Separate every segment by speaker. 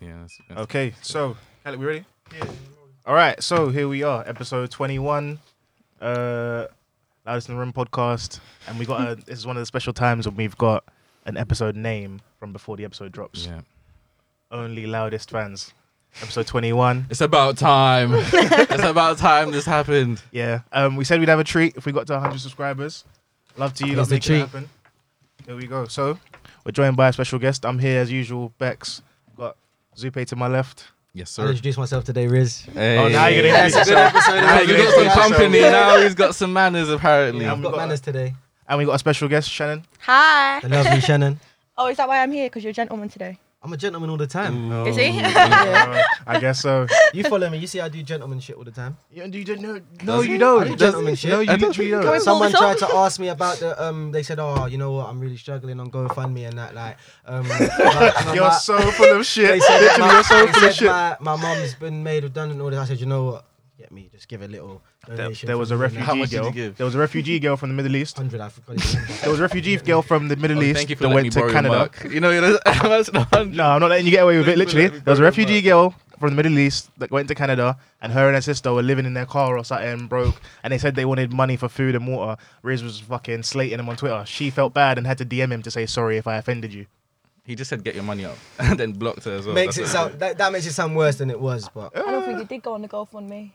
Speaker 1: Yeah. That's, that's
Speaker 2: Okay, so Kelly, we ready? Yeah. All right, so here we are, episode twenty-one, uh, loudest in the room podcast, and we got a. this is one of the special times when we've got an episode name from before the episode drops.
Speaker 1: Yeah.
Speaker 2: Only loudest fans. Episode twenty-one.
Speaker 1: It's about time. it's about time this happened.
Speaker 2: Yeah. Um, we said we'd have a treat if we got to hundred subscribers. Love to you.
Speaker 3: Here's
Speaker 2: Love
Speaker 3: the
Speaker 2: making
Speaker 3: treat.
Speaker 2: it happen. Here we go. So we're joined by a special guest. I'm here as usual. Bex. Got Zupe to my left.
Speaker 1: Yes,
Speaker 3: I'll
Speaker 1: sir.
Speaker 3: introduce myself today, Riz.
Speaker 1: Hey.
Speaker 2: Oh, now you're gonna
Speaker 1: Hey,
Speaker 2: introduce yourself. Now
Speaker 1: he's
Speaker 2: you're gonna
Speaker 1: got
Speaker 2: introduce
Speaker 1: some
Speaker 2: yourself.
Speaker 1: company now. He's got some manners apparently.
Speaker 2: Yeah,
Speaker 3: I've got manners today.
Speaker 2: And we got a special guest, Shannon.
Speaker 4: Hi.
Speaker 3: The lovely Shannon.
Speaker 4: Oh, is that why I'm here? Because you're a gentleman today.
Speaker 3: I'm a gentleman all the time.
Speaker 1: Ooh.
Speaker 4: Is he?
Speaker 2: Uh, I guess so.
Speaker 3: You follow me. You see, I do gentleman shit all the time.
Speaker 2: You, you don't know. No,
Speaker 1: Does he?
Speaker 2: Oh, you
Speaker 3: I do
Speaker 2: don't.
Speaker 3: gentleman shit.
Speaker 2: No, you
Speaker 1: I don't
Speaker 2: literally
Speaker 1: think-
Speaker 2: don't.
Speaker 4: Can we-
Speaker 3: Someone
Speaker 4: pull
Speaker 3: tried
Speaker 4: this
Speaker 3: to ask me about the um. They said, "Oh, you know what? I'm really struggling on GoFundMe and that." Like, um, my, my,
Speaker 2: You're
Speaker 3: my-
Speaker 2: so full of shit.
Speaker 3: they said, that
Speaker 2: Literally,
Speaker 3: my,
Speaker 2: you're so
Speaker 3: they
Speaker 2: full of
Speaker 3: said
Speaker 2: shit.
Speaker 3: my, my mom's been made redundant. and All this. I said, "You know what? Get me. Just give a little."
Speaker 2: There,
Speaker 3: Donation
Speaker 2: there was a
Speaker 1: How
Speaker 2: refugee
Speaker 1: much did you
Speaker 2: girl.
Speaker 1: give?
Speaker 2: There was a refugee girl from the Middle East.
Speaker 3: Hundred. I forgot. his number.
Speaker 2: There was a refugee girl from the Middle
Speaker 1: Oh,
Speaker 2: East
Speaker 1: thank you for
Speaker 2: that
Speaker 1: letting me
Speaker 2: went to
Speaker 1: borrow your
Speaker 2: Canada.
Speaker 1: mark. You know, you're- that's not
Speaker 2: No, I'm not letting you get away with it.
Speaker 1: Thank you for
Speaker 2: Literally,
Speaker 1: letting me
Speaker 2: there was
Speaker 1: borrow
Speaker 2: a
Speaker 1: your
Speaker 2: refugee girl from the Middle East that went to Canada, and her and her sister were living in their car or something, broke, and they said they wanted money for food and water. Riz was fucking slating him on Twitter. She felt bad and had to DM him to say sorry if I offended you.
Speaker 1: He just said, "Get your money up," and then blocked her as well.
Speaker 3: makes it
Speaker 1: That's
Speaker 3: sound that, that makes it sound worse than it was. But
Speaker 4: I don't think you did go on the golf on me.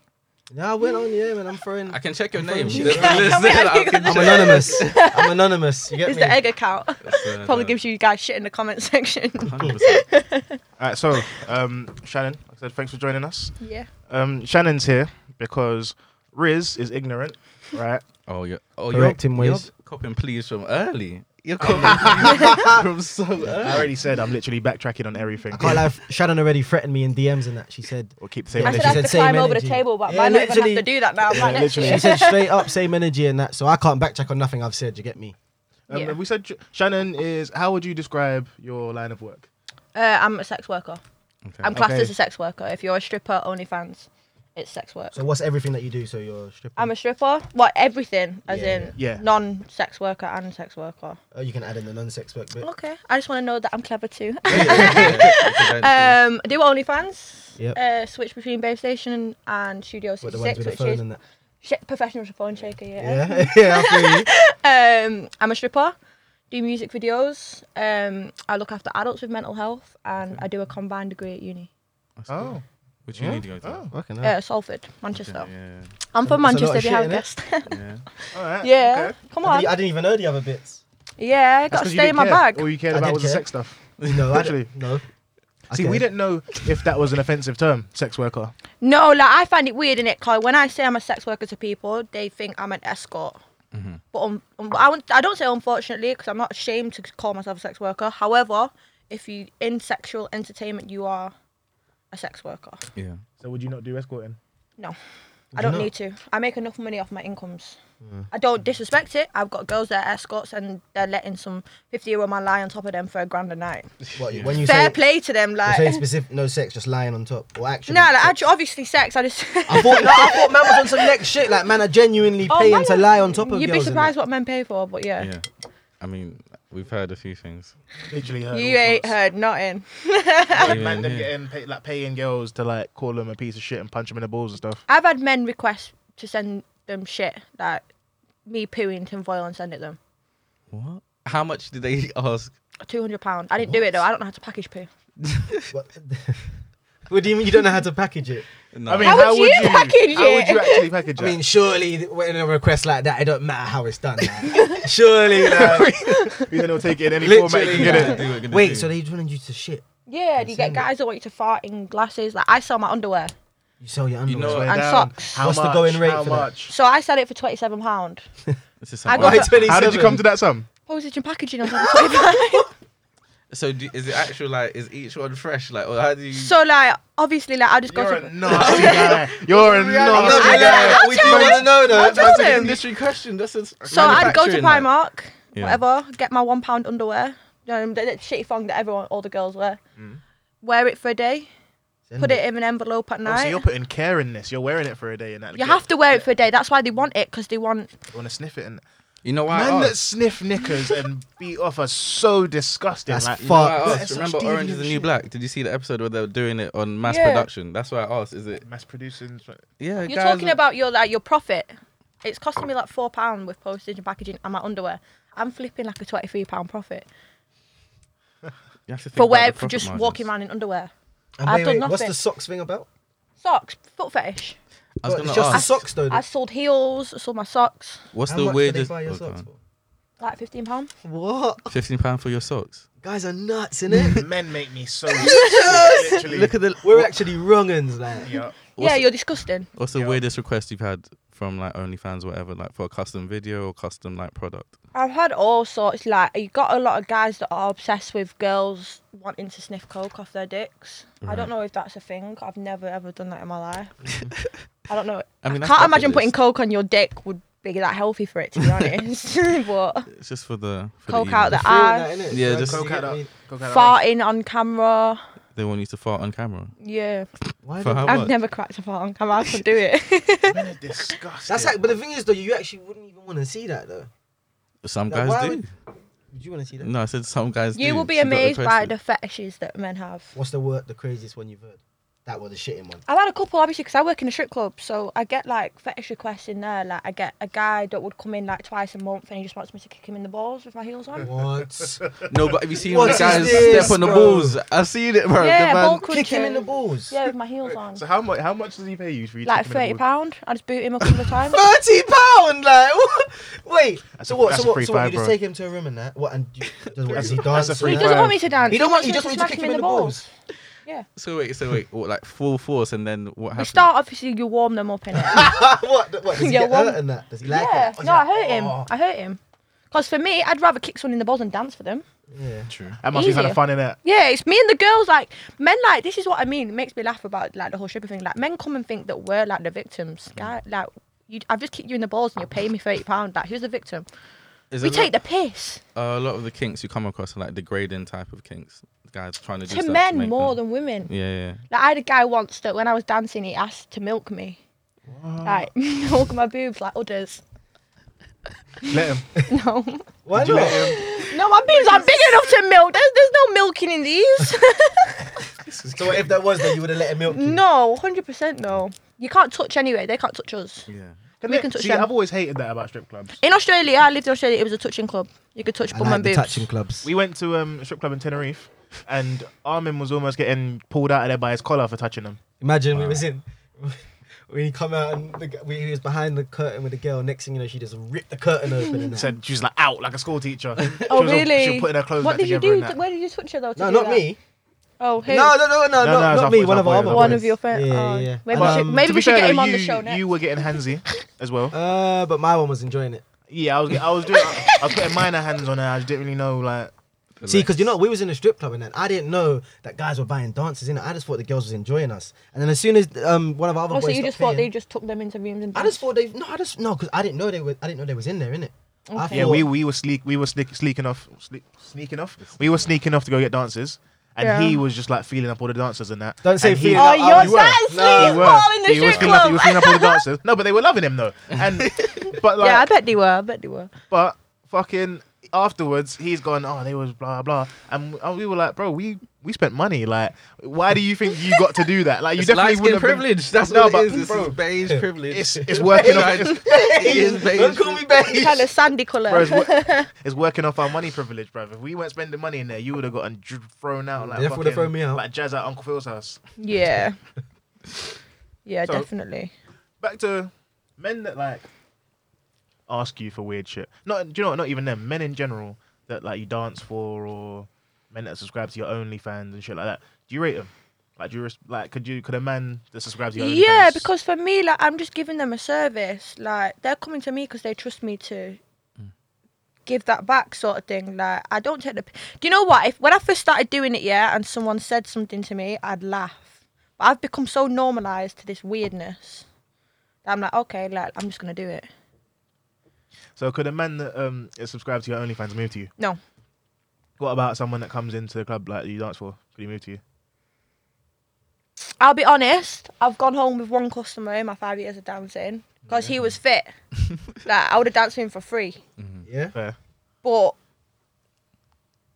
Speaker 3: yeah, I went on. Yeah, man. I'm throwing.
Speaker 1: I can check your name.
Speaker 3: Yeah.
Speaker 1: There's a list there that I can
Speaker 3: I'm
Speaker 1: check.
Speaker 3: anonymous. I'm anonymous. You get
Speaker 4: It's
Speaker 3: me?
Speaker 4: the egg account.
Speaker 1: Uh,
Speaker 4: Probably gives you guys shit in the comment section.
Speaker 1: 100%.
Speaker 2: All right, so um, Shannon, like I said thanks for joining us.
Speaker 4: yeah.
Speaker 2: Um, Shannon's here because Riz is ignorant, right?
Speaker 1: Oh, you're oh,
Speaker 3: Correct
Speaker 1: you're,
Speaker 3: him, Wiz.
Speaker 1: you're copying please from early. You're copying please from so
Speaker 2: I
Speaker 1: early.
Speaker 2: already said I'm literally backtracking on everything.
Speaker 3: I can't lie. Shannon already threatened me in DMs and that. She said,
Speaker 2: We'll keep the same
Speaker 4: I
Speaker 3: Yeah,
Speaker 4: should
Speaker 2: energy.
Speaker 3: she
Speaker 4: have
Speaker 3: said
Speaker 4: to
Speaker 3: same
Speaker 4: climb over the
Speaker 3: energy.
Speaker 4: table, but
Speaker 3: Yeah,
Speaker 4: I don't even
Speaker 3: literally.
Speaker 4: have to do that now. I'm
Speaker 2: Yeah,
Speaker 4: right next to
Speaker 2: literally.
Speaker 3: she
Speaker 4: you.
Speaker 3: said straight up, same energy and that. So I can't backtrack on nothing I've said. You get me?
Speaker 2: Um,
Speaker 4: Yeah.
Speaker 2: and We said Shannon is. How would you describe your line of work?
Speaker 4: Uh, I'm a sex worker.
Speaker 1: Okay.
Speaker 4: I'm classed
Speaker 2: Okay.
Speaker 4: as a sex worker. If you're a stripper, OnlyFans, it's sex work.
Speaker 3: So what's everything that you do? So you're a stripper.
Speaker 4: I'm a stripper. What everything, as
Speaker 3: Yeah,
Speaker 4: in
Speaker 2: yeah. Yeah.
Speaker 4: non-sex worker and sex worker.
Speaker 3: Oh, you can add in the non-sex work bit.
Speaker 4: Okay. I just want to know that I'm clever too.
Speaker 1: Yeah,
Speaker 4: um, I do OnlyFans.
Speaker 3: Yep.
Speaker 4: Uh, switch between Babe Station and Studio
Speaker 3: But the ones
Speaker 4: 66,
Speaker 3: with the
Speaker 4: which
Speaker 3: phone
Speaker 4: is
Speaker 3: and that.
Speaker 4: Sh- professional phone shaker, yeah.
Speaker 3: Yeah, yeah. I feel you.
Speaker 4: Um, I'm a stripper, do music videos. Um, I look after adults with mental health, and I do a combined degree at uni.
Speaker 1: oh, which you
Speaker 2: Yeah.
Speaker 1: need to go to.
Speaker 2: Oh.
Speaker 3: Fucking hell.
Speaker 4: Uh, Salford, Manchester.
Speaker 1: Yeah, yeah,
Speaker 4: I'm from
Speaker 3: That's a
Speaker 4: Manchester.
Speaker 3: lot of
Speaker 4: If you haven't
Speaker 3: shit,
Speaker 4: guessed.
Speaker 1: yeah.
Speaker 2: all right.
Speaker 4: yeah, come
Speaker 3: I
Speaker 4: on.
Speaker 3: didn't- e, I didn't even know the other bits.
Speaker 4: yeah, I
Speaker 2: That's
Speaker 4: gotta
Speaker 2: 'cause you
Speaker 4: stay
Speaker 2: didn't
Speaker 4: in my
Speaker 2: care.
Speaker 4: bag.
Speaker 2: All you cared
Speaker 3: I
Speaker 2: about
Speaker 3: did
Speaker 2: was the
Speaker 3: care.
Speaker 2: sex stuff.
Speaker 3: No, I
Speaker 2: Actually.
Speaker 3: didn't. No.
Speaker 2: See, we didn't know if that was an offensive term, sex worker.
Speaker 4: No, like I find it weird in it, Kai. When I say I'm a sex worker to people, they think I'm an escort.
Speaker 3: Mm-hmm.
Speaker 4: But um, um, I, won't- I don't say unfortunately because I'm not ashamed to call myself a sex worker. However, if you in sexual entertainment, you are a sex worker.
Speaker 1: yeah.
Speaker 2: So would you not do escorting?
Speaker 4: I
Speaker 3: Do you
Speaker 4: don't
Speaker 3: not?
Speaker 4: need to. I make enough money off my incomes. I don't disrespect it. I've got girls that are escorts and they're letting some 50 year old man lie on top of them for a grand a night.
Speaker 3: What, When you
Speaker 4: Fair
Speaker 3: say,
Speaker 4: play to them,
Speaker 3: you're saying
Speaker 4: like.
Speaker 3: specific, no sex, just lying on top or actually.
Speaker 4: No, like, I, obviously sex. I just.
Speaker 3: I thought, no, I thought man was on some next shit. Like, man, I genuinely
Speaker 4: Oh,
Speaker 3: pay
Speaker 4: man,
Speaker 3: him to lie on top of
Speaker 4: You'd be
Speaker 3: girls and
Speaker 4: surprised what men pay for, but yeah.
Speaker 1: Yeah. I mean, we've heard a few things.
Speaker 2: Literally. heard
Speaker 4: You
Speaker 2: all
Speaker 4: ain't
Speaker 2: sorts.
Speaker 4: heard nothing.
Speaker 1: Yeah,
Speaker 2: Man, them
Speaker 1: yeah.
Speaker 2: getting pay, like paying girls to like call them a piece of shit and punch them in the balls and stuff.
Speaker 4: I've had men request to send them shit like me pooing tinfoil and send it them.
Speaker 1: What? How much did they ask?
Speaker 4: Two hundred pound. I didn't do it though. I don't know how to package poo.
Speaker 3: that. What, what do you mean you don't know how to package it?
Speaker 1: No.
Speaker 2: I mean,
Speaker 4: How would you package
Speaker 2: How would
Speaker 4: it?
Speaker 2: you actually package
Speaker 3: I
Speaker 2: it?
Speaker 3: mean, surely th- when a request like that, it don't matter how it's done. like. surely. Like,
Speaker 2: You know, they'll take it in any format you can
Speaker 3: literally.
Speaker 2: get it.
Speaker 3: like,
Speaker 1: Do what you're gonna do.
Speaker 3: Wait, so they wanted you to shit?
Speaker 4: Yeah, do you get
Speaker 3: Send it.
Speaker 4: guys that want you to fart in glasses? Like I sell my underwear.
Speaker 3: You sell your underwear?
Speaker 1: know-
Speaker 2: Way
Speaker 4: And
Speaker 2: down.
Speaker 4: socks.
Speaker 2: How
Speaker 3: What's the
Speaker 2: much?
Speaker 3: going rate
Speaker 2: How
Speaker 3: for that?
Speaker 2: much?
Speaker 4: So I sell it for twenty seven pound.
Speaker 1: This is
Speaker 4: I
Speaker 1: something-
Speaker 3: Why
Speaker 4: got-
Speaker 3: 27?
Speaker 2: How did you come to that sum?
Speaker 4: Postage and packaging on top of 25.
Speaker 1: so do, is it actual like is each one fresh like or how do you?
Speaker 4: So like obviously like I just go to
Speaker 2: nasty guy. You're a
Speaker 3: I'm not
Speaker 2: nasty
Speaker 3: gonna lie,
Speaker 2: guy.
Speaker 3: We do want to know though.
Speaker 4: I'll tell
Speaker 1: that's an
Speaker 4: them.
Speaker 1: industry question. That's a
Speaker 4: So I'd go to
Speaker 1: manufacturing, like-
Speaker 4: Primark,
Speaker 1: Yeah.
Speaker 4: whatever, get my one pound underwear, you know, that, that shitty thong that everyone, all the girls wear. Wear it for a day, put it Mm. in an envelope at
Speaker 2: Oh, so
Speaker 4: night.
Speaker 2: you're putting care in this. You're wearing it for a day and that.
Speaker 4: you have to wear it for a day. That's why they want it because they want
Speaker 2: You want to sniff it and
Speaker 1: You know why? I
Speaker 2: Man that
Speaker 1: asked?
Speaker 2: sniff knickers and beat off are so disgusting.
Speaker 3: That's
Speaker 2: like, you
Speaker 1: You know why
Speaker 3: fucked.
Speaker 1: I
Speaker 2: That
Speaker 1: asked?
Speaker 2: is such
Speaker 1: Remember Orange is the
Speaker 2: deviant
Speaker 1: New
Speaker 2: shit.
Speaker 1: Black? Did you see the episode where they were doing it on mass
Speaker 4: Yeah.
Speaker 1: production? That's why I asked. Is it?
Speaker 2: know, mass producing.
Speaker 1: Yeah.
Speaker 4: You're
Speaker 1: guys
Speaker 4: talking
Speaker 1: are-
Speaker 4: about your like your profit. It's costing me like four pound with postage and packaging and my underwear. I'm flipping like a twenty three pound profit
Speaker 1: you have to think
Speaker 4: for
Speaker 1: about
Speaker 4: where
Speaker 1: the
Speaker 4: for
Speaker 1: profit
Speaker 4: just
Speaker 1: margins.
Speaker 4: walking around in underwear,
Speaker 3: And
Speaker 4: I've
Speaker 3: wait,
Speaker 4: done
Speaker 3: wait, what's
Speaker 4: nothing.
Speaker 3: the socks thing about?
Speaker 4: socks, foot fetish.
Speaker 1: I was
Speaker 3: Well,
Speaker 1: gonna
Speaker 3: it's just
Speaker 1: ask.
Speaker 3: the socks though.
Speaker 4: I sold heels, I sold my socks,
Speaker 1: What's
Speaker 3: How
Speaker 1: the
Speaker 3: much do they
Speaker 1: weirdest?
Speaker 3: buy your
Speaker 1: oh, go
Speaker 3: socks
Speaker 1: on.
Speaker 3: for?
Speaker 4: like fifteen pound.
Speaker 3: What?
Speaker 1: Fifteen pound for your socks.
Speaker 3: Guys are nuts, innit?
Speaker 2: Men make me so sick, literally.
Speaker 1: Look at the.
Speaker 3: We're actually wrongins, like.
Speaker 2: yeah.
Speaker 1: What's
Speaker 4: yeah,
Speaker 1: the-
Speaker 4: you're disgusting.
Speaker 1: What's the
Speaker 2: Yeah.
Speaker 1: weirdest request you've had from like OnlyFans, whatever, like for a custom video or custom like product?
Speaker 4: I've had all sorts. Like you got a lot of guys that are obsessed with girls wanting to sniff coke off their dicks. I
Speaker 1: Right.
Speaker 4: don't know if that's a thing. I've never ever done that in my life. I don't know.
Speaker 1: I mean,
Speaker 4: I
Speaker 1: that's
Speaker 4: can't
Speaker 1: bucket
Speaker 4: imagine putting
Speaker 1: list.
Speaker 4: coke on your dick would be that healthy for it, to be honest. but
Speaker 1: It's just for the for the
Speaker 4: coke
Speaker 1: evening.
Speaker 4: out the
Speaker 3: Feeling
Speaker 4: ass,
Speaker 3: that, innit?
Speaker 1: Yeah,
Speaker 3: Like,
Speaker 1: just-
Speaker 3: you
Speaker 2: Coke
Speaker 3: get
Speaker 2: out of-
Speaker 3: me?
Speaker 2: coke out of-
Speaker 4: farting on camera.
Speaker 1: They want you to fart on camera.
Speaker 4: Yeah,
Speaker 3: Why
Speaker 1: For
Speaker 3: do-
Speaker 1: how
Speaker 4: I've
Speaker 1: much?
Speaker 4: never cracked a fart on camera. I could do it.
Speaker 2: Men are disgusting.
Speaker 3: That's like, but the thing is though, you actually wouldn't even want to see that though.
Speaker 1: Some
Speaker 3: Like,
Speaker 1: guys
Speaker 3: why
Speaker 1: do.
Speaker 3: would- Would you want to see that?
Speaker 1: No, I said some guys.
Speaker 4: you
Speaker 1: do.
Speaker 4: will be
Speaker 1: She got
Speaker 4: amazed by
Speaker 1: requested.
Speaker 4: the fetishes that men have.
Speaker 3: What's the word? The craziest one you've heard? That was the shitting one.
Speaker 4: I've had a couple, obviously, because I work in a strip club, so I get like fetish requests in there. Like, I get a guy that would come in like twice a month and he just wants me to kick him in the balls with my heels on.
Speaker 3: What?
Speaker 1: No, but have you seen when
Speaker 3: What
Speaker 1: the
Speaker 3: is
Speaker 1: guys
Speaker 3: this,
Speaker 1: step on the
Speaker 3: bro?
Speaker 1: balls? I've seen it, bro.
Speaker 4: yeah,
Speaker 1: the man-
Speaker 4: ball
Speaker 3: Kick him in the
Speaker 4: crunching.
Speaker 3: balls.
Speaker 4: Yeah, with my heels on.
Speaker 2: So how much? How much does he pay you for you?
Speaker 4: Oh. like
Speaker 2: taking the
Speaker 4: thirty
Speaker 2: ball?
Speaker 4: pound. I just boot him a couple of times.
Speaker 3: Thirty pound, like what? wait.
Speaker 2: That's
Speaker 3: so
Speaker 2: a-
Speaker 3: what?
Speaker 2: that's
Speaker 3: So
Speaker 2: a
Speaker 3: what?
Speaker 2: free
Speaker 3: So what? You
Speaker 2: five,
Speaker 3: just
Speaker 2: bro.
Speaker 3: take him to a room and that. What? And you, does, what, does he
Speaker 2: That's
Speaker 3: dance?
Speaker 2: a
Speaker 3: and
Speaker 2: free
Speaker 4: he
Speaker 3: that?
Speaker 4: doesn't want me to dance.
Speaker 3: He don't want- he just
Speaker 4: wants
Speaker 3: wants
Speaker 4: me
Speaker 3: to
Speaker 4: smack
Speaker 3: kick him in the balls.
Speaker 4: Yeah.
Speaker 1: So wait, so wait, what, like full force, and then what
Speaker 4: We
Speaker 1: happened?
Speaker 4: start obviously. You warm them up in it.
Speaker 3: what? What? Does he
Speaker 4: Yeah,
Speaker 3: get
Speaker 4: one-
Speaker 3: hurt in that? Does he like
Speaker 4: yeah.
Speaker 3: it? Oh,
Speaker 4: No, I hurt him.
Speaker 3: oh.
Speaker 4: I hurt him. Cause for me, I'd rather kick someone in the balls and dance for them.
Speaker 3: Yeah.
Speaker 2: That must be kind
Speaker 4: Easier.
Speaker 2: of fun in it.
Speaker 4: Yeah, it's me and the girls. Like men, like this is what I mean. It makes me laugh about like the whole stripper thing. Like men come and think that we're like the victims.
Speaker 1: Mm.
Speaker 4: Guy, like you, I've just kicked you in the balls and you're paying me thirty pound. Like who's the victim?
Speaker 1: Is
Speaker 4: we
Speaker 1: a
Speaker 4: take
Speaker 1: lot,
Speaker 4: the piss
Speaker 1: uh, a lot of the kinks you come across are like degrading type of kinks. Guys trying to do
Speaker 4: to
Speaker 1: stuff
Speaker 4: men
Speaker 1: make
Speaker 4: more
Speaker 1: them-
Speaker 4: than women.
Speaker 1: Yeah, yeah.
Speaker 4: Like I had a guy once that when I was dancing, he asked to milk me. Like milk my boobs like udders.
Speaker 2: Let him.
Speaker 4: No,
Speaker 3: Why
Speaker 2: Do you
Speaker 3: not?
Speaker 2: let him?
Speaker 4: no, my boobs aren't big enough to milk. There's there's no milking in these.
Speaker 3: So what if that was that you would have let him milk you?
Speaker 4: no, hundred percent no. You can't touch anyway. They can't touch us.
Speaker 2: Mm.
Speaker 1: Yeah.
Speaker 4: We can touch
Speaker 2: See,
Speaker 4: them.
Speaker 2: I've always hated that about strip clubs.
Speaker 4: In Australia, I lived in Australia. It was a touching club. You could touch
Speaker 3: I
Speaker 4: bum
Speaker 3: like
Speaker 4: and
Speaker 3: the
Speaker 4: boobs.
Speaker 3: touching clubs.
Speaker 2: We went to um, a strip club in Tenerife, and Armin was almost getting pulled out of there by his collar for touching him.
Speaker 3: Imagine we was in. When he come out and the, g- we, he was behind the curtain with the girl. Next thing you know, she just ripped the curtain open. And that.
Speaker 2: Said she was like out like a school teacher.
Speaker 4: Oh
Speaker 2: she was all-
Speaker 4: really?
Speaker 2: she was putting her clothes
Speaker 4: what
Speaker 2: back
Speaker 4: did you
Speaker 2: together
Speaker 4: do?
Speaker 2: and that.
Speaker 4: Where did you touch her though? to
Speaker 3: no,
Speaker 4: do
Speaker 3: not
Speaker 4: that?
Speaker 3: me.
Speaker 4: Oh, who?
Speaker 3: No, no, no, no,
Speaker 2: No, no,
Speaker 3: not,
Speaker 2: it's
Speaker 3: not
Speaker 2: our-
Speaker 3: me.
Speaker 2: it's
Speaker 3: One
Speaker 2: our
Speaker 3: of our
Speaker 2: boy,
Speaker 3: other
Speaker 2: our
Speaker 4: One
Speaker 2: boy.
Speaker 3: boys.
Speaker 4: of your friends.
Speaker 3: Yeah,
Speaker 4: oh.
Speaker 3: yeah, yeah.
Speaker 4: Maybe
Speaker 3: Um,
Speaker 4: we should, maybe
Speaker 2: to
Speaker 4: we
Speaker 2: be
Speaker 4: should
Speaker 2: fair,
Speaker 4: get him
Speaker 2: though,
Speaker 4: on
Speaker 2: you,
Speaker 4: the show next.
Speaker 2: You were getting handsy as well.
Speaker 3: Uh, but my one was enjoying it.
Speaker 2: yeah, I was. I was doing. I was putting minor hands on her. I just didn't really know like.
Speaker 3: See, because you know we was in a strip club and then I didn't know that guys were buying dances in it. I just thought the girls was enjoying us. And then as soon as um one of our other
Speaker 4: Oh,
Speaker 3: boys
Speaker 4: so you
Speaker 3: stopped
Speaker 4: just thought they
Speaker 3: paying,
Speaker 4: just took them into rooms and
Speaker 3: I just thought they no, I just no, because I didn't know they were. I didn't know they was in there in it.
Speaker 4: Okay.
Speaker 2: Yeah, we we were sleek. We were sneak, sneaking off. Sneak, sneaking off. We were sneaking off to go get dancers, and
Speaker 4: Yeah.
Speaker 2: he was just like feeling up all the dancers and that.
Speaker 3: Don't say
Speaker 2: And he-
Speaker 3: feeling
Speaker 4: Oh,
Speaker 3: up,
Speaker 4: you're
Speaker 3: you
Speaker 2: were.
Speaker 4: that
Speaker 3: No, you
Speaker 2: He
Speaker 3: It's
Speaker 4: sleaze
Speaker 2: were.
Speaker 4: ball in the
Speaker 2: He was
Speaker 4: strip
Speaker 2: feeling up.
Speaker 4: club.
Speaker 2: He was feeling up all the dancers. No, but they were loving him though. And but like,
Speaker 4: yeah, I bet they were. I bet they were.
Speaker 2: but fucking afterwards, he's gone. Oh, they was blah blah, and and we were like, bro, we we spent money. Like, why do you think you got to do that? Like, you
Speaker 1: It's
Speaker 2: definitely
Speaker 1: light skin
Speaker 2: wouldn't have been-
Speaker 1: privilege. That's
Speaker 2: No,
Speaker 1: what
Speaker 2: but,
Speaker 1: it is. This
Speaker 2: bro,
Speaker 1: is beige privilege.
Speaker 2: It's it's working. off, it's,
Speaker 1: It is beige.
Speaker 3: Don't call me babe.
Speaker 4: Kind of sandy colour.
Speaker 2: bro, it's, wo- it's working off our money privilege, bro. If we weren't spending money in there, you would have gotten dr- thrown out. Like
Speaker 3: Definitely would've
Speaker 2: fucking-
Speaker 3: thrown me out.
Speaker 2: Like jazz at Uncle Phil's house.
Speaker 4: yeah. Yeah,
Speaker 2: So-
Speaker 4: definitely.
Speaker 2: Back to men that like ask you for weird shit. Not do you know? what, Not even them. Men in general that like you dance for, or men that subscribe to your OnlyFans and shit like that. Do you rate them? Like, do you res- like? Could you? Could a man that subscribes to your OnlyFans?
Speaker 4: Yeah, because for me, like, I'm just giving them a service. Like, they're coming to me because they trust me to give that back, sort of thing. Like, I don't take the. p- Do you know what? If when I first started doing it, yeah, and someone said something to me, I'd laugh. But I've become so normalized to this weirdness that I'm like, okay, like, I'm just gonna do it.
Speaker 2: So could a man that um is subscribed to your OnlyFans move to you?
Speaker 4: No,
Speaker 2: What about someone that comes into the club like you dance for? Could he move to you?
Speaker 4: I'll be honest. I've gone home with one customer in my five years of dancing because he was fit. like, I would have danced with him for free.
Speaker 1: Mhm.
Speaker 3: Yeah.
Speaker 2: Fair.
Speaker 4: but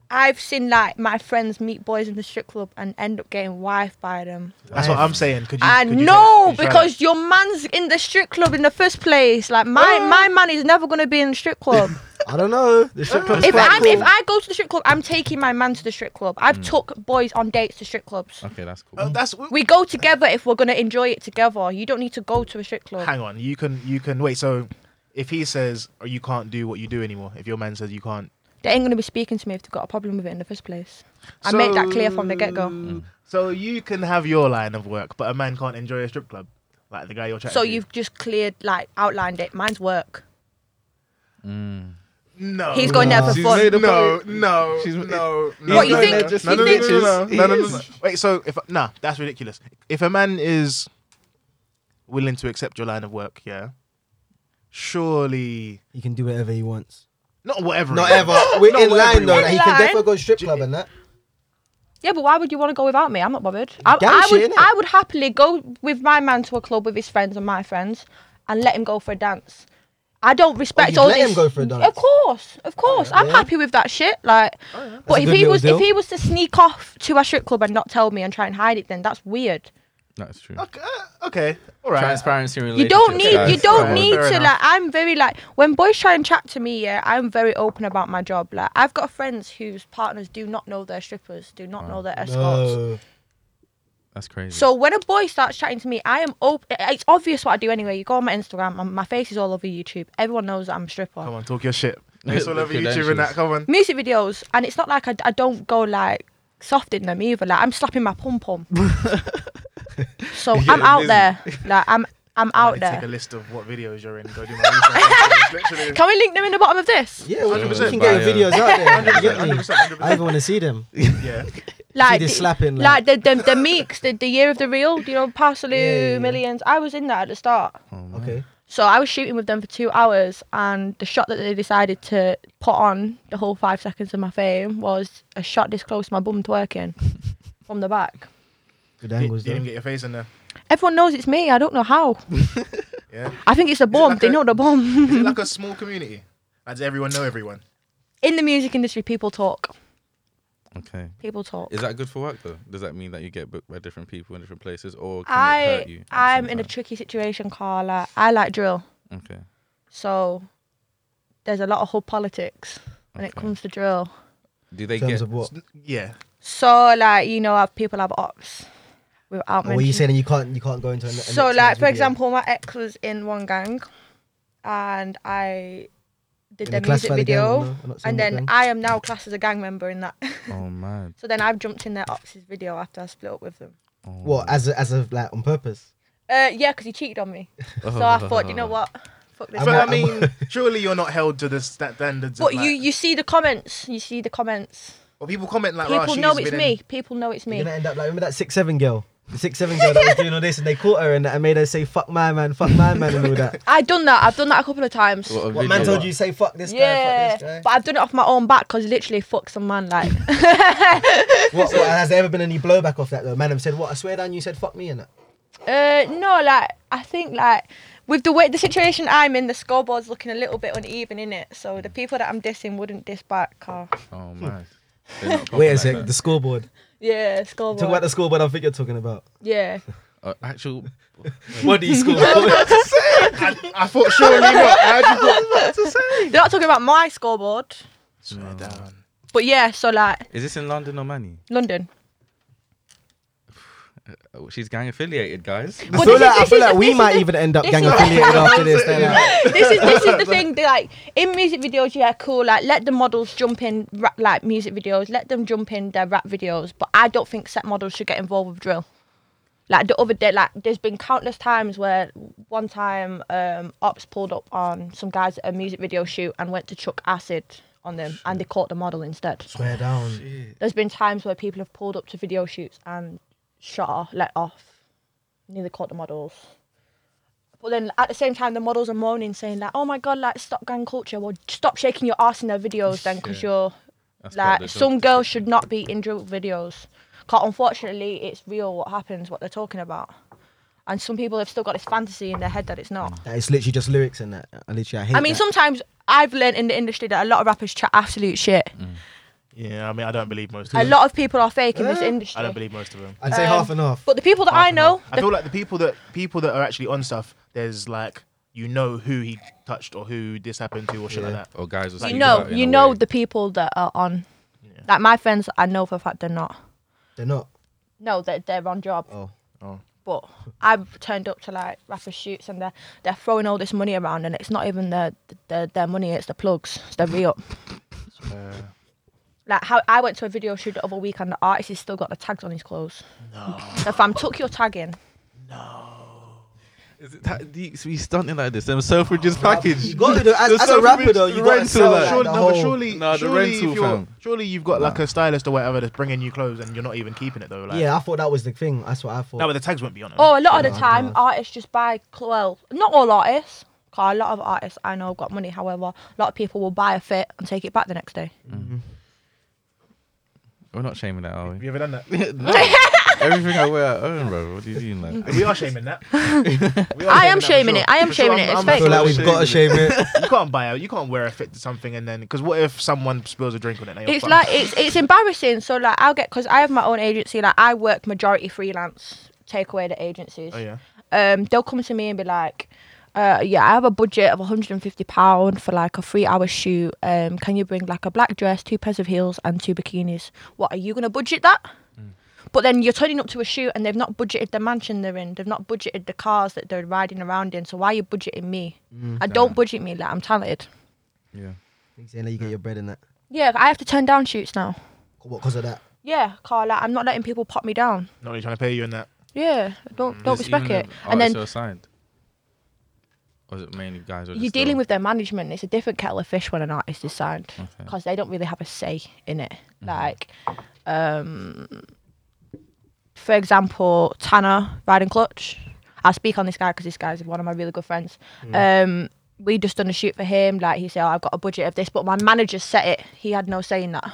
Speaker 4: I've seen like my friends meet boys in the strip club and end up getting wife by them.
Speaker 2: That's what I'm saying. Could you?
Speaker 4: I
Speaker 2: could you
Speaker 4: know
Speaker 2: try- could you try
Speaker 4: because your man's in the strip club in the first place. Like my my man is never gonna be in the strip club.
Speaker 3: I don't know. The strip club.
Speaker 4: if I am if I go to the strip club, I'm taking my man to the strip club. I've
Speaker 2: Hmm.
Speaker 4: took boys on dates to strip clubs.
Speaker 1: Okay, that's cool.
Speaker 2: that? Uh, that's
Speaker 4: We go together if we're gonna enjoy it together. You don't need to go to a strip club.
Speaker 2: Hang on, you can you can wait. So, if he says oh, you can't do what you do anymore, if your man says you can't,
Speaker 4: They ain't gonna be speaking to me if they've got a problem with it in the first place. I make that clear from the get go.
Speaker 2: So- Mm. So you can have your line of work, but a man can't enjoy a strip club, like the guy you're chatting.
Speaker 4: So
Speaker 2: to.
Speaker 4: you've just cleared like outlined it. Mine's work.
Speaker 2: no.
Speaker 4: He's going there for
Speaker 1: She's
Speaker 4: fun.
Speaker 1: made a
Speaker 2: No,
Speaker 1: point.
Speaker 2: no,
Speaker 1: She's-
Speaker 2: no,
Speaker 1: He's
Speaker 2: no.
Speaker 4: What, you
Speaker 1: going
Speaker 2: no,
Speaker 4: think-
Speaker 1: there just
Speaker 4: you
Speaker 1: for the
Speaker 4: think-
Speaker 1: bitches.
Speaker 2: No,
Speaker 1: He
Speaker 2: no, no, no,
Speaker 1: is.
Speaker 2: no. Wait, so if nah, that's ridiculous. If a man is willing to accept your line of work, yeah, surely
Speaker 3: he can do whatever he wants.
Speaker 2: not whatever.
Speaker 3: Not
Speaker 2: it is.
Speaker 3: ever. We're
Speaker 2: Not
Speaker 3: in
Speaker 2: whatever
Speaker 3: line
Speaker 2: he
Speaker 3: though.
Speaker 2: wants.
Speaker 3: Like, he
Speaker 4: In
Speaker 3: can definitely
Speaker 4: line.
Speaker 3: go to strip club and that.
Speaker 4: Yeah, but why would you want to go without me? I'm not bothered. I,
Speaker 3: Gang
Speaker 4: I
Speaker 3: shit,
Speaker 4: would
Speaker 3: innit?
Speaker 4: I would happily go with my man to a club with his friends and my friends and let him go for a dance. I don't respect
Speaker 3: Oh, you'd
Speaker 4: all
Speaker 3: let
Speaker 4: this.
Speaker 3: him go for a dance?
Speaker 4: Of course, of course. I'm
Speaker 3: Yeah.
Speaker 4: happy with that shit. Like,
Speaker 3: That's
Speaker 4: but
Speaker 3: a
Speaker 4: if
Speaker 3: good
Speaker 4: he
Speaker 3: little
Speaker 4: was
Speaker 3: deal.
Speaker 4: if he was to sneak off to a strip club and not tell me and try and hide it, then that's weird.
Speaker 1: That's true.
Speaker 2: Okay, uh, okay, all right.
Speaker 1: Transparency in
Speaker 4: You don't
Speaker 1: relationships,
Speaker 4: need you
Speaker 1: guys.
Speaker 4: don't
Speaker 1: Come on.
Speaker 4: need
Speaker 2: Fair
Speaker 4: to
Speaker 2: enough.
Speaker 4: like. I'm very like when boys try and chat to me. Yeah, I'm very open about my job. Like, I've got friends whose partners do not know their strippers, do not know their escorts.
Speaker 3: No.
Speaker 1: That's crazy.
Speaker 4: So when a boy starts chatting to me, I am open. It's obvious what I do anyway. You go on my Instagram, and my face is all over YouTube. Everyone knows that I'm a stripper.
Speaker 2: Come on, talk your shit. It's all
Speaker 1: The
Speaker 2: over YouTube and that.
Speaker 1: credentials.
Speaker 2: Come on.
Speaker 4: Music videos, and it's not like I, I don't go like soft in them either. Like I'm slapping my pom pom. so I'm out
Speaker 1: busy.
Speaker 4: there. Like I'm I'm out
Speaker 2: Like, Take a
Speaker 4: there.
Speaker 2: list of what videos you're in. Go do my research. It's literally-
Speaker 4: Can we link them in the bottom of this?
Speaker 3: Yeah, we, we
Speaker 2: 100%
Speaker 3: can get
Speaker 1: bio.
Speaker 3: videos out there. you get me?
Speaker 2: 100%,
Speaker 3: I even want to see them.
Speaker 2: yeah.
Speaker 4: Like
Speaker 3: this
Speaker 4: the-
Speaker 3: slapping,
Speaker 4: Like, the, the the Meeks, the, the year of the real. You know, Parcelu
Speaker 3: Yeah, yeah.
Speaker 4: Millions. I was in that at the start.
Speaker 1: Oh,
Speaker 3: Okay.
Speaker 4: So I was shooting with them for two hours, and the shot that they decided to put on the whole five seconds of my fame was a shot this close to my bum twerking from the back.
Speaker 3: Good
Speaker 2: You,
Speaker 3: angles
Speaker 2: you
Speaker 3: though.
Speaker 2: didn't get your face in there.
Speaker 4: Everyone knows it's me. I don't know how.
Speaker 2: Yeah.
Speaker 4: I think it's a bomb.
Speaker 2: like
Speaker 4: they
Speaker 2: a-
Speaker 4: know the bomb.
Speaker 2: Is it like a small community? Like, does everyone know everyone?
Speaker 4: In the music industry, people talk.
Speaker 1: okay.
Speaker 4: People talk.
Speaker 1: Is that good for work though? Does that mean that you get booked by different people in different places, or can it hurt you?
Speaker 4: I
Speaker 1: at the
Speaker 4: I'm
Speaker 1: same
Speaker 4: in a
Speaker 1: time?
Speaker 4: tricky situation, Carla. I like drill,
Speaker 1: okay.
Speaker 4: so there's a lot of whole politics when it
Speaker 1: Okay.
Speaker 4: comes to drill.
Speaker 1: Do they
Speaker 3: In terms
Speaker 1: get?
Speaker 3: of what?
Speaker 2: Yeah.
Speaker 4: So like you know, I've- people have ops without
Speaker 3: Or were you
Speaker 4: mentioning.
Speaker 3: saying you can't you can't go into an, an
Speaker 4: so
Speaker 3: next
Speaker 4: like
Speaker 3: man's
Speaker 4: for
Speaker 3: video?
Speaker 4: example my ex was in one gang and i did
Speaker 3: In
Speaker 4: their
Speaker 3: the class
Speaker 4: music
Speaker 3: by the gang,
Speaker 4: video
Speaker 3: no, I'm not saying
Speaker 4: and
Speaker 3: what gang.
Speaker 4: then i am now classed as a gang member in that
Speaker 1: Oh man.
Speaker 4: so then i've jumped in their ox's video after i split up with them
Speaker 1: Oh.
Speaker 3: what as a, as of like on purpose?
Speaker 4: uh yeah because he cheated on me
Speaker 3: Oh,
Speaker 4: so i thought you know what fuck this
Speaker 3: I'm
Speaker 2: So
Speaker 3: a-
Speaker 2: I
Speaker 4: guy.
Speaker 2: mean, surely you're not held to the sta- standards.
Speaker 4: but
Speaker 2: of,
Speaker 4: you
Speaker 2: like-
Speaker 4: you see the comments you see the comments
Speaker 2: well, people comment like, "Rah,
Speaker 4: people
Speaker 2: she's
Speaker 4: know it's
Speaker 2: been
Speaker 4: me
Speaker 2: in-"
Speaker 4: people know it's me
Speaker 3: You're gonna end up like remember that six seven girl, the six seven girl that was doing all this, and they caught her and that and made her say "fuck my man, fuck my man" and all that.
Speaker 4: i've done that i've done that a couple of times
Speaker 1: What, a
Speaker 3: What
Speaker 1: video.
Speaker 3: man told you say "fuck this guy"?
Speaker 4: yeah
Speaker 3: Fuck this
Speaker 4: but i've done it off my own back because literally fuck some man like
Speaker 3: guy. What, what, has there ever been any blowback off that though? Man, have said what? I swear down, you said "fuck me" and that.
Speaker 4: Uh, no, like I think like with the way the situation I'm in, the scoreboard's looking a little bit uneven in it. So the people that I'm dissing wouldn't diss back. Car.
Speaker 1: Oh man. They're not
Speaker 3: Wait a
Speaker 1: proper
Speaker 3: sec,
Speaker 1: like
Speaker 3: the
Speaker 1: that.
Speaker 3: scoreboard.
Speaker 4: Yeah,
Speaker 3: Talk about
Speaker 4: scoreboard.
Speaker 3: the scoreboard. I think you're talking about.
Speaker 4: yeah.
Speaker 1: Uh, actual.
Speaker 3: Body scoreboard.
Speaker 2: I, I thought surely not. How do you thought to say?
Speaker 4: They're not talking about my scoreboard.
Speaker 2: Swear down.
Speaker 4: But yeah, so like
Speaker 1: Is this in London or Manny?
Speaker 4: London.
Speaker 1: Oh, she's gang affiliated, guys.
Speaker 3: I
Speaker 4: But
Speaker 3: feel
Speaker 4: this is-
Speaker 3: like, I
Speaker 4: this
Speaker 3: feel
Speaker 4: is
Speaker 3: like
Speaker 4: the-
Speaker 3: we
Speaker 4: this is
Speaker 3: might
Speaker 4: the-
Speaker 3: even end up
Speaker 4: this
Speaker 3: gang
Speaker 4: is the-
Speaker 3: affiliated after this. They're like,
Speaker 4: This is this is the thing. They're like in music videos, yeah, cool. Like let the models jump in rap like music videos. Let them jump in their rap videos. But I don't think set models should get involved with drill. Like the other day, like there's been countless times where one time um ops pulled up on some guys at a music video shoot and went to chuck acid on them and they caught the model instead.
Speaker 3: swear down.
Speaker 4: There's been times where people have pulled up to video shoots and shot off, let off, nearly caught the models. But then at the same time, the models are moaning, saying like, "Oh my god, like stop gang culture. Well, stop shaking your ass in their videos then, because
Speaker 1: Yeah.
Speaker 4: you're
Speaker 1: That's part of
Speaker 4: like
Speaker 1: the job
Speaker 4: some girls
Speaker 1: description.
Speaker 4: should not be in drill videos. 'Cause unfortunately, it's real what happens, what they're talking about, and some people have still got this fantasy in their head that it's not.
Speaker 3: That it's literally just lyrics and that. I literally I hate.
Speaker 4: I mean,
Speaker 3: that.
Speaker 4: sometimes I've learned in the industry that a lot of rappers chat absolute shit.
Speaker 2: Yeah, I mean, I don't believe most. of
Speaker 4: A
Speaker 2: them.
Speaker 4: lot of people are fake in this
Speaker 3: Yeah.
Speaker 4: industry.
Speaker 2: Mm-hmm. I don't believe most of them.
Speaker 3: I'd say
Speaker 4: Um,
Speaker 3: half and half.
Speaker 4: But the people that I know,
Speaker 2: I feel like the people that people that are actually on stuff, there's like you know who he touched or who this happened to or shit
Speaker 3: Yeah.
Speaker 2: like that.
Speaker 1: Or Oh, guys will
Speaker 4: the,
Speaker 1: speak
Speaker 4: you know,
Speaker 1: about it in
Speaker 4: you
Speaker 1: a
Speaker 4: know
Speaker 1: way.
Speaker 4: the people that are on. Like my friends, I know for a fact they're not.
Speaker 3: They're not.
Speaker 4: No, they're, they're on job.
Speaker 3: Oh.
Speaker 4: But I've turned up to like rapper shoots and they're they're throwing all this money around and it's not even their their, their money, it's the plugs. It's their re up. Like how I went to a video shoot the other week and the artist has still got the tags on his clothes. No. So fam, took your tag in.
Speaker 1: Is it that deep to be stunting like this? Them Selfridges package.
Speaker 3: You got to do, as,
Speaker 1: The
Speaker 3: as a rapper
Speaker 1: Selfridges
Speaker 3: though, you got to
Speaker 1: rental,
Speaker 3: sell
Speaker 1: like-
Speaker 2: Surely,
Speaker 3: like, the
Speaker 2: no, but
Speaker 3: whole-
Speaker 2: surely,
Speaker 1: Nah, the
Speaker 2: surely, if
Speaker 1: rental,
Speaker 2: you're,
Speaker 1: fam.
Speaker 2: surely you've got like a stylist or whatever that's bringing you clothes and you're not even keeping it though. Like,
Speaker 3: Yeah, I thought that was the thing. That's what I thought.
Speaker 2: No, but the tags won't be on it.
Speaker 4: Oh, a lot of the
Speaker 3: Yeah,
Speaker 4: time
Speaker 3: yeah.
Speaker 4: artists just buy cl- well, not all artists. 'cause A lot of artists I know have got money. However, a lot of people will buy a fit and take it back the next day.
Speaker 1: We're not shaming that, are
Speaker 2: Have
Speaker 1: we?
Speaker 2: you ever done that?
Speaker 1: Everything I wear, I own, bro. What do you mean,
Speaker 4: Mm.
Speaker 1: like?
Speaker 2: we are shaming that. We are
Speaker 4: I
Speaker 2: that
Speaker 4: am
Speaker 2: for
Speaker 4: shaming it. I am
Speaker 2: For sure,
Speaker 4: shaming
Speaker 2: I'm-
Speaker 4: it. It's
Speaker 2: I'm
Speaker 3: I
Speaker 4: fake.
Speaker 3: feel like
Speaker 1: Shame
Speaker 3: we've got to
Speaker 1: it.
Speaker 3: shame it.
Speaker 2: You can't buy it. You can't wear a fit to something and then because what if someone spills a drink on it? Now you're
Speaker 4: it's
Speaker 2: fucked.
Speaker 4: like it's it's embarrassing. So like I'll get because I have my own agency. Like I work majority freelance. Take away the agencies.
Speaker 2: oh yeah.
Speaker 4: Um, they'll come to me and be like, uh, "Yeah, I have a budget of 150 pound for like a three-hour shoot. Um, can you bring like a black dress, two pairs of heels, and two bikinis? What are you gonna budget that?"
Speaker 2: Mm.
Speaker 4: But then you're turning up to a shoot and they've not budgeted the mansion they're in. They've not budgeted the cars that they're riding around in. So why are you budgeting me?
Speaker 2: Mm.
Speaker 4: I don't budget me. Like I'm talented.
Speaker 1: Yeah.
Speaker 3: He's saying that you get your bread in that.
Speaker 4: Yeah, I have to turn down shoots now.
Speaker 3: What because of that?
Speaker 4: Yeah, Carla, I'm not letting people pop me down.
Speaker 2: Not really trying to pay you in that.
Speaker 4: Yeah, don't don't
Speaker 1: Is
Speaker 4: respect
Speaker 1: even
Speaker 4: it.
Speaker 1: if
Speaker 4: And
Speaker 1: artists
Speaker 4: then
Speaker 1: are signed. Or is it mainly guys? Or
Speaker 4: you're
Speaker 1: just
Speaker 4: dealing
Speaker 1: the-
Speaker 4: with their management. It's a different kettle of fish when an artist is signed because they don't really have a say in it.
Speaker 1: Mm-hmm.
Speaker 4: Like, um, for example, Tanner Riding Clutch. I speak on this guy because this guy's one of my really good friends.
Speaker 1: Mm.
Speaker 4: Um, we just done a shoot for him. Like he said, oh, I've got a budget of this, but my manager set it. He had no say in that.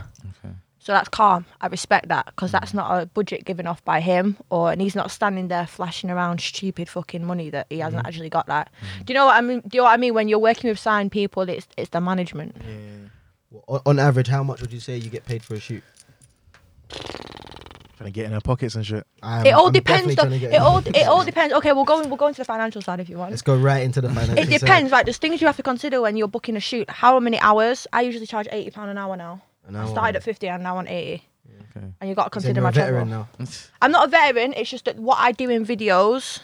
Speaker 1: Okay.
Speaker 4: So that's calm. I respect that because
Speaker 3: Mm.
Speaker 4: that's not a budget given off by him, or and he's not standing there flashing around stupid fucking money that he
Speaker 3: Mm-hmm.
Speaker 4: hasn't actually got. That.
Speaker 3: Mm.
Speaker 4: Do you know what I mean? Do you know what I mean? When you're working with signed people, it's it's the management.
Speaker 2: Yeah.
Speaker 3: Well, on, on average, how much would you say you get paid for a shoot?
Speaker 2: Trying to get in her pockets and shit.
Speaker 3: I am-
Speaker 4: it all
Speaker 3: I'm
Speaker 4: depends.
Speaker 3: definitely trying
Speaker 4: Though,
Speaker 3: to get
Speaker 4: it all
Speaker 3: in.
Speaker 4: it all depends. Okay, we'll go we'll go into the financial side if you want.
Speaker 3: Let's go right into the financial.
Speaker 4: It
Speaker 3: side.
Speaker 4: depends. Like there's things you have to consider when you're booking a shoot. How many hours? I usually charge eighty pound an hour now.
Speaker 3: An
Speaker 4: I
Speaker 3: hour.
Speaker 4: started at fifty and now on eighty.
Speaker 1: Okay.
Speaker 4: And you got to
Speaker 3: He's saying
Speaker 4: consider
Speaker 3: you're
Speaker 4: my
Speaker 3: a veteran
Speaker 4: travel.
Speaker 3: now.
Speaker 4: I'm not a veteran. It's just that what I do in videos.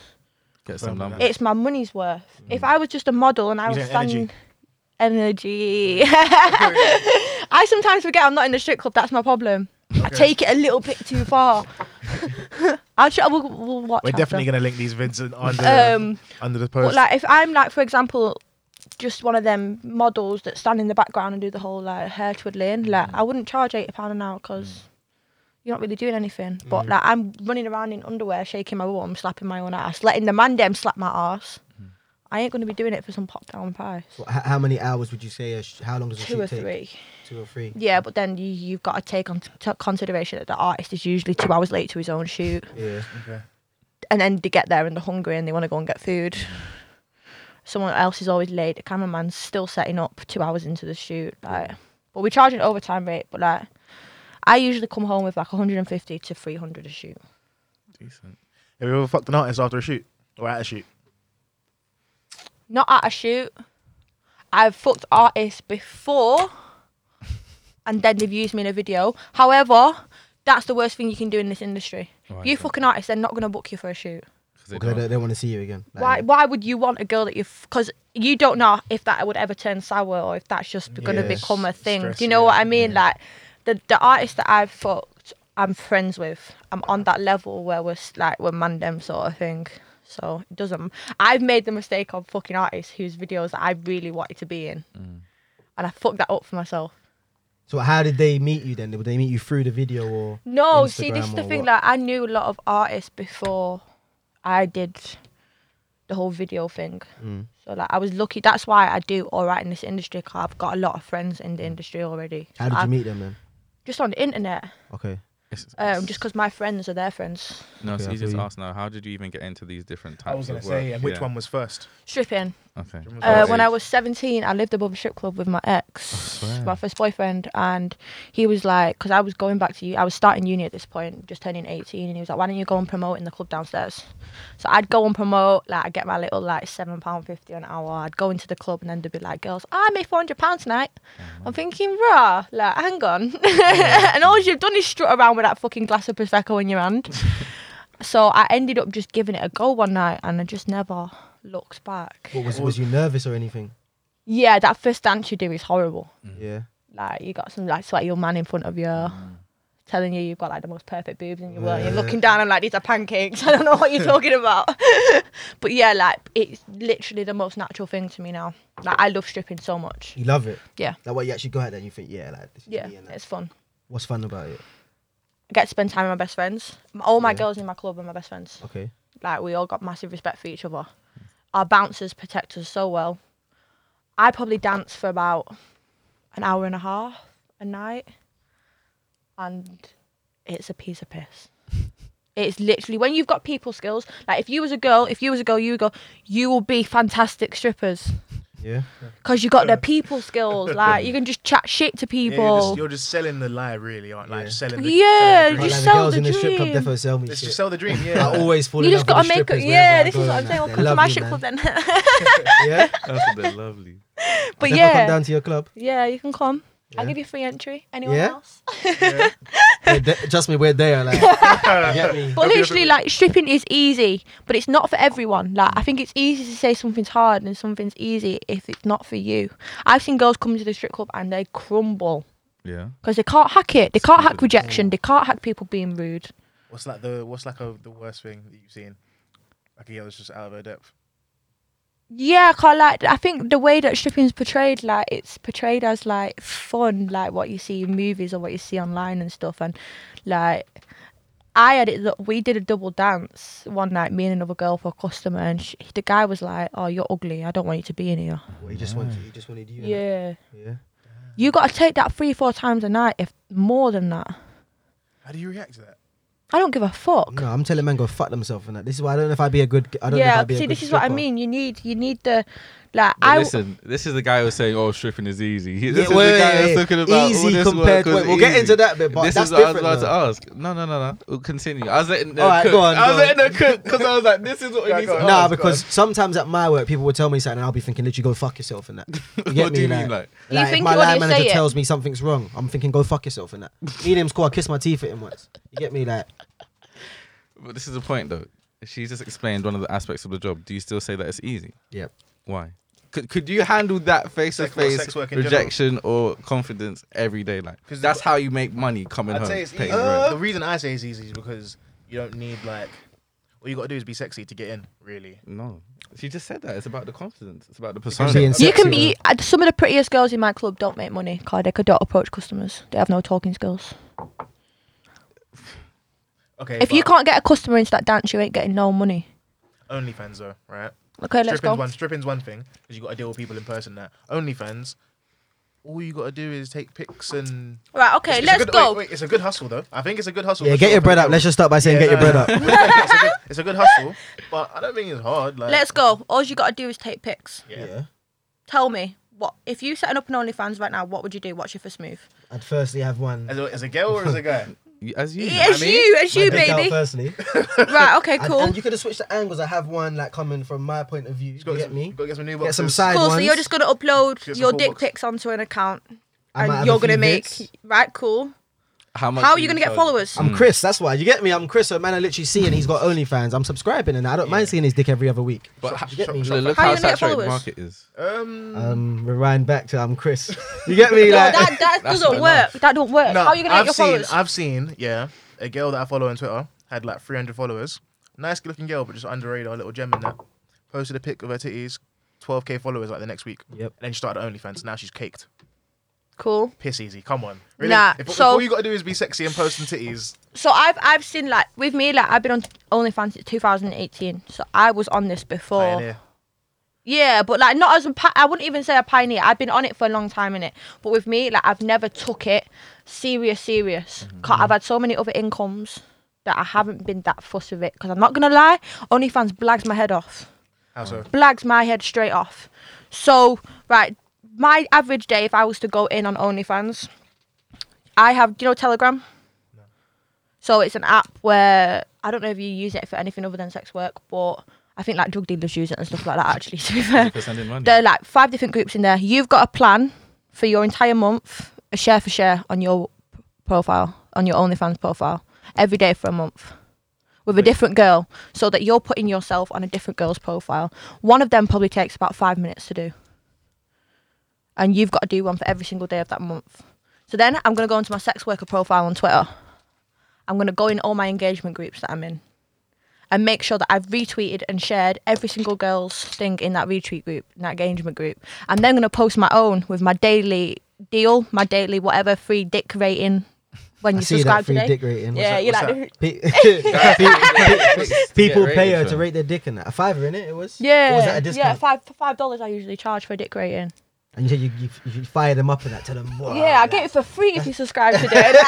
Speaker 1: Get some
Speaker 2: Well,
Speaker 1: numbers.
Speaker 4: it's my money's worth. If I was just a model and I
Speaker 2: You don't
Speaker 4: was
Speaker 2: Mm. energy.
Speaker 4: standing energy, I sometimes forget I'm not in the strip club. That's my problem. I take it a little bit too far. I'll try. We'll, we'll watch.
Speaker 2: We're
Speaker 4: after.
Speaker 2: definitely gonna link these vids in- under
Speaker 4: Um,
Speaker 2: the, under the
Speaker 4: But
Speaker 2: post.
Speaker 4: like, if I'm like, for example, just one of them models that stand in the background and do the whole like hair twiddling,
Speaker 3: Mm.
Speaker 4: like I wouldn't charge eighty pound an hour because. You're not really doing anything,
Speaker 3: Mm.
Speaker 4: but like I'm running around in underwear, shaking my bum, slapping my own ass, letting the man dem slap my ass.
Speaker 3: Mm.
Speaker 4: I ain't gonna be doing it for some pop down price.
Speaker 3: So h- how many hours would you say? A sh- how long does a
Speaker 4: Two
Speaker 3: shoot
Speaker 4: or
Speaker 3: take?
Speaker 4: three.
Speaker 3: Two or three.
Speaker 4: Yeah, but then you, you've got to take on t- consideration that the artist is usually two hours late to his own shoot,
Speaker 3: Yeah.
Speaker 2: okay.
Speaker 4: and then they get there and they're hungry and they want to go and get food. Someone else is always late. The cameraman's still setting up two hours into the shoot. Like, but we charge an overtime rate. But like, I usually come home with like 150 to 300 a shoot.
Speaker 1: Decent.
Speaker 2: Have you ever fucked an artist after a shoot or at a shoot?
Speaker 4: Not at a shoot. I've fucked artists before, and then they've used me in a video. However, that's the worst thing you can do in this industry.
Speaker 1: Why
Speaker 4: you
Speaker 1: is that?
Speaker 4: fucking artists, they're not gonna book you for a shoot.
Speaker 1: 'Cause they
Speaker 3: Because they
Speaker 1: don't-
Speaker 3: don't, want to see you again. Like,
Speaker 4: Why? Why would you want a girl that you? Because you don't know if that would ever turn sour or if that's just gonna
Speaker 2: Yeah,
Speaker 4: become a
Speaker 2: s-
Speaker 4: thing.
Speaker 2: stress,
Speaker 4: Do you know
Speaker 2: yeah,
Speaker 4: what I mean? Like the the artists that I've fucked, I'm friends with. I'm on that level where we're s- like we're man them sort of thing. So it doesn't. I've made the mistake of fucking artists whose videos I really wanted to be in, and I fucked that up for myself.
Speaker 3: So how did they meet you then? Did they meet you through the video or?
Speaker 4: No, see, this
Speaker 3: Instagram
Speaker 4: is the
Speaker 3: or
Speaker 4: thing.
Speaker 3: what?
Speaker 4: Like, I knew a lot of artists before I did the whole video thing. So, like, I was lucky. That's why I do all right in this industry. Cause I've got a lot of friends in the industry already.
Speaker 3: How did
Speaker 4: I-
Speaker 3: you meet them then?
Speaker 4: Just on the internet.
Speaker 3: Okay.
Speaker 1: It's-
Speaker 4: um, just because my friends are their friends.
Speaker 1: No,
Speaker 3: Okay,
Speaker 1: so
Speaker 3: I
Speaker 1: you just
Speaker 3: see.
Speaker 1: asked now, how did you even get into these different types
Speaker 2: I was gonna
Speaker 1: of work?
Speaker 2: say, and which
Speaker 1: Yeah.
Speaker 2: one was first?
Speaker 4: Stripping.
Speaker 1: Okay.
Speaker 2: Which one was
Speaker 4: Uh,
Speaker 2: first?
Speaker 4: when I was 17, I lived above a strip club with my ex,
Speaker 1: swear.
Speaker 4: my first boyfriend, and he was like, because I was going back to you, I was starting uni at this point, just turning 18, and he was like, why don't you go and promote in the club downstairs? So I'd go and promote, like I'd get my little like seven pound fifty an hour. I'd go into the club and then they'd be like, girls, I made 400 pounds tonight. I'm thinking, rah, like hang on, and all you've done is strut around with that fucking glass of prosecco in your hand. so I ended up just giving it a go one night, and I just never looked back.
Speaker 3: What was, was you nervous or anything?
Speaker 4: Yeah, that first dance you do is horrible.
Speaker 3: Yeah.
Speaker 4: Like you got some like sweaty old man in front of you, telling you you've got like the most perfect boobs in your world. You're looking down and like these are pancakes. I don't know what you're talking about. but yeah, like it's literally the most natural thing to me now. Like I love stripping so much.
Speaker 3: You love it.
Speaker 4: Yeah.
Speaker 3: Like what you actually go out there and you think, yeah, like this is
Speaker 4: Yeah,
Speaker 3: me and that.
Speaker 4: it's fun.
Speaker 3: What's fun about it?
Speaker 4: I get to spend time with my best friends. M- All my
Speaker 3: Yeah.
Speaker 4: girls in my club are my best friends.
Speaker 3: Okay.
Speaker 4: Like we all got massive respect for each other. Our bouncers protect us so well. I probably dance for about an hour and a half a night, and it's a piece of piss. It's literally when you've got people skills. Like if you was a girl, if you was a girl, you would go, you will be fantastic strippers
Speaker 3: Yeah.
Speaker 4: because you got their people skills. Like you can just chat shit to
Speaker 2: Yeah, you're,
Speaker 4: people.
Speaker 2: just, you're just selling the lie, really, aren't like
Speaker 3: Yeah.
Speaker 2: selling. The,
Speaker 4: Yeah,
Speaker 2: selling the
Speaker 4: just
Speaker 3: Like,
Speaker 2: dream.
Speaker 3: like,
Speaker 4: sell
Speaker 3: the girls
Speaker 4: the
Speaker 3: in the strip club
Speaker 4: dream.
Speaker 3: defo sell me
Speaker 2: Let's
Speaker 3: shit.
Speaker 2: just sell the dream.
Speaker 3: I
Speaker 2: Yeah,
Speaker 3: always fall
Speaker 4: you
Speaker 3: in
Speaker 4: just
Speaker 3: love
Speaker 4: gotta
Speaker 3: with the
Speaker 4: make it.
Speaker 3: strippers
Speaker 4: Yeah,
Speaker 3: wherever I
Speaker 4: this
Speaker 3: go,
Speaker 4: is what I'm
Speaker 3: man.
Speaker 4: saying.
Speaker 3: They
Speaker 4: Welcome to
Speaker 3: love
Speaker 4: my
Speaker 3: me,
Speaker 4: shit
Speaker 3: man.
Speaker 4: club then.
Speaker 3: Yeah.
Speaker 1: That's a bit lovely.
Speaker 4: but
Speaker 3: Never
Speaker 4: yeah,
Speaker 3: come down to your club.
Speaker 4: yeah, you can come. I'll
Speaker 3: Yeah.
Speaker 4: give you free entry. Anyone
Speaker 3: Yeah?
Speaker 4: else?
Speaker 3: Hey, th- Trust me, we're there. Like, you get me?
Speaker 4: But
Speaker 2: That'd be
Speaker 4: literally, like stripping is easy, but it's not for everyone. Like I think it's easy to say something's hard and something's easy if it's not for you. I've seen girls come to the strip club and they crumble
Speaker 1: Yeah.
Speaker 4: because they can't hack it. They can't hack
Speaker 1: Stupid.
Speaker 4: rejection. They can't hack people being rude.
Speaker 2: What's like the what's like a, the worst thing that you've seen? Like a girl that's just out of her depth.
Speaker 4: Yeah, I can't like. I think the way that stripping's portrayed, like it's portrayed as like fun, like what you see in movies or what you see online and stuff. And like, I had it. that We did a double dance one night, me and another girl for a customer, and she, the guy was like, "Oh, you're ugly. I don't want you to be in here."
Speaker 3: What, he just wanted you. He just wanted you.
Speaker 4: Yeah,
Speaker 3: innit? Yeah.
Speaker 4: you got to take that three, four times a night, if more than that.
Speaker 2: How do you react to that?
Speaker 4: I don't give a fuck.
Speaker 3: No, I'm telling man go fuck themselves and that. This is why I don't know if I'd be a good. I don't know if
Speaker 4: yeah,
Speaker 3: I'd be a
Speaker 4: see,
Speaker 3: good
Speaker 4: this is what I
Speaker 3: stripper.
Speaker 4: mean. You need, you need the, like,
Speaker 1: But
Speaker 4: I.
Speaker 1: listen, this is the guy who's saying, "Oh, stripping is easy." This
Speaker 3: Yeah,
Speaker 1: is the guy
Speaker 3: wait, wait,
Speaker 1: that's
Speaker 3: wait.
Speaker 1: talking about
Speaker 3: Easy
Speaker 1: all this work
Speaker 3: compared to-
Speaker 1: was
Speaker 3: we'll get
Speaker 1: easy.
Speaker 3: into that bit, but
Speaker 1: this
Speaker 3: that's
Speaker 1: is what I was
Speaker 3: different
Speaker 1: about to ask. No, no, no, no. We'll continue. I was letting them
Speaker 3: All right,
Speaker 1: cook.
Speaker 3: go on,
Speaker 1: I was
Speaker 3: go
Speaker 1: letting them cook because I was like, "This is what we
Speaker 2: Yeah,
Speaker 1: need to
Speaker 2: go on.
Speaker 1: ask.
Speaker 3: Nah,
Speaker 2: Oh,
Speaker 3: because sometimes at my work, people will tell me something, and I'll be thinking, literally, go fuck yourself and that. You get
Speaker 1: What
Speaker 3: me?
Speaker 1: do you
Speaker 3: like,
Speaker 1: mean, like?
Speaker 4: You
Speaker 3: if
Speaker 4: think
Speaker 3: my
Speaker 4: it when
Speaker 3: line
Speaker 4: you
Speaker 3: manager
Speaker 4: say it.
Speaker 3: tells me something's wrong, I'm thinking, go fuck yourself and that. Medium's cool. I kiss my teeth at him once. You get me? Like,
Speaker 1: But this is the point, though. She just explained one of the aspects of the job. Do you still say that it's easy?
Speaker 3: yeah.
Speaker 1: Why? Could, could you handle that face to
Speaker 2: Sex work-
Speaker 1: face
Speaker 2: sex work in
Speaker 1: rejection or confidence every day? Like
Speaker 2: 'Cause
Speaker 1: that's
Speaker 2: the-
Speaker 1: how you make money coming
Speaker 2: I'd
Speaker 1: home.
Speaker 2: say it's easy.
Speaker 1: paying rent.
Speaker 2: the reason I say it's easy is because you don't need like all you gotta do is be sexy to get in. Really,
Speaker 1: No, she just said that. It's about the confidence. It's about the
Speaker 3: Being
Speaker 1: persona.
Speaker 3: sexy,
Speaker 4: You can
Speaker 3: though.
Speaker 4: be uh, some of the prettiest girls in my club. Don't make money, cause they could don't approach customers. They have no talking skills.
Speaker 2: okay.
Speaker 4: If you
Speaker 2: but
Speaker 4: can't get a customer into that dance, you ain't getting no money.
Speaker 2: OnlyFans though, right?
Speaker 4: Okay, let's
Speaker 2: Stripping's
Speaker 4: go.
Speaker 2: one. Stripping's one thing because you got to deal with people in person. That OnlyFans, all you got to do is take pics and.
Speaker 4: Right, okay,
Speaker 2: It's- it's a
Speaker 4: let's
Speaker 2: good-
Speaker 4: go.
Speaker 2: Wait, wait, it's a good hustle though. I think it's a good hustle.
Speaker 3: Yeah,
Speaker 2: for
Speaker 3: get
Speaker 2: sure,
Speaker 3: your
Speaker 2: for
Speaker 3: bread up.
Speaker 2: sure.
Speaker 3: Let's just start by saying,
Speaker 2: Yeah,
Speaker 3: get your
Speaker 2: no,
Speaker 3: bread
Speaker 2: no.
Speaker 3: up.
Speaker 2: it's, a good, it's a good hustle, but I don't think it's hard. Like,
Speaker 4: Let's go. All you gotta do is take pics.
Speaker 2: Yeah.
Speaker 4: Tell me what if you setting up an OnlyFans right now, what would you do? What's your first move?
Speaker 3: I'd firstly have one.
Speaker 2: As a, as a girl or as a guy?
Speaker 1: You- As you,
Speaker 4: Yeah, as
Speaker 1: I mean,
Speaker 4: you, as you,
Speaker 3: Dick out
Speaker 4: baby.
Speaker 3: Firstly,
Speaker 4: Right, okay,
Speaker 3: And-
Speaker 4: cool.
Speaker 3: And you could have switched the angles. I have one like coming from my point of view. You
Speaker 2: You've got to
Speaker 3: get
Speaker 2: some-
Speaker 3: me?
Speaker 2: you've got to get some new
Speaker 3: Get
Speaker 2: boxes.
Speaker 3: some side
Speaker 4: cool,
Speaker 3: ones.
Speaker 4: so you're just gonna upload
Speaker 2: Here's a
Speaker 4: your
Speaker 2: full
Speaker 4: dick
Speaker 2: box.
Speaker 4: pics onto an account
Speaker 3: I might have
Speaker 4: and
Speaker 3: a
Speaker 4: you're
Speaker 3: few
Speaker 4: gonna make
Speaker 3: bits.
Speaker 4: right, cool.
Speaker 1: how much?
Speaker 4: How are
Speaker 1: do
Speaker 4: you gonna get
Speaker 1: charge?
Speaker 4: followers?
Speaker 3: I'm Chris. That's why you get me. I'm Chris. So man, I literally see and he's got OnlyFans. I'm subscribing and I don't mind seeing his dick every other week.
Speaker 1: But
Speaker 2: Shop-
Speaker 1: ho-
Speaker 2: shop-
Speaker 1: look,
Speaker 2: shop-
Speaker 1: look
Speaker 4: How are
Speaker 1: how
Speaker 4: you gonna get
Speaker 1: saturated the
Speaker 4: followers?
Speaker 1: market is.
Speaker 2: Um,
Speaker 3: Um, rewind back to I'm Chris. You get me?
Speaker 4: No,
Speaker 3: like,
Speaker 4: Mm. that, that
Speaker 1: That's
Speaker 4: doesn't
Speaker 1: not
Speaker 4: work.
Speaker 1: enough.
Speaker 4: That don't work.
Speaker 2: no,
Speaker 4: How are you gonna
Speaker 2: I've
Speaker 4: get your
Speaker 2: seen,
Speaker 4: followers?
Speaker 2: I've seen, yeah, a girl that I follow on Twitter had like 300 followers. Nice looking girl, but just under radar, little gem in that. Posted a pic of her titties, 12k followers like the next week.
Speaker 3: Yep.
Speaker 2: And then she started OnlyFans. Now she's caked.
Speaker 4: Cool.
Speaker 2: Piss easy. Come on. Really?
Speaker 4: Nah,
Speaker 2: If, if
Speaker 4: so-
Speaker 2: all you gotta do is be sexy and post some titties.
Speaker 4: so I've I've seen like with me like I've been on OnlyFans since 2018, so I was on this before.
Speaker 2: Pioneer.
Speaker 4: Yeah, but like not as a pi- I wouldn't even say a pioneer. I've been on it for a long time in it, but with me like I've never took it serious, serious. 'Cause I've had so many other incomes that I haven't been that fussed with it. Because I'm not gonna lie, OnlyFans blags my head off,
Speaker 2: How so?
Speaker 4: blags my head straight off. So right, my average day if I was to go in on OnlyFans, I have do you know Telegram? So it's an app where I don't know if you use it for anything other than sex work, but I think like drug dealers use it and stuff like that. Actually, to be fair,
Speaker 1: They're sending money.
Speaker 4: there are like five different groups in there. You've got a plan for your entire month, a share for share on your p- profile, on your OnlyFans profile, every day for a month with a different girl, so that you're putting yourself on a different girl's profile. One of them probably takes about five minutes to do, and you've got to do one for every single day of that month. So then I'm gonna go into my sex worker profile on Twitter. I'm gonna go in all my engagement groups that I'm in. And make sure that I've retweeted and shared every single girl's thing in that retweet group, in that engagement group. I'm then gonna post my own with my daily deal, my daily whatever free dick rating when
Speaker 3: I
Speaker 4: you
Speaker 3: see that
Speaker 4: subscribe
Speaker 3: free
Speaker 4: today.
Speaker 3: dick rating.
Speaker 4: yeah,
Speaker 2: that-
Speaker 4: you
Speaker 2: what's
Speaker 4: like
Speaker 2: that?
Speaker 3: Pe-
Speaker 1: That's-
Speaker 3: people
Speaker 1: Get
Speaker 3: pay
Speaker 1: rated
Speaker 3: her
Speaker 1: for.
Speaker 3: to rate their dick in that. A fiver in it, it was.
Speaker 4: Yeah.
Speaker 3: Or was that a
Speaker 4: Yeah,
Speaker 3: discount?
Speaker 4: five five dollars I usually charge for a dick rating.
Speaker 3: and you said you, you, you fire them up and that. Tell them. "Wow,
Speaker 4: yeah, I
Speaker 3: that-
Speaker 4: get it for free if you subscribe today.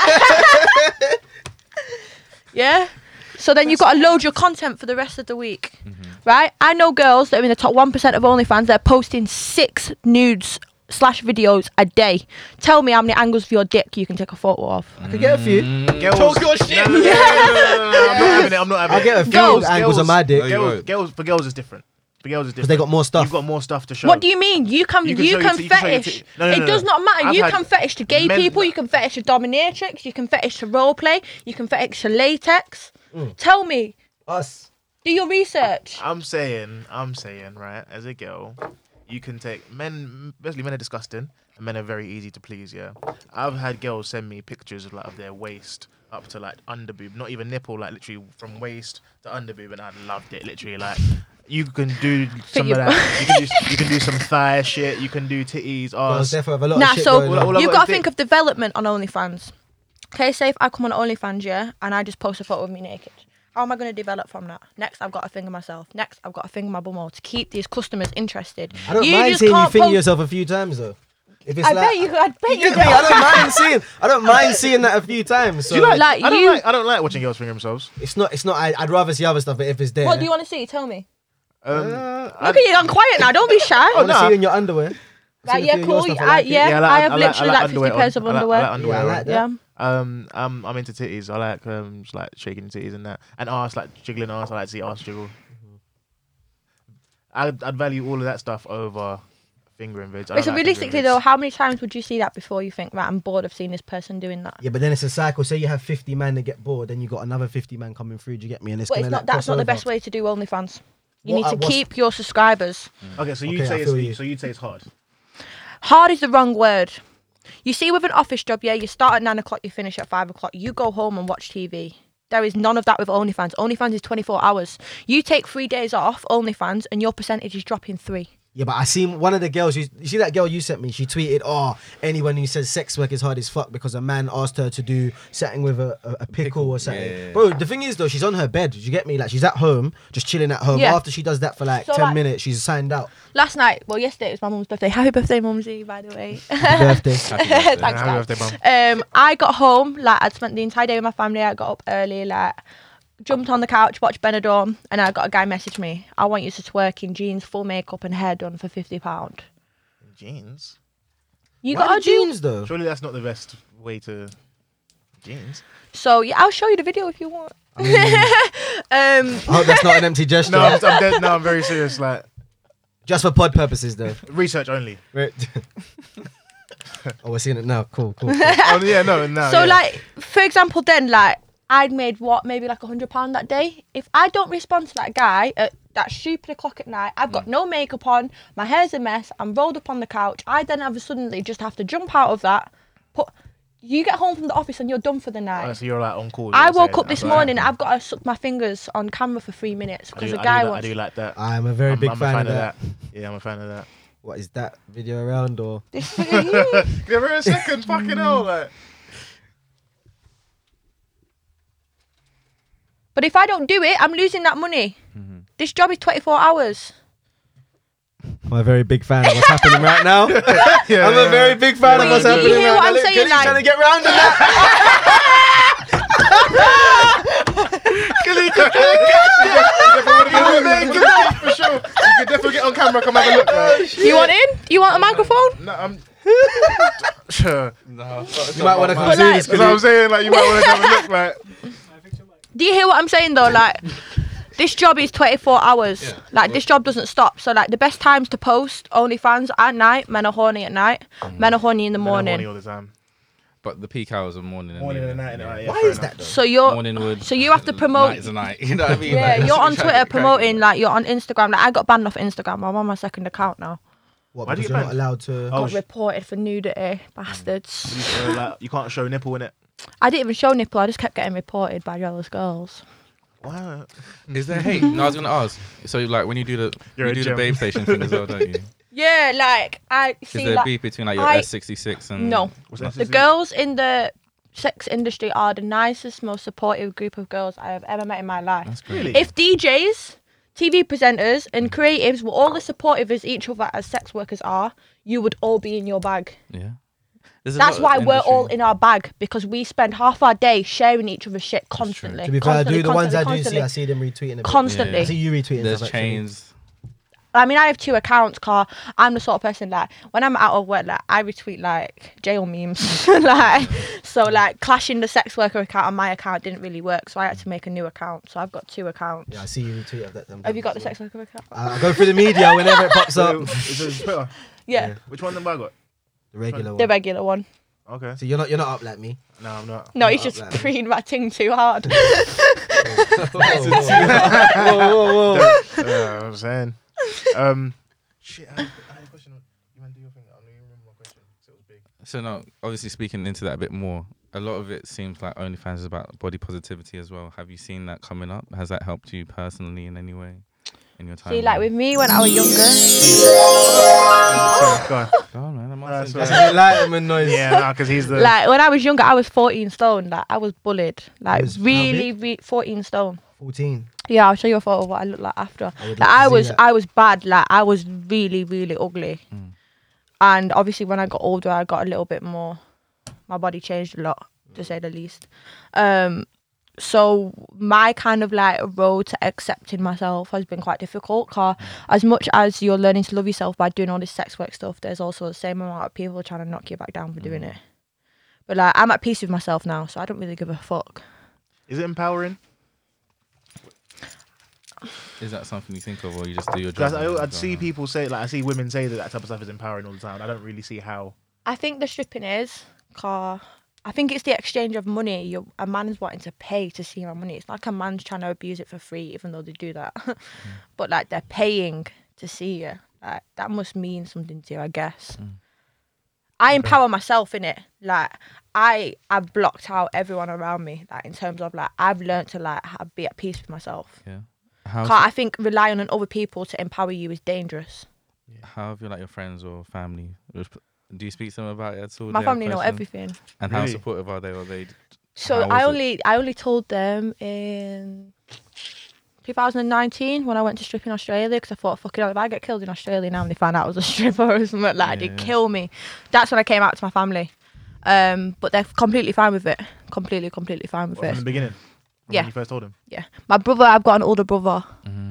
Speaker 4: yeah. So then you've got to load your content for the rest of the week,
Speaker 2: Mm-hmm.
Speaker 4: right? I know girls that are in the top one percent of OnlyFans. They're posting six nudes slash videos a day. Tell me how many angles of your dick you can take a photo of.
Speaker 3: I could get a few.
Speaker 4: Mm.
Speaker 2: Girls,
Speaker 3: Talk your shit.
Speaker 2: No, no, no, no, no, no, no, I'm not having it. I'm not having
Speaker 3: I'll
Speaker 2: it.
Speaker 3: get a few
Speaker 4: Girls,
Speaker 3: angles on my dick
Speaker 1: No, you
Speaker 2: Girls,
Speaker 1: won't.
Speaker 2: girls, for girls, it's different. For girls, it's different.
Speaker 3: because they got more stuff.
Speaker 2: You've got more stuff to show.
Speaker 4: What do you mean? You can
Speaker 2: You
Speaker 4: you
Speaker 2: can
Speaker 4: can,
Speaker 2: show your t- you can show your
Speaker 4: fetish.
Speaker 2: t- no, no,
Speaker 4: it
Speaker 2: no,
Speaker 4: does
Speaker 2: no.
Speaker 4: not matter.
Speaker 2: I've
Speaker 4: you
Speaker 2: had
Speaker 4: can fetish to gay
Speaker 2: men-
Speaker 4: people. You can fetish to dominatrix. You can fetish to role play. You can fetish to latex.
Speaker 2: Mm.
Speaker 4: Tell me.
Speaker 3: Us.
Speaker 4: Do your research.
Speaker 2: I'm saying, I'm saying, right? As a girl, you can take men. Basically, men are disgusting, and men are very easy to please. Yeah, I've had girls send me pictures of like of their waist up to like under boob, not even nipple, like literally from waist to under boob, and I loved it. Literally, like you can do some
Speaker 4: you-
Speaker 2: of that. You can do, you can do some thigh shit. You can do titties,
Speaker 3: Girls
Speaker 2: arse.
Speaker 3: definitely have a lot
Speaker 4: Nah,
Speaker 3: of shit
Speaker 4: so
Speaker 3: going on.
Speaker 2: Well, I've
Speaker 4: you've
Speaker 2: got
Speaker 4: got to
Speaker 2: a
Speaker 4: think
Speaker 2: thing-
Speaker 4: of development on OnlyFans. Okay, say if I come on OnlyFans, yeah, and I just post a photo of me naked. How am I going to develop from that? Next, I've got to finger myself. Next, I've got to finger my bumhole to keep these customers interested.
Speaker 3: I don't
Speaker 4: you
Speaker 3: mind
Speaker 4: just
Speaker 3: seeing you
Speaker 4: can't
Speaker 3: finger
Speaker 4: post-
Speaker 3: yourself a few times though. If it's
Speaker 4: I
Speaker 3: like,
Speaker 4: bet you. I bet you.
Speaker 3: I don't mind seeing. I don't mind seeing that a few times. So
Speaker 2: Do you like?
Speaker 4: Like,
Speaker 2: I don't
Speaker 4: you-
Speaker 2: like. I don't like watching girls finger themselves.
Speaker 3: it's not. It's not. I, I'd rather see other stuff. But if it's there,
Speaker 4: What do you want to see? Tell me.
Speaker 2: Um,
Speaker 3: Uh,
Speaker 4: Look at you, I'm quiet now. Don't be shy.
Speaker 2: Oh,
Speaker 3: I want to
Speaker 2: nah.
Speaker 3: see you in your underwear. I see
Speaker 4: Right,
Speaker 3: a
Speaker 4: yeah,
Speaker 3: few of your
Speaker 4: cool.
Speaker 3: stuff, I
Speaker 4: I,
Speaker 3: like it.
Speaker 4: yeah, I,
Speaker 2: like-
Speaker 4: have
Speaker 2: like-
Speaker 4: literally
Speaker 2: I like
Speaker 4: like, 50
Speaker 2: underwear
Speaker 4: pairs
Speaker 2: on.
Speaker 4: of underwear.
Speaker 2: I like, I like underwear.
Speaker 3: Yeah, I
Speaker 2: on.
Speaker 3: like that.
Speaker 4: yeah.
Speaker 2: Um, I'm I'm into titties. I like um, just like shaking titties and that, and arse like jiggling arse. I like to see arse jiggle. Mm-hmm. I'd, I'd value all of that stuff over fingering vids. I
Speaker 4: But
Speaker 2: don't
Speaker 4: so
Speaker 2: like
Speaker 4: realistically,
Speaker 2: fingering
Speaker 4: though,
Speaker 2: vids.
Speaker 4: how many times would you see that before you think, right, I'm bored of seeing this person doing that?
Speaker 3: Yeah, but then it's a cycle. Say you have 50 men that get bored, then you got another 50 men coming through. Do you get me? And it's
Speaker 4: But
Speaker 3: gonna
Speaker 4: it's not.
Speaker 3: like,
Speaker 4: That's
Speaker 3: cross
Speaker 4: not the
Speaker 3: over.
Speaker 4: best way to do OnlyFans.
Speaker 3: What
Speaker 4: You
Speaker 3: uh,
Speaker 4: need
Speaker 3: I
Speaker 4: to
Speaker 3: was-
Speaker 4: keep your subscribers.
Speaker 2: Okay, so you
Speaker 3: Okay, I
Speaker 2: say
Speaker 3: feel
Speaker 2: it's,
Speaker 3: you.
Speaker 2: so you'd say it's hard.
Speaker 4: Hard is the wrong word. You see, with an office job, yeah, you start at nine o'clock, you finish at five o'clock. You go home and watch TV. There is none of that with OnlyFans. OnlyFans is 24 hours. You take three days off OnlyFans, and your percentage is dropping three.
Speaker 3: Yeah, but I seen one of the girls. You, you see that girl you sent me? She tweeted, "Oh, anyone who says sex work is hard as fuck because a man asked her to do something with a, a, a pickle or something."
Speaker 1: yeah, yeah.
Speaker 3: Bro, the thing is though, she's on her bed. Do you get me? Like she's at home, just chilling at home.
Speaker 4: Yeah.
Speaker 3: After she does that for like
Speaker 4: So,
Speaker 3: 10
Speaker 4: like-
Speaker 3: minutes, she's signed out.
Speaker 4: Last night, well, yesterday it was my mum's birthday. Happy birthday, mumsy, by the way.
Speaker 3: Happy birthday.
Speaker 1: Happy birthday.
Speaker 2: Happy
Speaker 4: Thanks, guys.
Speaker 2: birthday, mum.
Speaker 4: Um, I got home like I'd spent the entire day with my family. I got up early, like jumped on the couch, watched Benidorm, and I got a guy message me. I want you to twerk in jeans, full makeup, and hair done for fifty pound.
Speaker 2: Jeans.
Speaker 4: You
Speaker 3: Why
Speaker 4: got
Speaker 3: the
Speaker 4: to do
Speaker 3: jeans though.
Speaker 2: Surely that's not the best way to jeans.
Speaker 4: so. Yeah, I'll show you the video if you want. um,
Speaker 3: I hope that's not an empty gesture.
Speaker 2: No, I'm, I'm dead. No, I'm very serious. Like
Speaker 3: Just for pod purposes though.
Speaker 2: research only.
Speaker 3: Right. oh, we're seeing it now. Cool, cool. cool.
Speaker 2: oh yeah, no, no.
Speaker 4: so
Speaker 2: yeah.
Speaker 4: like for example, then like I'd made what maybe like a hundred pound that day. If I don't respond to that guy at that stupid o'clock at night, I've
Speaker 2: Mm.
Speaker 4: got no makeup on, my hair's a mess, I'm rolled up on the couch. I then have suddenly just have to jump out of that. Put you get home from the office and you're done for the night.
Speaker 2: Oh, so you're like on call.
Speaker 4: I
Speaker 2: you're
Speaker 4: woke
Speaker 2: saying.
Speaker 4: up this
Speaker 2: Right.
Speaker 4: morning. I've got to suck my fingers on camera for three minutes
Speaker 2: I
Speaker 4: because
Speaker 2: do,
Speaker 4: a
Speaker 2: I do
Speaker 4: guy
Speaker 2: like-
Speaker 4: wants.
Speaker 2: I do like that.
Speaker 3: I am a very big
Speaker 2: I'm,
Speaker 3: fan,
Speaker 2: I'm
Speaker 3: of, that.
Speaker 2: Yeah, I'm a fan of that.
Speaker 3: What is that video around or?
Speaker 2: Give her a second, fucking hell. Like.
Speaker 4: But
Speaker 2: Mm-hmm.
Speaker 4: if I don't do it, I'm losing that money. This job is 24 hours.
Speaker 3: I'm a very big fan of what's happening right now.
Speaker 2: Yeah,
Speaker 3: I'm
Speaker 2: yeah,
Speaker 3: a very big fan of
Speaker 4: Yeah.
Speaker 3: what's
Speaker 4: You
Speaker 3: happening
Speaker 4: hear
Speaker 3: right
Speaker 4: what
Speaker 3: now.
Speaker 4: I'm
Speaker 3: Look,
Speaker 4: saying,
Speaker 3: Kelly's
Speaker 4: like-
Speaker 3: trying to get round in that. Kelly, Kelly,
Speaker 2: yeah. for sure. You can definitely get on camera. Come have a look. man.
Speaker 4: You want in? You want a microphone?
Speaker 2: No, I'm. sure.
Speaker 3: You might want to come
Speaker 4: But
Speaker 3: see
Speaker 4: like-
Speaker 3: this.
Speaker 2: That's what I'm
Speaker 3: Kelly.
Speaker 2: saying. Like you might want to have a look. Like
Speaker 4: Do you hear what I'm saying though? Like, this job is 24 hours. Like, this job doesn't stop. So, like, the best times to post OnlyFans at night. Men are horny at night.
Speaker 1: Mm.
Speaker 4: Men are horny in the morning.
Speaker 2: Morning all the time.
Speaker 1: But the peak hours are morning and
Speaker 2: Morning and
Speaker 1: evening,
Speaker 2: night.
Speaker 1: yeah.
Speaker 2: innit? Yeah,
Speaker 3: Why
Speaker 2: fair
Speaker 3: is
Speaker 2: enough.
Speaker 3: that? though?
Speaker 4: So you're
Speaker 1: Morning would.
Speaker 4: so you have to promote-
Speaker 1: Night is a night. You know what I mean?
Speaker 4: yeah,
Speaker 1: Like,
Speaker 4: you're on
Speaker 1: trying to
Speaker 4: Twitter
Speaker 1: get
Speaker 4: promoting like you're on Instagram. Like I got banned off Instagram. I'm on my second account now.
Speaker 3: What,
Speaker 2: Why do
Speaker 3: because
Speaker 2: you
Speaker 3: you're not
Speaker 2: ban-
Speaker 3: allowed to.
Speaker 2: Oh,
Speaker 4: got
Speaker 2: sh-
Speaker 4: reported for nudity,
Speaker 1: Mm.
Speaker 4: bastards.
Speaker 2: So, like, you can't show nipple in it.
Speaker 4: I didn't even show nipple. I just kept getting reported by jealous girls.
Speaker 2: Wow.
Speaker 1: cranky. Is there hate? No, I was gonna ask. So like when you do the
Speaker 2: You're
Speaker 1: you
Speaker 2: a
Speaker 1: do the
Speaker 2: gem.
Speaker 1: babe station thing as well, don't you?
Speaker 4: Yeah, like I
Speaker 1: Is
Speaker 4: see
Speaker 1: there
Speaker 4: like
Speaker 1: a beef between like your
Speaker 4: I-
Speaker 1: S sixty six and
Speaker 4: no.
Speaker 2: What's that?
Speaker 4: The girls in the sex industry are the nicest, most supportive group of girls I have ever met in my life.
Speaker 1: That's great.
Speaker 2: Really?
Speaker 4: If DJs, TV presenters, and creatives were all as supportive as each other as sex workers are, you would all be in your bag.
Speaker 1: Yeah. There's a
Speaker 4: That's
Speaker 1: lot
Speaker 4: why
Speaker 1: of
Speaker 4: we're all
Speaker 1: industry-
Speaker 4: in our bag because we spend half our day sharing each other's shit constantly.
Speaker 3: To be fair, I do.
Speaker 4: constantly,
Speaker 3: The ones I do
Speaker 4: constantly,
Speaker 3: see, I see them retweeting. a bit.
Speaker 4: Constantly.
Speaker 3: I see you retweeting.
Speaker 1: There's
Speaker 3: stuff, actually.
Speaker 1: chains.
Speaker 4: I mean, I have two accounts, car. I'm the sort of person that when I'm out of work, like I retweet like jail memes, like so like clashing the sex worker account and my account didn't really work, so I had to make a new account. So I've got two accounts.
Speaker 3: Yeah, I see you retweet of that. them
Speaker 4: have you got the
Speaker 3: times as
Speaker 4: sex worker account?
Speaker 3: well. Uh, I go through the media whenever it pops up.
Speaker 2: Wait, is it Twitter?
Speaker 4: Yeah,
Speaker 2: Which one have I got?
Speaker 3: The regular
Speaker 4: the
Speaker 3: one.
Speaker 4: regular one.
Speaker 2: Okay.
Speaker 3: So you're not you're not up like me.
Speaker 2: No, I'm not.
Speaker 4: No,
Speaker 3: Not
Speaker 4: he's
Speaker 3: up
Speaker 4: just
Speaker 3: like that.
Speaker 4: preening my ting too hard.
Speaker 3: whoa, whoa, whoa.
Speaker 2: Uh, I'm saying. Um. Shit. I, I had a question. You want to do your thing? I don't even remember my question. 'cause It was big.
Speaker 1: So no, obviously speaking into that a bit more. A lot of it seems like OnlyFans is about body positivity as well. Have you seen that coming up? Has that helped you personally in any way in your time?
Speaker 4: See, like with me when I was younger,
Speaker 2: Sorry, go on.
Speaker 1: oh man, I'm
Speaker 2: That's
Speaker 1: asking-
Speaker 2: all
Speaker 3: That's
Speaker 2: right.
Speaker 3: an enlightenment noise.
Speaker 2: Yeah, nah, because he's the.
Speaker 4: like when I was younger, I was 14 stone. Like I was bullied, like
Speaker 3: was- how
Speaker 4: really, re- 14 stone.
Speaker 3: 14.
Speaker 4: Yeah, I'll show you a photo of what I looked like after.
Speaker 3: I would love
Speaker 4: like
Speaker 3: to
Speaker 4: I
Speaker 3: see
Speaker 4: was,
Speaker 3: that. Hmm.
Speaker 4: I was bad. Like I was really, really ugly. And obviously, when I got older, I got a little bit more. My body changed a lot, to say the least. Um, so my kind of like road to accepting myself has been quite difficult. Car,
Speaker 3: Hmm.
Speaker 4: as much as you're learning to love yourself by doing all this sex work stuff, there's also the same amount of people trying to knock you back down for
Speaker 3: Hmm.
Speaker 4: doing it. But like, I'm at peace with myself now, so I don't really give a fuck.
Speaker 2: Is it empowering?
Speaker 1: Is that something you think of, or you just do your job?
Speaker 2: Because I,
Speaker 1: and
Speaker 2: I'd
Speaker 1: go
Speaker 2: see
Speaker 1: on?
Speaker 2: people say, like, I see women say that that type of stuff is empowering all the time. I don't really see how.
Speaker 4: I think the stripping is car. I think it's the exchange of money. You're, a man's wanting to pay to see my money. It's like a man's trying to abuse it for free, even though they do that. But like they're paying to see you. Like that must mean something to you, I guess. I empower myself in it. Like I, I blocked out everyone around me. Like in terms of like I've learned to like ha- be at peace with myself.
Speaker 1: Yeah. How,
Speaker 4: Car, I think relying on other people to empower you is dangerous.
Speaker 1: how have you like your friends or family? Do you speak to them about it at all?
Speaker 4: My
Speaker 1: They have
Speaker 4: family know
Speaker 1: questions?
Speaker 4: everything.
Speaker 1: And how
Speaker 2: Really?
Speaker 1: supportive are they? Or they?
Speaker 4: So
Speaker 1: How
Speaker 4: I
Speaker 1: was it?
Speaker 4: only I only told them in 2019 when I went to strip in Australia because I thought, fucking hell, if I get killed in Australia now and they find out I was a stripper or something like that,
Speaker 1: Yeah.
Speaker 4: they'd kill me. That's when I came out to my family. Um, but they're completely fine with it. Completely, completely fine with
Speaker 2: Well, from the
Speaker 4: it.
Speaker 2: beginning. From
Speaker 4: Yeah.
Speaker 2: When you first told him.
Speaker 4: Yeah. My brother, I've got an older brother.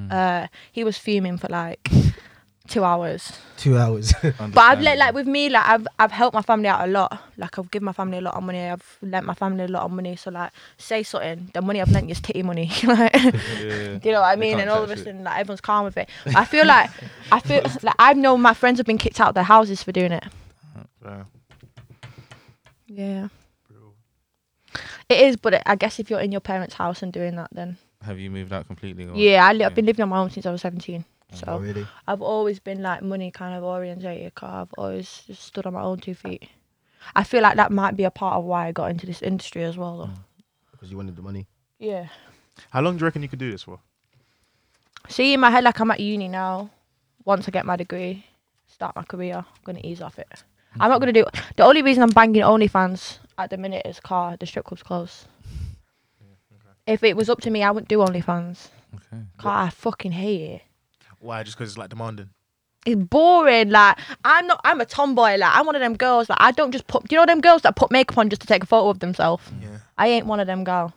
Speaker 4: Uh, he was fuming for like two hours.
Speaker 3: Two hours.
Speaker 1: Mm.
Speaker 4: But I've let like with me, like I've I've helped my family out a lot. Like I've given my family a lot of money. I've lent my family a lot of money. So like, say something. The money I've lent you is titty money. like, do
Speaker 1: yeah.
Speaker 4: you know what I
Speaker 1: They
Speaker 4: mean?
Speaker 1: can't
Speaker 4: And all of a
Speaker 1: touch it.
Speaker 4: sudden, like everyone's calm with it. I feel like I feel like I've known my friends have been kicked out of their houses for doing it.
Speaker 2: Yeah.
Speaker 4: Yeah. It is, but it, I guess if you're in your parents' house and doing that, then
Speaker 1: Have you moved out completely? Or?
Speaker 4: yeah, I li- I've
Speaker 1: yeah.
Speaker 4: been living on my own since I was 17. So
Speaker 3: Oh, really?
Speaker 4: I've always been like money kind of orientated. Cause I've always just stood on my own two feet. I feel like that might be a part of why I got into this industry as well, though.
Speaker 3: Because you wanted the money.
Speaker 4: Yeah.
Speaker 2: How long do you reckon you could do this for?
Speaker 4: See in my head like I'm at uni now. Once I get my degree, start my career, I'm gonna ease off it. I'm not gonna do. The only reason I'm banging OnlyFans at the minute is car. The strip club's closed. If it was up to me, I wouldn't do OnlyFans.
Speaker 1: Okay.
Speaker 4: Car, I fucking hate it.
Speaker 2: Why? Just because it's like demanding.
Speaker 4: it's boring. Like I'm not. I'm a tomboy. Like I'm one of them girls. Like I don't just put. Do you know them girls that put makeup on just to take a photo of themselves?
Speaker 2: Yeah.
Speaker 4: I ain't one of them girl.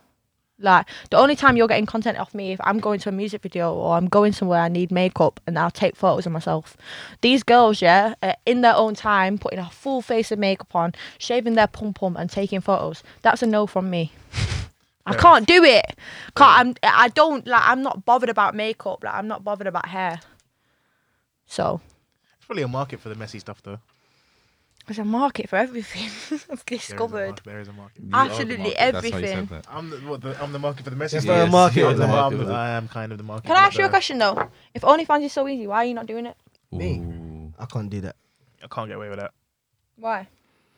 Speaker 4: Like the only time you're getting content off me if I'm going to a music video or I'm going somewhere I need makeup and I'll take photos of myself. These girls, yeah, are in their own time putting a full face of makeup on, shaving their pum pum and taking photos. That's a no from me. I
Speaker 2: Fair
Speaker 4: can't do it. Can't. I'm. I don't like. I'm not bothered about makeup. Like I'm not bothered about hair. So
Speaker 2: There's probably a market for the messy stuff though.
Speaker 4: there's a market for everything. I've
Speaker 2: There is a mar-
Speaker 4: discovered.
Speaker 2: There is a market.
Speaker 1: You are the
Speaker 4: Absolutely
Speaker 1: market, that's why you said
Speaker 4: everything.
Speaker 1: that.
Speaker 2: I'm the, what, the, I'm the market for the messy
Speaker 3: Yes,
Speaker 2: stuff.
Speaker 3: I'm the market.
Speaker 2: I'm the-
Speaker 1: You're the
Speaker 2: I'm-
Speaker 1: market.
Speaker 2: I am kind of the market.
Speaker 4: Can I
Speaker 2: for
Speaker 4: ask you a
Speaker 2: the-
Speaker 4: question though? If OnlyFans is so easy, why are you not doing it?
Speaker 3: Me?
Speaker 1: Ooh.
Speaker 3: I can't do that.
Speaker 2: I can't get away with that.
Speaker 4: Why?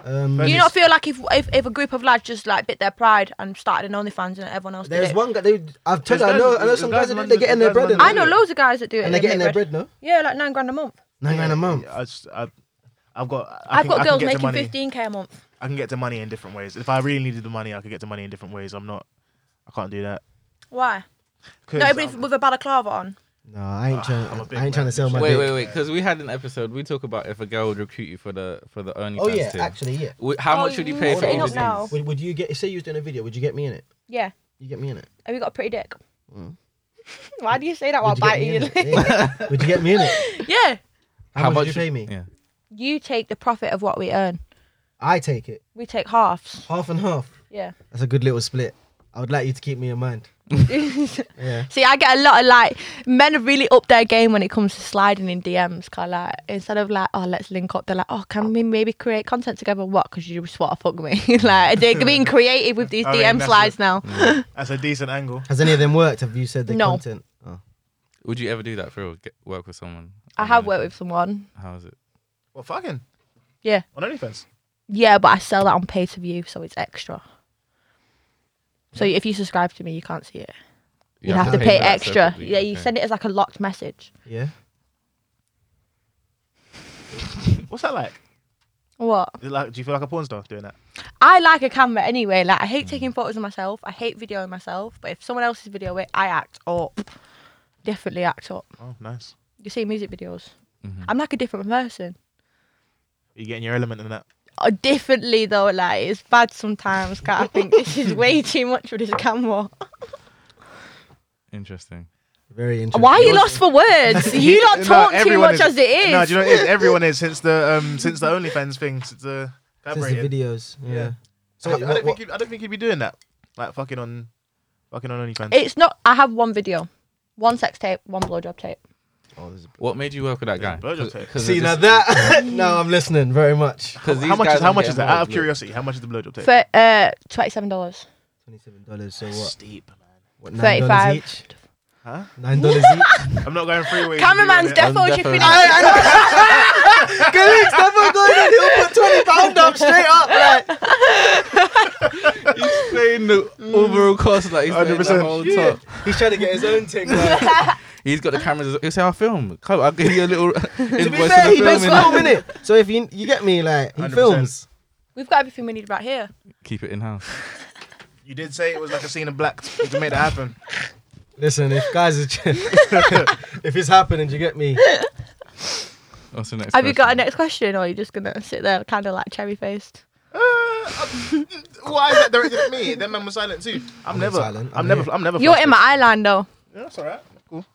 Speaker 3: Um,
Speaker 2: But
Speaker 4: Do you
Speaker 2: it's-
Speaker 4: not feel like if, if if a group of lads just like bit their pride and started an OnlyFans and everyone else did
Speaker 3: there's
Speaker 4: it?
Speaker 3: one guy. They, I've told
Speaker 2: There's
Speaker 3: you, I know.
Speaker 2: guys-
Speaker 3: I know some
Speaker 2: there's guys
Speaker 3: guys. that
Speaker 2: in
Speaker 3: They're getting their bread.
Speaker 2: London-
Speaker 3: in
Speaker 4: I
Speaker 2: there's
Speaker 3: it.
Speaker 4: know loads of guys that do it.
Speaker 3: And they're getting
Speaker 4: make
Speaker 3: their bread. No,
Speaker 4: Yeah, like nine grand a month.
Speaker 3: nine grand a month.
Speaker 2: I just, I, I've got. I
Speaker 4: I've
Speaker 2: can,
Speaker 4: got
Speaker 2: I can get
Speaker 4: girls
Speaker 2: to
Speaker 4: making
Speaker 2: money.
Speaker 4: fifteen k a month.
Speaker 2: I can get to money in different ways. If I really needed the money, I could get to money in different ways. I'm not. I can't do that.
Speaker 4: Why?
Speaker 2: 'Cause
Speaker 4: Not even if,
Speaker 2: I'm-
Speaker 4: with a balaclava on.
Speaker 3: No, I ain't trying.
Speaker 2: Ah, I'm a big
Speaker 3: I ain't trying
Speaker 2: man.
Speaker 3: to sell my.
Speaker 1: Wait,
Speaker 3: dick.
Speaker 1: wait, wait. Because we had an episode. We talk about if a girl would recruit you for the for the OnlyFans.
Speaker 3: Oh yeah,
Speaker 1: thing.
Speaker 3: actually, yeah.
Speaker 1: Wh- How
Speaker 4: Oh,
Speaker 1: much would you
Speaker 4: you
Speaker 1: pay
Speaker 4: set
Speaker 1: for
Speaker 4: it
Speaker 1: all
Speaker 4: up
Speaker 1: of these?
Speaker 4: now.
Speaker 3: Would, would you get? Say you was doing a video. Would you get me in it?
Speaker 4: Yeah.
Speaker 3: You get me in it.
Speaker 4: Have you got a pretty dick? Why do you say that while
Speaker 3: Hmm. Would you get me
Speaker 4: biting
Speaker 3: in it?
Speaker 4: your lip?
Speaker 3: Yeah. Would you get me in it?
Speaker 4: Yeah.
Speaker 3: How, much, would you pay me?
Speaker 1: Yeah.
Speaker 4: You take the profit of what we earn.
Speaker 3: I take it
Speaker 4: We take halves.
Speaker 3: half and half.
Speaker 4: Yeah.
Speaker 3: That's a good little split. I would like you to keep me in mind. Yeah.
Speaker 4: See, I get a lot of like men are really up their game when it comes to sliding in DMs. Kind of like instead of like, oh, let's link up, they're like, oh, can we maybe create content together? What? Because you just want to fuck me. like they're being creative with these
Speaker 2: I mean,
Speaker 4: DM
Speaker 2: that's Mm.
Speaker 4: slides now.
Speaker 2: That's a decent angle.
Speaker 3: Has any of them worked? Have you said the
Speaker 4: No.
Speaker 3: content? Oh.
Speaker 1: Would you ever do that for real? Get, work with someone?
Speaker 4: I have worked with someone.
Speaker 1: How is it?
Speaker 2: Well, fucking.
Speaker 4: Yeah.
Speaker 2: On OnlyFans.
Speaker 4: Yeah, but I sell that on pay to view, so it's extra. So if you subscribe to me, you can't see it. You have, to pay,
Speaker 1: for that
Speaker 4: extra.
Speaker 1: separately,
Speaker 4: Yeah, you
Speaker 1: okay.
Speaker 4: send it as like a locked message.
Speaker 3: Yeah.
Speaker 2: What's that like?
Speaker 4: What?
Speaker 2: Is it like? Do you feel like a porn star doing that?
Speaker 4: I like a camera anyway. Like I
Speaker 2: Mm.
Speaker 4: hate taking photos of myself. I hate videoing myself. But if someone else is videoing it, I act up. Definitely act up.
Speaker 2: Oh, nice.
Speaker 4: You see music videos.
Speaker 2: Mm-hmm.
Speaker 1: Mhm.
Speaker 4: I'm like a different person.
Speaker 2: You getting your element in that?
Speaker 4: Oh, differently though, like it's bad sometimes. 'cause I think this is way too much for this camera.
Speaker 1: Interesting.
Speaker 3: Very interesting.
Speaker 4: Why are you lost for words? You don't
Speaker 2: No,
Speaker 4: talk too
Speaker 2: everyone
Speaker 4: much as it is.
Speaker 2: No, do you know what it is? Everyone is since the um since the OnlyFans thing since the
Speaker 3: Since the
Speaker 2: collaborated.
Speaker 3: videos. Yeah.
Speaker 2: Yeah.
Speaker 3: So
Speaker 2: I, I
Speaker 3: what,
Speaker 2: don't
Speaker 3: what-
Speaker 2: think you'd, I don't think you'd be doing that. Like fucking on, fucking on OnlyFans.
Speaker 4: it's not. I have one video, one sex tape, one blowjob tape.
Speaker 3: oh, there's a-
Speaker 1: What made you work with that guy?
Speaker 2: There's a blowjob tape.
Speaker 3: See now that no, I'm listening very much.
Speaker 2: how much is how much is that? Out of curiosity, how much is the blowjob tape?
Speaker 4: For uh, twenty-seven dollars.
Speaker 3: Twenty-seven dollars. So what?
Speaker 2: Steep, man.
Speaker 3: What nine dollars
Speaker 4: 35.
Speaker 3: each?
Speaker 2: Huh?
Speaker 3: Nine dollars each.
Speaker 2: I'm not going free ways.
Speaker 4: Cameraman's
Speaker 2: death.
Speaker 4: defo. You
Speaker 1: defo-
Speaker 4: finish.
Speaker 3: Good, never going in. He'll put twenty pound up straight up. Like
Speaker 1: He's paying the overall cost, like he's paying the
Speaker 2: 100%.
Speaker 1: whole
Speaker 2: Yeah.
Speaker 1: top.
Speaker 3: he's trying to get his own thing. Like.
Speaker 1: He's got the cameras. He'll say, "I'll film. Come, I'll give you a little invoice for
Speaker 3: to be fair,
Speaker 1: the
Speaker 3: he does
Speaker 1: filming.
Speaker 3: film in it. So if you you get me, like he
Speaker 2: 100%.
Speaker 3: films.
Speaker 4: We've got everything we need right here.
Speaker 1: Keep it in house.
Speaker 2: You did say it was like a scene of black. You can make that happen.
Speaker 3: Listen, if guys are, if it's happening, you get me.
Speaker 1: What's the next?
Speaker 4: Have you got a
Speaker 1: question?
Speaker 4: next question, or are you just gonna sit there kind of like cherry faced?
Speaker 2: Uh, I- why is that directed at me? That man was silent too. I'm, never.
Speaker 3: silent.
Speaker 2: I'm,
Speaker 3: I'm
Speaker 2: never.
Speaker 3: here.
Speaker 2: I'm never.
Speaker 4: You're
Speaker 2: flustered.
Speaker 4: in my eye line though.
Speaker 2: Yeah, that's alright. Cool.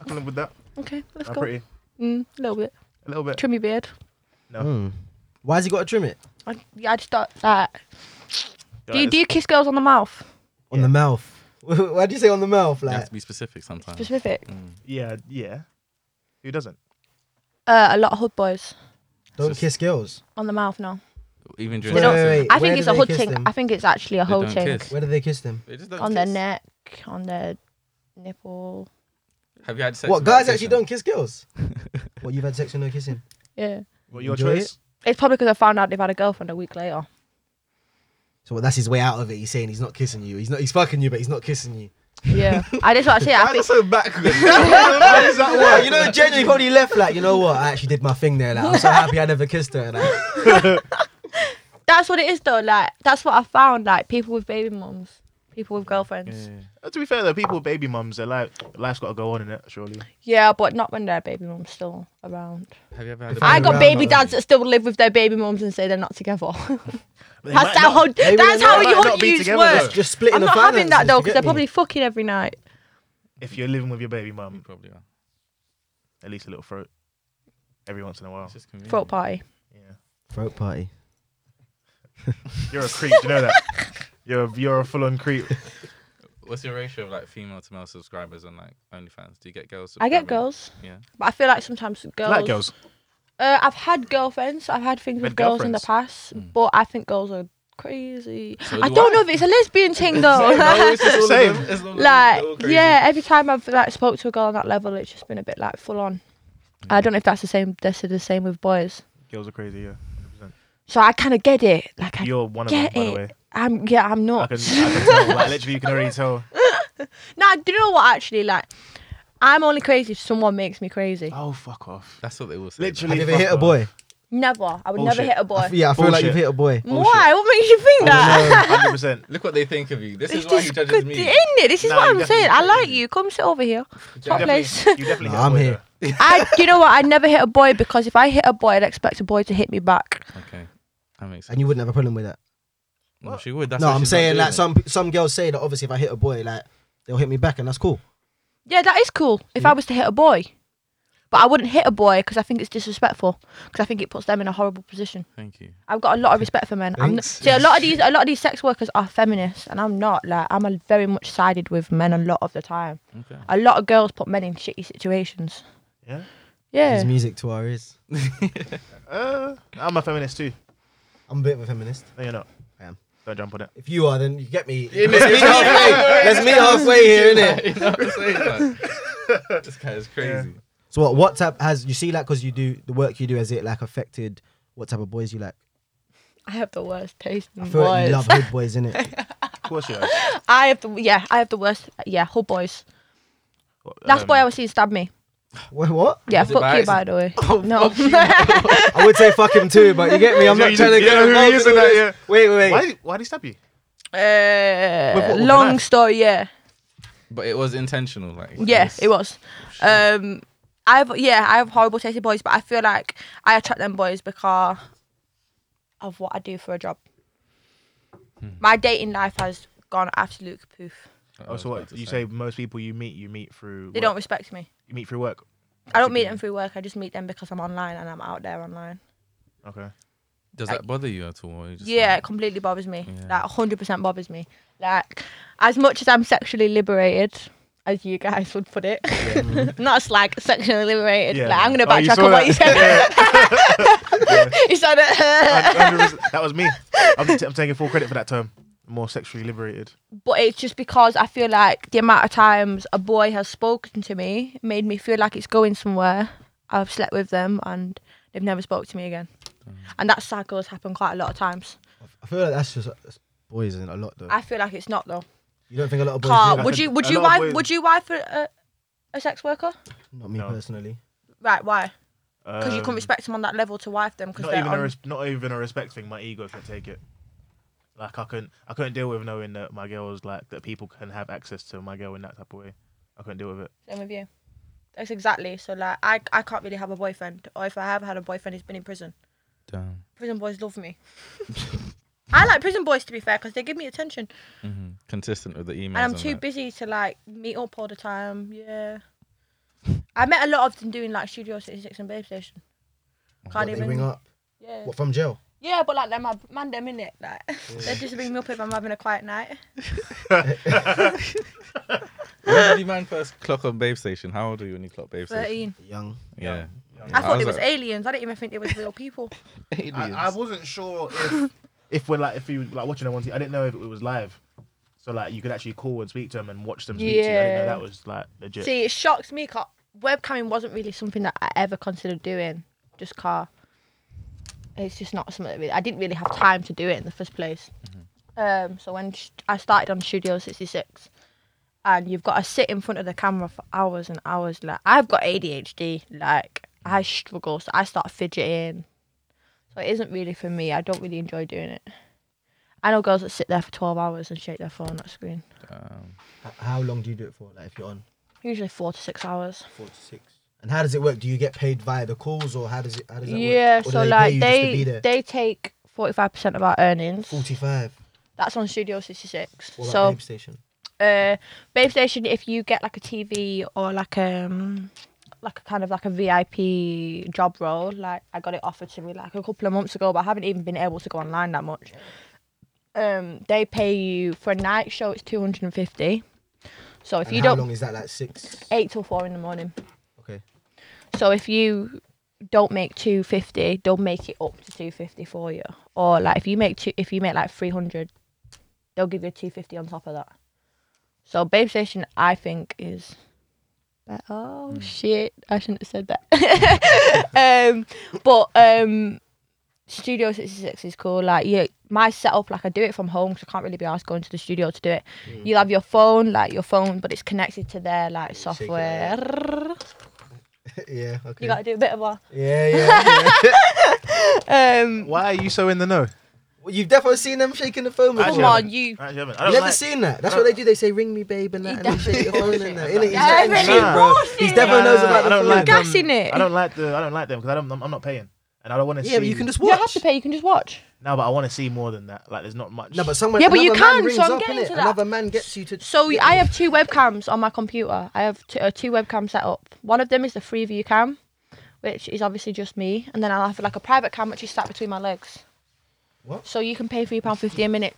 Speaker 2: I can live with that.
Speaker 4: Okay, let's
Speaker 2: I'm
Speaker 4: go.
Speaker 2: pretty.
Speaker 4: Mm, a little bit.
Speaker 2: A little bit.
Speaker 4: Trim your beard.
Speaker 3: Mm. Why has he got to trim it
Speaker 4: I, yeah, I just thought that. Do you do you kiss girls on the mouth?
Speaker 3: on the mouth? Why do you say on the mouth?
Speaker 1: You
Speaker 3: Like
Speaker 1: have to be specific sometimes. Mm.
Speaker 4: Specific.
Speaker 2: Yeah. Yeah. Who doesn't?
Speaker 4: Uh, a lot of hood boys
Speaker 3: don't kiss girls.
Speaker 4: on the mouth now.
Speaker 1: Even
Speaker 3: Wait,
Speaker 1: during.
Speaker 3: wait,
Speaker 1: sex,
Speaker 3: wait.
Speaker 4: I
Speaker 3: Where
Speaker 4: think it's
Speaker 3: do
Speaker 4: a
Speaker 3: they
Speaker 4: hood
Speaker 3: kiss
Speaker 4: thing.
Speaker 3: them?
Speaker 4: I think it's actually a
Speaker 1: They
Speaker 4: whole
Speaker 1: don't
Speaker 4: thing
Speaker 1: kiss.
Speaker 3: Where do they kiss them?
Speaker 1: They just don't
Speaker 4: on their
Speaker 1: kiss.
Speaker 4: neck, on their nipple.
Speaker 1: Have you had sex?
Speaker 3: What
Speaker 1: without
Speaker 3: guys actually
Speaker 1: kissing?
Speaker 3: don't kiss girls? what you've had sex with no kissing?
Speaker 4: Yeah.
Speaker 2: What your
Speaker 3: Enjoy
Speaker 2: choice?
Speaker 4: It's probably because I found out they've had a girlfriend a week later.
Speaker 3: So what, that's his way out of it. He's saying he's not kissing you. He's not. He's fucking you, but he's not kissing you.
Speaker 4: Yeah. I just want to say I think
Speaker 3: so backwards.
Speaker 2: How does that work?
Speaker 3: you know, genuinely probably left like, you know what? I actually did my thing there. Like, I'm so happy I never kissed her. Like,
Speaker 4: that's what it is though. Like that's what I found. Like people with baby mums, people with girlfriends. Yeah,
Speaker 2: Uh, To be fair though, people with baby mums, their life life's got to go on in it. Surely.
Speaker 4: but not when their baby mum's still around.
Speaker 1: Have you ever had a
Speaker 4: I
Speaker 3: Around,
Speaker 4: got baby
Speaker 3: not-
Speaker 4: dads that still live with their baby mums and say they're not together.
Speaker 2: They might
Speaker 4: that's
Speaker 2: not-
Speaker 4: how.
Speaker 3: they
Speaker 4: That's
Speaker 3: might
Speaker 4: how
Speaker 2: not-
Speaker 4: you
Speaker 2: not
Speaker 4: ought to
Speaker 2: be
Speaker 4: use
Speaker 2: together,
Speaker 4: words.
Speaker 2: though.
Speaker 3: Just splitting
Speaker 4: I'm
Speaker 3: the
Speaker 4: not having
Speaker 3: finances,
Speaker 4: that though
Speaker 3: you get
Speaker 4: because they're
Speaker 3: me?
Speaker 4: probably fucking every night.
Speaker 2: If you're living with your baby mum,
Speaker 1: Um, Probably are.
Speaker 2: at least a little throat every once in a while.
Speaker 1: It's just convenient.
Speaker 4: Throat party.
Speaker 2: Yeah.
Speaker 3: throat party.
Speaker 2: You're a creep. you know that. You're a, you're a full on creep.
Speaker 1: What's your ratio of like female to male subscribers on like OnlyFans? Do you get girls?
Speaker 4: I get
Speaker 1: subscribing?
Speaker 4: girls,
Speaker 1: Yeah.
Speaker 4: but I feel like sometimes girls.
Speaker 2: Black girls.
Speaker 4: Uh, I've had girlfriends. I've had things
Speaker 2: Had
Speaker 4: with
Speaker 2: Mm.
Speaker 4: girls in the past, but I think girls are crazy. I don't know if it's a lesbian thing though.
Speaker 2: Same.
Speaker 4: Oh. like yeah every time i've like spoke to a girl on that level it's just been a bit like full on
Speaker 2: Mm.
Speaker 4: i don't know if that's the same that's the same with boys
Speaker 2: Girls are crazy. Yeah. 100%.
Speaker 4: so i kind of get it like I,
Speaker 2: You're one of them,
Speaker 4: Get
Speaker 2: by the
Speaker 4: it.
Speaker 2: way.
Speaker 4: i'm yeah i'm
Speaker 2: I
Speaker 4: not
Speaker 2: can, I can tell. Like literally, you can already tell.
Speaker 4: no do you know what actually like i'm only crazy if someone makes me crazy
Speaker 2: Oh fuck off.
Speaker 1: That's what they will say.
Speaker 2: Literally.
Speaker 3: Have you ever
Speaker 2: fuck
Speaker 3: hit a
Speaker 2: off.
Speaker 3: boy?
Speaker 4: never i would
Speaker 2: Bullshit.
Speaker 4: never hit a boy
Speaker 3: I f- yeah, I feel like you've
Speaker 2: Bullshit.
Speaker 3: hit a boy.
Speaker 4: why what makes you think that
Speaker 2: Hundred percent.
Speaker 1: Look what they think of you. This is
Speaker 4: It's
Speaker 1: why he
Speaker 4: just
Speaker 1: judges
Speaker 4: good,
Speaker 1: me.
Speaker 4: isn't it? This is
Speaker 2: Nah,
Speaker 4: what
Speaker 2: you
Speaker 4: I'm saying. I
Speaker 2: definitely-
Speaker 4: like you. Come sit over here.
Speaker 2: You
Speaker 4: Top
Speaker 2: definitely,
Speaker 4: place.
Speaker 2: you definitely
Speaker 3: Nah,
Speaker 2: hit a
Speaker 3: I'm
Speaker 2: boy,
Speaker 3: here.
Speaker 2: though.
Speaker 4: I, you know what? I never hit a boy because if I hit a boy, I'd expect a boy to hit me back.
Speaker 1: Okay, that makes sense.
Speaker 3: And you wouldn't have a problem with that.
Speaker 1: No, she would. That's
Speaker 3: no,
Speaker 1: why
Speaker 3: I'm
Speaker 1: she's not
Speaker 3: saying
Speaker 1: doing
Speaker 3: like
Speaker 1: it.
Speaker 3: some some girls say that obviously if I hit a boy, like they'll hit me back, and that's cool.
Speaker 4: Yeah, that is cool. If I was to hit a boy, but I wouldn't hit a boy because I think it's disrespectful. Because I think it puts them in a horrible position.
Speaker 1: Thank you.
Speaker 4: I've got a lot of respect for men. I'm,
Speaker 3: Thanks.
Speaker 4: see, a lot of these, a lot of these sex workers are feminists, and I'm not. Like, I'm a very much sided with men a lot of the time.
Speaker 1: Okay.
Speaker 4: A lot of girls put men in shitty situations.
Speaker 2: Yeah.
Speaker 3: There's
Speaker 4: Yeah.
Speaker 3: music to our ears.
Speaker 2: Uh, I'm a feminist too.
Speaker 3: I'm a bit of a feminist.
Speaker 2: No, you're not.
Speaker 3: I am.
Speaker 2: Don't jump on it.
Speaker 3: If you are, then you get me. Let's meet halfway. Let's meet halfway here, innit?
Speaker 1: You know what I'm saying? Like, this guy is crazy.
Speaker 3: So what WhatsApp has you see like because you do the work you do has it like affected what type of boys you like?
Speaker 4: I have the worst taste in
Speaker 3: I feel like
Speaker 4: boys.
Speaker 3: you love hood boys, innit?
Speaker 2: Of course you are.
Speaker 4: I have the yeah, I have the worst yeah, whole boys. Last
Speaker 2: Um,
Speaker 4: boy I ever seen stab me.
Speaker 3: Wait, what?
Speaker 4: Yeah,
Speaker 1: Was it
Speaker 4: fuck
Speaker 1: by
Speaker 4: you by
Speaker 1: accident?
Speaker 4: the way.
Speaker 3: Oh,
Speaker 4: no.
Speaker 3: I would say fuck him too, but you get me. I'm
Speaker 2: Yeah,
Speaker 3: not
Speaker 2: you
Speaker 3: trying to
Speaker 2: didn't-
Speaker 3: get
Speaker 2: yeah, who
Speaker 3: involved
Speaker 2: is
Speaker 3: in
Speaker 2: it
Speaker 3: all
Speaker 2: that-
Speaker 3: this. Wait, wait,
Speaker 2: Why
Speaker 3: wait.
Speaker 2: did, why did he stab you? With
Speaker 4: Uh,
Speaker 2: what- with a
Speaker 4: long
Speaker 2: knife?
Speaker 4: story, yeah.
Speaker 1: But it was intentional, like.
Speaker 4: Yeah, it was. Um, I have yeah, I have horrible taste in boys, but I feel like I attract them boys because of what I do for a job.
Speaker 2: Hmm.
Speaker 4: My dating life has gone absolute poof.
Speaker 2: Oh,
Speaker 1: Uh,
Speaker 2: so what? You say most people you meet, you meet through.
Speaker 4: They
Speaker 2: work.
Speaker 4: don't respect me.
Speaker 2: You meet through work.
Speaker 4: I don't meet them through work. I just meet them because I'm online and I'm out there online.
Speaker 2: Okay.
Speaker 1: Does that bother you at all? or you just
Speaker 4: yeah,
Speaker 1: like-
Speaker 4: it completely bothers me.
Speaker 1: Yeah.
Speaker 4: Like 100% bothers me. Like, as much as I'm sexually liberated, as you guys would put it, not as like sexually liberated.
Speaker 2: Yeah.
Speaker 4: Like, I'm gonna
Speaker 2: Oh, you
Speaker 4: backtrack
Speaker 2: saw
Speaker 4: on
Speaker 2: that?
Speaker 4: what you said. you said it.
Speaker 2: Hun- hundred percent- that was me. I'm, t- I'm taking full credit for that term. More sexually liberated.
Speaker 4: but it's just because I feel like the amount of times a boy has spoken to me made me feel like it's going somewhere. I've slept with them and they've never spoke to me again.
Speaker 2: Mm.
Speaker 4: And that cycle has happened quite a lot of times.
Speaker 3: I feel like that's just that's boys and a lot though.
Speaker 4: I feel like it's not though.
Speaker 3: You don't think a lot of boys do
Speaker 4: Carl,
Speaker 3: that?
Speaker 4: would you would
Speaker 2: A
Speaker 4: you
Speaker 2: lot of
Speaker 4: wife
Speaker 2: boys-
Speaker 4: would you wife a, a, a sex worker?
Speaker 3: Not me
Speaker 2: No.
Speaker 3: personally.
Speaker 4: Right? Why? Because you
Speaker 2: Um,
Speaker 4: can respect them on that level to wife them. Because
Speaker 2: Not
Speaker 4: they're
Speaker 2: even a
Speaker 4: on-
Speaker 2: res- not even a respect thing. My ego can take it. Like I couldn't I couldn't deal with knowing that my girl's like that people can have access to my girl in that type of way. I couldn't deal with it.
Speaker 4: same with you. That's exactly. So like, I I can't really have a boyfriend, or if I have had a boyfriend, he's been in prison.
Speaker 1: Damn.
Speaker 4: Prison boys love me. I like prison boys to be fair because they give me attention.
Speaker 1: Mhm. Consistent with the emails.
Speaker 4: and I'm
Speaker 1: and
Speaker 4: too
Speaker 1: that.
Speaker 4: busy to like meet up all the time. Yeah. I met a lot of them doing like Studio 66 and Babe Station.
Speaker 3: What,
Speaker 4: Can't
Speaker 3: they
Speaker 4: even.
Speaker 3: ring up
Speaker 4: Yeah.
Speaker 3: what, from jail.
Speaker 4: Yeah, but like they're my man them in it. Like they just ring me up if I'm having a quiet night.
Speaker 1: When did you man first clock on Babe Station? How old were you when you clocked Babe Station?
Speaker 4: Thirteen.
Speaker 3: Young.
Speaker 1: Yeah.
Speaker 4: I thought
Speaker 1: was
Speaker 4: it was
Speaker 1: like-
Speaker 4: aliens. I didn't even think it was real people.
Speaker 1: Aliens.
Speaker 2: I, I wasn't sure if if we're like if you like watching them on TV. I didn't know if it was live. So like you could actually call and speak to them and watch them speak to you. I didn't know
Speaker 4: Yeah.
Speaker 2: that was like legit.
Speaker 4: See, it shocks me. 'cause Webcamming wasn't really something that I ever considered doing. Just car. It's just not something that really. I didn't really have time to do it in the first place. Um, so when sh- I started on Studio 66, and you've got to sit in front of the camera for hours and hours. Like I've got ADHD. Like I struggle, so I start fidgeting. So it isn't really for me. I don't really enjoy doing it. I know girls that sit there for 12 hours and shake their phone at screen.
Speaker 1: Um,
Speaker 3: H- How long do you do it for? Like if you're on
Speaker 4: Usually four to six hours.
Speaker 3: four to six. And how does it work? Do you get paid via the calls or how does it? How does that
Speaker 4: Yeah,
Speaker 3: work? Or do
Speaker 4: so
Speaker 3: they pay
Speaker 4: like
Speaker 3: you just to
Speaker 4: they
Speaker 3: be there?
Speaker 4: they take 45% of our earnings.
Speaker 3: forty-five.
Speaker 4: That's on Studio 66.
Speaker 3: What about
Speaker 4: so
Speaker 3: Babe Station?
Speaker 4: uh Babe Station if you get like a TV or like um like a kind of like a VIP job role, like I got it offered to me like a couple of months ago, but I haven't even been able to go online that much. Um they pay you for a night show it's 250. So if
Speaker 3: And
Speaker 4: you
Speaker 3: how
Speaker 4: don't
Speaker 3: long is that? Like six.
Speaker 4: 8 till 4 in the morning.
Speaker 3: Okay.
Speaker 4: So if you don't make 250, they'll make it up to 250 for you. Or like if you make two, if you make like 300, they'll give you 250 on top of that. So Babe Station, I think is better.
Speaker 2: Hmm.
Speaker 4: Oh shit, I shouldn't have said that. um, but um, Studio 66 is cool. Like you, my setup, like I do it from home because I can't really be asked going to the studio to do it.
Speaker 2: Hmm.
Speaker 4: You'll have your phone, like your phone, but it's connected to their
Speaker 3: Shake
Speaker 4: like
Speaker 3: it
Speaker 4: software.
Speaker 3: yeah. Okay.
Speaker 4: You gotta do a bit of a
Speaker 3: yeah, yeah. yeah.
Speaker 4: Um,
Speaker 2: Why are you so in the know?
Speaker 3: well, you've definitely seen them shaking the phone.
Speaker 2: Actually,
Speaker 4: come
Speaker 3: before.
Speaker 2: I
Speaker 4: on,
Speaker 2: haven't.
Speaker 4: you.
Speaker 2: I actually haven't. I don't
Speaker 3: You never
Speaker 2: like-
Speaker 3: seen that. That's what they do. They say, "Ring me, babe," and
Speaker 4: He
Speaker 3: that, and they shake your phone and that. Innit? He's
Speaker 4: Yeah,
Speaker 3: not
Speaker 4: really
Speaker 3: into shit, bro.
Speaker 4: forced
Speaker 3: He's
Speaker 4: it.
Speaker 3: definitely knows
Speaker 2: Nah,
Speaker 3: about
Speaker 2: I
Speaker 3: the
Speaker 2: don't
Speaker 3: phone.
Speaker 2: like
Speaker 4: Gas
Speaker 2: them.
Speaker 4: in it.
Speaker 2: I don't like the. I don't like them because I don't. I'm, I'm not paying, and I don't want to see.
Speaker 3: Yeah, but you can just
Speaker 4: You
Speaker 3: watch.
Speaker 4: don't have to pay. You can just watch.
Speaker 2: No, but I want to see more than that. Like, there's not much.
Speaker 3: No, but someone.
Speaker 4: Yeah, but you
Speaker 3: another man
Speaker 4: can, so
Speaker 3: rings
Speaker 4: I'm
Speaker 3: up,
Speaker 4: getting
Speaker 3: innit?
Speaker 4: to that.
Speaker 3: Another man gets you to.
Speaker 4: So
Speaker 3: Yeah.
Speaker 4: I have two webcams on my computer. I have t- uh, two webcams set up. One of them is the free view cam, which is obviously just me, and then I'll have like a private cam which is sat between my legs.
Speaker 3: What?
Speaker 4: So you can pay three pound fifty a minute.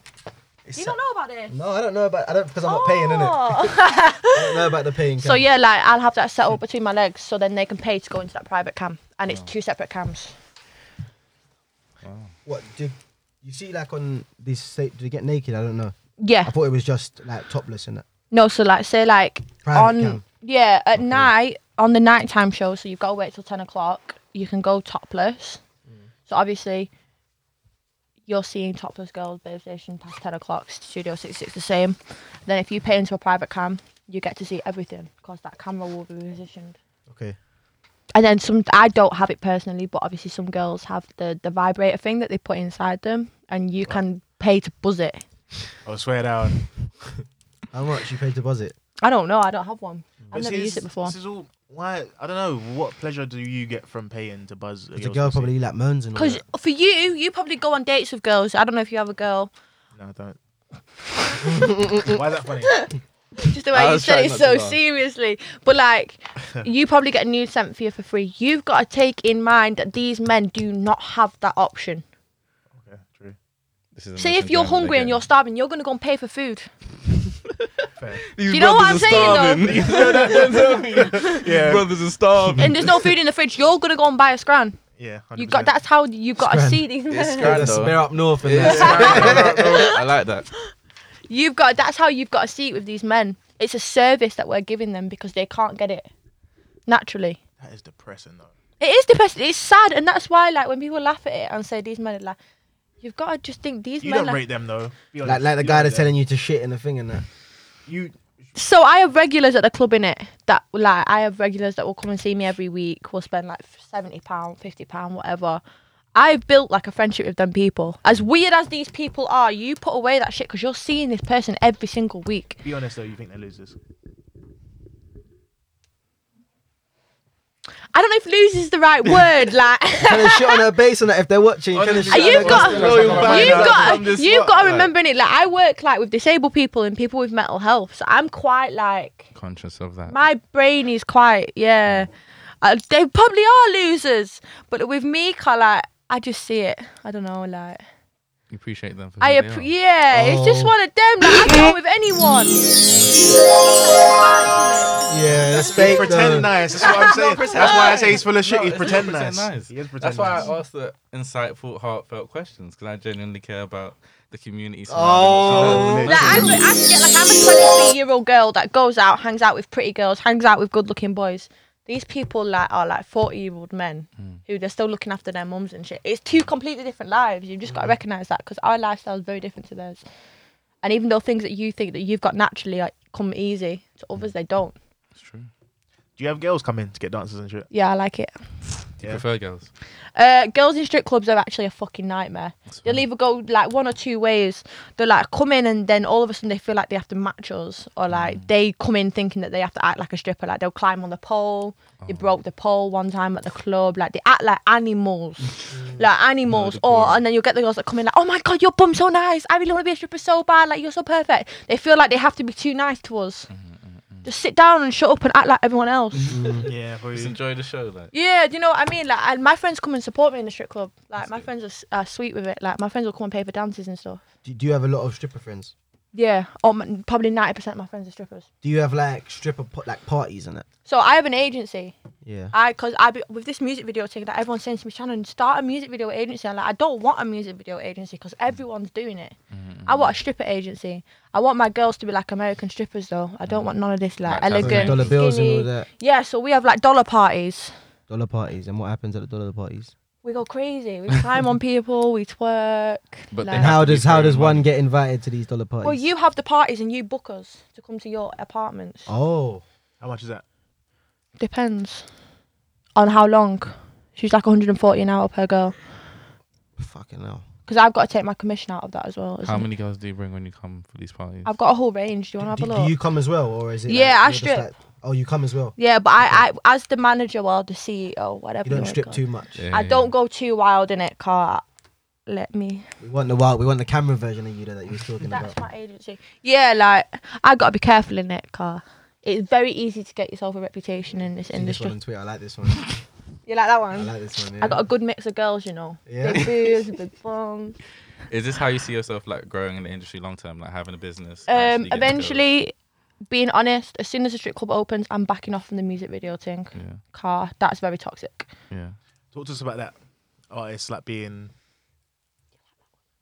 Speaker 3: It's
Speaker 4: You
Speaker 3: so-
Speaker 4: don't know about this.
Speaker 3: No, I don't know about. I don't because I'm not paying, innit?
Speaker 4: Oh.
Speaker 3: I don't know about the paying.
Speaker 4: so
Speaker 3: cam.
Speaker 4: yeah, like I'll have that set up between my legs, so then they can pay to go into that private cam, and
Speaker 3: Oh.
Speaker 4: it's two separate cams.
Speaker 3: What do you see? Like on these, sta- do they get naked? I don't know.
Speaker 4: Yeah.
Speaker 3: I thought it was just like topless and that.
Speaker 4: No, so like say like
Speaker 3: Private
Speaker 4: on
Speaker 3: cam.
Speaker 4: yeah at night on the nighttime show, so you've got to wait till ten o'clock. You can go topless. So obviously, you're seeing topless girls, Babe Station past ten o'clock. Studio Six Six the same. Then if you pay into a private cam, you get to see everything because that camera will be positioned.
Speaker 3: Okay.
Speaker 4: And then some. I don't have it personally, but obviously some girls have the the vibrator thing that they put inside them, and you can pay to buzz it.
Speaker 2: I swear down.
Speaker 3: How much you paid to buzz it?
Speaker 4: I don't know. I don't have one. I've
Speaker 2: This
Speaker 4: never
Speaker 2: is-
Speaker 4: used it before.
Speaker 2: This is all. Why? I don't know. What pleasure do you get from paying to buzz? a
Speaker 3: Because the
Speaker 2: girl's
Speaker 3: girl
Speaker 2: pussy?
Speaker 3: probably like moans and all
Speaker 4: Because
Speaker 3: that.
Speaker 4: for you, you probably go on dates with girls. I don't know if you have a girl.
Speaker 2: No, I don't. Why is that funny?
Speaker 4: Just the way
Speaker 1: I
Speaker 4: you
Speaker 1: was
Speaker 4: said
Speaker 1: trying
Speaker 4: it
Speaker 1: not
Speaker 4: so
Speaker 1: to laugh.
Speaker 4: seriously. But like, you probably get a nude sent for you for free. You've got to take in mind that these men do not have that option.
Speaker 2: Okay, true.
Speaker 1: this is the
Speaker 4: Say
Speaker 1: most
Speaker 4: if you're
Speaker 1: enjoyment they
Speaker 4: hungry and
Speaker 1: get.
Speaker 4: you're starving, you're going to go and pay for food.
Speaker 2: Fair.
Speaker 1: These
Speaker 4: You know what
Speaker 1: brothers
Speaker 4: I'm
Speaker 1: are
Speaker 4: saying,
Speaker 1: starving. You know what I'm saying?
Speaker 2: Yeah.
Speaker 1: Brothers are starving.
Speaker 4: And there's no food in the fridge. You're going to go and buy a scran.
Speaker 2: Yeah. 100%.
Speaker 4: You got that's how you've got to
Speaker 3: Scran.
Speaker 4: see these
Speaker 1: It's
Speaker 4: men.
Speaker 1: scran.
Speaker 3: That's
Speaker 1: though.
Speaker 3: Spare up north and
Speaker 1: Yeah,
Speaker 3: that.
Speaker 1: I like that.
Speaker 4: You've got that's how you've got to see it with these men. It's a service that we're giving them because they can't get it naturally.
Speaker 2: That is depressing though.
Speaker 4: It is depressing. It's sad, and that's why, like, when people laugh at it and say these men are like, you've got to just think these
Speaker 2: You
Speaker 4: men.
Speaker 2: don't
Speaker 4: Like,
Speaker 2: rate them though. Be
Speaker 3: Like,
Speaker 2: honest.
Speaker 3: like the
Speaker 2: You
Speaker 3: guy
Speaker 2: don't
Speaker 3: that's
Speaker 2: rate
Speaker 3: telling you to shit in the thing and that.
Speaker 2: them. you.
Speaker 4: so I have regulars at the club in it that like I have regulars that will come and see me every week. Will spend like seventy pound, fifty pound, whatever. I've built like a friendship with them people. As weird as these people are, you put away that shit because you're seeing this person every single week.
Speaker 2: Be honest though. You think they're losers?
Speaker 4: I don't know if lose is the right word. Like,
Speaker 3: Trying to shit on her base and that if they're watching. trying to
Speaker 1: Honestly,
Speaker 3: shit
Speaker 1: I
Speaker 3: on
Speaker 4: you've
Speaker 3: her
Speaker 4: got,
Speaker 3: base.
Speaker 4: you've
Speaker 1: Loyal band up from
Speaker 4: got,
Speaker 1: this
Speaker 4: you've got to
Speaker 1: spotlight.
Speaker 4: remember it. Like, I work like with disabled people and people with mental health, so I'm quite like.
Speaker 1: Conscious of that.
Speaker 4: My brain is quite, yeah. Uh, they probably are losers, but with me, I like, I just see it. I don't know, like
Speaker 1: You appreciate them. For
Speaker 4: I
Speaker 1: who they are.
Speaker 4: appre yeah, it's just
Speaker 3: Oh.
Speaker 4: one of them. Like, I go with anyone.
Speaker 3: Yeah, that's
Speaker 2: They
Speaker 3: fake.
Speaker 2: pretend
Speaker 3: though.
Speaker 2: nice. That's what I'm saying. That's why I say he's full of shit.
Speaker 1: No,
Speaker 2: he's
Speaker 1: it's not
Speaker 2: pretend
Speaker 1: pretend
Speaker 2: nice.
Speaker 1: nice.
Speaker 2: He is pretend
Speaker 1: That's why
Speaker 2: nice.
Speaker 1: I ask the insightful, heartfelt questions because I genuinely care about the community.
Speaker 3: Oh.
Speaker 1: surrounding
Speaker 4: Like
Speaker 1: myself.
Speaker 4: I'm, I'm, yeah, like I'm a 23 year old girl that goes out, hangs out with pretty girls, hangs out with good looking boys. These people like are like 40 year old men who they're still looking after their mums and shit. It's two completely different lives. You've just got to recognize that because our lifestyle is very different to theirs. And even though things that you think that you've got naturally like come easy to others, they don't.
Speaker 1: It's true.
Speaker 2: Do you have girls come in to get dances and shit?
Speaker 4: Yeah, I like it.
Speaker 1: Do you
Speaker 2: Yeah.
Speaker 1: prefer girls?
Speaker 4: Uh, girls in strip clubs are actually a fucking nightmare. They'll either go like one or two ways. They'll like come in and then all of a sudden they feel like they have to match us, or like they come in thinking that they have to act like a stripper. Like they'll climb on the pole. They broke the pole one time at the club. Like they act like animals, like animals. or and then you'll get the girls that come in like, oh my god, your bum's so nice. I really want to be a stripper so bad. Like you're so perfect. They feel like they have to be too nice to us. Just sit down and shut up and act like everyone else.
Speaker 2: Yeah,
Speaker 1: Just
Speaker 2: probably.
Speaker 1: enjoy the show, like.
Speaker 4: Yeah, do you know what I mean? Like, and my friends come and support me in the strip club. Like, my friends are, s- are sweet with it. Like, my friends will come and pay for dances and stuff.
Speaker 3: Do, do you have a lot of stripper friends?
Speaker 4: Yeah, or m- probably ninety percent of my friends are strippers.
Speaker 3: Do you have like stripper po- like parties and that?
Speaker 4: So I have an agency.
Speaker 3: Yeah.
Speaker 4: I, cause I be, with this music video thing that everyone's saying to me, Shannon, start a music video agency. I'm like, I don't want a music video agency because everyone's doing it.
Speaker 1: Mm-hmm.
Speaker 4: I want a stripper agency. I want my girls to be like American strippers though. I don't want none of this
Speaker 1: Like,
Speaker 4: like
Speaker 1: Mm-hmm. that's
Speaker 4: elegant,
Speaker 3: Dollar bills and all
Speaker 4: skinny-
Speaker 3: that.
Speaker 4: Yeah, so we have like dollar parties.
Speaker 3: Dollar parties. And what happens at the dollar parties?
Speaker 4: We go crazy. We climb on people. We twerk.
Speaker 1: But they
Speaker 4: like-
Speaker 3: And how
Speaker 1: have to be
Speaker 3: does how
Speaker 1: very
Speaker 3: does one
Speaker 1: money.
Speaker 3: get invited to these dollar parties?
Speaker 4: Well, you have the parties and you book us to come to your apartments.
Speaker 3: Oh.
Speaker 2: How much is that?
Speaker 4: Depends on how long. She's like 140 an hour per girl.
Speaker 3: Fucking hell.
Speaker 4: Because I've got to take my commission out of that as well.
Speaker 1: How
Speaker 4: isn't it?
Speaker 1: many girls do you bring when you come for these parties?
Speaker 4: I've got a whole range. Do you
Speaker 3: Do,
Speaker 4: want to
Speaker 3: do-
Speaker 4: have a
Speaker 3: do
Speaker 4: look?
Speaker 3: you come as well, or is it?
Speaker 4: Yeah,
Speaker 3: like,
Speaker 4: I
Speaker 3: you're just
Speaker 4: strip.
Speaker 3: like- oh, you come as well.
Speaker 4: yeah, but I, I, as the manager or the CEO, whatever.
Speaker 3: You don't
Speaker 4: wanna
Speaker 3: strip
Speaker 4: call it,
Speaker 3: too much.
Speaker 1: Yeah,
Speaker 4: I
Speaker 1: yeah.
Speaker 4: don't go too wild in it, car. Let me.
Speaker 3: We want the wild. We want the camera version of you that you was talking
Speaker 4: That's
Speaker 3: about.
Speaker 4: my agency. Yeah, like I gotta be careful in it, car. It's very easy to get yourself a reputation in this
Speaker 3: See this one
Speaker 4: industry.
Speaker 3: on Twitter. I like this one.
Speaker 4: You like that
Speaker 3: I
Speaker 4: one?
Speaker 3: like this one. Yeah.
Speaker 4: I got a good mix of girls, you know.
Speaker 3: Yeah.
Speaker 4: Big boobs, big bum.
Speaker 1: Is this how you see yourself like growing in the industry long term, like having a business?
Speaker 4: Um,
Speaker 1: actually getting
Speaker 4: eventually, being honest, as soon as the strip club opens, I'm backing off from the music video thing.
Speaker 1: girls?
Speaker 4: Car, that's very toxic.
Speaker 1: Yeah, yeah.
Speaker 2: Talk to us about that. Artists like being.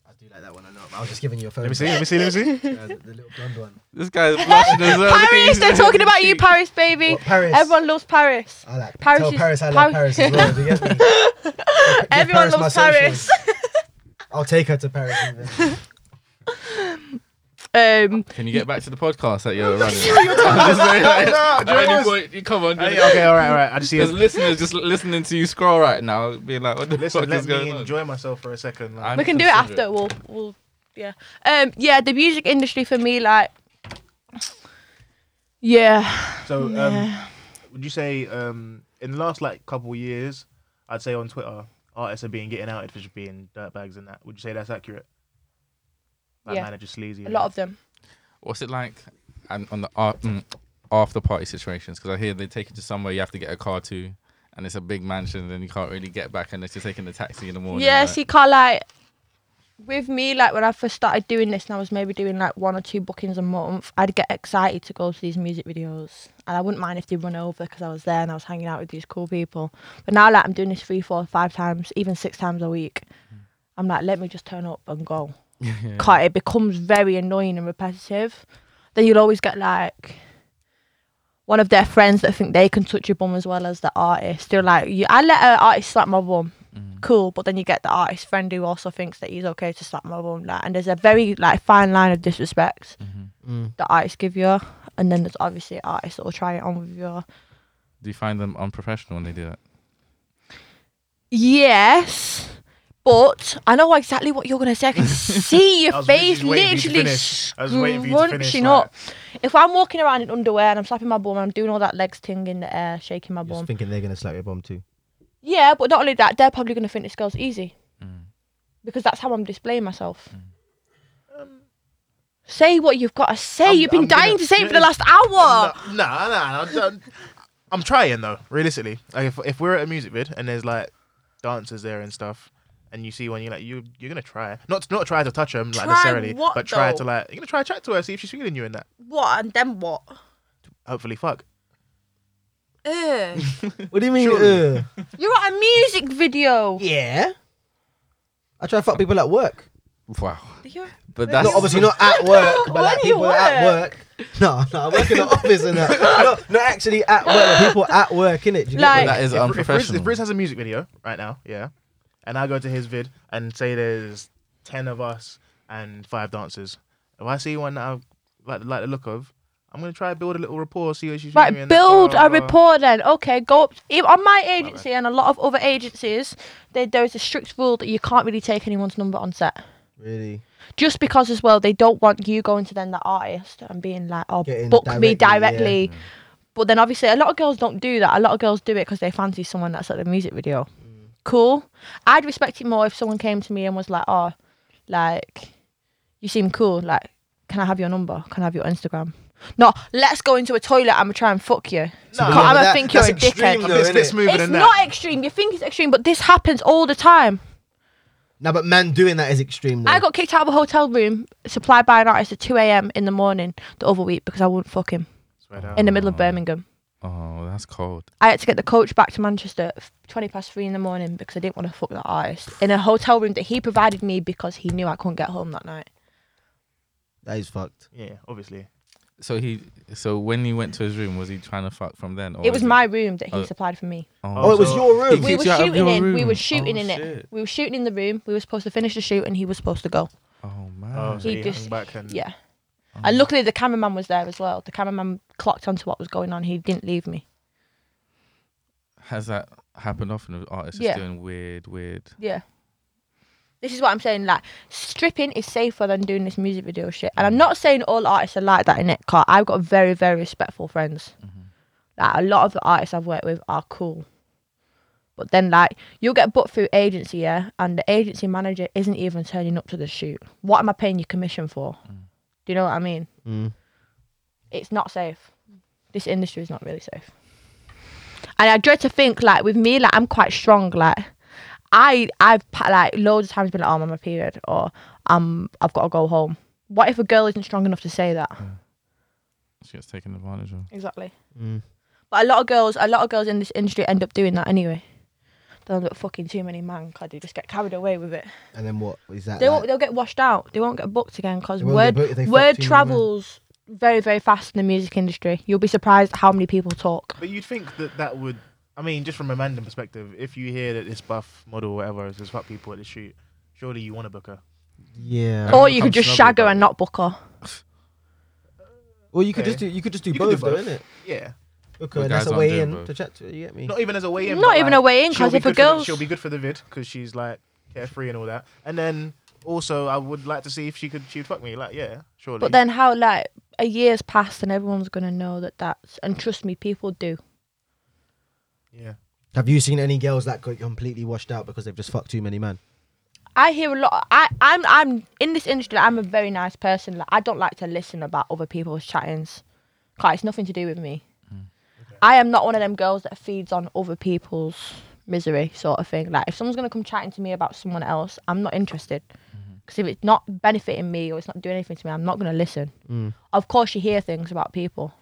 Speaker 3: I do like that one a lot. I was just giving you a phone.
Speaker 2: Let me see. Let me see. Let me see.
Speaker 3: Uh, the the little blonde one.
Speaker 1: This guy's blushing as well.
Speaker 4: Paris, they're talking about you, Paris, baby.
Speaker 3: What, Paris.
Speaker 4: Everyone loves Paris.
Speaker 3: I like
Speaker 4: Paris
Speaker 3: Paris. Tell
Speaker 4: is-
Speaker 3: Paris I love
Speaker 4: Paris-
Speaker 3: Paris as well. Do you get me? Give
Speaker 4: Everyone
Speaker 3: my
Speaker 4: loves
Speaker 3: socials. I'll take her to Paris. even.
Speaker 4: Um,
Speaker 1: Can you get back to the podcast that you're running? I'm just very like- at any point, you come on.
Speaker 2: Hey,
Speaker 1: just-
Speaker 2: okay. All right. All right. I just see.
Speaker 1: There's
Speaker 2: it.
Speaker 1: listeners just listening to you scroll right now, being like, "What the
Speaker 2: Listen.
Speaker 1: fuck is
Speaker 2: Let
Speaker 1: going
Speaker 2: me
Speaker 1: on?"
Speaker 2: enjoy myself for a second. like.
Speaker 1: I'm
Speaker 4: we can do it
Speaker 1: considering-
Speaker 4: after. We'll, we'll, yeah. Um, yeah, the music industry for me, like, yeah,
Speaker 2: So, um, would you say um, in the last like couple years, I'd say on Twitter, artists are being getting outed for just being dirtbags and that. Would you say that's accurate? Like
Speaker 4: Yeah.
Speaker 2: managers sleazy.
Speaker 4: a lot of them.
Speaker 1: What's it like and on the ar- mm, after party situations? Because I hear they take you to somewhere you have to get a car to, and it's a big mansion, and then you can't really get back unless you're taking the taxi in the morning.
Speaker 4: Yeah,
Speaker 1: like-
Speaker 4: see, Carl, like with me, like when I first started doing this, and I was maybe doing like one or two bookings a month, I'd get excited to go to these music videos, and I wouldn't mind if they run over because I was there and I was hanging out with these cool people. But now, like I'm doing this three, four, five times, even six times a week,
Speaker 1: Hmm.
Speaker 4: I'm like, let me just turn up and go.
Speaker 1: Yeah.
Speaker 4: Cut. It becomes very annoying and repetitive. Then you'll always get like one of their friends that think they can touch your bum as well as the artist. They're like, you, I let an artist slap my bum cool but then you get the artist friend who also thinks that he's okay to slap my bum like, and there's a very like fine line of disrespect
Speaker 2: Mm-hmm.
Speaker 4: that artists give you and then there's obviously artists that will try it on with you
Speaker 1: Do you find them unprofessional when they do that?
Speaker 4: yes but I know exactly what you're gonna say. I can
Speaker 2: I
Speaker 4: see your
Speaker 2: was
Speaker 4: face
Speaker 2: literally waiting for you to
Speaker 4: literally
Speaker 2: finish. I was waiting for you to finish,
Speaker 4: scrunching
Speaker 2: like-
Speaker 4: up. If I'm walking around in underwear and I'm slapping my bum, I'm doing all that legs thing in the air, shaking my bum.
Speaker 3: Just thinking they're gonna slap your bum too.
Speaker 4: Yeah, but not only that, they're probably going to think this girl's easy because that's how I'm displaying myself. say what you've got to say.
Speaker 2: Um, I'm-
Speaker 4: you've been
Speaker 2: I'm gonna-
Speaker 4: dying to say it for the
Speaker 2: yeah,
Speaker 4: last hour.
Speaker 2: No, no, no. no, don't- I'm trying though. Realistically, like if if we're at a music vid and there's like dancers there and stuff, and you see one, you're like you you're gonna try not not try to touch them like
Speaker 4: Try
Speaker 2: necessarily,
Speaker 4: what,
Speaker 2: but try
Speaker 4: though?
Speaker 2: to like you're gonna try to chat to her, see if she's feeling you in that.
Speaker 4: What and then what?
Speaker 2: Hopefully, fuck.
Speaker 4: Ugh.
Speaker 3: What do you mean?
Speaker 2: Surely.
Speaker 3: uh?
Speaker 4: You're at a music video.
Speaker 3: yeah. I try to fuck people at work.
Speaker 1: Wow.
Speaker 4: You're-
Speaker 1: But
Speaker 4: No,
Speaker 1: that's
Speaker 3: Not obviously not at work, but
Speaker 4: Where
Speaker 3: like
Speaker 4: do you
Speaker 3: people at
Speaker 4: work?
Speaker 3: work. No, no, I work in the office and that. No, not actually at work. but people at work, innit? Do you get
Speaker 4: Like-
Speaker 3: me?
Speaker 1: that is
Speaker 2: if, if Riz,
Speaker 1: unprofessional.
Speaker 2: if Riz has a music video right now, yeah, and I go to his vid and say there's ten of us and five dancers, if I see one that I like, like the look of, I'm gonna try to build a little rapport, see what she's doing.
Speaker 4: Right, build
Speaker 2: blah,
Speaker 4: a
Speaker 2: blah.
Speaker 4: rapport then. Okay, go up. e- On my agency and a lot of other agencies, they, there is a strict rule that you can't really take anyone's number on set.
Speaker 3: Really?
Speaker 4: Just because, as well, they don't want you going to then that artist and being like, oh,
Speaker 3: Getting
Speaker 4: book me
Speaker 3: directly,
Speaker 4: directly. But then obviously, a lot of girls don't do that. A lot of girls do it because they fancy someone that's at the music video.
Speaker 3: Mm.
Speaker 4: Cool. I'd respect it more if someone came to me and was like, oh, like, you seem cool. Like, can I have your number? Can I have your Instagram? No, let's go into a toilet. I'm gonna try and fuck you.
Speaker 2: No,
Speaker 4: Can't-
Speaker 2: yeah,
Speaker 4: I'm
Speaker 3: but
Speaker 4: gonna
Speaker 3: that-
Speaker 4: think you're
Speaker 3: that's
Speaker 4: a
Speaker 3: extreme
Speaker 4: dickhead.
Speaker 3: though,
Speaker 2: It's
Speaker 3: innit?
Speaker 2: this moving
Speaker 4: It's
Speaker 2: and that.
Speaker 4: not extreme. You think it's extreme, but this happens all the time.
Speaker 3: No, but man doing that is extreme. Though.
Speaker 4: I got kicked out of a hotel room supplied by an artist at 2 a.m. in the morning the other week because I wouldn't fuck him
Speaker 2: Swear down.
Speaker 4: in the middle of Birmingham.
Speaker 1: Oh, that's cold.
Speaker 4: I had to get the coach back to Manchester at 20 past three in the morning because I didn't want to fuck that artist in a hotel room that he provided me because he knew I couldn't get home that night.
Speaker 3: that is fucked.
Speaker 2: Yeah, obviously.
Speaker 1: So he, so when he went to his room, was he trying to fuck from then? Or
Speaker 4: it was my room that he
Speaker 1: Oh.
Speaker 4: supplied for me.
Speaker 3: Oh, it was
Speaker 2: so-
Speaker 3: your room.
Speaker 4: We
Speaker 1: kicked
Speaker 4: were
Speaker 1: you out of
Speaker 4: shooting
Speaker 1: your
Speaker 4: in. We
Speaker 1: room?
Speaker 4: were shooting
Speaker 1: Oh,
Speaker 4: in
Speaker 1: shit.
Speaker 4: it. We were shooting in the room. We were supposed to finish the shoot, and he was supposed to go.
Speaker 1: Oh man.
Speaker 2: Oh, so
Speaker 4: Uh, He
Speaker 2: he
Speaker 4: just-
Speaker 2: hung back and
Speaker 4: Yeah. And luckily, the cameraman was there as well. The cameraman clocked onto what was going on. He didn't leave me.
Speaker 1: Has that happened often? With artists
Speaker 4: Yeah.
Speaker 1: just doing weird, weird.
Speaker 4: Yeah. This is what I'm saying. Like, stripping is safer than doing this music video shit. And I'm not saying all artists are like that in it. Car, I've got very, very respectful friends. Like, a lot of the artists I've worked with are cool. But then, like, you'll get booked through agency, yeah, and the agency manager isn't even turning up to the shoot. What am I paying you commission for? Do you know what I mean?
Speaker 3: Mm.
Speaker 4: It's not safe. This industry is not really safe. And I dread to think, like, with me, like, I'm quite strong. Like, I I've pa- like loads of times been like, oh, I'm on my period, or um, I've got to go home. What if a girl isn't strong enough to say that?
Speaker 1: She gets taken advantage of.
Speaker 4: Exactly.
Speaker 3: Mm.
Speaker 4: But a lot of girls, a lot of girls in this industry end up doing that anyway. They end up fucking too many man, cause they just get carried away with it.
Speaker 3: And then what is that?
Speaker 4: They
Speaker 3: like?
Speaker 4: won't, they'll get washed out. They won't get booked again because
Speaker 3: They won't get
Speaker 4: word
Speaker 3: booked if they fuck
Speaker 4: word
Speaker 3: too many men.
Speaker 4: travels very very fast in the music industry. You'll be surprised how many people talk.
Speaker 2: But you'd think that that would, I mean, just from a random perspective, if you hear that this buff model, or whatever, is just fuck people at the shoot, surely you want to book her.
Speaker 3: yeah.
Speaker 1: Oh.
Speaker 4: Or you
Speaker 1: become
Speaker 4: could just
Speaker 1: snobby
Speaker 4: shag her
Speaker 1: about
Speaker 4: and
Speaker 1: it.
Speaker 4: not book her.
Speaker 3: Well, you could
Speaker 2: Okay.
Speaker 3: just do you could just do
Speaker 2: You could do
Speaker 3: both, though,
Speaker 2: both.
Speaker 3: innit?
Speaker 2: Yeah.
Speaker 3: Okay,
Speaker 1: Well,
Speaker 3: and that's
Speaker 1: guys
Speaker 3: a
Speaker 1: aren't
Speaker 3: way
Speaker 1: doing
Speaker 3: in
Speaker 1: both.
Speaker 3: to chat to it. You get me?
Speaker 2: Not even as a way in.
Speaker 4: Not
Speaker 2: but,
Speaker 4: even
Speaker 2: like,
Speaker 4: a way in,
Speaker 2: she'll
Speaker 4: 'cause
Speaker 2: be
Speaker 4: if a
Speaker 2: good for the-
Speaker 4: girl's-
Speaker 2: she'll be good for the vid because she's like carefree and all that. And then also, I would like to see if she could she'd fuck me. Like, yeah, surely.
Speaker 4: But then how like a year's passed and everyone's gonna know that that's and trust me, people do.
Speaker 2: yeah,
Speaker 3: Have you seen any girls that got completely washed out because they've just fucked too many men?
Speaker 4: I hear a lot. I I'm I'm in this industry. I'm a very nice person. Like I don't like to listen about other people's chattings. Cause it's nothing to do with me.
Speaker 1: Mm.
Speaker 4: I am not one of them girls that feeds on other people's misery, sort of thing. Like if someone's gonna come chatting to me about someone else, I'm not interested.
Speaker 1: Mm-hmm.
Speaker 4: Because if it's not benefiting me or it's not doing anything to me, I'm not gonna listen. Of course, you hear things about people.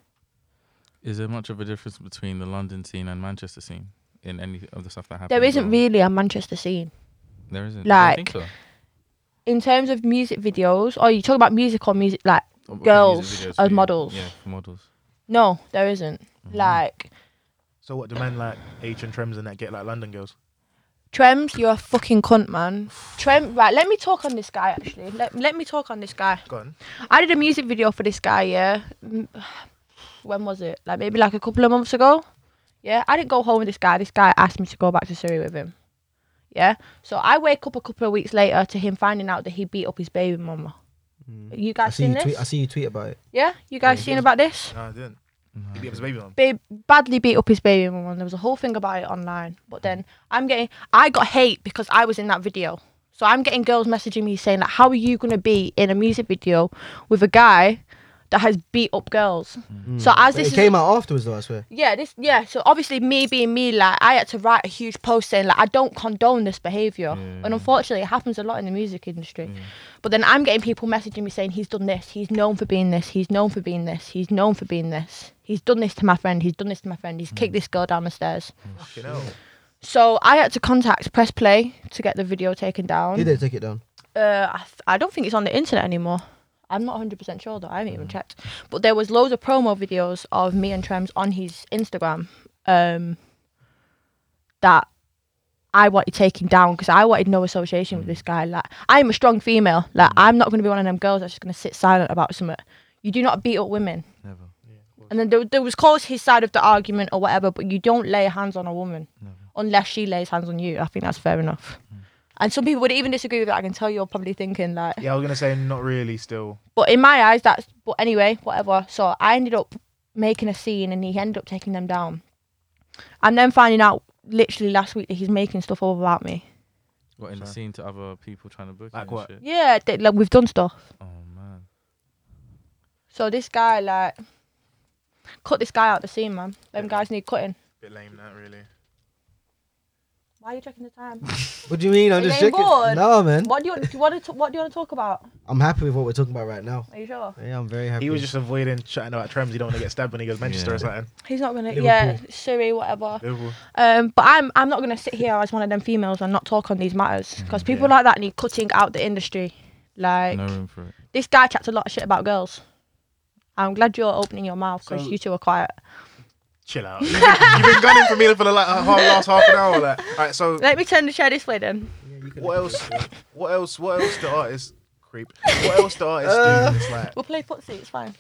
Speaker 1: Is there much of a difference between the London scene and Manchester scene in any of the stuff that happens?
Speaker 4: There isn't
Speaker 1: or-
Speaker 4: really a Manchester scene.
Speaker 1: There isn't. I don't think so.
Speaker 4: in terms of music videos, or you talk about music or music like
Speaker 1: For music
Speaker 4: girls
Speaker 1: videos,
Speaker 4: as
Speaker 1: for you-
Speaker 4: models.
Speaker 1: Yeah, for models.
Speaker 4: no, there isn't.
Speaker 3: Mm-hmm.
Speaker 4: Like
Speaker 2: So what? Demand like H and Trems and that get like London girls.
Speaker 4: Trems, you're a fucking cunt, man. Trem, right? Let me talk on this guy actually. Let let me talk on this guy.
Speaker 2: Go on.
Speaker 4: I did a music video for this guy. Yeah, Mm, when was it? Like maybe like a couple of months ago. Yeah, I didn't go home with this guy. This guy asked me to go back to Surrey with him. Yeah, so I wake up a couple of weeks later to him finding out that he beat up his baby mama. You
Speaker 3: Mm. I
Speaker 4: guys
Speaker 3: see
Speaker 4: seen
Speaker 3: you
Speaker 4: this?
Speaker 3: tweet. I see you tweet about it.
Speaker 4: Yeah, you guys seen about this?
Speaker 2: No, I didn't. He beat up his baby mum.
Speaker 4: ba- badly beat up his baby mum, and there was a whole thing about it online. But then I'm getting, I got hate because I was in that video. So I'm getting girls messaging me saying like, "How are you gonna be in a music video with a guy that has beat up girls?" So
Speaker 3: But
Speaker 4: as this
Speaker 3: it
Speaker 4: is-
Speaker 3: came out afterwards, though. I swear.
Speaker 4: yeah, this yeah. So obviously, me being me, like I had to write a huge post saying like I don't condone this behavior, and unfortunately, it happens a lot in the music industry. But then I'm getting people messaging me saying he's done this, he's known for being this, he's known for being this, he's known for being this, he's done this to my friend, he's done this to my friend, he's kicked this girl down the stairs.
Speaker 2: Fucking hell.
Speaker 4: So I had to contact Press Play to get the video taken down.
Speaker 3: Did they take it down?
Speaker 4: Uh, I, th- I don't think it's on the internet anymore. I'm not 100% sure though. I haven't even checked. But there was loads of promo videos of me and Trems on his Instagram um, that I wanted taken down because I wanted no association with this guy. Like I'm a strong female. Like I'm not going to be one of them girls that's just going to sit silent about something. You do not beat up women.
Speaker 1: Never.
Speaker 4: And then there, there was close his side of the argument or whatever, but you don't lay hands on a woman unless she lays hands on you. I think that's fair enough.
Speaker 2: Mm.
Speaker 4: And some people would even disagree with that. I can tell you're probably thinking like,
Speaker 2: Yeah, I was gonna say not really. Still,
Speaker 4: but in my eyes, that's. But anyway, whatever. So I ended up making a scene, and he ended up taking them down. And then finding out literally last week that he's making stuff all about me.
Speaker 1: What in the scene to other people trying to book you
Speaker 2: Like
Speaker 1: and
Speaker 2: what?
Speaker 1: shit?
Speaker 4: Yeah, they, like we've done stuff.
Speaker 1: Oh man.
Speaker 4: So this guy like cut this guy out the scene, man. Them
Speaker 2: Yeah.
Speaker 4: guys need cutting.
Speaker 2: bit lame that really.
Speaker 4: Why are you checking the time?
Speaker 3: What do you mean? I'm
Speaker 4: Are you
Speaker 3: just
Speaker 4: getting
Speaker 3: joking.
Speaker 4: bored?
Speaker 3: No, man.
Speaker 4: what do you want? Do you want to? What do you want to talk about?
Speaker 3: I'm happy with what we're talking about right now.
Speaker 4: Are you sure?
Speaker 3: Yeah, I'm very happy.
Speaker 2: He was just avoiding chatting about trams. He don't want to get stabbed when he goes Manchester or
Speaker 1: Yeah.
Speaker 2: something.
Speaker 4: He's not gonna.
Speaker 3: Liverpool.
Speaker 4: Yeah, Surrey, whatever.
Speaker 2: Liverpool.
Speaker 4: Um, but I'm I'm not gonna sit here as one of them females and not talk on these matters because people like that need cutting out the industry. Like
Speaker 1: No room for it.
Speaker 4: this guy chats a lot of shit about girls. I'm glad you're opening your mouth because
Speaker 2: So-
Speaker 4: you two are quiet.
Speaker 2: Chill out. You've been gunning for me for the like, uh, half, last half an hour. Like, all right. So
Speaker 4: Let me turn the chair this way then.
Speaker 2: what else? What else? What else? The artists creep. What else? The artists do? It's like.
Speaker 4: We'll play footsie. It's fine.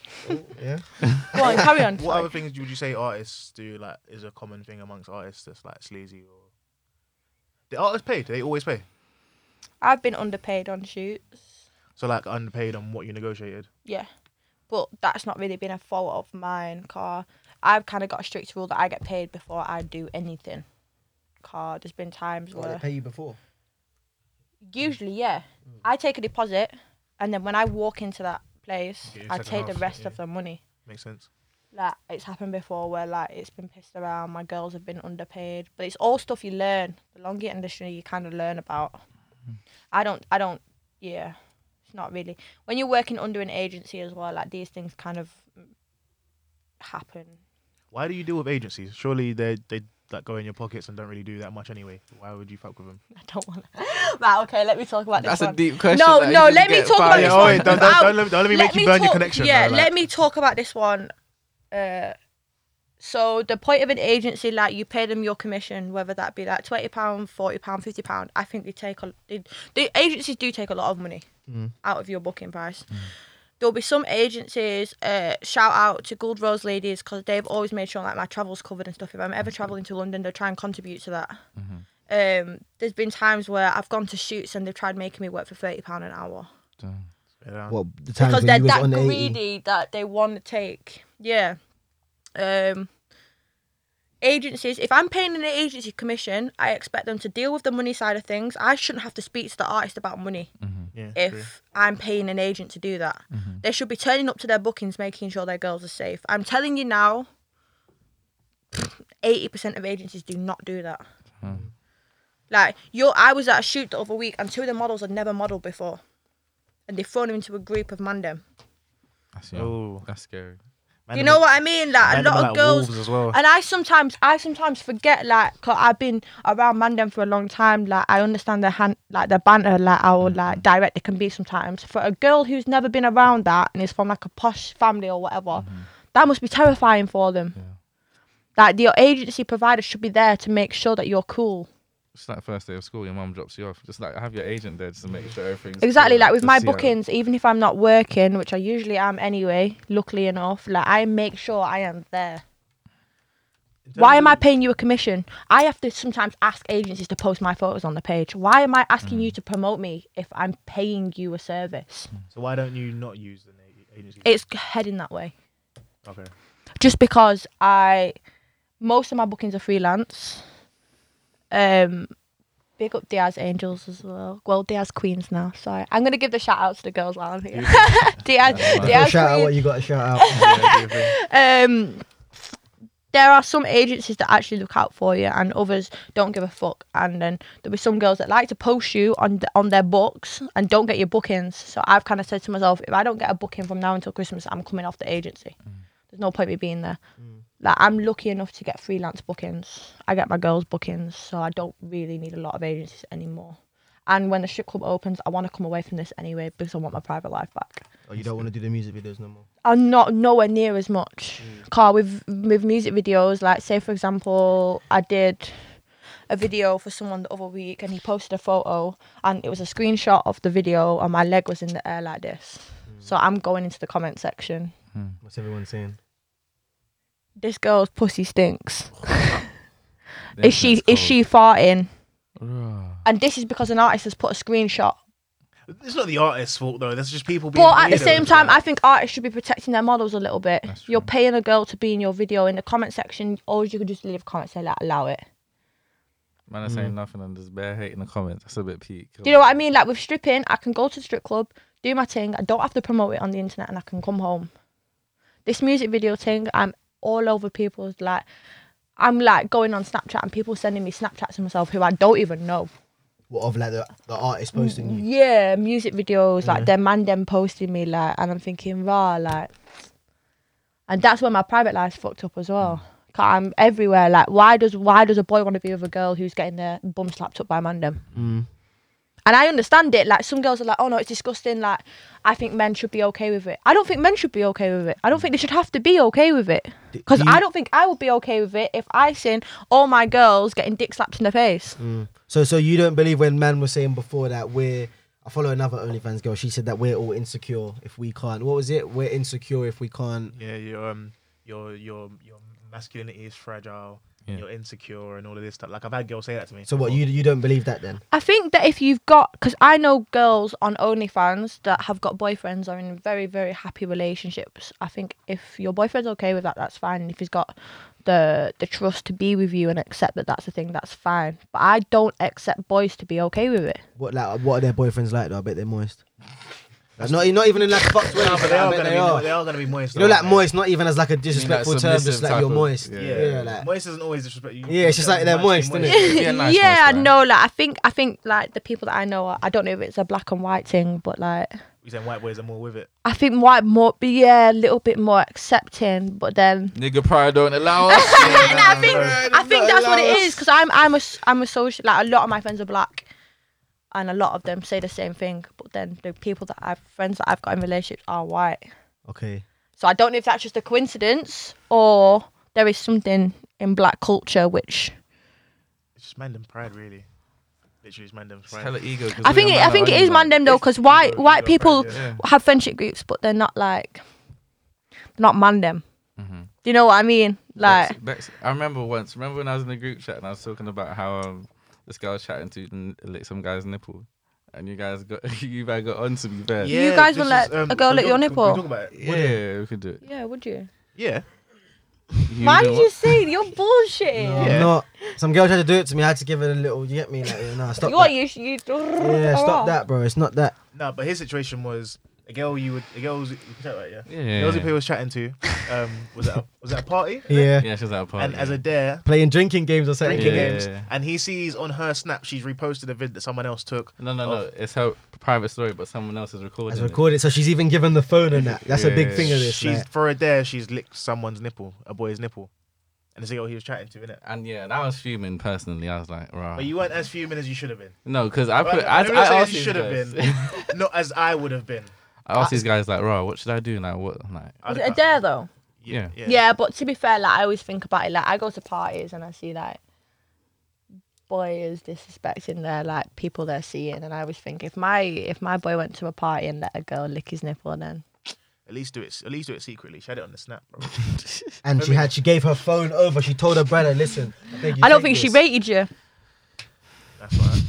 Speaker 3: yeah.
Speaker 4: Go on, carry on.
Speaker 2: What
Speaker 4: sorry.
Speaker 2: other things would you say artists do? Like, is a common thing amongst artists that's like sleazy or? The artists pay. Do they always pay?
Speaker 4: I've been underpaid on shoots.
Speaker 2: So like underpaid on what you negotiated.
Speaker 4: Yeah. But that's not really been a fault of mine, car. I've kind of got a strict rule that I get paid before I do anything. Car, there's been times
Speaker 3: What, they
Speaker 4: where
Speaker 3: pay you before?
Speaker 2: Mm.
Speaker 4: usually, yeah, I take a deposit, and then when I walk into that place,
Speaker 2: Get your
Speaker 4: I
Speaker 2: second
Speaker 4: take the
Speaker 2: half,
Speaker 4: rest
Speaker 2: yeah.
Speaker 4: of the money.
Speaker 2: Makes sense.
Speaker 4: Like it's happened before, where like it's been pissed around. My girls have been underpaid, but it's all stuff you learn. The longer you're in the industry, you kind of learn about.
Speaker 2: Mm.
Speaker 4: I don't, I don't, yeah, it's not really. When you're working under an agency as well, like these things kind of happen.
Speaker 2: Why do you deal with agencies? Surely they they like go in your pockets and don't really do that much anyway. Why would you fuck with them?
Speaker 4: I don't want. to. right, okay, let me talk about this.
Speaker 1: That's a
Speaker 4: one.
Speaker 1: deep question.
Speaker 4: No,
Speaker 1: that you
Speaker 4: no,
Speaker 1: didn't
Speaker 4: let me
Speaker 1: get
Speaker 4: talk about
Speaker 1: fired.
Speaker 4: this
Speaker 2: Oh, yeah,
Speaker 4: one.
Speaker 2: wait, don't, don't,
Speaker 4: I'll-
Speaker 2: don't, let, don't let me make you burn your
Speaker 4: talk-
Speaker 2: connection.
Speaker 4: Yeah,
Speaker 2: though, like-
Speaker 4: let me talk about this one. Uh, so the point of an agency, like you pay them your commission, whether that be like twenty pound, forty pound, fifty pound. I think they take a they, the agencies do take a lot of money
Speaker 2: Mm.
Speaker 4: out of your booking price. There'll be some agencies. Uh, shout out to Gould Rose Ladies because they've always made sure like my travels covered and stuff. If I'm ever traveling to London, they'll try and contribute to that.
Speaker 2: Mm-hmm.
Speaker 4: Um, there's been times where I've gone to shoots and they've tried making me work for thirty pound an hour
Speaker 1: Damn.
Speaker 2: Yeah.
Speaker 3: Well, the times
Speaker 4: because
Speaker 3: when
Speaker 4: they're
Speaker 3: you was
Speaker 4: that
Speaker 3: on the 80.
Speaker 4: greedy that they want to take. Yeah. Um. Agencies. If I'm paying an agency commission, I expect them to deal with the money side of things. I shouldn't have to speak to the artist about money
Speaker 2: yeah,
Speaker 4: if
Speaker 2: true.
Speaker 4: I'm paying an agent to do that.
Speaker 3: Mm-hmm.
Speaker 4: They should be turning up to their bookings, making sure their girls are safe. I'm telling you now, 80% of agencies do not do that.
Speaker 3: Hmm.
Speaker 4: Like, yo, I was at a shoot the other week and two of the models had never modeled before. And they've thrown them into a group of mandem.
Speaker 1: That's, yeah,
Speaker 2: Oh.
Speaker 1: that's scary.
Speaker 4: You know what I mean? Like, a
Speaker 2: Man, they're
Speaker 4: lot of
Speaker 2: like
Speaker 4: girls.
Speaker 2: wolves as well.
Speaker 4: And I sometimes, I sometimes forget, like, cause I've been around Mandem for a long time. Like, I understand their hand, like their banter, like how like direct they can be sometimes. For a girl who's never been around that and is from like a posh family or whatever, that must be terrifying for them.
Speaker 1: Yeah.
Speaker 4: Like, your agency provider should be there to make sure that you're cool.
Speaker 1: It's like first day of school, your mum drops you off. Just like have your agent there just to make sure everything's
Speaker 4: Exactly.
Speaker 1: cool,
Speaker 4: Like with
Speaker 1: to
Speaker 4: my
Speaker 1: see how-
Speaker 4: bookings, even if I'm not working, which I usually am anyway, luckily enough, like I make sure I am there. Why am I paying you a commission? I have to sometimes ask agencies to post my photos on the page. Why am I
Speaker 1: Mm.
Speaker 4: asking you to promote me if I'm paying you a service?
Speaker 2: So why don't you not use the na- agency?
Speaker 4: It's heading that way.
Speaker 2: okay.
Speaker 4: Just because I, most of my bookings are freelance. Um, big up Diaz Angels as well. Well, Diaz Queens now. Sorry, I'm gonna give the shout out to the girls while I'm here. Diaz,
Speaker 3: Got
Speaker 4: Diaz
Speaker 3: a shout out what
Speaker 4: Queens.
Speaker 3: you got to shout out.
Speaker 2: Yeah, do your thing.
Speaker 4: Um, there are some agencies that actually look out for you, and others don't give a fuck. And then there'll be some girls that like to post you on th- on their books and don't get your bookings. So I've kind of said to myself, if I don't get a booking from now until Christmas, I'm coming off the agency. There's no point me being there. Like I'm lucky enough to get freelance bookings. I get my girls bookings, so I don't really need a lot of agencies anymore. And when the strip club opens, I want to come away from this anyway because I want my private life back.
Speaker 3: Oh, you don't want to do the music videos no more.
Speaker 4: are not nowhere near as much.
Speaker 1: Mm.
Speaker 4: Car with with music videos, like say for example, I did a video for someone the other week, and he posted a photo, and it was a screenshot of the video, and my leg was
Speaker 1: Mm.
Speaker 4: in the air like this. So I'm going into the comment section.
Speaker 3: What's everyone saying?
Speaker 4: This girl's pussy stinks.
Speaker 1: Them
Speaker 4: Is she
Speaker 1: that's
Speaker 4: is
Speaker 1: cold.
Speaker 4: she farting?
Speaker 1: Ugh.
Speaker 4: And this is because an artist has put a screenshot.
Speaker 2: It's not the artist's fault though. That's just people being.
Speaker 4: But at the
Speaker 2: weirdos,
Speaker 4: same time,
Speaker 2: like-
Speaker 4: I think artists should be protecting their models a little bit.
Speaker 1: That's
Speaker 4: You're
Speaker 1: true.
Speaker 4: paying a girl to be in your video in the comment section, or you could just leave a comment say like allow it.
Speaker 1: Man, I
Speaker 2: Mm.
Speaker 1: saying nothing and there's bare hate in the comments. That's a bit peak.
Speaker 4: Do you know what I mean? Like with stripping, I can go to the strip club, do my thing. I don't have to promote it on the internet, and I can come home. This music video thing, I'm all over people's like. I'm like going on Snapchat and people sending me Snapchats of myself who I don't even know.
Speaker 3: What of like the, the
Speaker 4: Mm,
Speaker 3: artist posting you?
Speaker 4: Yeah, music videos like their man them posting me like, and I'm thinking rah like, and that's where my private life's fucked up as well.
Speaker 3: Mm.
Speaker 4: 'Cause I'm everywhere. Like, why does why does a boy want to be with a girl who's getting their bum slapped up by a man them?
Speaker 3: Mm.
Speaker 4: And I understand it. Like some girls are like, oh no, it's disgusting. Like I think men should be okay with it. I don't think men should be okay with it. I don't think they should have to be okay with it.
Speaker 3: Do-
Speaker 4: Because
Speaker 3: Mm. do you-
Speaker 4: I don't think I would be okay with it if I seen all my girls getting dick slapped in the face.
Speaker 3: So so you don't believe when man was saying before that we're I follow another OnlyFans girl. She said that we're all insecure if we can't. What was it? We're insecure if we can't.
Speaker 2: yeah, your um, your your your masculinity is fragile.
Speaker 1: Yeah.
Speaker 2: You're insecure and all of this stuff. Like I've had girls say that to me.
Speaker 3: So what?
Speaker 2: before.
Speaker 3: You you don't believe that then?
Speaker 4: I think that if you've got, because I know girls on OnlyFans that have got boyfriends are in very, very happy relationships. I think if your boyfriend's okay with that, that's fine. And if he's got the the trust to be with you and accept that that's the thing, that's fine. But I don't accept boys to be okay with it.
Speaker 3: What like what are their boyfriends like though? I bet they're moist. Like, not not even in like fucked way.
Speaker 2: No, but they
Speaker 3: I
Speaker 2: are
Speaker 3: bet
Speaker 2: gonna
Speaker 3: they
Speaker 2: be
Speaker 3: are.
Speaker 2: they are gonna be moist.
Speaker 3: You know,
Speaker 2: though,
Speaker 3: like
Speaker 2: man.
Speaker 3: moist, not even as like a disrespectful term,
Speaker 1: submissive
Speaker 3: just like
Speaker 1: type
Speaker 3: you're
Speaker 1: of-
Speaker 3: moist.
Speaker 1: yeah.
Speaker 3: Yeah,
Speaker 2: Yeah,
Speaker 3: like
Speaker 2: moist isn't always disrespect. You-
Speaker 3: Yeah, it's just like they're moist, innit?
Speaker 1: Yeah, nice,
Speaker 4: yeah,
Speaker 1: nice guy.
Speaker 4: no, like I think I think like the people that I know, are, I don't know if it's a black and white thing, but like
Speaker 2: You saying white boys are more with it.
Speaker 4: I think white more, yeah, a little bit more accepting, but then
Speaker 1: Nigga pride don't allow us.
Speaker 4: and I think I think that's what it is because I'm I'm a s- I'm a social like a lot of my friends are black, and a lot of them say the same thing. But then the people that I've friends that I've got in relationships are white,
Speaker 3: okay.
Speaker 4: so I don't know if that's just a coincidence or there is something in black culture which
Speaker 2: It's just man them pride, really. Literally, it's man them
Speaker 1: It's
Speaker 2: pride.
Speaker 1: hella ego. 'cause
Speaker 4: I
Speaker 1: we
Speaker 4: think
Speaker 1: are
Speaker 4: it,
Speaker 1: man
Speaker 4: I think
Speaker 1: that
Speaker 4: it is
Speaker 1: only,
Speaker 4: man
Speaker 1: like-
Speaker 4: them though
Speaker 2: If
Speaker 4: because
Speaker 2: you
Speaker 4: white
Speaker 2: go-
Speaker 4: white
Speaker 2: you go
Speaker 4: people
Speaker 2: friends,
Speaker 1: Yeah.
Speaker 4: have friendship groups but they're not like not man them. Do you know what I mean? Like
Speaker 1: Bex- Bex- I remember once. Remember when I was in the group chat and I was talking about how um, this guy was chatting to n- lick some guy's nipple, and you guys got you guys got on to be fair.
Speaker 2: Yeah,
Speaker 4: You guys
Speaker 2: this
Speaker 4: will
Speaker 2: is, um,
Speaker 4: let a girl
Speaker 2: we
Speaker 4: lick your
Speaker 2: talk- we
Speaker 4: nipple?
Speaker 2: talk about it.
Speaker 1: yeah, we could do it.
Speaker 4: yeah, would you?
Speaker 2: Yeah.
Speaker 1: You
Speaker 4: Why
Speaker 1: know
Speaker 4: did
Speaker 1: what?
Speaker 4: you say you're bullshitting?
Speaker 3: No,
Speaker 2: Yeah.
Speaker 3: I'm not. Some girl tried to do it to me. I had to give her a little. You get me? Like, no, stop.
Speaker 4: You are
Speaker 3: That.
Speaker 4: you, you
Speaker 3: Yeah, stop that, bro. It's not that.
Speaker 2: No, but his situation was a girl you would a girl was, you can chat about it, yeah.
Speaker 1: Yeah.
Speaker 2: The girls he was chatting to um, was at a, was at a party.
Speaker 3: Yeah.
Speaker 1: Yeah, she was at a party.
Speaker 2: And as a dare,
Speaker 3: Playing drinking games or something.
Speaker 2: drinking
Speaker 1: Yeah.
Speaker 2: games, and he sees on her snap she's reposted a vid that someone else took.
Speaker 1: no, no,
Speaker 2: Oh.
Speaker 1: no. It's her private story, but someone else is recording.
Speaker 3: Has
Speaker 1: it.
Speaker 3: recorded, so she's even given the phone and that. That's a big
Speaker 1: Yeah.
Speaker 3: thing of this.
Speaker 2: She's
Speaker 3: like.
Speaker 2: for a dare, she's licked someone's nipple, a boy's nipple, and it's a girl he was chatting to, innit?
Speaker 1: And yeah, and I was fuming personally. I was like, right.
Speaker 2: But you weren't as fuming as you should have been.
Speaker 1: No, because I put.
Speaker 2: Well,
Speaker 1: I,
Speaker 2: I'm not
Speaker 1: I,
Speaker 2: saying
Speaker 1: asked
Speaker 2: you
Speaker 1: these
Speaker 2: should have
Speaker 1: guys-
Speaker 2: been. Not as I would have been.
Speaker 1: I asked these guys like, "Raw, what should I do?" Like, what? Like,
Speaker 2: I'd have
Speaker 4: Was it a
Speaker 2: cut-
Speaker 4: dare though?
Speaker 1: yeah.
Speaker 4: Yeah. but to be fair, like I always think about it. Like I go to parties and I see like boys disrespecting their like people they're seeing, and I always think if my if my boy went to a party and let a girl lick his nipple, then
Speaker 2: At least do it. At least do it secretly. She had it on the snap, bro.
Speaker 3: And she had, she gave her phone over. She told her brother, "Listen, I, beg you,
Speaker 4: I don't
Speaker 3: take
Speaker 4: think she
Speaker 3: this."
Speaker 4: rated you.
Speaker 2: That's why.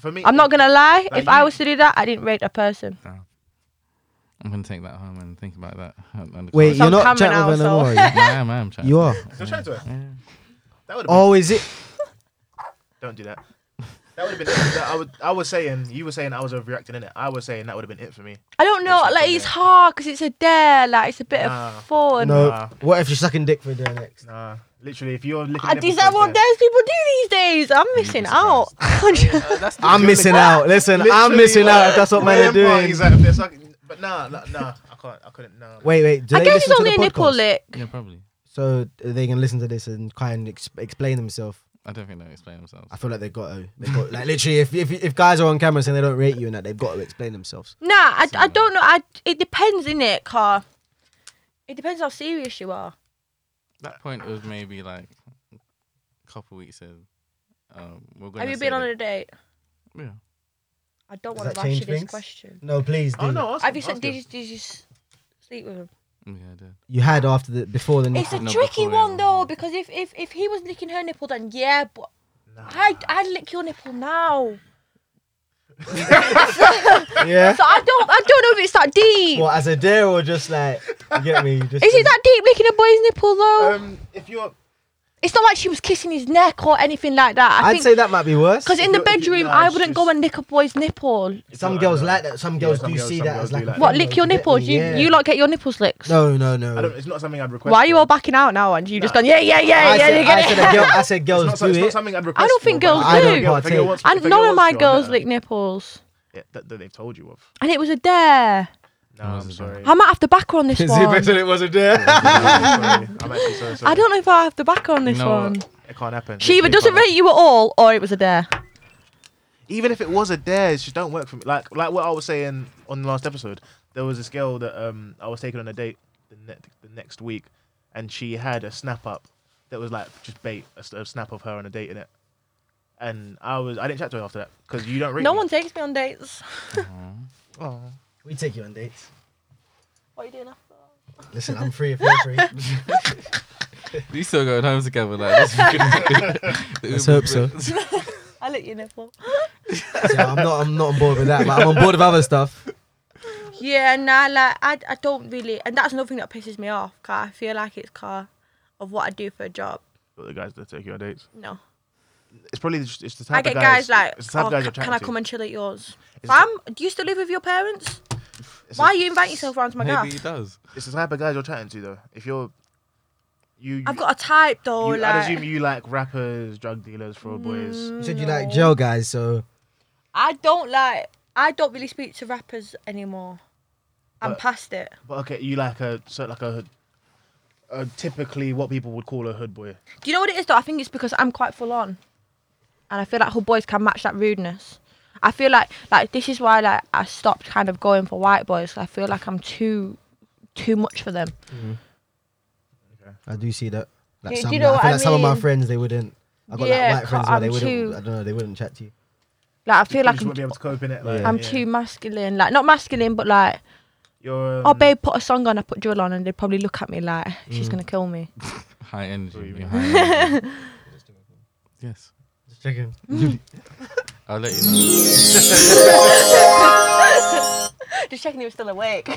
Speaker 2: For me,
Speaker 4: I'm not gonna lie.
Speaker 2: Like,
Speaker 4: if I
Speaker 2: you-
Speaker 4: was to do that, I didn't rate a person.
Speaker 1: I'm gonna take that home and think about that. on- on the
Speaker 3: Wait,
Speaker 1: call.
Speaker 4: It's on
Speaker 3: you're not
Speaker 4: camera
Speaker 3: chatting
Speaker 4: now,
Speaker 3: with her
Speaker 4: so-
Speaker 3: no more. you-
Speaker 1: No, I am, I am trying.
Speaker 3: You are.
Speaker 2: Don't chat to her. That would have been.
Speaker 3: Oh, is it?
Speaker 2: Don't do that. That would have been. that- I would. I was saying. You were saying I was overreacting in it. I was saying that would have been it for me.
Speaker 4: I don't know.
Speaker 2: It's
Speaker 4: Like
Speaker 2: okay.
Speaker 4: it's hard because it's a dare. Like it's a bit
Speaker 2: Nah.
Speaker 4: of fun.
Speaker 3: No.
Speaker 2: Nah.
Speaker 3: What if she's sucking dick for a day next?
Speaker 2: Nah. Literally, if you're looking.
Speaker 4: Ah, Is that what dares people do these days? I'm missing out.
Speaker 3: I'm missing out. Listen, I'm missing out. If that's what men are doing.
Speaker 2: but nah, nah, nah, I can't. I couldn't. Nah.
Speaker 3: Wait, wait. Do
Speaker 4: I
Speaker 3: they
Speaker 4: guess
Speaker 3: listen
Speaker 4: it's only a
Speaker 3: to the
Speaker 4: nipple
Speaker 3: podcast?
Speaker 4: lick.
Speaker 1: Yeah, probably.
Speaker 3: So they can listen to this and try and ex- explain themselves.
Speaker 1: I don't think they explain themselves.
Speaker 3: I feel like they've got to. They've got, like literally, if, if if guys are on camera saying they don't rate you and that, they've got to explain themselves.
Speaker 4: Nah, I, I don't know. I it depends in it, car. It depends how serious you are.
Speaker 1: That point was maybe like a couple weeks in. Um, we're gonna
Speaker 4: Have you
Speaker 1: say
Speaker 4: been on
Speaker 1: that-
Speaker 4: a date?
Speaker 1: Yeah.
Speaker 4: I don't
Speaker 3: Does
Speaker 4: want
Speaker 3: that
Speaker 4: to rush you
Speaker 3: change
Speaker 4: this
Speaker 3: things?
Speaker 4: question.
Speaker 3: No, please. Do.
Speaker 2: Oh no. Ask
Speaker 4: Have
Speaker 2: him,
Speaker 4: you said
Speaker 2: ask
Speaker 4: did
Speaker 2: him.
Speaker 4: you did you s- sleep with him?
Speaker 1: Mm, Yeah, I did.
Speaker 3: you had after the before the
Speaker 4: It's a
Speaker 1: No,
Speaker 4: tricky
Speaker 1: before, yeah.
Speaker 4: one though because if, if if he was licking her nipple, then yeah, but I I lick your nipple now,
Speaker 3: yeah.
Speaker 4: so I don't I don't know if it's that deep.
Speaker 3: Well, as a dare or just like you get me? Just
Speaker 4: Is it that deep licking a boy's nipple though?
Speaker 2: Um, if you're
Speaker 4: it's not like she was kissing his neck or anything like that. I
Speaker 3: I'd
Speaker 4: think
Speaker 3: say that might be worse.
Speaker 4: because in the
Speaker 2: If you- if you- no,
Speaker 4: bedroom, I
Speaker 2: it's
Speaker 4: wouldn't
Speaker 2: just-
Speaker 4: go and lick a boy's nipple.
Speaker 3: some
Speaker 2: No,
Speaker 3: girls
Speaker 2: no.
Speaker 3: like that. Some
Speaker 2: Yeah,
Speaker 3: girls
Speaker 2: some
Speaker 3: do
Speaker 2: girls-
Speaker 3: see
Speaker 2: some
Speaker 3: that
Speaker 2: girls
Speaker 3: as
Speaker 2: do
Speaker 3: like a
Speaker 2: like that.
Speaker 4: What
Speaker 3: thing,
Speaker 4: lick your
Speaker 3: though, get
Speaker 4: nipples?
Speaker 3: me?
Speaker 4: You
Speaker 3: Yeah.
Speaker 4: you like get your nipples licked.
Speaker 3: No, no, no.
Speaker 2: I don't, it's not something I'd request.
Speaker 4: Why are you
Speaker 2: for.
Speaker 4: all backing out now? And you just going yeah yeah yeah
Speaker 3: I
Speaker 4: yeah.
Speaker 3: said,
Speaker 4: you
Speaker 3: I
Speaker 4: get
Speaker 3: said,
Speaker 4: it.
Speaker 3: a girl, I said
Speaker 2: It's
Speaker 3: girls
Speaker 2: not, so-
Speaker 3: do
Speaker 2: it's not
Speaker 3: it.
Speaker 2: something I'd request.
Speaker 4: don't
Speaker 2: for,
Speaker 4: think
Speaker 2: but
Speaker 4: girls
Speaker 2: if a girl-
Speaker 4: do.
Speaker 2: if a girl
Speaker 3: partake.
Speaker 2: wants-
Speaker 4: And
Speaker 2: if a girl
Speaker 4: none
Speaker 2: wants
Speaker 4: of my
Speaker 2: to, I'll let
Speaker 4: girls
Speaker 2: her.
Speaker 4: lick nipples,
Speaker 2: Yeah, that, that they've told you of.
Speaker 4: and it was a dare.
Speaker 2: No,
Speaker 1: No,
Speaker 2: I'm
Speaker 1: it's
Speaker 2: sorry.
Speaker 4: I might have to back her on this
Speaker 3: Is it
Speaker 4: one.
Speaker 3: better than it was a dare?
Speaker 2: I'm sorry. I'm actually so sorry.
Speaker 4: I don't know if I have to back her on this
Speaker 1: You know
Speaker 4: one.
Speaker 1: what?
Speaker 2: It can't happen.
Speaker 4: She either
Speaker 2: It
Speaker 4: doesn't
Speaker 2: can't
Speaker 4: rate you at all, or it was a dare.
Speaker 2: even if it was a dare, it just don't work for me. Like like what I was saying on the last episode, there was this girl that um I was taking on a date the, ne- the next week, and she had a snap up that was like just bait a, s- a snap of her on a date in it, and I was I didn't chat to her after that because you don't read.
Speaker 4: No
Speaker 2: me.
Speaker 4: one takes me on dates.
Speaker 2: Oh.
Speaker 3: We take you on dates.
Speaker 4: What are you doing after?
Speaker 3: Listen, I'm free if you're free.
Speaker 1: These still going home together. Like, this
Speaker 3: Let's hope so.
Speaker 4: I lick your nipple.
Speaker 3: So I'm not. I'm not on board with that. But I'm on board with other stuff.
Speaker 4: Yeah, nah, like I, I don't really, and that's another thing that pisses me off. Cause I feel like it's car of what I do for a job.
Speaker 2: But the guys that take you on dates,
Speaker 4: No,
Speaker 2: it's probably just it's the type
Speaker 4: I get
Speaker 2: of guys,
Speaker 4: guys, like,
Speaker 2: it's the type
Speaker 4: oh,
Speaker 2: of guys
Speaker 4: ca-
Speaker 2: you're
Speaker 4: can
Speaker 2: chatting
Speaker 4: I
Speaker 2: to.
Speaker 4: come and chill at yours?
Speaker 2: It's
Speaker 4: Fam, do you still live with your parents?
Speaker 2: It's
Speaker 4: Why
Speaker 2: the-
Speaker 4: you invite yourself round to Oh my
Speaker 1: Maybe he
Speaker 4: gaff?
Speaker 1: does.
Speaker 2: It's the type of guys you're chatting to though. If you're you,
Speaker 4: I've got a type though,
Speaker 2: you
Speaker 4: like. Mm.
Speaker 2: I'd assume you like rappers, drug dealers, fraud boys.
Speaker 3: You said you like
Speaker 4: No.
Speaker 3: jail guys, so
Speaker 4: I don't like. I don't really speak to rappers anymore. I'm
Speaker 2: But-
Speaker 4: past it.
Speaker 2: But okay, you like a so like a, a typically what people would call a hood boy.
Speaker 4: Do you know what it is though? I think it's because I'm quite full on, and I feel like hood boys can match that rudeness. I feel like like this is why like I stopped kind of going for white boys. 'cause I feel like I'm too too much for them.
Speaker 3: I do see that. Like
Speaker 4: Do- do
Speaker 3: some,
Speaker 4: you know
Speaker 3: I
Speaker 4: what
Speaker 3: feel
Speaker 4: I
Speaker 3: like some of my
Speaker 4: mean?
Speaker 3: friends they wouldn't. I got
Speaker 4: Yeah,
Speaker 3: like white friends
Speaker 4: I'm
Speaker 3: where they wouldn't.
Speaker 4: too-
Speaker 3: I don't know. They wouldn't chat to you.
Speaker 4: Like I feel
Speaker 2: you
Speaker 4: like
Speaker 2: just
Speaker 4: I'm,
Speaker 2: wouldn't be able to cope in it. Like,
Speaker 4: I'm
Speaker 2: yeah.
Speaker 4: too masculine. Like not masculine, but like
Speaker 2: You're, um,
Speaker 4: oh babe, put a song on. I put drill on, and they'd probably look at me like
Speaker 2: Mm.
Speaker 4: she's gonna kill me.
Speaker 1: High energy.
Speaker 2: What do you
Speaker 1: you're high energy. yes.
Speaker 3: Just checking.
Speaker 1: I'll let you know.
Speaker 4: Just checking he was still awake.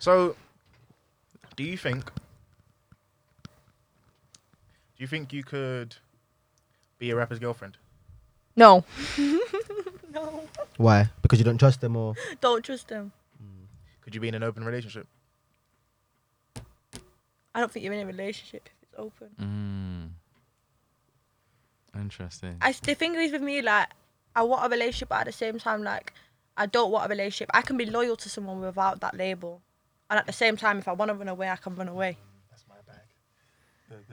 Speaker 2: So, do you think? Do you think you could be a rapper's girlfriend?
Speaker 4: no,
Speaker 3: Why? Because you don't trust them, or
Speaker 4: don't trust him.
Speaker 2: Could you be in an open relationship?
Speaker 4: I don't think you're in a relationship if it's open.
Speaker 1: Mm. Interesting.
Speaker 4: I the thing is with me, like I want a relationship, but at the same time, like I don't want a relationship. I can be loyal to someone without that label, and at the same time, if I want to run away, I can run away.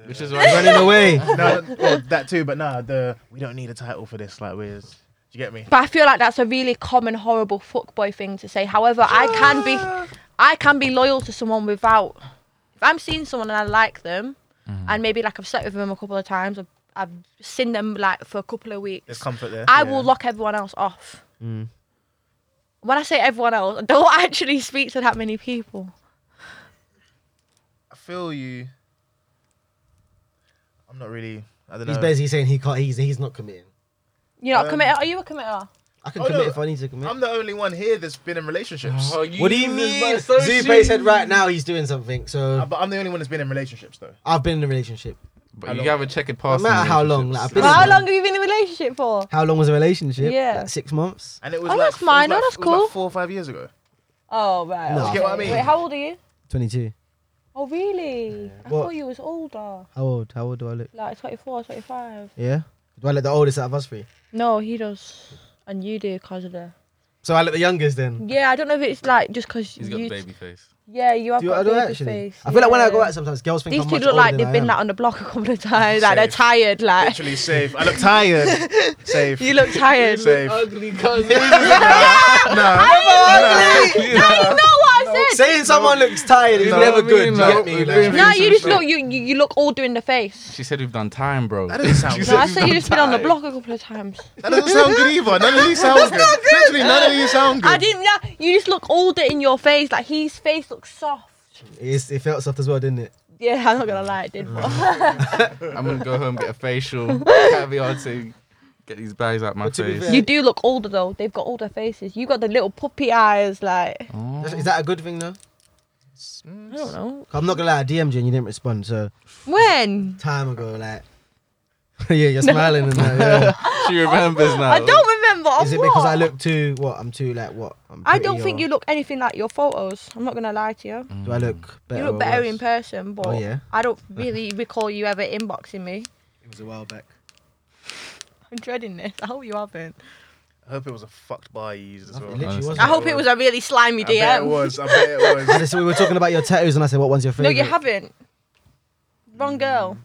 Speaker 1: Which is why
Speaker 3: running away.
Speaker 2: no, well, that too. But nah, the we don't need a title for this. Like, we're. Do you get me?
Speaker 4: But I feel like that's a really common, horrible fuckboy thing to say. However, I can be, I can be loyal to someone without. If I'm seeing someone and I like them, and maybe like I've slept with them a couple of times, I've, I've seen them like for a couple of weeks.
Speaker 2: There's comfort there.
Speaker 4: I
Speaker 2: yeah.
Speaker 4: will lock everyone else off.
Speaker 3: Mm.
Speaker 4: When I say everyone else, I don't actually speak to that many people.
Speaker 2: I feel you. I'm not really. I don't know.
Speaker 3: He's basically saying he can't. He's he's not committing.
Speaker 4: You're not
Speaker 2: Um,
Speaker 4: a committer. Are you a committer?
Speaker 3: I can
Speaker 2: Oh,
Speaker 3: commit
Speaker 2: no,
Speaker 3: if I need to commit.
Speaker 2: I'm the only one here that's been in relationships.
Speaker 1: Oh,
Speaker 3: what do you mean? Zupe said right now he's doing something,
Speaker 2: Uh,
Speaker 3: so
Speaker 2: But I'm the only one that's been in relationships though.
Speaker 3: I've been in a relationship.
Speaker 1: But
Speaker 2: How
Speaker 1: you
Speaker 2: long?
Speaker 1: have a checkered past.
Speaker 3: No
Speaker 1: in
Speaker 3: matter how long,
Speaker 1: relationships.
Speaker 3: like, I've been
Speaker 4: Well,
Speaker 3: in
Speaker 4: how
Speaker 3: one.
Speaker 4: long have you been in a relationship for?
Speaker 3: How long was the relationship?
Speaker 4: Yeah.
Speaker 3: Like six months.
Speaker 2: And it was
Speaker 4: Oh,
Speaker 2: like
Speaker 4: that's
Speaker 2: it was
Speaker 4: mine. Oh,
Speaker 2: like-
Speaker 4: that's
Speaker 2: it was like
Speaker 4: cool.
Speaker 2: four or five years ago.
Speaker 4: Oh, right.
Speaker 3: No.
Speaker 4: okay.
Speaker 2: Get what I mean?
Speaker 4: Wait, how old are you?
Speaker 3: Twenty-two.
Speaker 4: Oh, really? I
Speaker 3: What?
Speaker 4: thought you was older.
Speaker 3: How old? How old do I look?
Speaker 4: Like 24, 25.
Speaker 3: Yeah. Do I look the oldest out of us three?
Speaker 4: No, he does. And you do because of the.
Speaker 3: So I look the youngest then.
Speaker 4: Yeah, I don't know if it's like just because
Speaker 1: He's got
Speaker 4: you.
Speaker 1: the baby face.
Speaker 4: Yeah, you have
Speaker 3: Do I
Speaker 4: got
Speaker 3: do
Speaker 4: baby
Speaker 3: I actually?
Speaker 4: face.
Speaker 3: I feel like when I go
Speaker 4: yeah.
Speaker 3: out, sometimes girls think
Speaker 4: These
Speaker 3: I'm
Speaker 4: two
Speaker 3: much
Speaker 4: look
Speaker 3: older
Speaker 4: like
Speaker 3: than
Speaker 4: they've
Speaker 3: I
Speaker 4: been
Speaker 3: am.
Speaker 4: like on the block a couple of times. Like they're
Speaker 2: Safe.
Speaker 4: tired. Like
Speaker 2: Literally safe. I look tired. safe.
Speaker 4: you look tired.
Speaker 2: safe.
Speaker 3: ugly. cuz.
Speaker 2: no.
Speaker 4: I know what I said. did.
Speaker 3: Saying someone looks tired is
Speaker 1: No,
Speaker 3: never
Speaker 1: I
Speaker 3: good.
Speaker 1: mean,
Speaker 3: you
Speaker 1: no,
Speaker 3: get me?
Speaker 1: we've
Speaker 3: Like,
Speaker 1: been-
Speaker 4: No,
Speaker 1: Maybe
Speaker 4: you just
Speaker 1: some
Speaker 4: look you you you look older in the face.
Speaker 1: She said we've done time, bro.
Speaker 2: That doesn't sound
Speaker 4: No,
Speaker 2: good.
Speaker 4: I say you just been on the block a couple of times.
Speaker 2: That doesn't sound good either. None of these sound good. Literally, none of these sound
Speaker 4: I
Speaker 2: good.
Speaker 4: didn't know. You just look older in your face. Like his face looks soft.
Speaker 3: it's, it felt soft as well, didn't it?
Speaker 4: Yeah, I'm not gonna lie, it did. but-
Speaker 1: I'm gonna go home get a facial, caviar to get these bags out my
Speaker 3: But to be
Speaker 1: face.
Speaker 3: fair-
Speaker 4: You do look older though. They've got older faces. You got the little puppy eyes. Like
Speaker 1: Oh.
Speaker 3: That's- Is that a good thing though?
Speaker 2: Mm.
Speaker 4: I don't know.
Speaker 3: 'Cause I'm not gonna lie, I DM'd you and you didn't respond. So
Speaker 4: When
Speaker 3: time ago, like, yeah, you're smiling and that. Yeah.
Speaker 1: She remembers now.
Speaker 4: I don't remember.
Speaker 3: Is
Speaker 4: I'm
Speaker 3: it because
Speaker 4: what?
Speaker 3: I look too what? I'm too like what? I'm
Speaker 4: I
Speaker 3: pretty
Speaker 4: don't think
Speaker 3: or-
Speaker 4: you look anything like your photos. I'm not gonna lie to you.
Speaker 3: Do I look better?
Speaker 4: You
Speaker 3: or
Speaker 4: look better
Speaker 3: worse?
Speaker 4: in person, but
Speaker 3: Oh, yeah?
Speaker 4: I don't really recall you ever inboxing me.
Speaker 3: It was a while back.
Speaker 4: I'm dreading this. I hope you haven't.
Speaker 2: I hope it was a fucked bar you used as
Speaker 3: It
Speaker 2: well.
Speaker 3: literally
Speaker 1: honestly.
Speaker 3: wasn't.
Speaker 4: I hope it was a really slimy
Speaker 2: I bet it
Speaker 4: DM.
Speaker 2: was. I bet it was.
Speaker 3: And so we were talking about your tattoos, and I said, "What one's your
Speaker 4: No,
Speaker 3: favorite?"
Speaker 4: you haven't. Wrong girl.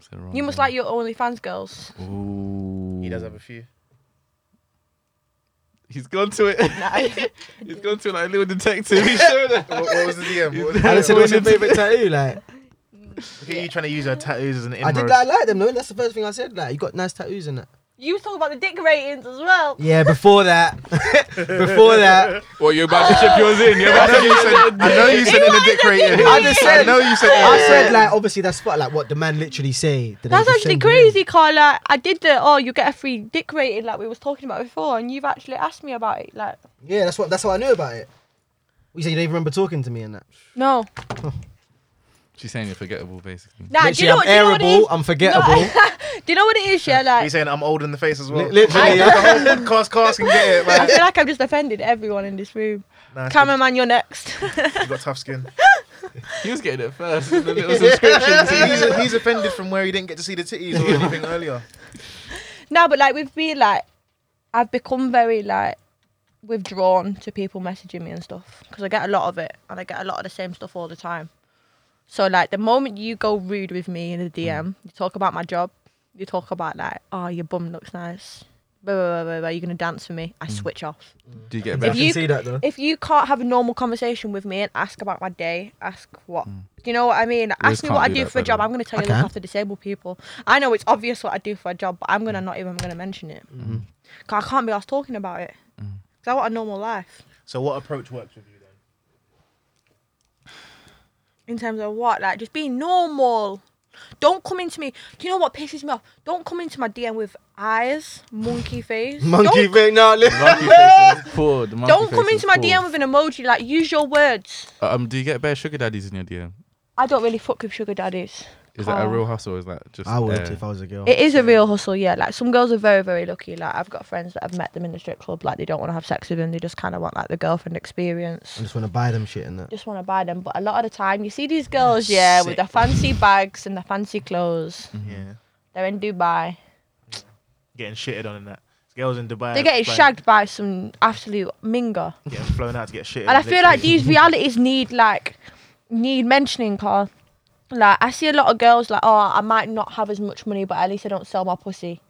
Speaker 1: Said wrong
Speaker 4: You must
Speaker 1: one.
Speaker 4: like your OnlyFans girls.
Speaker 1: Ooh.
Speaker 2: He does have a few.
Speaker 1: He's gone to it. He's gone to it like a little detective. He showed her.
Speaker 2: What, what was the DM? What was the
Speaker 3: And I said,
Speaker 2: DM?
Speaker 3: "What's your favorite tattoo?" Like,
Speaker 2: Look at you trying to use your tattoos as an
Speaker 3: I
Speaker 2: inroad.
Speaker 3: did. I like them. No, that's the first thing I said. Like, you got nice tattoos and that.
Speaker 4: You talk about the dick ratings as well.
Speaker 3: Yeah, before that, before that,
Speaker 1: Well, you're about to ship yours in. You're about
Speaker 2: I know you said. I know you said in the dick rating.
Speaker 3: I just
Speaker 2: I
Speaker 3: said-
Speaker 2: know you said.
Speaker 3: I said like, obviously that's fun, like what the man literally say. that they
Speaker 4: That's
Speaker 3: just
Speaker 4: actually
Speaker 3: send you.
Speaker 4: crazy, Carl. Like, I did the oh, you get a free dick rating like we was talking about before, and you've actually asked me about it. Like,
Speaker 3: Yeah, that's what. That's how I knew about it. You said you don't even remember talking to me and that.
Speaker 4: no,
Speaker 1: She's saying you're forgettable, basically.
Speaker 4: nah. Do you
Speaker 3: Literally,
Speaker 4: know what? Do you know
Speaker 3: I'm
Speaker 4: what it
Speaker 3: airable.
Speaker 4: is?
Speaker 3: I'm forgettable.
Speaker 4: Do you know what it is? Yeah,
Speaker 2: He's
Speaker 4: like
Speaker 2: saying I'm old in the face as well.
Speaker 3: Li- literally,
Speaker 2: I-
Speaker 3: yeah.
Speaker 2: the whole podcast cast can get it.
Speaker 4: I
Speaker 2: Like,
Speaker 4: feel like I've just offended everyone in this room.
Speaker 2: nah, it's good.
Speaker 4: Cameraman, you're next.
Speaker 2: you got tough skin.
Speaker 1: He was getting it first. The little subscription to
Speaker 2: he's, he's offended from where he didn't get to see the titties or anything earlier.
Speaker 4: no, but like with me, like I've become very like withdrawn to people messaging me and stuff because I get a lot of it and I get a lot of the same stuff all the time. So like the moment you go rude with me in the DM, you talk about my job, you talk about like, oh, your bum looks nice. Blah, blah, blah, blah, blah. You're gonna dance for me. I switch off.
Speaker 1: Do you get
Speaker 3: I
Speaker 1: better?
Speaker 4: If
Speaker 3: can
Speaker 4: you-
Speaker 3: see that though.
Speaker 4: If you can't have a normal conversation with me and ask about my day, ask what do you know what I mean. ask me
Speaker 1: Hmm. can't
Speaker 4: what I
Speaker 1: do
Speaker 4: do
Speaker 1: that,
Speaker 4: for a
Speaker 1: by the
Speaker 4: job.
Speaker 1: way.
Speaker 4: I'm gonna tell
Speaker 3: I
Speaker 4: you I look
Speaker 3: can.
Speaker 4: after disabled people. I know it's obvious what I do for a job, but I'm gonna
Speaker 1: Hmm.
Speaker 4: not even gonna mention it. 'Cause I can't be asked talking about it.
Speaker 1: Hmm.
Speaker 4: 'Cause I want a normal life.
Speaker 2: So what approach works with you then?
Speaker 4: In terms of what, like just being normal. Don't come into me. Do you know what pisses me off? Don't come into my DM with eyes, monkey face.
Speaker 3: Monkey
Speaker 4: Don't-
Speaker 3: thing. No, li-
Speaker 1: Monkey face is poor. The monkey
Speaker 4: Don't
Speaker 1: face
Speaker 4: come
Speaker 1: is
Speaker 4: into my
Speaker 1: poor.
Speaker 4: DM with an emoji. Like use your words.
Speaker 1: Um, do you get bare sugar daddies in your DM?
Speaker 4: I don't really fuck with sugar daddies.
Speaker 1: Is that a
Speaker 4: Carl.
Speaker 1: real hustle? Or is that just?
Speaker 3: I would
Speaker 1: air?
Speaker 3: if I was a girl.
Speaker 4: It is a real hustle, yeah. Like some girls are very, very lucky. Like I've got friends that have met them in the strip club. Like they don't want to have sex with them. They just kind of want like the girlfriend
Speaker 3: I
Speaker 4: experience.
Speaker 3: just want to buy them shit and that.
Speaker 4: Just want to buy them. But a lot of the time, you see these girls, yeah, with their fancy bags and their fancy clothes.
Speaker 2: Yeah,
Speaker 4: They're in Dubai.
Speaker 2: getting shitted on in that. Girls in Dubai.
Speaker 4: They're getting
Speaker 2: like,
Speaker 4: shagged by some absolute minger.
Speaker 2: Getting flown out to get shitted.
Speaker 4: And I feel like
Speaker 2: literally.
Speaker 4: these realities need like need mentioning, Carl. Like I see a lot of girls like, oh, I might not have as much money, but at least I don't sell my pussy.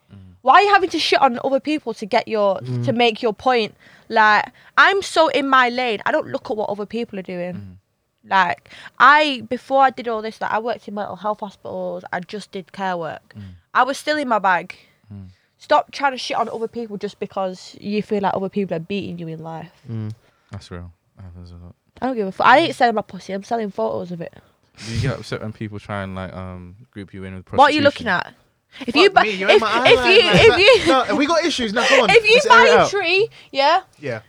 Speaker 4: Why are you having to shit on other people to get your to make your point? Like I'm so in my lane. I don't look at what other people are doing. Like I before I did all this, like I worked in mental health hospitals. I just did care work. I was still in my bag. Stop trying to shit on other people just because you feel like other people are beating you in life.
Speaker 1: That's real. That happens a lot.
Speaker 4: I don't give a fuck. I ain't selling my pussy. I'm selling photos of it.
Speaker 1: Do you get upset when people try and like um group you in with?
Speaker 4: What are you looking at? If you
Speaker 2: Fuck
Speaker 4: buy,
Speaker 2: me,
Speaker 4: if,
Speaker 2: you're in
Speaker 4: if,
Speaker 2: my eyeliner,
Speaker 4: you if you
Speaker 2: like, no, we got issues. No, come on.
Speaker 4: if you
Speaker 2: let's air it
Speaker 4: buy a
Speaker 2: out.
Speaker 4: tree, yeah,
Speaker 2: yeah.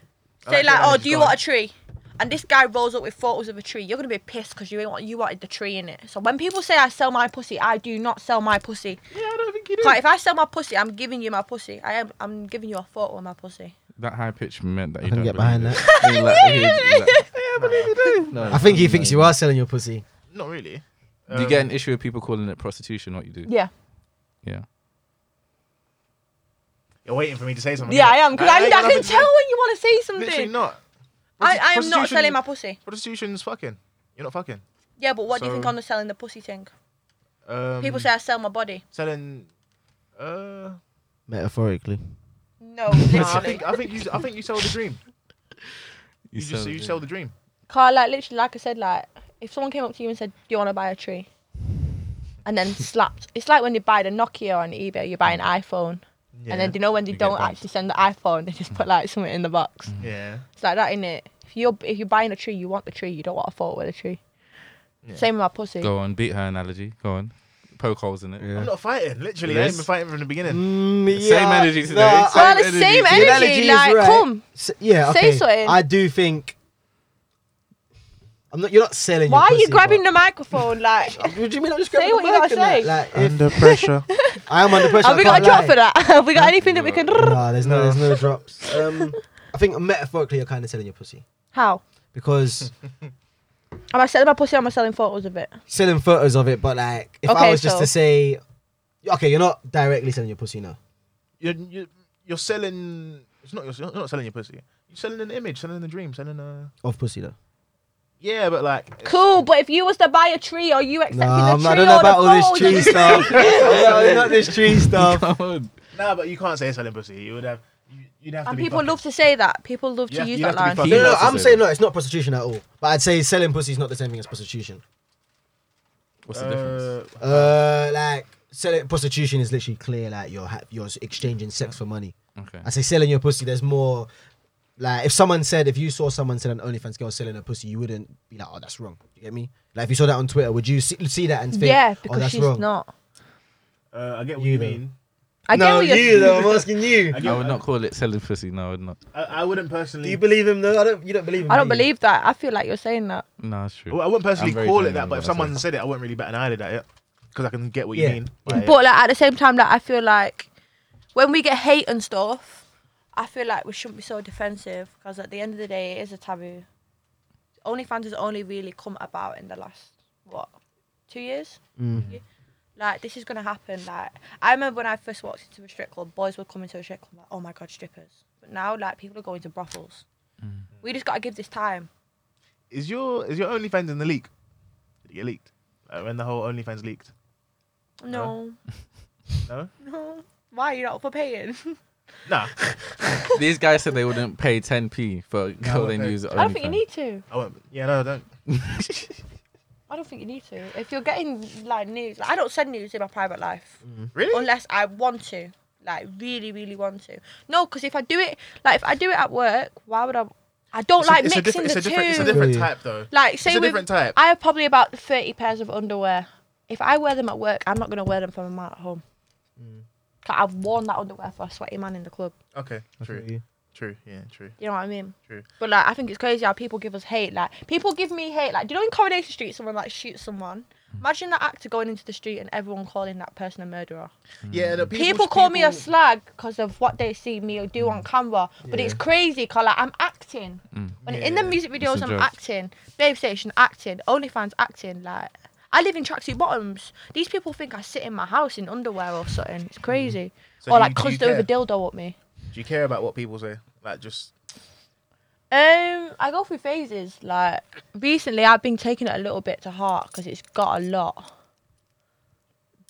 Speaker 4: say
Speaker 2: like
Speaker 4: like,
Speaker 2: it,
Speaker 4: oh,
Speaker 2: it's
Speaker 4: do you
Speaker 2: gone.
Speaker 4: want a tree? And this guy rolls up with photos of a tree. You're gonna be pissed because you ain't want you wanted the tree in it. So when people say I sell my pussy, I do not sell my pussy.
Speaker 2: Yeah, I don't think you do.
Speaker 4: Like if I sell my pussy, I'm giving you my pussy. I am. I'm giving you a photo of my pussy.
Speaker 1: That high pitch meant that you
Speaker 3: can
Speaker 1: don't
Speaker 3: get behind
Speaker 1: believe
Speaker 3: that.
Speaker 1: it. You're like- you're like-
Speaker 3: I think he thinks you are selling your pussy.
Speaker 2: Not really. Um,
Speaker 1: Do you get an issue with people calling it prostitution? What you do?
Speaker 4: Yeah.
Speaker 1: Yeah.
Speaker 2: You're waiting for me to say something.
Speaker 4: Yeah, I
Speaker 2: innit?
Speaker 4: am. Because I, I,
Speaker 2: ain't got
Speaker 4: can
Speaker 2: nothing to
Speaker 4: tell when you want to say
Speaker 2: say. Literally
Speaker 4: something.
Speaker 2: not.
Speaker 4: I, I am not
Speaker 2: Prostitution-
Speaker 4: selling my pussy.
Speaker 2: Prostitution's fucking. You're not fucking.
Speaker 4: Yeah, but what do you think
Speaker 2: So-
Speaker 4: on the selling the pussy thing?
Speaker 2: Um,
Speaker 4: People say I sell my body.
Speaker 2: selling. Uh,
Speaker 3: Metaphorically.
Speaker 2: nah,
Speaker 4: No,
Speaker 2: I
Speaker 4: literally.
Speaker 2: think I think you I think you sell the dream.
Speaker 1: You
Speaker 2: You, just
Speaker 1: sell
Speaker 2: you
Speaker 1: it,
Speaker 2: sell the dream.
Speaker 4: Carl, like literally, like I said, like if someone came up to you and said, "Do you want to buy a tree?" and then slapped, it's like when you buy the Nokia on eBay, you buy an iPhone,
Speaker 2: Yeah.
Speaker 4: and then you know when they
Speaker 1: You get
Speaker 4: don't
Speaker 1: bumped. Mm.
Speaker 4: actually send the iPhone, they just put like something in the box.
Speaker 2: yeah.
Speaker 4: It's like that, isn't it? If you're if you're buying a tree, you want the tree. You don't want a photo with a tree.
Speaker 2: Yeah.
Speaker 4: Same with my pussy.
Speaker 1: Go on, beat her analogy. Go on. Poke holes in it.
Speaker 2: I'm
Speaker 5: Yeah.
Speaker 2: not fighting. Literally,
Speaker 1: It
Speaker 2: I
Speaker 1: is.
Speaker 2: ain't been fighting from the beginning.
Speaker 3: Mm,
Speaker 1: Same
Speaker 3: yeah,
Speaker 1: energy today.
Speaker 3: nah,
Speaker 4: Well, the same
Speaker 1: today.
Speaker 3: The
Speaker 4: energy,
Speaker 3: is
Speaker 4: like, come.
Speaker 3: S- yeah,
Speaker 4: Say
Speaker 3: okay.
Speaker 4: something.
Speaker 3: I do think. I'm not. You're not selling.
Speaker 4: Why
Speaker 3: your
Speaker 4: are you
Speaker 3: pussy,
Speaker 4: grabbing the microphone? Like,
Speaker 3: but- What do you mean? I'm just
Speaker 4: Say
Speaker 3: grabbing
Speaker 4: what
Speaker 3: the
Speaker 4: you gotta
Speaker 3: mic and
Speaker 4: say.
Speaker 3: that? Like, if
Speaker 2: Under pressure.
Speaker 3: I am under pressure.
Speaker 4: have
Speaker 3: I
Speaker 4: we got
Speaker 3: can't
Speaker 4: a drop
Speaker 3: lie.
Speaker 4: for that? have we got anything that we can?
Speaker 3: No, there's no, there's no drops. Um, I think metaphorically, you're kind of selling your pussy
Speaker 4: How?
Speaker 3: because
Speaker 4: Am I selling my pussy? Or am I selling photos of it?
Speaker 3: selling photos of it. But like, if I
Speaker 4: Okay,
Speaker 3: was just
Speaker 4: so-
Speaker 3: to say, okay, you're not directly selling your pussy now.
Speaker 2: You're, you're, you're selling. It's not. You're not selling your pussy. You're selling an image, selling a dream, selling a.
Speaker 3: Of pussy though.
Speaker 2: Yeah, but like. it's-
Speaker 4: Cool, but if you was to buy a tree, are you accepting
Speaker 3: Nah,
Speaker 4: the
Speaker 3: I'm
Speaker 4: tree
Speaker 3: not, I
Speaker 4: or
Speaker 3: don't know
Speaker 4: the
Speaker 3: about all this
Speaker 4: photos?
Speaker 3: tree stuff. I don't know about this tree stuff.
Speaker 2: Nah, but you can't say selling pussy. You would have. You, you'd have to.
Speaker 4: And
Speaker 2: be
Speaker 4: people
Speaker 2: fucking-
Speaker 4: love to say that. People love
Speaker 2: Yeah,
Speaker 4: to use
Speaker 2: you
Speaker 4: that
Speaker 2: have
Speaker 4: line.
Speaker 2: to be
Speaker 1: He
Speaker 3: No, no,
Speaker 1: loves to
Speaker 3: I'm
Speaker 1: say
Speaker 3: saying
Speaker 1: that.
Speaker 3: no, it's not prostitution at all. But I'd say selling pussy is not the same thing as prostitution.
Speaker 1: What's the difference?
Speaker 2: Uh,
Speaker 3: Uh, like selling prostitution is literally clear, like you're ha- you're exchanging sex for money.
Speaker 1: Okay.
Speaker 3: I say selling your pussy. There's more. Like if someone said, if you saw someone said an OnlyFans girl selling a pussy, you wouldn't be like, oh, that's wrong. You get me? Like if you saw that on Twitter, would you see, see that and think,
Speaker 4: Yeah,
Speaker 3: oh,
Speaker 4: because
Speaker 3: that's
Speaker 4: she's
Speaker 3: wrong?
Speaker 4: not.
Speaker 2: uh, I get what
Speaker 3: You
Speaker 2: you,
Speaker 3: know.
Speaker 2: mean.
Speaker 4: I get
Speaker 3: no,
Speaker 4: what
Speaker 3: you
Speaker 4: you're
Speaker 3: though. I'm asking you.
Speaker 2: I, get,
Speaker 1: I would not call it selling pussy. No, I would not.
Speaker 2: I, I wouldn't personally.
Speaker 3: Do you believe him though? I don't. You don't believe him.
Speaker 4: I
Speaker 3: do
Speaker 4: don't
Speaker 3: you?
Speaker 4: believe that. I feel like you're saying that.
Speaker 1: No, it's
Speaker 2: Well,
Speaker 1: true.
Speaker 2: I wouldn't personally
Speaker 1: I'm very
Speaker 2: call it
Speaker 1: genuine
Speaker 2: that, but if
Speaker 1: about
Speaker 2: someone
Speaker 1: myself.
Speaker 2: said it, I wouldn't really bat an eyelid at it because I can get what
Speaker 3: Yeah.
Speaker 2: you mean. by it.
Speaker 4: But like at the same time, like I feel like when we get hate and stuff, I feel like we shouldn't be so defensive because at the end of the day, it is a taboo. OnlyFans has only really come about in the last what two years.
Speaker 3: Mm.
Speaker 4: Like this is gonna happen. Like I remember when I first walked into a strip club, boys would come into a strip club like, oh my god, strippers. But now like people are going to brothels. We just gotta give this time.
Speaker 2: is your is your OnlyFans in the leak? Did it get leaked? Like, when the whole OnlyFans leaked?
Speaker 4: No.
Speaker 2: No?
Speaker 4: No. Why are you not for paying?
Speaker 2: Nah,
Speaker 1: These guys said they wouldn't pay 10p for a girl they
Speaker 2: okay.
Speaker 1: knew. was
Speaker 4: I don't think you
Speaker 1: OnlyFans.
Speaker 4: need to.
Speaker 2: I won't. Yeah, no, I don't.
Speaker 4: I don't think you need to. If you're getting like news, like, I don't send news in my private life
Speaker 2: Mm-hmm. Really?
Speaker 4: unless I want to, like really, really want to. No, because if I do it, like if I do it at work, why would I? I don't
Speaker 2: It's a-
Speaker 4: like
Speaker 2: it's a
Speaker 4: mixing
Speaker 2: different- it's
Speaker 4: the
Speaker 2: a different, It's a
Speaker 4: two.
Speaker 2: different
Speaker 3: Yeah.
Speaker 2: type, though.
Speaker 4: like say
Speaker 2: it's a
Speaker 4: with-
Speaker 2: different type.
Speaker 4: I have probably about thirty pairs of underwear. If I wear them at work, I'm not gonna wear them for my man at home.
Speaker 2: Mm.
Speaker 4: Like, I've worn that underwear for a sweaty man in the club.
Speaker 2: Okay, true, true, yeah, true.
Speaker 4: You know what I mean?
Speaker 2: True.
Speaker 4: But like, I think it's crazy how people give us hate. Like, people give me hate. Like, do you know in Coronation Street, someone like shoots someone.
Speaker 2: Mm.
Speaker 4: Imagine that actor going into the street and everyone calling that person a murderer.
Speaker 1: Hmm.
Speaker 2: Yeah, the
Speaker 4: People,
Speaker 2: people,
Speaker 4: call me a
Speaker 2: people-
Speaker 4: slag because of what they see me do
Speaker 2: Mm.
Speaker 4: on camera. But it's crazy, cause like, I'm acting. When in the
Speaker 2: Yeah.
Speaker 4: music videos,
Speaker 1: a
Speaker 4: I'm
Speaker 1: joke.
Speaker 4: acting. Babe Station acting. OnlyFans acting. Like, I live in tracksuit bottoms. These people think I sit in my house in underwear or something. It's crazy.
Speaker 2: Mm. So
Speaker 4: or
Speaker 2: do
Speaker 4: like,
Speaker 2: you- do you
Speaker 4: cussed over
Speaker 2: care?
Speaker 4: dildo at me.
Speaker 2: Do you care about what people say? Like, just
Speaker 4: Um, I go through phases. Like recently, I've been taking it a little bit to heart because it's got a lot.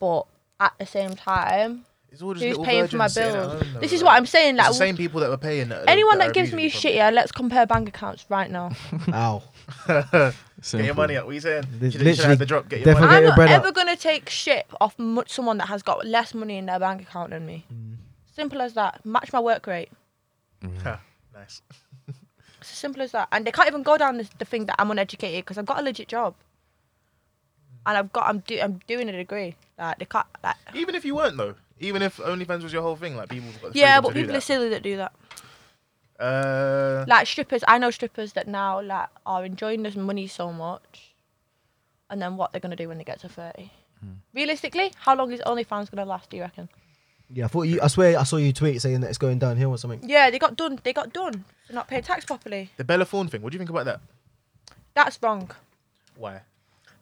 Speaker 4: But at the same time,
Speaker 2: it's all just
Speaker 4: who's
Speaker 2: little
Speaker 4: paying for my
Speaker 2: virgins sitting at
Speaker 4: bills?
Speaker 2: home, though,
Speaker 4: This is
Speaker 2: like,
Speaker 4: what I'm saying.
Speaker 2: it's
Speaker 4: Like
Speaker 2: the same people that were paying. That,
Speaker 4: anyone
Speaker 2: that,
Speaker 4: that
Speaker 2: are
Speaker 4: gives me
Speaker 2: abusing
Speaker 4: shit, yeah, let's compare bank accounts right now.
Speaker 3: Ow.
Speaker 2: Get your
Speaker 1: Simple.
Speaker 2: money up. What are you saying?
Speaker 3: This-
Speaker 2: you literally
Speaker 3: literally
Speaker 2: had the drop. Get your money.
Speaker 3: Forget
Speaker 4: I'm
Speaker 3: your
Speaker 4: not
Speaker 3: bread
Speaker 4: ever
Speaker 3: up.
Speaker 4: gonna take shit off mu- someone that has got less money in their bank account than me.
Speaker 2: Mm.
Speaker 4: Simple as that. Match my work rate.
Speaker 2: Ha, nice.
Speaker 4: It's as simple as that. And they can't even go down the, the thing that I'm uneducated because I've got a legit job. And I've got I'm do I'm doing a degree. Like they can't like
Speaker 2: Even if you weren't though, even if OnlyFans was your whole thing, like people. got the
Speaker 4: Yeah,
Speaker 2: freedom
Speaker 4: but
Speaker 2: to do
Speaker 4: people are silly that do that.
Speaker 2: that. Uh,
Speaker 4: Like strippers, I know strippers that now like are enjoying this money so much, and then what they're gonna do when they get to thirty?
Speaker 2: Hmm.
Speaker 4: Realistically, how long is OnlyFans gonna last? Do you reckon?
Speaker 3: Yeah, I thought you. I swear, I saw you tweet saying that it's going downhill or something.
Speaker 4: Yeah, they got done. They got done for not paying tax properly.
Speaker 2: the Bella Thorne thing. What do you think about that?
Speaker 4: That's wrong
Speaker 2: Why?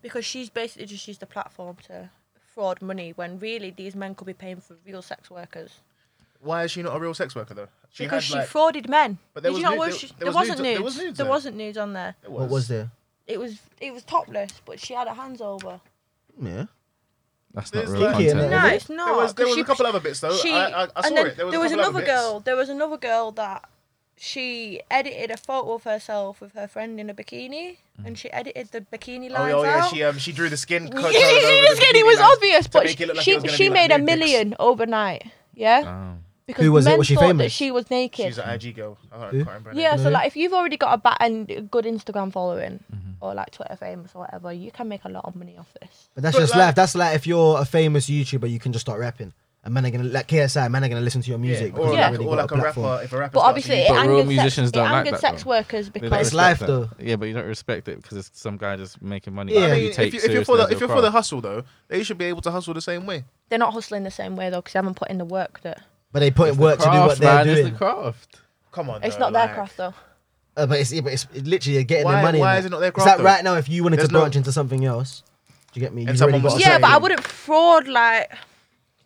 Speaker 4: because she's basically just used the platform to fraud money when really these men could be paying for real sex workers.
Speaker 2: Why is she not a real sex worker though?
Speaker 4: because she
Speaker 2: had, like-
Speaker 4: frauded men.
Speaker 2: But there
Speaker 4: Did
Speaker 2: was
Speaker 4: you not
Speaker 2: nu-
Speaker 4: watch-
Speaker 2: there-
Speaker 4: she-
Speaker 2: there
Speaker 4: there
Speaker 2: was
Speaker 4: wasn't
Speaker 2: nudes- there
Speaker 4: nudes.
Speaker 2: was nudes
Speaker 4: There
Speaker 2: there.
Speaker 4: wasn't nudes on there.
Speaker 2: It
Speaker 3: What was there?
Speaker 4: It was it was topless, but she had her hands over.
Speaker 3: Yeah.
Speaker 1: That's not
Speaker 2: There's
Speaker 1: real
Speaker 2: like-
Speaker 1: content.
Speaker 4: No,
Speaker 3: it?
Speaker 4: it's not.
Speaker 2: There was, there
Speaker 4: 'cause
Speaker 2: was
Speaker 4: she-
Speaker 2: a couple other bits though.
Speaker 4: she-
Speaker 2: I, I, I saw
Speaker 4: and then
Speaker 2: it. There was,
Speaker 4: there
Speaker 2: a couple
Speaker 4: was
Speaker 2: other
Speaker 4: another
Speaker 2: bits.
Speaker 4: girl. There was another girl that she edited a photo of herself with her friend in a bikini, and she edited the
Speaker 2: Mm.
Speaker 4: bikini
Speaker 2: Oh,
Speaker 4: lines
Speaker 2: yeah, oh, yeah,
Speaker 4: out.
Speaker 2: she um she drew the skin.
Speaker 4: Yeah,
Speaker 2: coat over
Speaker 4: yeah, yeah,
Speaker 2: the
Speaker 4: just kidding. It
Speaker 2: bikini
Speaker 4: was
Speaker 2: lines
Speaker 4: obvious,
Speaker 2: to
Speaker 4: but
Speaker 2: make it look like it
Speaker 4: she
Speaker 2: was gonna
Speaker 4: she
Speaker 2: be,
Speaker 4: made
Speaker 2: like,
Speaker 4: a
Speaker 2: nude pics.
Speaker 4: million overnight. Yeah,
Speaker 1: Oh.
Speaker 4: because
Speaker 3: Who was it?
Speaker 4: men
Speaker 3: Was she
Speaker 4: thought that
Speaker 3: famous?
Speaker 4: she was naked.
Speaker 2: She's an IG girl. I can't
Speaker 3: Who?
Speaker 2: remember her name.
Speaker 4: yeah, so
Speaker 3: Mhm.
Speaker 4: like if you've already got a bat and a good Instagram following
Speaker 2: Mm-hmm.
Speaker 4: or like Twitter famous or whatever, you can make a lot of money off this.
Speaker 3: But that's
Speaker 2: But
Speaker 3: just
Speaker 2: like-
Speaker 3: life. That's like if you're a famous YouTuber, you can just start rapping. And man are gonna like KSI, man are gonna listen to your music.
Speaker 2: or
Speaker 3: because
Speaker 4: Yeah.
Speaker 3: you've
Speaker 2: like,
Speaker 3: already
Speaker 2: or
Speaker 3: got
Speaker 2: like a
Speaker 3: platform.
Speaker 2: rapper. If a rapper,
Speaker 4: But
Speaker 2: starts
Speaker 4: obviously, it
Speaker 2: using-
Speaker 1: But real
Speaker 4: angered,
Speaker 1: musicians
Speaker 4: sex, it
Speaker 1: don't like
Speaker 4: angered
Speaker 1: that,
Speaker 4: sex
Speaker 1: though.
Speaker 4: workers
Speaker 1: They don't
Speaker 4: because
Speaker 1: respect
Speaker 3: It's life,
Speaker 1: that.
Speaker 3: though.
Speaker 1: Yeah, but you don't respect it because it's some guy just making money.
Speaker 3: Yeah.
Speaker 1: Like,
Speaker 2: I
Speaker 3: if
Speaker 2: mean,
Speaker 1: you
Speaker 2: if,
Speaker 1: take
Speaker 2: you- if you're for
Speaker 1: seriously
Speaker 2: the
Speaker 1: as
Speaker 2: if
Speaker 1: your
Speaker 2: you're for the
Speaker 1: craft.
Speaker 2: hustle though, they should be able to hustle the same way.
Speaker 4: they're not hustling the same way though because they haven't put in the work that
Speaker 3: But they put in work to do
Speaker 1: Craft,
Speaker 3: what they're
Speaker 1: man, it's
Speaker 3: doing.
Speaker 1: the craft.
Speaker 2: Come on,
Speaker 4: it's
Speaker 2: though,
Speaker 4: not their
Speaker 2: like,
Speaker 4: craft though.
Speaker 3: Uh, but it's yeah, but it's literally getting
Speaker 2: Why-
Speaker 3: their money.
Speaker 2: why
Speaker 3: in
Speaker 2: is it not their
Speaker 3: It's
Speaker 2: craft,
Speaker 3: like
Speaker 2: though?
Speaker 3: right now, if you wanted
Speaker 2: There's
Speaker 3: to
Speaker 2: no-
Speaker 3: branch into something else, do you get me? You've
Speaker 2: someone
Speaker 3: already
Speaker 2: was
Speaker 3: got a
Speaker 2: Yeah,
Speaker 4: Yeah,
Speaker 3: certain-
Speaker 4: but I
Speaker 2: saying-
Speaker 4: wouldn't fraud like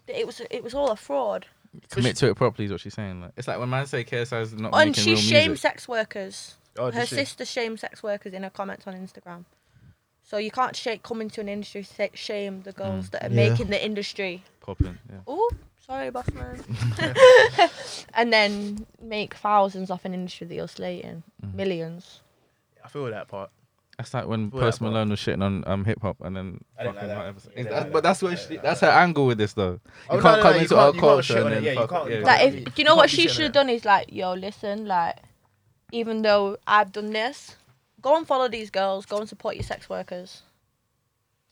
Speaker 4: it was. It was all a fraud.
Speaker 1: Commit to it properly is what she's saying. Like, it's like when man say KSI is not
Speaker 4: And
Speaker 1: making
Speaker 4: she
Speaker 1: real
Speaker 4: shamed
Speaker 1: music.
Speaker 4: sex workers.
Speaker 2: Oh,
Speaker 4: her
Speaker 2: did she?
Speaker 4: sister shamed sex workers in her comments on Instagram. So you can't shake come into an industry sa- shame the girls
Speaker 2: Mm.
Speaker 4: that are
Speaker 3: Yeah.
Speaker 4: making the industry.
Speaker 1: Popping. Yeah.
Speaker 4: Oh, sorry, boss man. and then make thousands off an industry that you're slating,
Speaker 2: Mm.
Speaker 4: millions.
Speaker 2: I feel that part.
Speaker 1: That's like when
Speaker 2: Well,
Speaker 1: Post
Speaker 2: that part.
Speaker 1: Malone was shitting on um, hip hop and then.
Speaker 2: I didn't like
Speaker 1: fucking
Speaker 2: that.
Speaker 1: whatever.
Speaker 2: I didn't
Speaker 1: That's-
Speaker 2: like
Speaker 1: but
Speaker 2: that.
Speaker 1: that's
Speaker 2: I
Speaker 1: what
Speaker 2: didn't
Speaker 1: she,
Speaker 2: like
Speaker 1: that's her
Speaker 2: that.
Speaker 1: angle with this though.
Speaker 2: Oh,
Speaker 1: You can't
Speaker 2: no,
Speaker 1: come
Speaker 2: no, no, you
Speaker 1: into
Speaker 2: can't-
Speaker 1: our
Speaker 2: you can't
Speaker 1: culture
Speaker 2: shit on
Speaker 1: and
Speaker 2: it.
Speaker 1: then
Speaker 2: Yeah, you
Speaker 1: fuck-
Speaker 2: can't- you
Speaker 1: yeah.
Speaker 2: can't
Speaker 4: Like
Speaker 2: you
Speaker 4: if do you know
Speaker 2: can't
Speaker 4: what she
Speaker 2: be shitting
Speaker 4: should
Speaker 2: on
Speaker 4: have
Speaker 2: it.
Speaker 4: done is like, yo, listen, like even though I've done this, go and follow these girls, go and support your sex workers.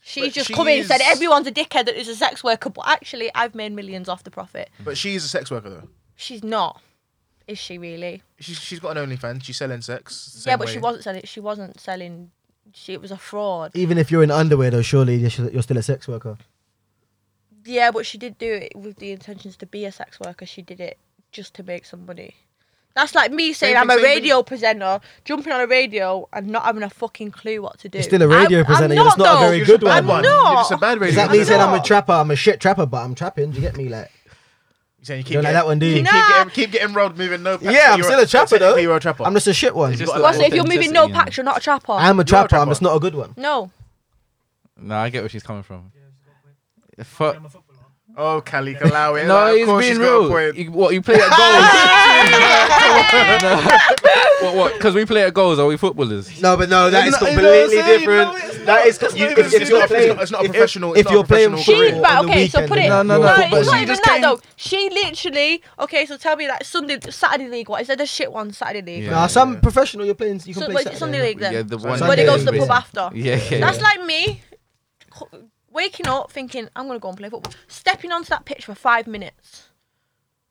Speaker 4: She
Speaker 2: But
Speaker 4: just
Speaker 2: she
Speaker 4: come in and said
Speaker 2: is-
Speaker 4: everyone's a dickhead that is a sex worker, but actually I've made millions off the profit.
Speaker 2: But she's a sex worker though.
Speaker 4: She's not. Is she really?
Speaker 2: She's she's got an OnlyFans. She's selling sex. the
Speaker 4: yeah,
Speaker 2: same
Speaker 4: but she
Speaker 2: way.
Speaker 4: wasn't selling she wasn't selling she it was a fraud.
Speaker 3: Even if you're in underwear, though, surely you're sh- you're still a sex worker.
Speaker 4: Yeah, but she did do it with the intentions to be a sex worker. She did it just to make some money. That's like me saying
Speaker 2: thing,
Speaker 4: I'm a
Speaker 2: same thing.
Speaker 4: radio presenter, jumping on a radio and not having a fucking clue what to do.
Speaker 3: You're still a radio
Speaker 4: I'm-
Speaker 3: presenter,
Speaker 4: I'm
Speaker 3: you're just not a
Speaker 4: though.
Speaker 3: very
Speaker 2: You're
Speaker 3: good
Speaker 2: just a bad
Speaker 3: one.
Speaker 2: one.
Speaker 4: I'm
Speaker 2: You're just a
Speaker 4: not.
Speaker 2: bad radio.
Speaker 3: Is that me
Speaker 4: I'm
Speaker 3: saying I'm a
Speaker 4: not.
Speaker 3: trapper? I'm a shit trapper, but I'm trapping. Do you get me? Like,
Speaker 2: You're saying you keep
Speaker 3: You don't like
Speaker 2: getting-
Speaker 3: that one, do you?
Speaker 2: keep
Speaker 4: Nah.
Speaker 2: getting- Keep getting rolled, moving no. packs,
Speaker 3: yeah,
Speaker 2: but
Speaker 3: I'm
Speaker 2: you're
Speaker 3: still a trapper though.
Speaker 2: technically You're a trapper.
Speaker 3: I'm just a shit one.
Speaker 1: It's just
Speaker 2: got
Speaker 1: the
Speaker 4: Well, so if you're moving no
Speaker 1: authenticity in it.
Speaker 4: packs, you're not a trapper.
Speaker 3: I'm a
Speaker 2: You're a
Speaker 3: trapper. I'm
Speaker 2: trapper.
Speaker 3: just not a good one.
Speaker 4: no.
Speaker 1: No, I get where she's coming from. Fuck.
Speaker 2: Oh, Cali Kalawi.
Speaker 1: No,
Speaker 2: like, of
Speaker 1: he's
Speaker 2: course
Speaker 1: being
Speaker 2: she's got a
Speaker 1: real.
Speaker 2: point.
Speaker 1: You, what you play at goals? No. what? What? Because we play at goals. Are we footballers?
Speaker 3: No, but no, that is
Speaker 1: No, you know what I'm
Speaker 3: completely
Speaker 1: saying?
Speaker 3: different.
Speaker 1: No, it's
Speaker 3: that is
Speaker 2: It's
Speaker 3: you,
Speaker 2: not even-
Speaker 3: if,
Speaker 2: it's
Speaker 3: if you're
Speaker 2: not-
Speaker 3: playing,
Speaker 2: it's not a
Speaker 3: if-
Speaker 2: professional-
Speaker 3: If,
Speaker 2: it's not a
Speaker 3: you're playing
Speaker 2: professional
Speaker 4: She's
Speaker 2: career.
Speaker 3: football
Speaker 4: bad.
Speaker 3: on the
Speaker 4: Okay, so
Speaker 3: weekend,
Speaker 4: put it.
Speaker 3: then
Speaker 1: No, no,
Speaker 3: you're
Speaker 1: no,
Speaker 3: a
Speaker 4: it's
Speaker 1: footballer.
Speaker 3: footballer.
Speaker 1: She
Speaker 4: not even
Speaker 1: just
Speaker 4: that
Speaker 1: came-
Speaker 4: though. She literally. Okay, so tell me like Sunday, Saturday league. What is that? The shit one Saturday league.
Speaker 1: Yeah.
Speaker 3: Nah, some professional you're playing. You can
Speaker 4: So,
Speaker 3: play
Speaker 4: wait,
Speaker 3: Saturday
Speaker 4: Sunday
Speaker 3: night.
Speaker 4: league then.
Speaker 1: Yeah, the one.
Speaker 4: Where they go to the
Speaker 3: Yeah.
Speaker 4: pub after.
Speaker 1: Yeah, yeah.
Speaker 4: That's
Speaker 1: yeah.
Speaker 4: like me co- waking up thinking, I'm going to go and play football. Stepping onto that pitch for five minutes,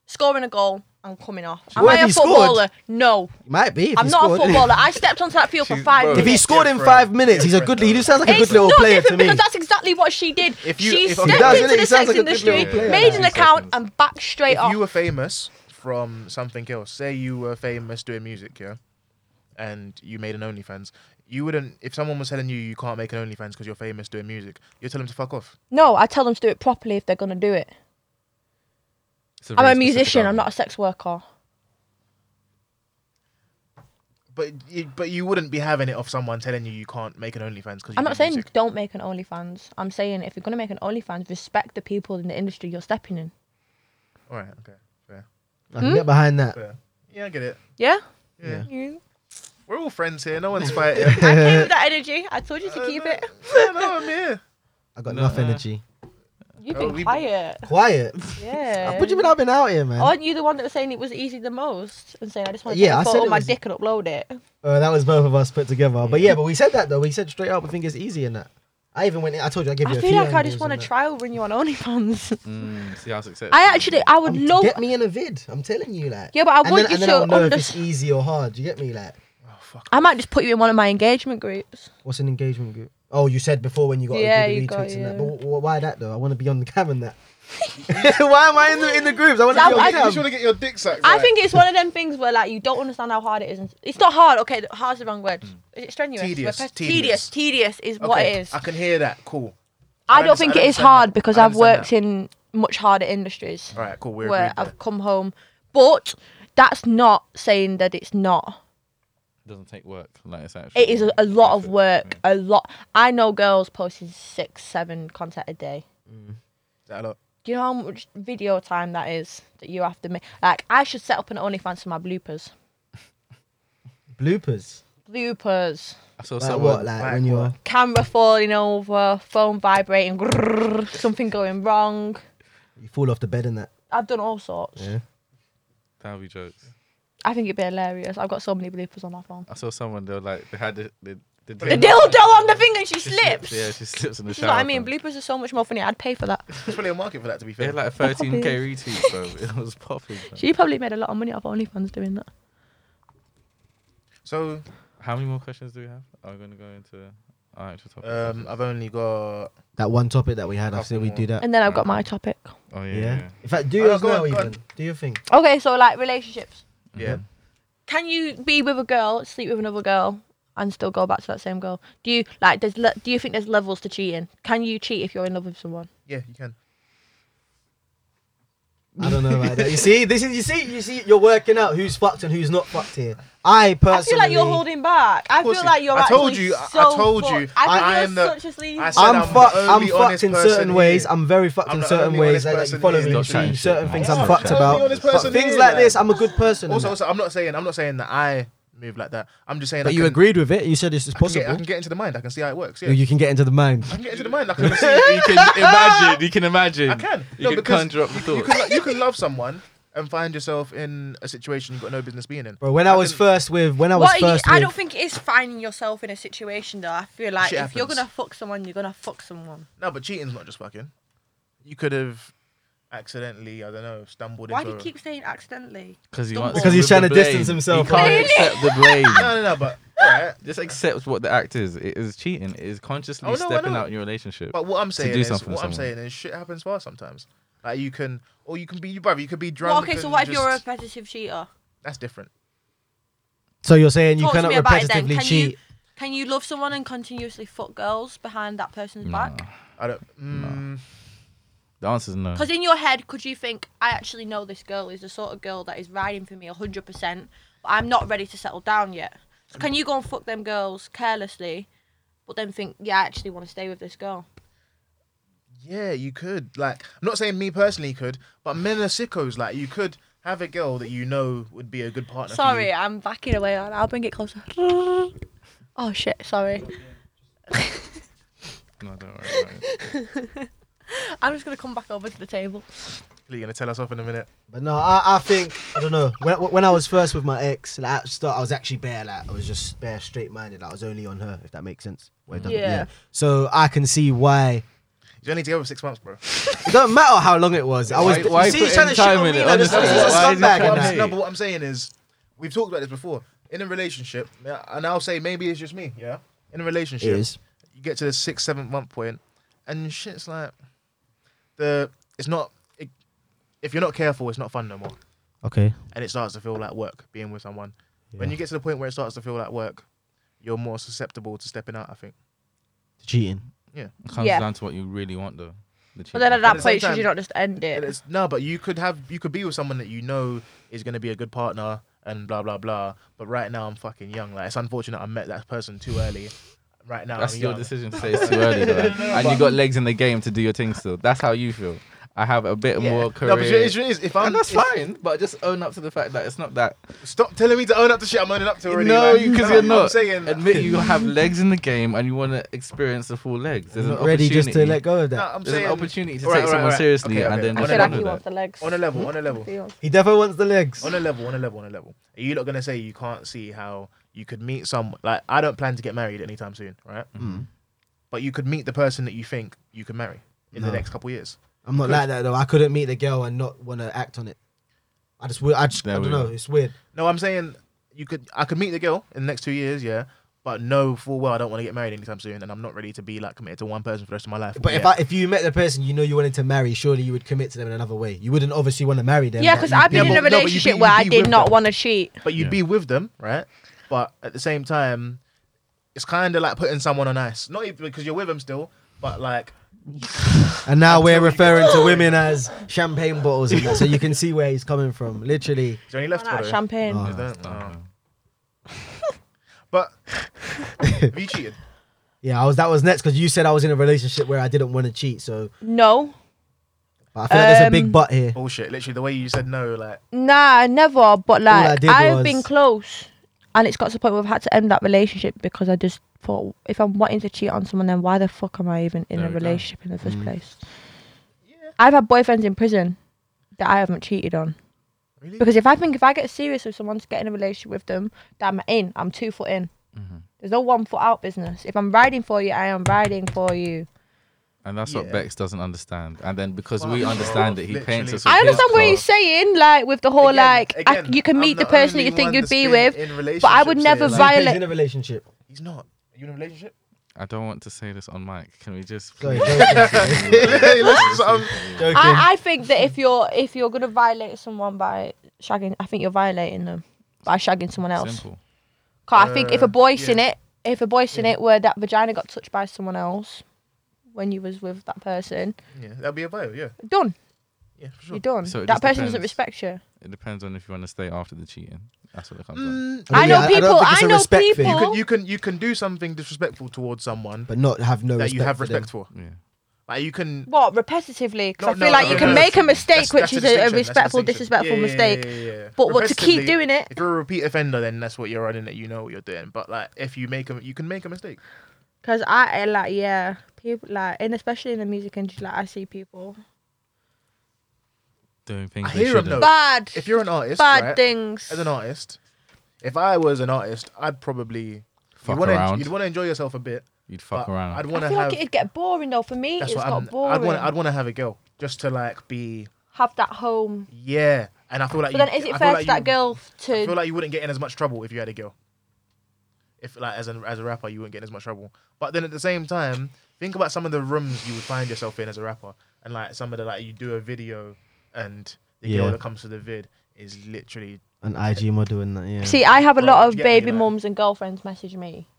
Speaker 4: scoring a goal, and coming off. Am
Speaker 3: What
Speaker 4: I
Speaker 3: if
Speaker 4: a
Speaker 3: he scored?
Speaker 4: footballer? No.
Speaker 3: Might be. If
Speaker 4: I'm
Speaker 3: he
Speaker 4: not
Speaker 3: scored.
Speaker 4: a footballer. I stepped onto that field for
Speaker 1: She's
Speaker 4: five
Speaker 1: broke.
Speaker 3: If
Speaker 4: minutes.
Speaker 3: he scored in
Speaker 2: Different.
Speaker 3: five minutes, he's a good. He sounds like a
Speaker 4: It's
Speaker 3: good little
Speaker 4: not
Speaker 3: player to
Speaker 4: different
Speaker 3: me.
Speaker 4: because that's exactly what she did.
Speaker 2: If you-
Speaker 4: she
Speaker 2: if-
Speaker 4: stepped
Speaker 2: He does,
Speaker 4: into
Speaker 3: innit? He
Speaker 4: the
Speaker 3: sounds
Speaker 4: sex
Speaker 3: like a good
Speaker 4: industry,
Speaker 3: little player.
Speaker 4: made an
Speaker 1: Yeah.
Speaker 4: account, and backed straight
Speaker 2: if
Speaker 4: off.
Speaker 2: you were famous from something else, say you were famous doing music, yeah, and you made an OnlyFans, you wouldn't. If someone was telling you you can't make an OnlyFans because you're famous doing music, you'd tell them to fuck off.
Speaker 4: no, I tell them to do it properly if they're going to do it.
Speaker 1: It's very
Speaker 4: I'm a
Speaker 1: specific
Speaker 4: musician. I'm
Speaker 1: album.
Speaker 4: not a sex worker.
Speaker 2: But you, but you wouldn't be having it off someone telling you you can't make an OnlyFans because
Speaker 4: I'm not saying don't make an OnlyFans. I'm saying if you're going to make an OnlyFans, respect the people in the industry you're stepping in.
Speaker 2: All right, okay, fair,
Speaker 3: I can get behind that.
Speaker 2: fair. Yeah, I get it.
Speaker 4: Yeah?
Speaker 2: Yeah.
Speaker 4: You-
Speaker 2: We're all friends here. No one's fighting.
Speaker 4: I came with that energy. I told you to keep it.
Speaker 2: no, no, I'm here.
Speaker 3: I got
Speaker 1: No,
Speaker 3: enough
Speaker 1: uh,
Speaker 3: energy.
Speaker 4: You've
Speaker 2: Oh,
Speaker 4: been
Speaker 2: we-
Speaker 4: quiet.
Speaker 3: Quiet.
Speaker 4: Yeah. Oh,
Speaker 3: What do you mean I've been out here, man?
Speaker 4: Aren't you the one that was saying it was easy the most and saying I just want to
Speaker 3: Yeah, I
Speaker 4: yeah, take a
Speaker 3: said
Speaker 4: photo
Speaker 3: it
Speaker 4: of my
Speaker 3: was-
Speaker 4: dick and upload it?
Speaker 3: Uh, that was both of us put together. But yeah, but we said that though. We said straight up, we think it's easy in that. I even went. In, I told you, I give you
Speaker 4: I
Speaker 3: a
Speaker 4: feel
Speaker 3: few
Speaker 4: like I just
Speaker 3: angles
Speaker 4: want to
Speaker 3: and that.
Speaker 4: try when you on OnlyFans.
Speaker 1: Mm, see how successful.
Speaker 4: I actually, I would
Speaker 3: Um,
Speaker 4: love.
Speaker 3: get me in a vid. I'm telling you, like.
Speaker 4: Yeah, but I
Speaker 3: and
Speaker 4: want
Speaker 3: then, and
Speaker 4: you
Speaker 3: then
Speaker 4: to
Speaker 3: I'll know if
Speaker 4: unders-
Speaker 3: it's easy or hard. You get me, like.
Speaker 2: Oh fuck.
Speaker 4: I might just put you in one of my engagement groups.
Speaker 3: What's an engagement group? Oh, you said before when you got
Speaker 4: Yeah,
Speaker 3: to do the
Speaker 4: you
Speaker 3: retweets
Speaker 4: got-
Speaker 3: and that.
Speaker 4: yeah.
Speaker 3: But wh- wh- why that though? I want to be on the cam and that. why am I in the in the groups? I want to
Speaker 4: That-
Speaker 3: be on
Speaker 4: I-
Speaker 3: the cam.
Speaker 2: just want to get your dick sucked.
Speaker 4: I think it's one of them things where like you don't understand how hard it is. and- It's not hard. Okay, th- hard's the wrong word. Is it strenuous?
Speaker 2: Mm. Tedious,
Speaker 4: Repet-
Speaker 2: tedious.
Speaker 4: tedious. Tedious is what it is.
Speaker 2: I can hear that. Cool. I
Speaker 4: I, don't
Speaker 2: understand-
Speaker 4: think
Speaker 2: I
Speaker 4: it is
Speaker 2: understand that.
Speaker 4: hard because
Speaker 2: I
Speaker 4: I've
Speaker 2: understand
Speaker 4: worked
Speaker 2: that.
Speaker 4: in much harder industries
Speaker 2: All right, cool. We're
Speaker 4: where
Speaker 2: agreed there.
Speaker 4: I've come home, but that's not saying that it's not.
Speaker 1: doesn't take work. Like it's actually.
Speaker 4: It is a, a lot of work. A lot. I know girls posting six, seven content a day.
Speaker 2: Is that a lot?
Speaker 4: Do you know how much video time that is that you have to make? Like, I should set up an OnlyFans for my bloopers.
Speaker 3: bloopers.
Speaker 4: bloopers,
Speaker 1: I saw
Speaker 3: Like
Speaker 1: someone.
Speaker 3: what? Like
Speaker 2: like
Speaker 3: when you
Speaker 2: what?
Speaker 3: are
Speaker 4: camera falling over, phone vibrating, grrrr, something going wrong.
Speaker 3: you fall off the bed and that.
Speaker 4: I've done all sorts.
Speaker 3: Yeah.
Speaker 1: That would be jokes.
Speaker 4: I think it'd be hilarious. I've got so many bloopers on my phone.
Speaker 1: I saw someone. They were like they had the the, the,
Speaker 4: The dildo on the thing and she
Speaker 1: She
Speaker 4: slips.
Speaker 1: Yeah, she slips in the
Speaker 4: This is
Speaker 1: shower.
Speaker 4: what I mean.
Speaker 1: fam.
Speaker 4: Bloopers are so much more funny. I'd pay for that.
Speaker 2: There's probably a market for that, to be
Speaker 1: They
Speaker 2: fair.
Speaker 1: had like a
Speaker 4: They're
Speaker 1: 13k retweet, bro. It was popping. fam.
Speaker 4: She probably made a lot of money off OnlyFans doing that.
Speaker 2: so
Speaker 1: How many more questions do we have? Are we going to go into our actual topic?
Speaker 2: um, I've only got.
Speaker 3: That one topic that we had, I
Speaker 2: Couple
Speaker 3: said we do
Speaker 2: more.
Speaker 3: that.
Speaker 4: And then I've got my topic.
Speaker 1: oh yeah.
Speaker 3: Yeah.
Speaker 1: yeah. yeah.
Speaker 3: In fact, do
Speaker 2: Oh,
Speaker 3: yours
Speaker 2: go on,
Speaker 3: now,
Speaker 2: go on.
Speaker 3: even. Do your thing.
Speaker 4: Okay, so like relationships.
Speaker 2: Yeah.
Speaker 4: Can you be with a girl, sleep with another girl, and still go back to that same girl? Do you like? There's le- do you think there's levels to cheating? Can you cheat if you're in love with someone?
Speaker 2: Yeah, you can.
Speaker 3: I don't know about that. You see, this is you see, you see, you're working out who's fucked and who's not fucked here. I personally,
Speaker 4: I feel like you're holding back. I
Speaker 2: Of course
Speaker 4: feel
Speaker 2: you-
Speaker 4: like you're.
Speaker 2: I told
Speaker 4: actually
Speaker 2: you- I- I
Speaker 4: so
Speaker 2: told you,
Speaker 4: fucked. I,
Speaker 2: I- I
Speaker 4: think
Speaker 2: am
Speaker 4: you're
Speaker 2: the-
Speaker 4: such a sleazy.
Speaker 2: I said
Speaker 4: fuck.
Speaker 3: I'm,
Speaker 2: I'm the
Speaker 3: fucked.
Speaker 2: only
Speaker 3: I'm fucked
Speaker 2: honest
Speaker 3: in
Speaker 2: person
Speaker 3: certain ways.
Speaker 2: here.
Speaker 3: I'm very fucked
Speaker 2: I'm
Speaker 3: in
Speaker 2: the
Speaker 3: certain
Speaker 2: only
Speaker 3: ways.
Speaker 2: honest
Speaker 3: I like, you
Speaker 2: person
Speaker 3: follow
Speaker 2: here.
Speaker 3: me.
Speaker 1: Stop
Speaker 3: see
Speaker 1: chatting shit,
Speaker 3: certain
Speaker 1: man.
Speaker 3: things
Speaker 1: Yeah,
Speaker 3: I'm
Speaker 1: I'm
Speaker 3: fucked
Speaker 1: the
Speaker 3: about.
Speaker 2: only honest
Speaker 3: But
Speaker 2: person
Speaker 3: things
Speaker 2: here,
Speaker 3: like
Speaker 2: like-
Speaker 3: this, I'm a good person. in
Speaker 2: Also,
Speaker 3: that.
Speaker 2: also, I'm not saying I'm not saying that I move like that. I'm just saying. I
Speaker 3: but you
Speaker 2: can-
Speaker 3: agreed with it. You said this is
Speaker 2: I can, get, I
Speaker 3: possible.
Speaker 2: can get into the mind. I can see how it works. Yeah.
Speaker 3: You can get into the mind.
Speaker 2: I can get into the mind. I can see.
Speaker 1: you can imagine. You can imagine.
Speaker 2: I can.
Speaker 1: You
Speaker 2: No,
Speaker 1: can
Speaker 2: because
Speaker 1: conjure up the
Speaker 2: You
Speaker 1: thoughts.
Speaker 2: can, lo- you can love someone and find yourself in a situation you've got no business being in.
Speaker 3: Bro, when I, was
Speaker 2: can-
Speaker 3: first with, when I was
Speaker 4: What are you-
Speaker 3: first
Speaker 4: I
Speaker 3: with,
Speaker 4: don't think it is finding yourself in a situation though. I feel like
Speaker 2: Shit
Speaker 4: if you're
Speaker 2: happens.
Speaker 4: gonna fuck someone, you're gonna fuck someone.
Speaker 2: No, but cheating's not just fucking. You could have accidentally, I don't know, stumbled
Speaker 4: Why do
Speaker 2: into.
Speaker 4: you
Speaker 2: a-
Speaker 4: keep saying accidentally?
Speaker 1: Because he
Speaker 4: Don't
Speaker 1: wants
Speaker 4: Because
Speaker 1: with
Speaker 3: he's
Speaker 1: the
Speaker 3: trying to
Speaker 1: blame.
Speaker 3: distance himself
Speaker 1: He can't
Speaker 4: from it.
Speaker 1: accept the blame.
Speaker 2: No, no, no. But all right.
Speaker 1: Just accept what the act is. It is cheating. It is consciously
Speaker 2: Oh, no, I
Speaker 1: stepping
Speaker 2: know.
Speaker 1: out in your relationship.
Speaker 2: But what I'm saying
Speaker 1: do
Speaker 2: is, what
Speaker 1: something with
Speaker 2: I'm
Speaker 1: someone.
Speaker 2: saying is, shit happens fast sometimes. Like you can, or you can be, you brother, you could be drunk.
Speaker 4: Well, okay, so
Speaker 2: and
Speaker 4: what if you're a
Speaker 2: just-
Speaker 4: repetitive cheater?
Speaker 2: That's different.
Speaker 3: so you're saying you
Speaker 4: Talk to
Speaker 3: cannot
Speaker 4: me about it then.
Speaker 3: repetitively
Speaker 4: Can
Speaker 3: cheat.
Speaker 4: you can you love someone and continuously fuck girls behind that person's
Speaker 1: Nah.
Speaker 4: back?
Speaker 2: I don't. Mm,
Speaker 1: The answer is no.
Speaker 4: Because in your head, could you think I actually know this girl is the sort of girl that is riding for me hundred percent, but I'm not ready to settle down yet. So can you go and fuck them girls carelessly, but then think, yeah, I actually want to stay with this girl?
Speaker 2: yeah, you could. Like, I'm not saying me personally could, but men are sickos. Like, you could have a girl that you know would be a good partner. for you.
Speaker 4: Sorry, I'm backing away. I'll I'll bring it closer. Oh shit! Sorry,
Speaker 1: No, don't worry about it.
Speaker 4: I'm just gonna come back over to the table.
Speaker 2: You're gonna tell us off in a minute.
Speaker 3: But no, I, I think I don't know. When, when I was first with my ex, like, at start, I was actually bare, like I was just bare, straight minded. I was only on her, if that makes sense. Well, it doesn't-
Speaker 4: Yeah.
Speaker 3: So I can see why.
Speaker 2: You're only together for six months, bro.
Speaker 3: It don't matter how long it was. I was.
Speaker 1: Why- why
Speaker 3: you see, he's
Speaker 1: put
Speaker 3: trying
Speaker 1: in
Speaker 3: to shit
Speaker 1: time
Speaker 3: on
Speaker 1: in
Speaker 3: me.
Speaker 1: it?
Speaker 3: Like, this
Speaker 1: Honestly,
Speaker 3: this is a
Speaker 1: why is he
Speaker 3: scumbag
Speaker 1: trying
Speaker 3: and
Speaker 1: to
Speaker 3: that.
Speaker 1: Hey.
Speaker 2: No, but what I'm saying is, we've talked about this before. In a relationship, yeah, and I'll say maybe it's just me, yeah. In a
Speaker 3: It
Speaker 2: relationship,
Speaker 3: is.
Speaker 2: you get to the six, seventh month point, and shit's like the it's not. It, if you're not careful, it's not fun no more,
Speaker 3: Okay.
Speaker 2: and it starts to feel like work being with someone. When you get to the point where it starts to feel like work, you're more susceptible to stepping out. I think.
Speaker 3: Cheating.
Speaker 1: It comes
Speaker 4: Yeah.
Speaker 1: down to what you really want, though. The
Speaker 4: But then at
Speaker 1: cheating.
Speaker 2: But at
Speaker 4: that
Speaker 2: the
Speaker 4: point,
Speaker 2: same
Speaker 4: should you
Speaker 2: time-
Speaker 4: not just end
Speaker 2: And
Speaker 4: it?
Speaker 2: it's no, but you could have you could be with someone that you know is going to be a good partner and blah blah blah. But right now I'm fucking young. Like it's unfortunate I met that person too early. Right now
Speaker 1: That's
Speaker 2: I'm
Speaker 1: your
Speaker 2: young.
Speaker 1: decision to say it's too early, though. and you got legs in the game to do your thing still. That's how you feel. I have a bit
Speaker 2: Yeah.
Speaker 1: more career.
Speaker 2: No, but it is, it is. If I'm
Speaker 1: and that's
Speaker 2: if-
Speaker 1: fine, but just own up to the fact that it's not that.
Speaker 2: Stop telling me to own up to shit I'm owning up to already.
Speaker 1: no,
Speaker 2: like,
Speaker 1: because
Speaker 2: no,
Speaker 1: you're
Speaker 2: I'm
Speaker 1: not.
Speaker 2: saying
Speaker 1: Admit you have legs in the game and you want to experience the full legs. There's an
Speaker 3: Not ready just to
Speaker 1: opportunity.
Speaker 3: let go of
Speaker 2: No,
Speaker 3: that.
Speaker 2: I'm
Speaker 1: There's
Speaker 2: saying
Speaker 1: an opportunity to
Speaker 2: Alright,
Speaker 1: take
Speaker 2: alright,
Speaker 1: someone
Speaker 2: alright.
Speaker 1: seriously
Speaker 2: Okay,
Speaker 1: and
Speaker 2: okay.
Speaker 1: then
Speaker 2: I
Speaker 1: just
Speaker 2: feel like
Speaker 1: wonder that.
Speaker 4: the legs.
Speaker 2: on a level, on a level,
Speaker 3: He definitely wants the legs.
Speaker 2: on a level, on a level, on a level. Are you not gonna say you can't see how you could meet some? Like I don't plan to get married anytime soon, right?
Speaker 3: Mm-hmm.
Speaker 2: But you could meet the person that you think you can marry in the
Speaker 3: No.
Speaker 2: next couple years.
Speaker 3: I'm not like that though. I couldn't meet the girl and not want to act on it. I just, would- I just, I
Speaker 1: There
Speaker 3: don't
Speaker 1: we
Speaker 3: know.
Speaker 1: go.
Speaker 3: It's weird.
Speaker 2: No, I'm saying you could. I could meet the girl in the next two years, yeah. But know full well I don't want to get married anytime soon, and I'm not ready to be like committed to one person for the rest of my life.
Speaker 3: But if
Speaker 2: Yeah.
Speaker 3: I, if you met the person you know you wanted to marry, surely you would commit to them in another way. You wouldn't obviously want to marry them. but
Speaker 4: Yeah, because
Speaker 3: you-
Speaker 4: I've been
Speaker 2: Yeah,
Speaker 4: in a
Speaker 2: but- no, but you'd
Speaker 4: relationship
Speaker 2: be-
Speaker 4: where
Speaker 2: you'd
Speaker 4: I
Speaker 2: be
Speaker 4: did
Speaker 2: with
Speaker 4: not
Speaker 2: them.
Speaker 4: want to cheat.
Speaker 2: but you'd
Speaker 1: Yeah.
Speaker 2: be with them, right? But at the same time, it's kind of like putting someone on ice. Not even because you're with them still, but like
Speaker 3: and now
Speaker 2: Until you
Speaker 3: we're
Speaker 2: get-
Speaker 3: referring to women as champagne bottles, and that, so you can see where he's coming from. Literally,
Speaker 2: is there any left
Speaker 4: Run out
Speaker 2: for
Speaker 4: of
Speaker 2: her?
Speaker 4: champagne.
Speaker 3: Oh.
Speaker 2: Is there?
Speaker 1: Oh,
Speaker 2: No. But have you cheated?
Speaker 3: yeah, I was. That was next because you said I was in a relationship where I didn't want to cheat. So
Speaker 4: No,
Speaker 3: but I feel like there's a big
Speaker 4: Um,
Speaker 3: but here.
Speaker 2: Bullshit. Literally, the way you said no, like
Speaker 4: nah, never. But
Speaker 3: I
Speaker 4: like,
Speaker 3: did
Speaker 4: I've
Speaker 3: was-
Speaker 4: been close. And it's got to the point where I've had to end that relationship because I just thought, if I'm wanting to cheat on someone, then why the fuck am I even in
Speaker 1: There
Speaker 4: a
Speaker 1: we go.
Speaker 4: relationship in the first
Speaker 1: Mm.
Speaker 4: place? I've had boyfriends in prison that I haven't cheated on.
Speaker 2: Really?
Speaker 4: Because if I think if I get serious with someone to get in a relationship with them, that I'm in, I'm two foot in.
Speaker 1: Mhm.
Speaker 4: There's no one foot out business. If I'm riding for you, I am riding for you.
Speaker 1: And that's what
Speaker 2: Yeah.
Speaker 1: Bex doesn't understand. And then because we
Speaker 2: Fuck.
Speaker 1: understand it, he paints
Speaker 2: Literally.
Speaker 1: us. with
Speaker 4: I
Speaker 1: his
Speaker 4: understand what
Speaker 1: colour.
Speaker 4: he's saying, like with the whole
Speaker 2: Again-
Speaker 4: like I,
Speaker 2: again,
Speaker 4: you can
Speaker 2: I'm
Speaker 4: meet the
Speaker 2: the
Speaker 4: person that
Speaker 2: only
Speaker 4: you think
Speaker 2: one
Speaker 4: you'd
Speaker 2: that's
Speaker 4: be
Speaker 2: been
Speaker 4: with,
Speaker 2: in
Speaker 4: but I would
Speaker 2: relationships here.
Speaker 4: never
Speaker 3: Like, he's
Speaker 4: violate.
Speaker 3: in a relationship.
Speaker 2: He's not. You in a relationship?
Speaker 1: I don't want to say this on mic. Can we just?
Speaker 3: Go ahead, Joking.
Speaker 4: I, I think that if you're if you're gonna violate someone by shagging, I think you're violating them by shagging someone else.
Speaker 1: Simple.
Speaker 4: 'Cause I think if
Speaker 2: Uh,
Speaker 4: a boy seen
Speaker 2: yeah.
Speaker 4: it, if a boy seen it where that vagina got touched by someone else when you was with that person,
Speaker 2: Yeah, that'd be a bio. Yeah,
Speaker 4: done.
Speaker 2: yeah, for
Speaker 4: You're
Speaker 2: sure.
Speaker 4: done.
Speaker 1: So it
Speaker 4: that
Speaker 1: just
Speaker 4: person doesn't
Speaker 1: depends.
Speaker 4: respect you.
Speaker 1: It depends on if you want to stay after the cheating. That's what it comes down.
Speaker 2: Mm,
Speaker 3: don't
Speaker 4: I know
Speaker 3: think-
Speaker 4: people-
Speaker 3: don't think it's
Speaker 4: I
Speaker 3: a
Speaker 4: know
Speaker 3: respect thing,
Speaker 2: you can
Speaker 4: people-
Speaker 2: you can you can do something disrespectful towards someone
Speaker 3: but not have no
Speaker 2: that
Speaker 3: respect
Speaker 2: you have
Speaker 3: for them.
Speaker 2: respect for.
Speaker 1: Yeah.
Speaker 2: Like you can.
Speaker 4: What repetitively? Because
Speaker 2: No,
Speaker 4: I feel
Speaker 2: no,
Speaker 4: like
Speaker 2: no,
Speaker 4: you
Speaker 2: no,
Speaker 4: can
Speaker 2: no,
Speaker 4: make a
Speaker 2: that's-
Speaker 4: mistake,
Speaker 2: that's-
Speaker 4: which
Speaker 2: that's
Speaker 4: is
Speaker 2: the
Speaker 4: a, a
Speaker 2: distinction, that's the
Speaker 4: respectful,
Speaker 2: distinction.
Speaker 4: disrespectful
Speaker 2: Yeah, yeah,
Speaker 4: mistake.
Speaker 2: yeah, yeah, yeah.
Speaker 4: But what to keep
Speaker 2: Repetitively,
Speaker 4: doing it?
Speaker 2: If you're a repeat offender, then that's what you're running. It you know what you're doing. But like, if you make a, you can make a mistake.
Speaker 4: Because I I like yeah, people like, and especially in the music industry, like I see people
Speaker 1: Doing things
Speaker 2: I
Speaker 1: they
Speaker 2: hear 'em
Speaker 1: shouldn't.
Speaker 2: though.
Speaker 4: bad,
Speaker 2: If you're an artist,
Speaker 4: bad
Speaker 2: right,
Speaker 4: things.
Speaker 2: as an artist, if I was an artist, I'd probably
Speaker 1: Fuck
Speaker 2: you'd wanna,
Speaker 1: around.
Speaker 2: You'd want to enjoy yourself a bit.
Speaker 1: You'd fuck
Speaker 2: but
Speaker 1: around.
Speaker 2: I'd want
Speaker 4: I
Speaker 2: to
Speaker 4: feel
Speaker 2: have.
Speaker 4: like it'd get boring though. For me,
Speaker 2: that's
Speaker 4: it's
Speaker 2: what
Speaker 4: got
Speaker 2: I'm,
Speaker 4: boring.
Speaker 2: I'd want. I'd want to have a girl just to like be
Speaker 4: have that home.
Speaker 2: yeah. And I feel like.
Speaker 4: But
Speaker 2: you,
Speaker 4: then, is
Speaker 2: I
Speaker 4: it
Speaker 2: feel
Speaker 4: fair
Speaker 2: like
Speaker 4: to that
Speaker 2: you-
Speaker 4: girl
Speaker 2: I feel
Speaker 4: to?
Speaker 2: like you wouldn't get in as much trouble if you had a girl. If like as a as a rapper, you wouldn't get in as much trouble. But then at the same time, think about some of the rooms you would find yourself in as a rapper, and like some of the like you do a video, and the
Speaker 3: Yeah.
Speaker 2: girl that comes to the vid is literally
Speaker 3: An IG model and that, yeah.
Speaker 4: See, I have a
Speaker 2: Bro,
Speaker 4: lot of
Speaker 2: you get me,
Speaker 4: baby
Speaker 2: like-
Speaker 4: mums and girlfriends message me.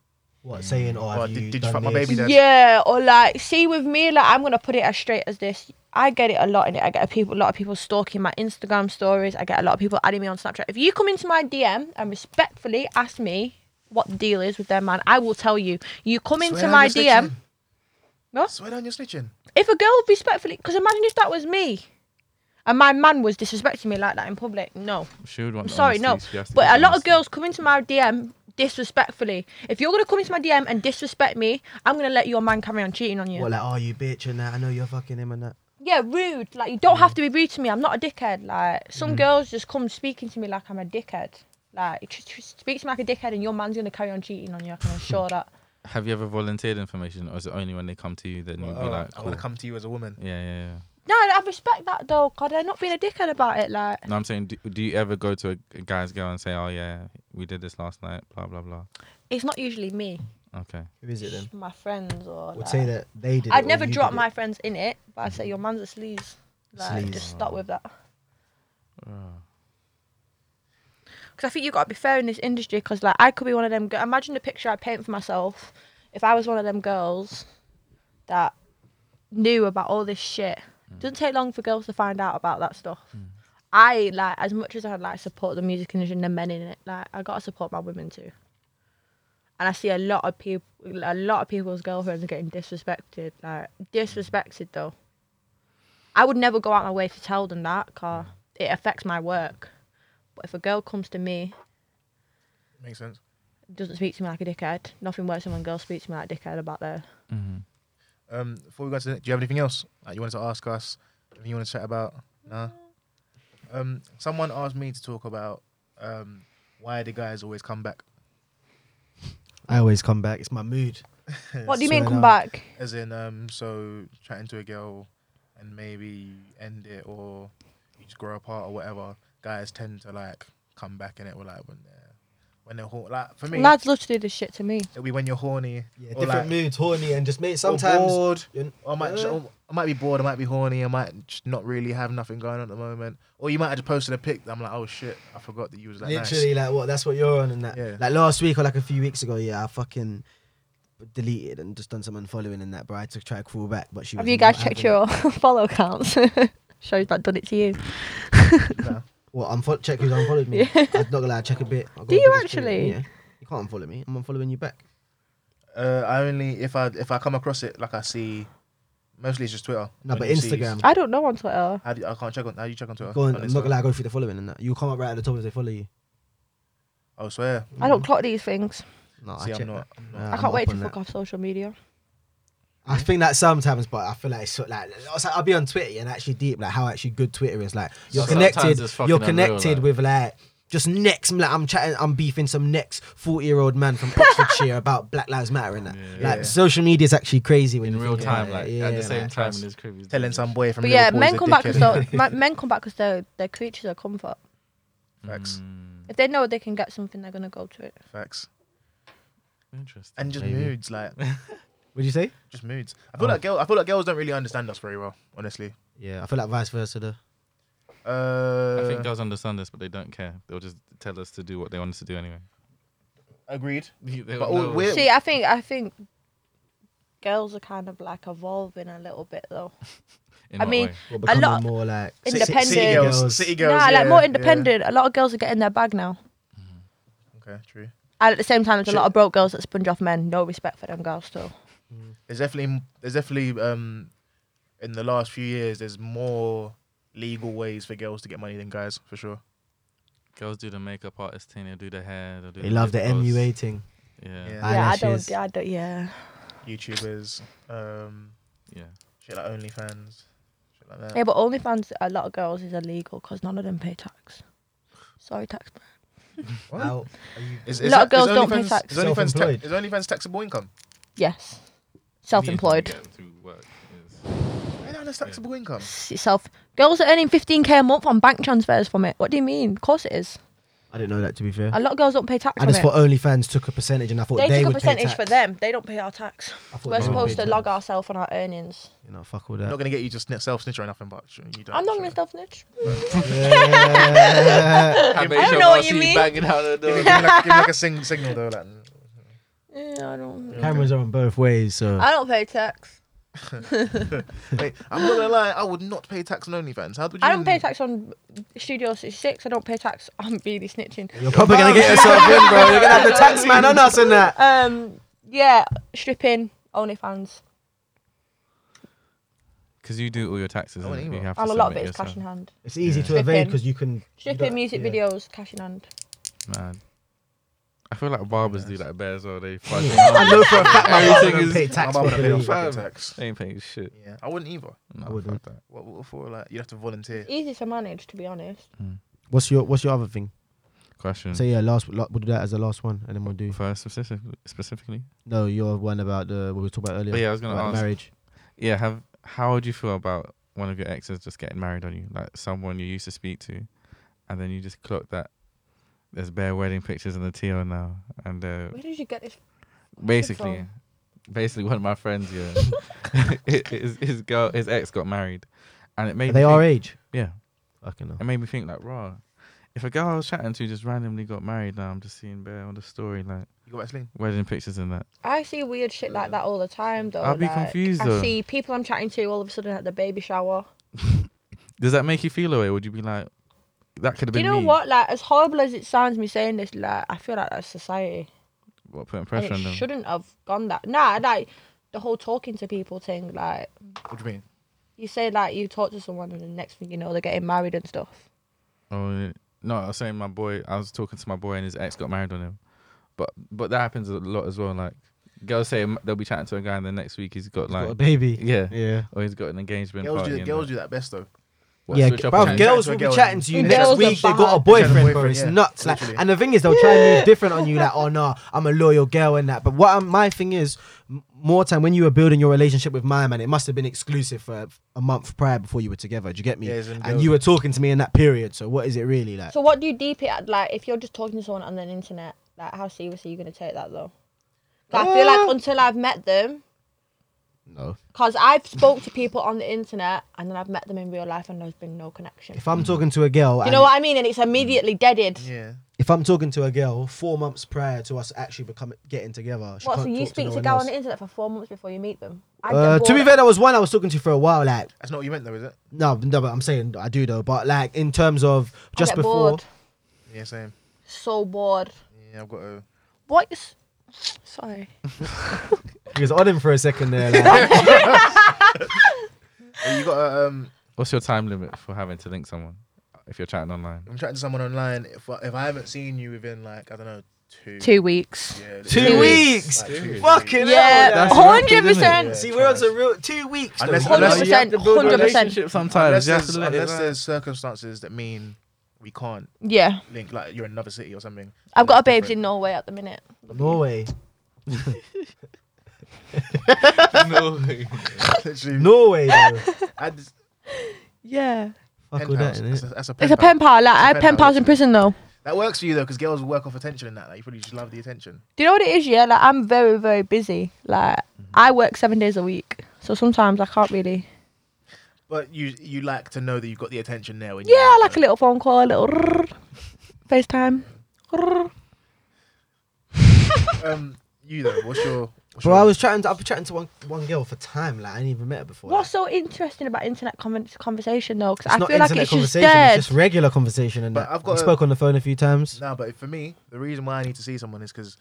Speaker 3: what saying? Oh,
Speaker 2: Oh,
Speaker 3: have
Speaker 2: did-
Speaker 3: you
Speaker 2: did you
Speaker 3: done
Speaker 2: fuck my
Speaker 3: this?
Speaker 2: baby daddy?
Speaker 4: Yeah, or like, see, with me, like, I'm gonna put it as straight as this. I get it a lot in it. I get a people, a lot of people stalking my Instagram stories. I get a lot of people adding me on Snapchat. If you come into my DM and respectfully ask me what the deal is with their man, I will tell you. You come
Speaker 2: Swear
Speaker 4: into
Speaker 2: down
Speaker 4: my
Speaker 2: you're
Speaker 4: DM.
Speaker 2: snitching.
Speaker 4: What?
Speaker 2: Swear down you're snitching.
Speaker 4: If a girl respectfully, because imagine if that was me, and my man was disrespecting me like that in public. No.
Speaker 1: She would want.
Speaker 4: I'm
Speaker 1: honesty,
Speaker 4: sorry, no.
Speaker 1: she has to
Speaker 4: But
Speaker 1: give
Speaker 4: a lot of
Speaker 1: honesty.
Speaker 4: girls come into my DM disrespectfully. If you're gonna come into my DM and disrespect me, I'm gonna let your man carry on cheating on you.
Speaker 3: What like? Oh, you bitch and that. I know you're fucking him and that.
Speaker 4: yeah, rude. Like you don't
Speaker 3: Mm.
Speaker 4: have to be rude to me. I'm not a dickhead. Like some girls just come speaking to me like I'm a dickhead. Like tr- tr- speak to me like a dickhead, and your man's gonna carry on cheating on you. I can assure that.
Speaker 1: Have you ever volunteered information, or is it only when they come to you then you'll be
Speaker 2: Oh,
Speaker 1: like,
Speaker 2: I
Speaker 1: cool.
Speaker 2: want to come to you as a woman.
Speaker 1: Yeah, yeah, yeah.
Speaker 4: No, I respect that though. God, I'm not being a dickhead about it. Like
Speaker 1: No, I'm saying, do, do you ever go to a, a guy's girl and say, "Oh yeah, we did this last night," blah blah blah.
Speaker 4: it's not usually me,
Speaker 1: Okay.
Speaker 3: Who is it then?
Speaker 4: my friends or.
Speaker 3: Would
Speaker 4: like-
Speaker 3: say that they did. it
Speaker 4: I'd
Speaker 3: or
Speaker 4: never
Speaker 3: you
Speaker 4: drop
Speaker 3: did it.
Speaker 4: my friends in it, but I'd say your man's a sleaze. Like,
Speaker 3: Sleaze.
Speaker 4: just stop with that.
Speaker 1: Oh.
Speaker 4: Because I think you've got to be fair in this industry. Because like I could be one of them. Girl- Imagine the picture I paint for myself if I was one of them girls that knew about all this shit. Doesn't take long for girls to find out about that stuff. I like as much as I like support the music industry and the men in it. Like I gotta support my women too. And I see a lot of people, a lot of people's girlfriends are getting disrespected. Like disrespected though. I would never go out my way to tell them that, car it affects my work. But if a girl comes to me,
Speaker 2: Makes sense.
Speaker 4: doesn't speak to me like a dickhead, nothing worse than when girls speak to me like a dickhead about their.
Speaker 1: Mhm.
Speaker 2: Um, before we go to, the- do you have anything else like, you wanted to ask us? Anything you want to chat about? Nah. Um, someone asked me to talk about um why the guys always come back.
Speaker 3: I always come back. It's my mood.
Speaker 4: What do you mean
Speaker 3: Swear down.
Speaker 4: come back?
Speaker 2: As in, um, so chatting to a girl and maybe you end it or you just grow apart or whatever. Guys tend to like come back in it or like when they're when they're horny. Like for me,
Speaker 4: Lads love to do this shit to me.
Speaker 2: it'll be when you're horny.
Speaker 3: Yeah,
Speaker 2: or, like,
Speaker 3: different moods, horny, and just mate.
Speaker 2: or
Speaker 3: Sometimes
Speaker 2: bored.
Speaker 3: you're-
Speaker 2: Or I might, just-
Speaker 3: Uh.
Speaker 2: or I might be bored. I might be horny. I might just not really have nothing going on at the moment. Or you might have just posted a pic. that I'm like, oh shit, I forgot that you was like
Speaker 3: literally like what? That's what you're on and that.
Speaker 2: Yeah.
Speaker 3: Like last week or like a few weeks ago, yeah, I fucking deleted and just done some unfollowing and that. But I had to try to crawl back, but she.
Speaker 4: Have
Speaker 3: was
Speaker 4: you guys
Speaker 3: not
Speaker 4: checked
Speaker 3: having it.
Speaker 4: your follow accounts? Shows that done it to you.
Speaker 3: What? Unfo- check who's unfollowed me.
Speaker 4: Yeah.
Speaker 3: I'm not gonna lie, I check a bit. I go
Speaker 4: Do
Speaker 3: on Britney's
Speaker 4: you
Speaker 3: period,
Speaker 4: actually?
Speaker 3: Yeah. You can't unfollow me. I'm unfollowing you back.
Speaker 2: nice. Uh, I only if I if I come across it, like I see, mostly it's just Twitter.
Speaker 3: No,
Speaker 2: When
Speaker 3: but
Speaker 2: you see-
Speaker 3: Instagram.
Speaker 4: I don't know on Twitter.
Speaker 2: How do, I can't check on. How do you check on Twitter?
Speaker 3: Go on,
Speaker 2: On
Speaker 3: I'm not
Speaker 2: Insta?
Speaker 3: gonna lie, I go through the following and that. You'll come up right at the top if they follow you.
Speaker 2: Oh, swear.
Speaker 4: I don't clock these things.
Speaker 3: No,
Speaker 2: See,
Speaker 3: I
Speaker 2: I'm
Speaker 3: check
Speaker 2: not.
Speaker 3: that.
Speaker 2: I'm
Speaker 3: Mm. Nah,
Speaker 2: not.
Speaker 4: I
Speaker 3: I'm
Speaker 4: can't wait
Speaker 3: up
Speaker 4: to
Speaker 3: on
Speaker 4: fuck
Speaker 3: that.
Speaker 4: off social media.
Speaker 3: I think that sometimes, but I feel like it's sort of like I was like, I'll be on Twitter yeah, and actually deep like how actually good Twitter is. Like you're
Speaker 1: Sometimes
Speaker 3: connected,
Speaker 1: it's fucking
Speaker 3: you're
Speaker 1: unreal,
Speaker 3: connected
Speaker 1: like.
Speaker 3: with like just next. Like I'm chatting, I'm beefing some next forty year old man from Oxfordshire about Black Lives Matter and that.
Speaker 1: Yeah.
Speaker 3: like
Speaker 2: Yeah.
Speaker 3: social media is actually crazy when
Speaker 1: in
Speaker 3: you
Speaker 1: real
Speaker 3: think about
Speaker 1: time,
Speaker 3: it.
Speaker 1: like
Speaker 3: yeah,
Speaker 1: at the same
Speaker 3: like,
Speaker 1: time in his crib. he's
Speaker 2: Telling some boy from
Speaker 4: But yeah,
Speaker 2: Liverpool
Speaker 4: men
Speaker 2: he's a
Speaker 4: come back
Speaker 2: dickhead.
Speaker 4: because they're men come back because they're they're creatures of comfort.
Speaker 2: Facts.
Speaker 1: Hmm,
Speaker 4: If they know they can get something, they're gonna go to it.
Speaker 2: Facts.
Speaker 1: Interesting.
Speaker 2: And just
Speaker 3: Maybe.
Speaker 2: moods, like
Speaker 3: What'd you say?
Speaker 2: just moods. I feel
Speaker 3: Oh.
Speaker 2: like girl, I feel like girls don't really understand us very well, honestly.
Speaker 3: Yeah, I feel like vice versa though.
Speaker 2: Uh,
Speaker 1: I think girls understand this, but they don't care. They'll just tell us to do what they want us to do anyway.
Speaker 2: agreed.
Speaker 1: They'll
Speaker 2: But all-
Speaker 1: know.
Speaker 2: we're- Yeah.
Speaker 4: See, I think I think girls are kind of like evolving a little bit though.
Speaker 1: In
Speaker 4: I
Speaker 1: what
Speaker 4: mean,
Speaker 1: way?
Speaker 3: Or
Speaker 4: A
Speaker 3: becoming
Speaker 4: lot-
Speaker 3: more like
Speaker 2: Ci-
Speaker 4: Independent.
Speaker 2: City girls.
Speaker 3: Girls.
Speaker 2: City girls.
Speaker 4: nah,
Speaker 2: yeah,
Speaker 4: like more
Speaker 2: yeah.
Speaker 4: independent. A lot of girls are getting their bag now.
Speaker 1: Hmm.
Speaker 2: Okay, true.
Speaker 4: And at the same time, there's a
Speaker 2: Shit.
Speaker 4: lot of broke girls that sponge off men. No respect for them girls too.
Speaker 3: Mm.
Speaker 2: There's definitely there's definitely um in the last few years there's more legal ways for girls to get money than guys for sure.
Speaker 1: girls do the makeup artist thing. They do the hair. They, do
Speaker 3: they love the
Speaker 1: lip gloss.
Speaker 3: MUA thing.
Speaker 1: Yeah, yeah.
Speaker 2: Yeah.
Speaker 4: yeah, I
Speaker 3: Eyelashes.
Speaker 4: don't. I don't. Yeah.
Speaker 2: YouTubers, um, shit like OnlyFans, shit like that.
Speaker 4: Yeah, but OnlyFans, a lot of girls is illegal because none of them pay tax. Sorry, tax.
Speaker 2: What?
Speaker 3: How are you-
Speaker 2: Is,
Speaker 4: lot of girls
Speaker 2: is
Speaker 4: don't pay
Speaker 2: OnlyFans-
Speaker 4: tax.
Speaker 2: Is OnlyFans, ta-
Speaker 3: Self-employed.
Speaker 2: is OnlyFans taxable income?
Speaker 4: Yes. Self-employed.
Speaker 1: Yeah, through work is-
Speaker 2: I don't know, it's taxable income.
Speaker 4: S- Self. Girls are earning 15k a month on bank transfers from it. What do you mean? Of course it is.
Speaker 3: I didn't know that to be fair.
Speaker 4: A lot of girls don't pay tax
Speaker 3: I
Speaker 4: on
Speaker 3: just
Speaker 4: it.
Speaker 3: thought OnlyFans took a percentage, and I thought they,
Speaker 4: they, take a
Speaker 3: would
Speaker 4: percentage
Speaker 3: pay
Speaker 4: for
Speaker 3: tax.
Speaker 4: them. They don't pay our tax.
Speaker 3: I thought
Speaker 4: We're
Speaker 3: they would
Speaker 4: supposed
Speaker 3: pay
Speaker 4: to log
Speaker 3: tax.
Speaker 4: ourselves on our earnings.
Speaker 3: You know, fuck all
Speaker 2: I'm
Speaker 3: that.
Speaker 2: not gonna get you just self snitch or nothing, but sure, you don't.
Speaker 4: I'm not
Speaker 2: sure.
Speaker 4: gonna self snitch.
Speaker 3: Yeah.
Speaker 1: I,
Speaker 4: don't know what you mean.
Speaker 1: Banging out the
Speaker 2: Give me,
Speaker 1: door.
Speaker 2: give me like, give me like a sing- signal though, like
Speaker 4: Yeah, I don't.
Speaker 3: Cameras are on both ways, so
Speaker 4: I don't pay tax.
Speaker 2: Wait, I'm not gonna lie, I would not pay tax on OnlyFans. How would you?
Speaker 4: I don't pay tax on Studio 66. I don't pay tax on really snitching.
Speaker 3: you're probably gonna get yourself in, bro. You're gonna have the tax man on us and that.
Speaker 4: Um, yeah, stripping, OnlyFans,
Speaker 1: Because you do all your taxes.
Speaker 2: I
Speaker 1: and
Speaker 2: wouldn't
Speaker 1: you
Speaker 2: either.
Speaker 1: have to
Speaker 4: and a lot of
Speaker 1: submit
Speaker 4: it is cash in
Speaker 1: yourself.
Speaker 4: hand.
Speaker 3: It's easy
Speaker 1: Yeah.
Speaker 3: to evade
Speaker 4: Stripping.
Speaker 3: because you can.
Speaker 4: Stripping, music
Speaker 3: videos.
Speaker 4: videos, cash in hand.
Speaker 1: Man. I feel like barbers do that bad as well. They fucking
Speaker 3: I know for a fact my mum
Speaker 1: Everything
Speaker 3: don't
Speaker 1: is-
Speaker 3: pay
Speaker 2: My
Speaker 3: tax
Speaker 2: mum would pay on
Speaker 3: properly.
Speaker 2: fucking
Speaker 1: Fam.
Speaker 2: tax.
Speaker 1: they ain't paying shit.
Speaker 2: Yeah, I wouldn't either.
Speaker 1: No,
Speaker 3: I wouldn't.
Speaker 1: fuck that.
Speaker 2: What, what for? Like you'd have to volunteer.
Speaker 4: Easy to manage, to be honest.
Speaker 3: What's your What's your other thing?
Speaker 1: Question.
Speaker 3: So yeah, last lo- we'll do that as the last one, and then we'll do
Speaker 1: First specific, specifically.
Speaker 3: no your one about the what we talked about earlier.
Speaker 1: But yeah, I was gonna
Speaker 3: about
Speaker 1: ask.
Speaker 3: marriage.
Speaker 1: Yeah, have how would you feel about one of your exes just getting married on you, like someone you used to speak to, and then you just clock that there's bare wedding pictures in the TL now, and uh,
Speaker 4: Where did you get this?
Speaker 1: basically,
Speaker 4: from?
Speaker 1: basically one of my friends, yeah, his, his girl, his ex got married, and it made me
Speaker 3: Are they E?
Speaker 1: think-
Speaker 3: our age?
Speaker 1: Yeah,
Speaker 3: Fucking
Speaker 1: it
Speaker 3: hell.
Speaker 1: made me think like, raw. If a girl I was chatting to just randomly got married, now I'm just seeing bare on the story like
Speaker 2: You got Vaseline?
Speaker 1: wedding pictures and that.
Speaker 4: I see weird shit like that all the time, though.
Speaker 1: I'll be
Speaker 4: like,
Speaker 1: confused,
Speaker 4: I
Speaker 1: though.
Speaker 4: see people I'm chatting to all of a sudden at the baby shower.
Speaker 1: Does that make you feel away? Would you be like, that could have
Speaker 4: Do
Speaker 1: been
Speaker 4: you know
Speaker 1: me?
Speaker 4: what? Like, as horrible as it sounds, me saying this, like, I feel like that's society.
Speaker 1: What putting
Speaker 4: And
Speaker 1: pressure
Speaker 4: it
Speaker 1: on them?
Speaker 4: shouldn't have gone that. Nah, like, the whole talking to people thing, like,
Speaker 2: What do you mean?
Speaker 4: You say like you talk to someone and the next thing you know they're getting married and stuff.
Speaker 1: Oh yeah. no, I was saying my boy. I was talking to my boy, and his ex got married on him. But but that happens a lot as well. Like girls say they'll be chatting to a guy, and the next week he's got like
Speaker 3: Got a baby.
Speaker 1: yeah,
Speaker 3: Yeah.
Speaker 1: or he's got an engagement
Speaker 2: Girls
Speaker 1: party.
Speaker 2: do,
Speaker 1: and
Speaker 2: girls
Speaker 1: that.
Speaker 2: do that best though.
Speaker 1: What,
Speaker 3: yeah,
Speaker 1: switch up
Speaker 3: bruv,
Speaker 1: and-
Speaker 3: girls
Speaker 2: Chat
Speaker 3: will
Speaker 2: to
Speaker 3: be
Speaker 2: a girl
Speaker 3: chatting to you
Speaker 4: and-
Speaker 3: next
Speaker 4: Girls are
Speaker 3: week. They got a
Speaker 4: bad.
Speaker 3: boyfriend,
Speaker 2: Boyfriend,
Speaker 3: bro. It's
Speaker 2: yeah,
Speaker 3: nuts. Like,
Speaker 2: literally.
Speaker 3: and the thing is, they'll try and move different on you. Like, oh no, I'm a loyal girl and that. But what I'm, my thing is, m- more time when you were building your relationship with my man, it must have been exclusive for a month prior before you were together. Do you get me?
Speaker 2: Yeah, it's in
Speaker 3: and you were talking to me in that period. So what is it really like?
Speaker 4: So what do you deep it at? Like if you're just talking to someone on the internet, like how serious are you gonna take that though? 'Cause I feel like until I've met them,
Speaker 3: Uh. no.
Speaker 4: cause I've spoke to people on the internet and then I've met them in real life and there's been no connection.
Speaker 3: If I'm talking to a girl,
Speaker 4: you
Speaker 3: and
Speaker 4: know what I mean? And it's immediately deaded.
Speaker 2: Yeah.
Speaker 3: if I'm talking to a girl four months prior to us actually becoming getting together, she
Speaker 4: What? So
Speaker 3: can't
Speaker 4: you
Speaker 3: talk to
Speaker 4: speak
Speaker 3: no
Speaker 4: to a
Speaker 3: one
Speaker 4: guy
Speaker 3: else.
Speaker 4: on the internet for four months before you meet them? I'd get
Speaker 3: Uh, to be
Speaker 4: bored.
Speaker 3: fair, there was one I was talking to for a while. Like
Speaker 2: That's not what you meant though, is it?
Speaker 3: No, no, but I'm saying I do though. But like in terms of
Speaker 4: I'd
Speaker 3: just
Speaker 4: get
Speaker 3: before,
Speaker 4: bored.
Speaker 2: Yeah, same.
Speaker 4: so bored.
Speaker 2: Yeah, I've got a.
Speaker 4: What? Is... Sorry.
Speaker 3: he was on him for a second there. Like,
Speaker 2: Hey, You um, got a um.
Speaker 1: What's your time limit for having to link someone? if you're chatting online?
Speaker 2: I'm chatting to someone online. If I, if I haven't seen you within like I don't know two
Speaker 4: Two weeks.
Speaker 2: yeah,
Speaker 3: Two
Speaker 2: like,
Speaker 3: weeks.
Speaker 2: two weeks.
Speaker 3: Fucking
Speaker 4: Yeah,
Speaker 3: hell,
Speaker 1: That's
Speaker 3: yeah.
Speaker 4: hundred
Speaker 2: Yeah.
Speaker 4: percent.
Speaker 3: See, we're on some real two weeks. though.
Speaker 2: Unless-
Speaker 3: Hold on.
Speaker 2: unless-
Speaker 3: You have to build
Speaker 4: 100%.
Speaker 3: relation-
Speaker 1: Relationship sometimes.
Speaker 2: Unless,
Speaker 1: You have to
Speaker 2: there's,
Speaker 1: let it
Speaker 2: unless
Speaker 1: ride.
Speaker 2: there's circumstances that mean we can't
Speaker 4: Yeah,
Speaker 2: link, like you're in another city or something.
Speaker 4: I've got a babes in
Speaker 2: Different.
Speaker 4: Norway at the minute.
Speaker 3: Norway,
Speaker 1: No way.
Speaker 2: Literally,
Speaker 3: Norway. Though.
Speaker 2: I just-
Speaker 4: Yeah,
Speaker 3: Fuck all
Speaker 2: penthouse.
Speaker 3: that, innit?
Speaker 2: That's a, that's a
Speaker 4: it's a
Speaker 2: penthouse.
Speaker 4: pen pal. Like I
Speaker 2: pen
Speaker 4: pen
Speaker 2: pal,
Speaker 4: pals
Speaker 2: isn't
Speaker 4: in
Speaker 2: it?
Speaker 4: prison though.
Speaker 2: That works for you though, because girls work off attention and that. Like you probably just love the attention.
Speaker 4: Do you know what it is? Yeah, like I'm very, very busy. Like I work seven days a week, so sometimes I can't really.
Speaker 2: But you you like to know that you've got the attention there. When
Speaker 4: Yeah,
Speaker 2: you
Speaker 4: I like a little phone call, a little FaceTime.
Speaker 2: Um, you though, what's your? What's
Speaker 3: Bro,
Speaker 2: your
Speaker 3: I was chatting. To, I've been chatting to one one girl for time. Like I ain't even met her before.
Speaker 4: What's so interesting about internet conven- conversation though?
Speaker 3: Like,
Speaker 4: Because I
Speaker 3: it's not
Speaker 4: feel like
Speaker 3: internet
Speaker 4: it's just
Speaker 3: conversation.
Speaker 4: dead.
Speaker 3: It's just regular conversation. And
Speaker 2: But
Speaker 3: that.
Speaker 2: I've got
Speaker 3: we
Speaker 2: a-
Speaker 3: spoke on the phone a few times.
Speaker 2: No, but for me, the reason why I need to see someone is because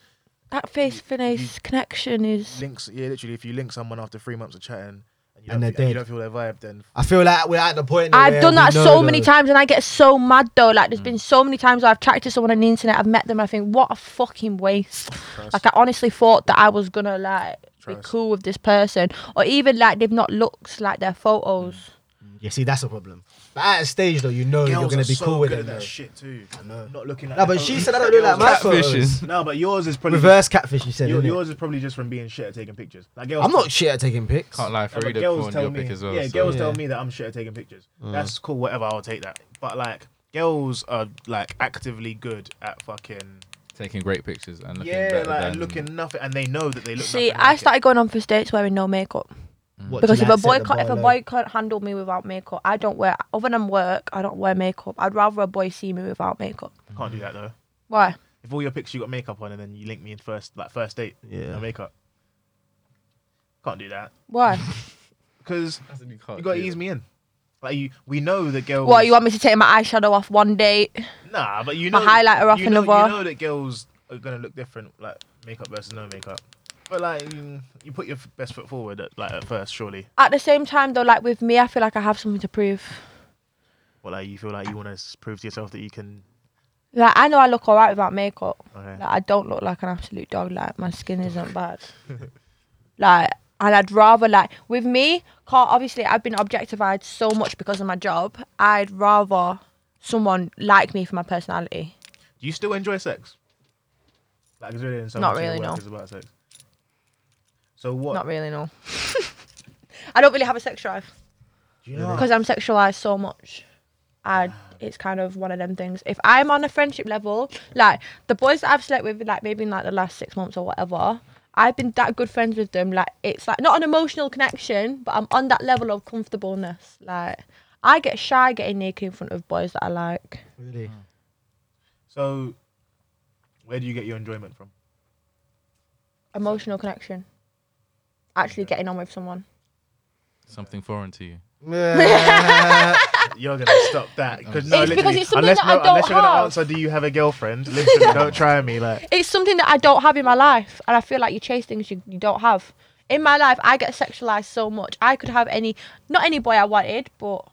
Speaker 4: that face to
Speaker 3: Mm.
Speaker 4: face connection is.
Speaker 2: links. Yeah, literally, if you link someone after three months of chatting and you, don't,
Speaker 3: And they're
Speaker 2: feel, you
Speaker 3: dead.
Speaker 2: don't feel their vibe, then
Speaker 3: I feel like we're at the point. now
Speaker 4: I've
Speaker 3: where
Speaker 4: done
Speaker 3: we
Speaker 4: that
Speaker 3: know
Speaker 4: so many
Speaker 3: the-
Speaker 4: times and I get so mad though. Like,
Speaker 2: Mm.
Speaker 4: there's been so many times where I've chatted to someone on the internet, I've met them, I think, what a fucking waste.
Speaker 2: trust.
Speaker 4: Like, I honestly thought that I was gonna, like, be
Speaker 2: Trust.
Speaker 4: cool with this person. Or even, like, they've not looked like their photos.
Speaker 2: Mm.
Speaker 3: Yeah, see, that's a problem. But at a stage though, you know you're
Speaker 2: Girls
Speaker 3: gonna
Speaker 2: are
Speaker 3: be
Speaker 2: so
Speaker 3: cool with
Speaker 2: good
Speaker 3: it.
Speaker 2: at
Speaker 3: though.
Speaker 2: that shit too.
Speaker 3: know.
Speaker 2: Not looking.
Speaker 3: Nah, but she said I don't look like my photos.
Speaker 1: Catfishing.
Speaker 2: No, but yours is probably
Speaker 3: Reverse catfish, you said.
Speaker 2: Your,
Speaker 3: innit?
Speaker 2: yours is probably just from being shit at taking pictures. Like girls,
Speaker 3: I'm not shit at taking pics.
Speaker 1: Can't lie,
Speaker 2: No, but
Speaker 1: Farida
Speaker 2: girls
Speaker 1: corned
Speaker 2: tell
Speaker 1: your
Speaker 2: me.
Speaker 1: pick as well.
Speaker 2: yeah,
Speaker 1: so- Mm.
Speaker 2: girls
Speaker 3: Yeah.
Speaker 2: tell me that I'm shit at taking pictures. That's cool. Whatever, I'll take that. But like, girls are like actively good at fucking.
Speaker 1: taking great pictures and looking
Speaker 2: Yeah,
Speaker 1: better
Speaker 2: like
Speaker 1: than-
Speaker 2: looking nothing, and they know that they look.
Speaker 4: See,
Speaker 2: nothing
Speaker 4: I
Speaker 2: like it.
Speaker 4: started going on first dates wearing no makeup
Speaker 3: What,
Speaker 4: because
Speaker 3: do
Speaker 4: if a
Speaker 3: lads set
Speaker 4: boy
Speaker 3: the
Speaker 4: can't, if
Speaker 3: bar
Speaker 4: a
Speaker 3: low?
Speaker 4: boy can't handle me without makeup, I don't wear. Other than work, I don't wear makeup. I'd rather a boy see me without makeup.
Speaker 2: Can't do that though.
Speaker 4: Why?
Speaker 2: If all your pics you got makeup on, and then you link me in first, like first date,
Speaker 3: Yeah.
Speaker 2: no makeup. Can't do that
Speaker 4: Why?
Speaker 2: because
Speaker 1: You
Speaker 2: you got to ease me in. Like you, we know that girls.
Speaker 4: what you want me to take my eyeshadow off one date?
Speaker 2: Nah, but you know,
Speaker 4: My highlighter off
Speaker 2: you know,
Speaker 4: another.
Speaker 2: You know that girls are gonna look different, like makeup versus no makeup. But like, you, you put your f- best foot forward, at, like at first, surely.
Speaker 4: At the same time, though, like with me, I feel like I have something to prove.
Speaker 2: But like, you feel like you want to prove to yourself that you can.
Speaker 4: Like I know I look alright without makeup.
Speaker 2: Okay.
Speaker 4: Like I don't look like an absolute dog. Like my skin isn't bad. like and I'd rather like with me, can't obviously I've been objectified so much because of my job. I'd rather someone like me for my personality.
Speaker 2: Do you still enjoy sex? Like, it's really so
Speaker 4: Not
Speaker 2: much of your
Speaker 4: really,
Speaker 2: work
Speaker 4: no.
Speaker 2: is about sex. So what?
Speaker 4: Not really, no. I don't really have a sex drive
Speaker 2: do you know?
Speaker 4: because I'm sexualized so much. I it's kind of one of them things. If I'm on a friendship level, like the boys that I've slept with, like maybe in like the last six months or whatever, I've been that good friends with them. Like it's like not an emotional connection, but I'm on that level of comfortableness. Like I get shy getting naked in front of boys that I like.
Speaker 3: Really?
Speaker 2: So, where do you get your enjoyment from?
Speaker 4: Emotional connection. Actually getting on with someone.
Speaker 1: Something foreign to you.
Speaker 3: mm.
Speaker 2: You're gonna stop that because no,
Speaker 4: It's because
Speaker 2: literally,
Speaker 4: it's something
Speaker 2: unless,
Speaker 4: that I
Speaker 2: no, unless
Speaker 4: don't
Speaker 2: you're gonna
Speaker 4: have.
Speaker 2: answer, do you have a girlfriend? Literally, don't try me. Like,
Speaker 4: it's something that I don't have in my life, and I feel like you chase things you, you don't have. In my life, I get sexualized so much. I could have any, not any boy I wanted, but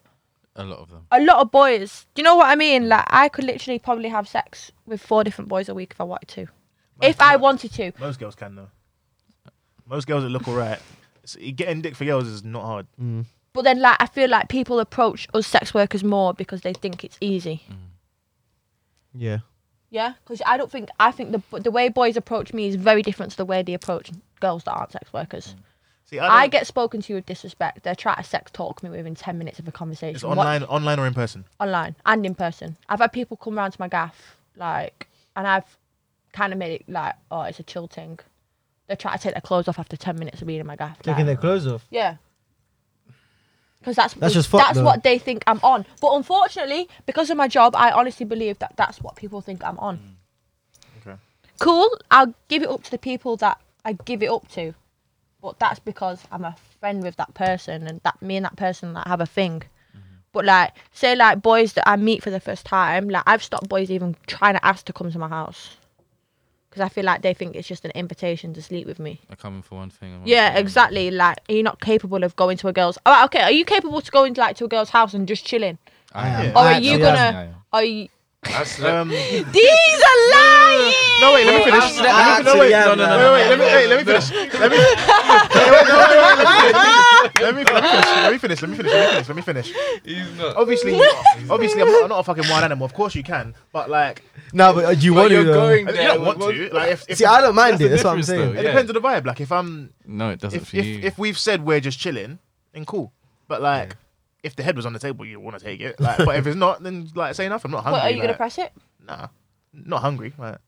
Speaker 1: A lot of them.
Speaker 4: a lot of boys. Do you know what I mean? Like I could literally probably have sex with four different boys a week if I wanted to, if I wanted to.
Speaker 2: Most girls can though. Most girls that look alright. It's- Getting dick for girls is not hard.
Speaker 4: But then, like I feel like people approach us sex workers more because they think it's easy.
Speaker 3: Yeah.
Speaker 4: Yeah, because I don't think I think the the way boys approach me is very different to the way they approach girls that aren't sex workers.
Speaker 2: See,
Speaker 4: I,
Speaker 2: don't-
Speaker 4: get spoken to with disrespect. They're trying to sex talk me within ten minutes of a conversation.
Speaker 2: it's
Speaker 4: What-
Speaker 2: online, online or in person.
Speaker 4: online and in person. I've had people come round to my gaff, like, and I've kind of made it like, oh, it's a chill thing. They try to take their clothes off after ten minutes of being in my gaff.
Speaker 3: Taking
Speaker 4: like,
Speaker 3: their clothes off.
Speaker 4: yeah. Because that's
Speaker 3: That's just fucked,
Speaker 4: that's
Speaker 3: though.
Speaker 4: what they think I'm on. But unfortunately, because of my job, I honestly believe that that's what people think I'm on.
Speaker 2: Okay.
Speaker 4: Cool. I'll give it up to the people that I give it up to, but that's because I'm a friend with that person, and that me and that person that have a thing.
Speaker 2: Mm-hmm.
Speaker 4: But like, say like boys that I meet for the first time, like I've stopped boys even trying to ask to come to my house, because I feel like they think it's just an invitation to sleep with me.
Speaker 1: They're coming for one thing. and one
Speaker 4: Yeah,
Speaker 1: thing.
Speaker 4: exactly. Like, are you not capable of going to a girl's? Oh, okay, are you capable to going like to a girl's house and just chilling?
Speaker 1: I
Speaker 3: am.
Speaker 1: am.
Speaker 3: Or
Speaker 4: are
Speaker 3: I- yeah.
Speaker 4: you gonna? Are you?
Speaker 2: That's, um, no,
Speaker 4: These are lying.
Speaker 2: wait, let me finish.
Speaker 3: I'm-
Speaker 2: Let me-
Speaker 3: actually,
Speaker 2: No, wait,
Speaker 3: yeah,
Speaker 2: no, no, no,
Speaker 3: man.
Speaker 2: no, wait, let me, wait, let me finish. Let me. Wait, wait, wait, wait, Let me let me finish. Let me finish. Let me finish. Let me finish. Let me finish.
Speaker 1: He's not.
Speaker 2: Obviously, you- obviously, I'm not, I'm not a fucking wild animal. Of course, you can, but like,
Speaker 3: No, but uh, you want
Speaker 1: you're
Speaker 3: to. though.
Speaker 1: going
Speaker 2: you
Speaker 1: there.
Speaker 2: don't
Speaker 1: with-
Speaker 2: want to. Like, if, if
Speaker 3: See, I don't mind
Speaker 1: That's
Speaker 3: it.
Speaker 1: the
Speaker 3: That's what I'm
Speaker 1: difference,
Speaker 3: saying.
Speaker 1: though.
Speaker 2: It
Speaker 1: Yeah.
Speaker 2: depends on the vibe. Like if I'm
Speaker 1: No, it doesn't
Speaker 2: if
Speaker 1: for
Speaker 2: if,
Speaker 1: you.
Speaker 2: if we've said we're just chilling, then cool. But like if the head was on the table, you want to take it. Like, but if it's not, then like say nothing. I'm not hungry.
Speaker 4: What, are you gonna
Speaker 2: like,
Speaker 4: press it?
Speaker 2: Nah, not hungry. Like,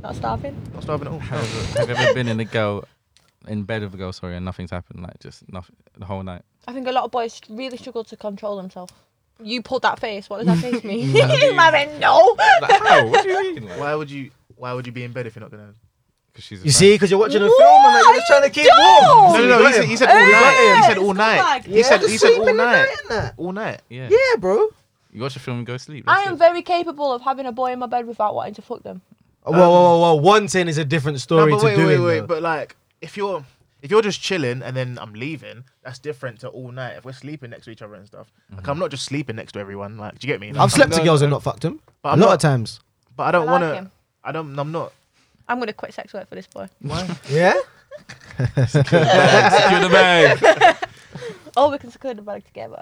Speaker 4: Not starving.
Speaker 2: not starving at all.
Speaker 1: Have you ever- have you ever been in a girl, in bed with a girl, sorry, and nothing's happened? Like, just nothing, the whole night.
Speaker 4: I think a lot of boys really struggle to control themselves. You pulled that face. What does that face mean? I went no.
Speaker 1: Like, how? What do you mean? Because
Speaker 2: Why would you? Why would you be in bed if you're not gonna?
Speaker 1: she's a
Speaker 3: You
Speaker 1: fan.
Speaker 3: see, because you're watching a film and like, you're just trying to keep warm.
Speaker 4: Oh,
Speaker 2: No, no, no. He said, he said all night. He said all night. He
Speaker 3: Yeah,
Speaker 2: said
Speaker 3: just
Speaker 2: he said
Speaker 3: sleep
Speaker 2: all
Speaker 3: in the
Speaker 2: night.
Speaker 3: night, innit?
Speaker 2: All night.
Speaker 1: Yeah.
Speaker 3: Yeah, bro.
Speaker 1: You watch a film and go to sleep.
Speaker 4: I
Speaker 1: that's
Speaker 4: am
Speaker 1: it.
Speaker 4: very capable of having a boy in my bed without wanting to fuck them.
Speaker 3: Whoa, whoa, whoa, whoa. Wanting is a different
Speaker 2: No,
Speaker 3: story
Speaker 2: but
Speaker 3: to
Speaker 2: wait, wait,
Speaker 3: doing.
Speaker 2: wait.
Speaker 3: though.
Speaker 2: But like, if you're if you're just chilling and then I'm leaving, that's different to all night. If we're sleeping next to each other and stuff, like I'm not just sleeping next to everyone. Like, do you get me? Like,
Speaker 3: Mm-hmm. I've slept to
Speaker 1: No,
Speaker 3: girls
Speaker 1: no.
Speaker 3: and not fucked them.
Speaker 2: But
Speaker 3: a
Speaker 2: I'm
Speaker 3: lot
Speaker 2: not-
Speaker 3: of times.
Speaker 2: But I don't
Speaker 4: I like
Speaker 2: want
Speaker 4: him.
Speaker 2: to. I don't. I'm not.
Speaker 4: I'm gonna quit sex work for this boy.
Speaker 2: Why?
Speaker 3: Yeah?
Speaker 1: Secure the bag.
Speaker 4: Oh, we can secure the bag together.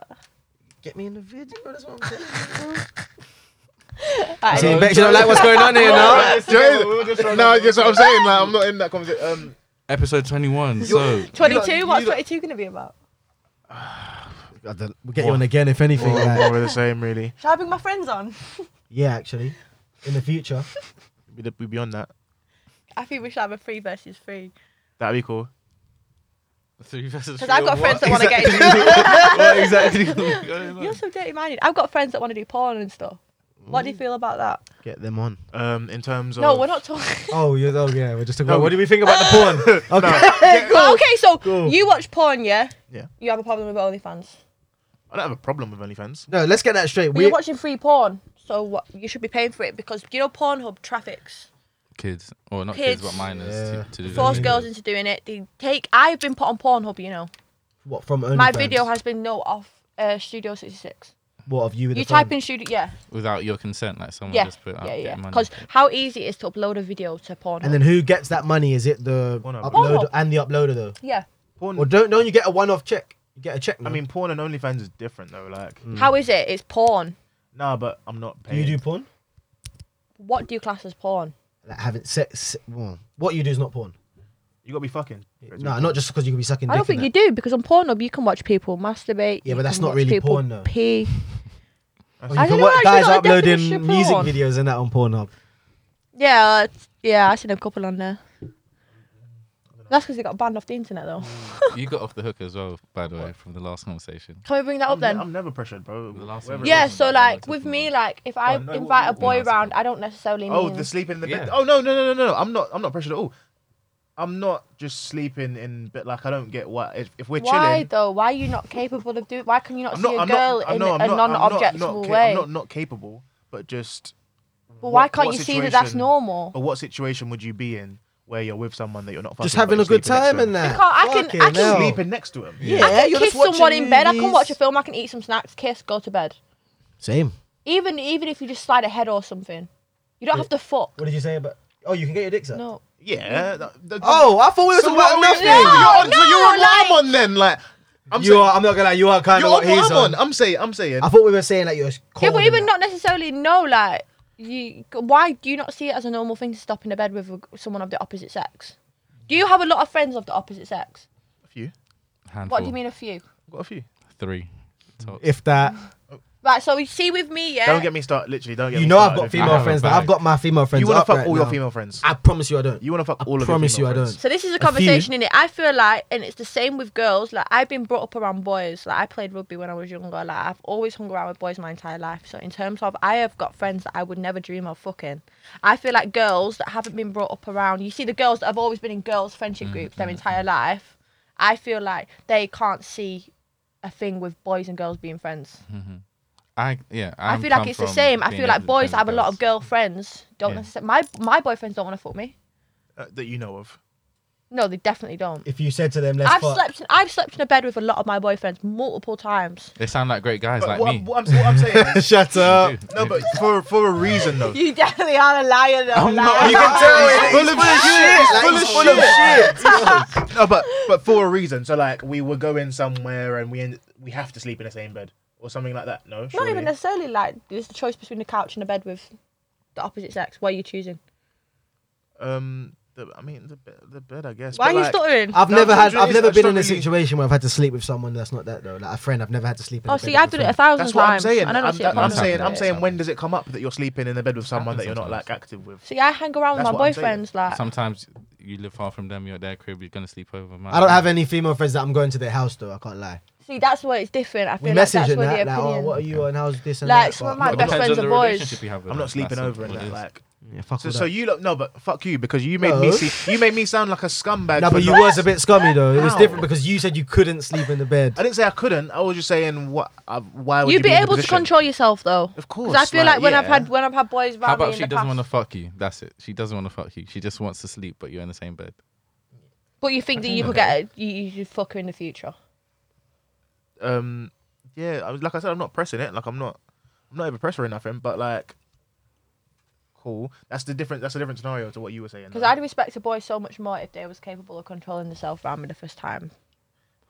Speaker 3: Get me in the video. That's what I'm saying.
Speaker 4: Alright,
Speaker 3: See, Bex, you don't like what's going on here now.
Speaker 2: no, that's what I'm saying. Like, I'm not in that conversation. Um,
Speaker 1: Episode 21. So,
Speaker 4: 22. What's
Speaker 2: you lot-
Speaker 4: 22 gonna be about?
Speaker 3: I don't- We'll get you on again, if anything.
Speaker 2: more,
Speaker 3: like-
Speaker 2: more of the same, really.
Speaker 4: Shall I bring my friends on?
Speaker 3: yeah, actually. In the future.
Speaker 2: We'd be beyond that.
Speaker 4: I think we should have a three versus three.
Speaker 2: That'd be cool.
Speaker 1: three versus
Speaker 4: Because I've got
Speaker 1: three or
Speaker 4: friends that want to get into
Speaker 1: what? What exactly is going on?
Speaker 4: You're so dirty minded. I've got friends that want to do porn and stuff. What
Speaker 2: Mm.
Speaker 4: do you feel about that?
Speaker 3: Get them on.
Speaker 2: Um, in terms of
Speaker 4: No, we're not talking.
Speaker 3: Oh, yeah, oh, yeah. We're just talking
Speaker 2: No,
Speaker 3: about. What do we think about the porn? Okay.
Speaker 2: Oh,
Speaker 4: okay, so
Speaker 3: Go.
Speaker 4: you watch porn, yeah?
Speaker 2: Yeah.
Speaker 4: You have a problem with OnlyFans.
Speaker 2: I don't have a problem with OnlyFans.
Speaker 3: No, let's get that straight.
Speaker 4: But you're
Speaker 3: We,
Speaker 4: watching free porn, so what, you should be paying for it because you know Pornhub traffics
Speaker 1: Kids. Or not kids,
Speaker 4: Kids.
Speaker 1: but minors.
Speaker 3: Yeah.
Speaker 1: To, to do that.
Speaker 4: force girls into doing it. They take. I've been put on Pornhub, you know.
Speaker 3: what, from OnlyFans?
Speaker 4: My video has been no off uh, Studio 66.
Speaker 3: What, of you with
Speaker 4: You
Speaker 3: the phone?
Speaker 4: type in Studio, yeah,
Speaker 1: Without your consent. Like, someone
Speaker 4: yeah,
Speaker 1: just put out
Speaker 4: yeah,
Speaker 1: getting
Speaker 4: yeah.
Speaker 1: money.
Speaker 4: Because how easy it is to upload a video to Pornhub.
Speaker 3: uh, And then who gets that money? Is it the
Speaker 2: Pornhub.
Speaker 3: uploader
Speaker 4: Pornhub.
Speaker 3: and the uploader though?
Speaker 4: yeah.
Speaker 2: Porn.
Speaker 3: Or don't don't you get a one off check? You get a check.
Speaker 2: I
Speaker 3: no?
Speaker 2: mean, porn and OnlyFans is different though. Like,
Speaker 3: Hmm.
Speaker 4: How is it? It's porn.
Speaker 2: nah, but I'm not
Speaker 3: do
Speaker 2: paying.
Speaker 3: you do porn?
Speaker 4: What do you class as porn?
Speaker 3: Like having sex. well, What you do is not porn.
Speaker 2: You gotta be fucking.
Speaker 3: No, not just because you can be sucking.
Speaker 4: I don't
Speaker 3: dick in
Speaker 4: think
Speaker 3: that.
Speaker 4: you do because on Pornhub you can watch people masturbate.
Speaker 3: Yeah,
Speaker 4: you
Speaker 3: but that's
Speaker 4: can
Speaker 3: not
Speaker 4: watch
Speaker 3: really
Speaker 4: people
Speaker 3: porn, though.
Speaker 4: Pee.
Speaker 3: Or
Speaker 4: I
Speaker 3: you
Speaker 4: don't
Speaker 3: can
Speaker 4: know,
Speaker 3: watch
Speaker 4: actually,
Speaker 3: guys
Speaker 4: not a
Speaker 3: uploading
Speaker 4: definition of
Speaker 3: music
Speaker 4: porn.
Speaker 3: videos and that on Pornhub.
Speaker 4: Yeah, it's- yeah, I seen a couple on there. That's because they got banned off the internet though.
Speaker 1: you got off the hook as well, by the way, from the last conversation.
Speaker 4: Can we bring that up
Speaker 2: I'm,
Speaker 4: then?
Speaker 2: I'm never pressured, bro.
Speaker 1: The last
Speaker 2: Whatever
Speaker 1: one.
Speaker 2: it
Speaker 4: yeah,
Speaker 2: is.
Speaker 4: so
Speaker 1: I'm
Speaker 4: like
Speaker 1: talking
Speaker 4: with me,
Speaker 1: about-
Speaker 4: like if I
Speaker 2: Oh, no,
Speaker 4: invite
Speaker 2: what-
Speaker 4: a boy
Speaker 1: what-
Speaker 4: round, I don't necessarily mean.
Speaker 2: Oh, the sleeping in the bed.
Speaker 1: Yeah.
Speaker 2: Oh no, no, no, no, no. I'm not. I'm not pressured at all. I'm not just sleeping in bed. Like I don't get why. If, if we're
Speaker 4: Why
Speaker 2: chilling,
Speaker 4: though? Why are you not capable of doing? Why can you not
Speaker 2: I'm
Speaker 4: see
Speaker 2: not.
Speaker 4: a
Speaker 2: I'm
Speaker 4: girl
Speaker 2: not. I'm
Speaker 4: in
Speaker 2: not.
Speaker 4: a
Speaker 2: I'm not. I'm not.
Speaker 4: non-objectional
Speaker 2: Not. Ca-
Speaker 4: way?
Speaker 2: I'm not not capable. But just.
Speaker 4: but why
Speaker 2: what-
Speaker 4: can't
Speaker 2: what
Speaker 4: you see that that's
Speaker 2: situation- Oh,
Speaker 4: normal?
Speaker 2: But what situation would you be in where you're with someone that you're not fucking?
Speaker 3: Just having a
Speaker 2: but
Speaker 3: good
Speaker 2: you're sleeping
Speaker 3: time and
Speaker 2: next
Speaker 3: that.
Speaker 4: Because I can-
Speaker 3: Fucking
Speaker 4: I can
Speaker 2: to
Speaker 3: hell.
Speaker 2: him? sleeping next to him.
Speaker 3: Yeah,
Speaker 4: I can
Speaker 3: you're
Speaker 4: kiss
Speaker 3: just watching
Speaker 4: someone in bed. I can
Speaker 3: movies.
Speaker 4: watch a film. I can eat some snacks, kiss, go to bed.
Speaker 3: Same.
Speaker 4: Even even if you just slide ahead or something, you don't have to fuck.
Speaker 3: What did you say about? Oh, you can get your dicks up.
Speaker 4: No.
Speaker 2: Yeah. that- that-
Speaker 3: Oh, I thought we were
Speaker 2: So
Speaker 3: talking
Speaker 2: what
Speaker 3: about
Speaker 2: are we-
Speaker 3: nothing.
Speaker 2: You're on- so
Speaker 4: no,
Speaker 2: you're on what
Speaker 4: like-
Speaker 2: I'm on then. Like I'm
Speaker 3: You
Speaker 2: saying.
Speaker 3: are. I'm not gonna lie. You are kind
Speaker 2: You're
Speaker 3: of
Speaker 2: on
Speaker 3: what he's
Speaker 2: what I'm
Speaker 3: on.
Speaker 2: on. I'm saying. I'm saying.
Speaker 3: I thought we were saying that you're cold.
Speaker 4: Yeah, but
Speaker 3: and
Speaker 4: even
Speaker 3: that.
Speaker 4: not necessarily no, like you. Why do you not see it as a normal thing to stop in a bed with a- someone of the opposite sex? Do you have a lot of friends of the opposite sex?
Speaker 2: A few.
Speaker 1: Handful.
Speaker 4: What do you mean a few?
Speaker 2: I've got a few.
Speaker 1: Three. Tops.
Speaker 3: If that.
Speaker 4: Right, so you see with me, yeah.
Speaker 2: Don't get me started. Literally, don't get
Speaker 3: You
Speaker 2: me
Speaker 3: know I've
Speaker 2: started
Speaker 3: got
Speaker 2: if
Speaker 1: I
Speaker 3: female
Speaker 1: have a
Speaker 3: friends. Now.
Speaker 1: bag.
Speaker 3: I've got my female friends.
Speaker 2: You want to
Speaker 3: up
Speaker 2: fuck
Speaker 3: right
Speaker 2: all your
Speaker 3: now.
Speaker 2: female friends.
Speaker 3: I promise you, I don't.
Speaker 2: You want to fuck all of your
Speaker 3: promise you
Speaker 2: female
Speaker 3: I
Speaker 2: friends.
Speaker 3: don't.
Speaker 4: So this is a
Speaker 3: few.
Speaker 4: conversation in it. I feel like, and it's the same with girls. Like I've been brought up around boys. Like I played rugby when I was younger. Like I've always hung around with boys my entire life. So in terms of, I have got friends that I would never dream of fucking. I feel like girls that haven't been brought up around. You see the girls that have always been in girls
Speaker 1: Mm,
Speaker 4: friendship groups their entire life. I feel like they can't see a thing with boys and girls being friends.
Speaker 1: I, yeah.
Speaker 4: I
Speaker 1: Mm, I'm
Speaker 4: feel like
Speaker 1: come
Speaker 4: it's the
Speaker 1: from
Speaker 4: same. I
Speaker 1: being
Speaker 4: feel like
Speaker 1: able to
Speaker 4: boys
Speaker 1: defend
Speaker 4: that have a lot
Speaker 1: girls.
Speaker 4: of girlfriends don't
Speaker 2: Yeah.
Speaker 4: necessarily. My my boyfriends don't want to fuck me.
Speaker 2: Uh, that you know of.
Speaker 4: No, they definitely don't.
Speaker 3: If you said to them, let's
Speaker 4: I've
Speaker 3: fuck.
Speaker 4: slept. In, I've slept in a bed with a lot of my boyfriends multiple times.
Speaker 1: They sound like great guys
Speaker 2: But
Speaker 1: like
Speaker 2: what,
Speaker 1: me.
Speaker 2: I'm, what, I'm, what I'm saying is,
Speaker 3: Shut up.
Speaker 2: no, but for, for a reason, though.
Speaker 4: You definitely are a liar, though.
Speaker 1: I'm not-
Speaker 4: liar.
Speaker 1: you
Speaker 2: can tell he's full of
Speaker 3: Like,
Speaker 2: Full of shit. no, but but for a reason. So like we were going somewhere and we end, we have to sleep in the same bed or something like that. No,
Speaker 4: Not
Speaker 2: surely.
Speaker 4: even necessarily like there's the choice between the couch and the bed with the opposite sex. What are you choosing?
Speaker 2: Um, the, I mean the be- the bed, I guess.
Speaker 4: Why are
Speaker 2: but
Speaker 4: you
Speaker 2: like,
Speaker 4: stuttering?
Speaker 3: I've
Speaker 2: No,
Speaker 3: never
Speaker 2: I'm
Speaker 3: had.
Speaker 2: just-
Speaker 3: I've never
Speaker 2: I just
Speaker 3: been in
Speaker 2: don't
Speaker 3: a
Speaker 2: really-
Speaker 3: situation where I've had to sleep with someone that's not that though. Like a friend, I've never had to sleep. In
Speaker 4: Oh,
Speaker 3: a bed
Speaker 4: see,
Speaker 3: with a
Speaker 4: I've done it a
Speaker 3: friend.
Speaker 4: thousand
Speaker 2: That's what I'm
Speaker 4: times.
Speaker 2: saying.
Speaker 4: I don't
Speaker 2: I'm,
Speaker 4: see it.
Speaker 2: that- I'm
Speaker 1: Sometimes.
Speaker 2: saying I'm
Speaker 1: Yeah,
Speaker 2: saying
Speaker 1: sometimes.
Speaker 2: when does it come up that you're sleeping in the bed with someone that you're not like active with?
Speaker 4: See, I hang around with
Speaker 2: That's
Speaker 4: my
Speaker 2: what I'm saying.
Speaker 4: boyfriends like.
Speaker 1: Sometimes you live far from them. You're at their crib. You're gonna sleep over. Man.
Speaker 3: I don't have any female friends that I'm going to their house though. I can't lie.
Speaker 4: See, that's where it's different. I
Speaker 3: We
Speaker 4: feel like
Speaker 3: message
Speaker 4: that's
Speaker 3: and
Speaker 4: where the
Speaker 3: that. Like, oh,
Speaker 4: opinion.
Speaker 3: what are you on? How's this? And
Speaker 4: Like,
Speaker 3: that?
Speaker 4: some
Speaker 3: But-
Speaker 4: of my
Speaker 1: It
Speaker 4: best
Speaker 1: depends
Speaker 4: friends
Speaker 1: on
Speaker 4: are
Speaker 1: the
Speaker 4: boys.
Speaker 1: relationship you have with
Speaker 2: I'm
Speaker 1: them.
Speaker 2: not sleeping
Speaker 1: That's
Speaker 2: over in
Speaker 1: what it
Speaker 2: that.
Speaker 1: is.
Speaker 2: Like,
Speaker 3: Yeah, fuck
Speaker 2: so,
Speaker 3: all
Speaker 2: so
Speaker 3: that.
Speaker 2: you look no, but fuck you because you made me
Speaker 3: No.
Speaker 2: see you made me sound like a scumbag.
Speaker 3: No,
Speaker 2: for
Speaker 3: but you
Speaker 2: not-
Speaker 3: was a bit scummy though. It was
Speaker 2: How?
Speaker 3: different because you said you couldn't sleep in the bed.
Speaker 2: I didn't say I couldn't. I was just saying what. Uh, why would
Speaker 4: You'd
Speaker 2: you
Speaker 4: be
Speaker 2: in the
Speaker 4: able to
Speaker 2: position?
Speaker 4: control yourself though.
Speaker 2: Of
Speaker 4: 'Cause
Speaker 2: course,
Speaker 4: I feel like, when I've
Speaker 2: yeah.
Speaker 4: had when I've had boys
Speaker 1: How
Speaker 4: round me
Speaker 1: about
Speaker 4: in
Speaker 1: she
Speaker 4: the
Speaker 1: doesn't
Speaker 4: past.
Speaker 1: want to fuck you? That's it. She doesn't want to fuck you. She just wants to sleep, but you're in the same bed.
Speaker 4: But you think that you could get a, you, you could fuck her in the future.
Speaker 2: um yeah I was like I said I'm not pressing it like I'm not I'm not ever pressing nothing but like cool that's the different that's a different scenario to what you were saying
Speaker 4: Because
Speaker 2: though.
Speaker 4: I'd respect a boy so much more if they was capable of controlling themselves around me the first time.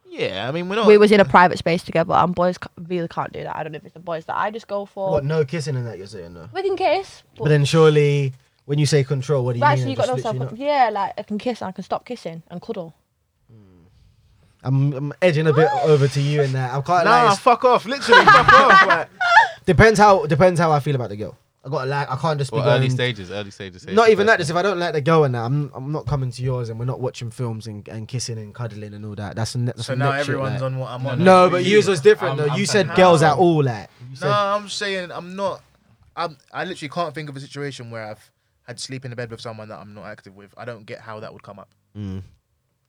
Speaker 2: yeah I mean
Speaker 3: Oh.
Speaker 2: we're not
Speaker 4: We was in a private space together, and boys ca- really can't do that. I don't know if it's the boys that I just go for.
Speaker 3: What? No kissing and that you're saying though.
Speaker 4: We can kiss, but,
Speaker 3: But then surely when you say control, what do you
Speaker 4: right,
Speaker 3: mean?
Speaker 4: so you
Speaker 3: Just
Speaker 4: got no self.
Speaker 3: literally not-
Speaker 4: Yeah, like I can kiss and I can stop kissing and cuddle.
Speaker 3: I'm, I'm edging a bit over to you in that. I can't
Speaker 2: nah
Speaker 3: lie. it's-
Speaker 2: fuck off literally fuck off like,
Speaker 3: Depends how depends how I feel about the girl. I got to like I can't just be
Speaker 1: Well, early
Speaker 3: going-
Speaker 1: stages. Early stages. say it's
Speaker 3: Not
Speaker 1: the
Speaker 3: even
Speaker 1: best
Speaker 3: that. Just if I don't like the girl and that, I'm I'm not coming to yours, and we're not watching films and, and kissing and cuddling and all that. That's, ne- that's
Speaker 2: so
Speaker 3: some
Speaker 2: now
Speaker 3: neck shit,
Speaker 2: everyone's
Speaker 3: like.
Speaker 2: on what I'm on
Speaker 3: No, but yours was different
Speaker 1: I'm-
Speaker 3: though.
Speaker 1: I'm
Speaker 3: you
Speaker 1: saying
Speaker 3: said girls
Speaker 2: how.
Speaker 3: at all that. You
Speaker 2: no
Speaker 3: said
Speaker 2: I'm saying I'm not I'm I literally can't think of a situation where I've had to sleep in the bed with someone that I'm not active with I don't get how that would come up
Speaker 3: Mm.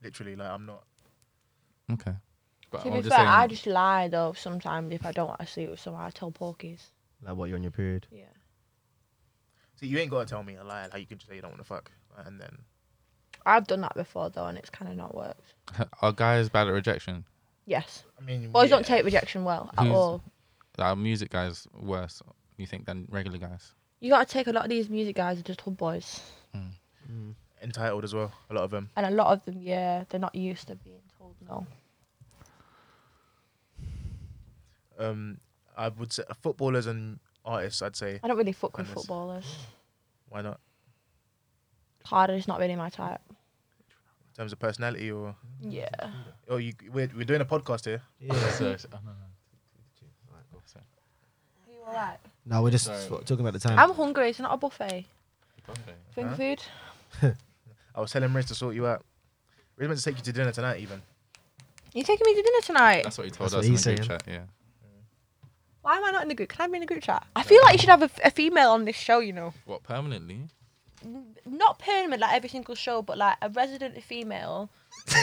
Speaker 2: literally like I'm not
Speaker 1: Okay. But
Speaker 4: to
Speaker 1: I'm
Speaker 4: be
Speaker 1: just
Speaker 4: fair,
Speaker 1: saying-
Speaker 4: I just lie though. Sometimes if I don't want to sleep with someone, I tell porkies.
Speaker 3: like what you're on your period.
Speaker 4: Yeah.
Speaker 2: see you ain't gotta tell me a lie like you can just say you don't want to fuck and then
Speaker 4: I've done that before though, and it's kind of not worked.
Speaker 1: Are guys bad at rejection?
Speaker 4: Yes,
Speaker 2: I mean
Speaker 4: boys
Speaker 2: yeah.
Speaker 4: don't take rejection well at
Speaker 1: Who's-
Speaker 4: all.
Speaker 1: Are music guys worse? You think than regular guys?
Speaker 4: You gotta take a lot of these music guys are just hood boys,
Speaker 2: entitled as well a lot of them
Speaker 4: and a lot of them, yeah, they're not used to being told no.
Speaker 2: um, I would say footballers and artists. I'd say
Speaker 4: I don't really fuck with
Speaker 2: Goodness.
Speaker 4: footballers.
Speaker 2: why not
Speaker 4: Harder is not really my type.
Speaker 2: in terms of personality or
Speaker 4: Yeah.
Speaker 2: or you. We're, we're doing a podcast here.
Speaker 3: Yeah.
Speaker 4: You alright?
Speaker 3: no, we're just
Speaker 1: Sorry.
Speaker 3: sort of talking about the time.
Speaker 4: I'm hungry. It's not a buffet. Finger
Speaker 2: Huh?
Speaker 4: food.
Speaker 2: I was telling Riz to sort you out. Riz meant to take you to dinner tonight. Even
Speaker 4: You taking me to dinner tonight?
Speaker 1: That's what he told
Speaker 3: That's what
Speaker 1: us
Speaker 3: he's
Speaker 1: in the group
Speaker 3: saying.
Speaker 1: chat. Yeah.
Speaker 4: Why am I not in the group? Can I be in the group chat? I feel like you should have a, a female on this show, you know.
Speaker 1: What permanently?
Speaker 4: Not permanent, like every single show, but like a resident female.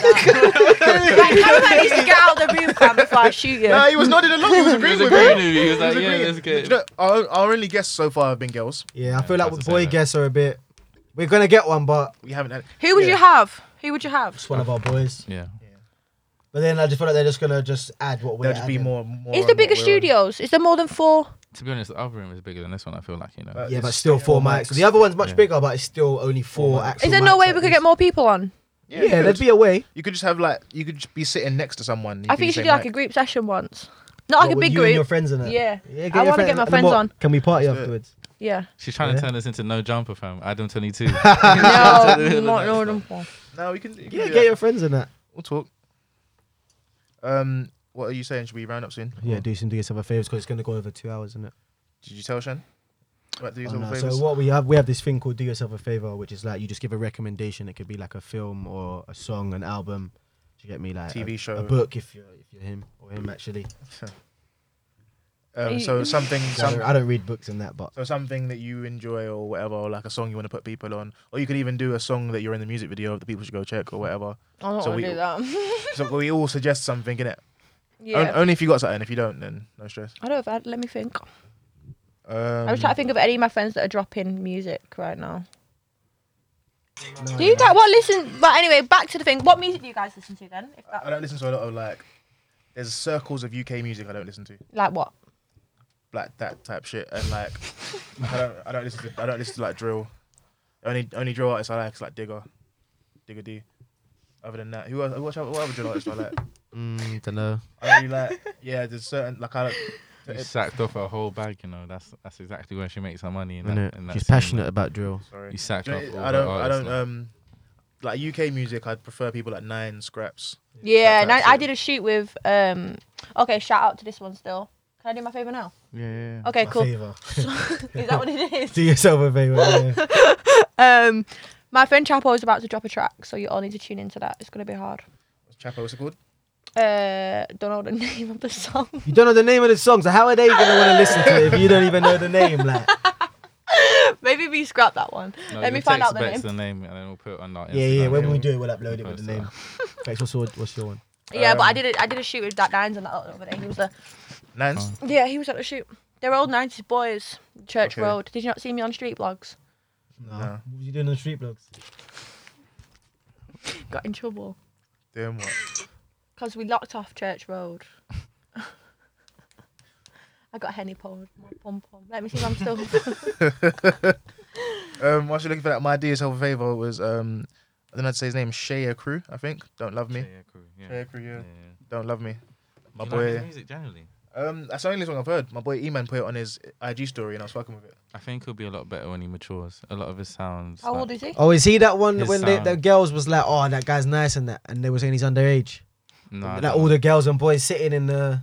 Speaker 4: like, like, Caroline needs to get out of the room Cam, before I shoot you.
Speaker 2: he was nodding along. He was
Speaker 1: He was agreeing with me. He was like, yeah, let's
Speaker 2: Do
Speaker 1: get.
Speaker 2: You know, our, our only guests so far have been girls.
Speaker 3: yeah, I
Speaker 1: Yeah,
Speaker 3: feel like
Speaker 1: I was
Speaker 3: boy
Speaker 1: saying that.
Speaker 3: guests are a bit. We're gonna get one, but
Speaker 2: We haven't had.
Speaker 4: Who would
Speaker 2: yeah.
Speaker 4: you have? Who would you have?
Speaker 3: it's one of our boys.
Speaker 1: yeah.
Speaker 3: But then I just feel like they're just gonna just add what we're.
Speaker 2: There'll just be
Speaker 3: adding.
Speaker 2: more. more
Speaker 4: Is
Speaker 2: on
Speaker 4: the
Speaker 2: what
Speaker 4: bigger
Speaker 2: we're on.
Speaker 4: studios? Is there more than four?
Speaker 1: To be honest, the other room is bigger than this one. I feel like you know.
Speaker 2: But
Speaker 3: Yeah, but
Speaker 2: it's
Speaker 3: still four mics. The other one's much
Speaker 1: Yeah.
Speaker 3: bigger, but it's still only four.
Speaker 2: mics.
Speaker 3: actual
Speaker 4: Is there no
Speaker 3: mics
Speaker 4: way
Speaker 3: at
Speaker 4: we could
Speaker 3: least.
Speaker 4: get more people on?
Speaker 2: Yeah,
Speaker 3: Yeah, there'd be a way.
Speaker 2: You could just have like you could just be sitting next to someone.
Speaker 4: I think you should do like a group session once. Not like
Speaker 3: What,
Speaker 4: a
Speaker 3: with
Speaker 4: big
Speaker 3: you and your
Speaker 4: group.
Speaker 3: friends in it.
Speaker 4: Yeah.
Speaker 3: yeah
Speaker 4: I
Speaker 3: get your
Speaker 4: wanna
Speaker 3: friend-
Speaker 4: get my
Speaker 3: and
Speaker 4: friends
Speaker 3: what-
Speaker 4: on.
Speaker 3: Can we party
Speaker 2: Let's do it.
Speaker 3: afterwards?
Speaker 4: Yeah.
Speaker 1: She's trying to
Speaker 3: Yeah.
Speaker 1: turn us into no jumper, fam. Adam 22.
Speaker 4: No, not no, no, no.
Speaker 2: No, we can. we can
Speaker 3: Yeah,
Speaker 2: do
Speaker 3: get
Speaker 2: that.
Speaker 3: your friends in that.
Speaker 2: We'll talk. Um, what are you saying? Should we round up soon?
Speaker 3: Yeah, do some do yourself a favors because it's gonna go over two hours, isn't it?
Speaker 2: Did you tell Shan? About the
Speaker 3: Oh,
Speaker 2: use of
Speaker 3: no.
Speaker 2: flavors?
Speaker 3: So what we have, we have this thing called "Do Yourself a Favor," which is like you just give a recommendation. It could be like a film or a song, an album. Do you get me? Like a-
Speaker 2: TV show.
Speaker 3: a book if you're if you're him or him actually.
Speaker 2: Um, so something,
Speaker 3: So I, don't,
Speaker 2: some,
Speaker 3: I don't read books and that, but
Speaker 2: so something that you enjoy or whatever, or like a song you want to put people on, or you could even do a song that you're in the music video that people should go check or whatever.
Speaker 4: I don't
Speaker 2: So
Speaker 4: want
Speaker 2: we-
Speaker 4: to do that.
Speaker 2: so we all suggest something in it.
Speaker 4: yeah.
Speaker 2: only if you got something. If you don't, then no stress.
Speaker 4: I don't. Have, let me think.
Speaker 2: Um,
Speaker 4: I was trying to think of any of my friends that are dropping music right now. Do you guys what listen? But anyway, back to the thing. What music do you guys listen to then? If
Speaker 2: I
Speaker 4: that,
Speaker 2: don't listen to a lot of like. There's circles of UK music I don't listen to,
Speaker 4: like what?
Speaker 2: like that type shit, and like I don't I don't listen to I don't listen to like drill. Only only drill artists I like is like Digger, Digger D. Other than that, who else? What other, what other drill artists do I like?
Speaker 1: Mm, don't know.
Speaker 2: I really like yeah. There's certain like I don't.
Speaker 1: She sacked off her whole bag, you know. That's that's exactly where she makes her money. In that,
Speaker 5: innit?
Speaker 1: in that
Speaker 5: She's
Speaker 1: scene,
Speaker 5: passionate about drill.
Speaker 2: Sorry.
Speaker 1: You sacked
Speaker 2: Do you
Speaker 1: off
Speaker 2: know,
Speaker 1: all
Speaker 2: I
Speaker 1: the
Speaker 2: don't. I
Speaker 1: artists,
Speaker 2: don't.
Speaker 1: like-
Speaker 2: Um, like UK music, I prefer people like Nine Scraps.
Speaker 4: Yeah,
Speaker 2: That
Speaker 4: and I,
Speaker 2: type
Speaker 4: I
Speaker 2: shit.
Speaker 4: did a shoot with. um Okay, shout out to this one still. Can I do my favor now?
Speaker 5: Yeah, yeah.
Speaker 4: Okay,
Speaker 3: My
Speaker 4: cool.
Speaker 3: favour.
Speaker 4: Is that what it is?
Speaker 3: Do yourself a favor. yeah.
Speaker 4: Um, my friend Chapo is about to drop a track, so you all need to tune into that. It's gonna be hard.
Speaker 2: Chapo, what's it called?
Speaker 4: Uh, don't know the name of the song.
Speaker 3: You don't know the name of the song, so how are they gonna want to listen to it if you don't even know the name? Like,
Speaker 4: Maybe we scrap that one.
Speaker 1: No,
Speaker 4: Let me
Speaker 1: you
Speaker 4: find
Speaker 1: text
Speaker 4: out the
Speaker 1: Bex
Speaker 4: name.
Speaker 1: the name, and then we'll put it on our
Speaker 3: yeah, yeah.
Speaker 1: Instagram.
Speaker 3: When we
Speaker 1: We'll-
Speaker 3: do it, we'll upload it
Speaker 1: we'll post
Speaker 3: with the name.
Speaker 1: that.
Speaker 3: Bex, what's your what's your one?
Speaker 4: Yeah, but I
Speaker 2: Um,
Speaker 4: did it. I did a shoot with that nines and that other over there. He was there.
Speaker 2: Nines.
Speaker 4: Yeah, he was at the shoot. They were old nineties boys. Church
Speaker 2: Okay.
Speaker 4: Road. Did you not see me on street blogs?
Speaker 3: No.
Speaker 2: No.
Speaker 3: What was you doing on the street blogs?
Speaker 4: Got in trouble
Speaker 2: Damn what?
Speaker 4: because we locked off Church Road. I got henny pom pom pom. Let me see if I'm still.
Speaker 2: Um, whilst you're looking for that, my dear self a favor was um, I don't know how to say his name. Shea Crew, I think. Don't love me.
Speaker 1: Yeah, yeah, cool. Yeah.
Speaker 2: Shea Crew, yeah.
Speaker 1: Yeah, yeah.
Speaker 2: Don't love me. My
Speaker 1: You like his
Speaker 2: boy.
Speaker 1: music generally.
Speaker 2: Um, that's the only song I've heard. My boy E-Man put it on his IG story, and I was fucking with it.
Speaker 1: I think he'll be a lot better when he matures. A lot of his sounds.
Speaker 4: How
Speaker 1: like-
Speaker 4: old is he?
Speaker 3: Oh, is he that one
Speaker 1: His
Speaker 3: when they, the
Speaker 1: sound.
Speaker 3: girls was like, oh, that guy's nice and that, and they were saying he's underage.
Speaker 1: No, I
Speaker 3: like
Speaker 1: don't
Speaker 3: all
Speaker 1: know.
Speaker 3: the girls and boys sitting in the,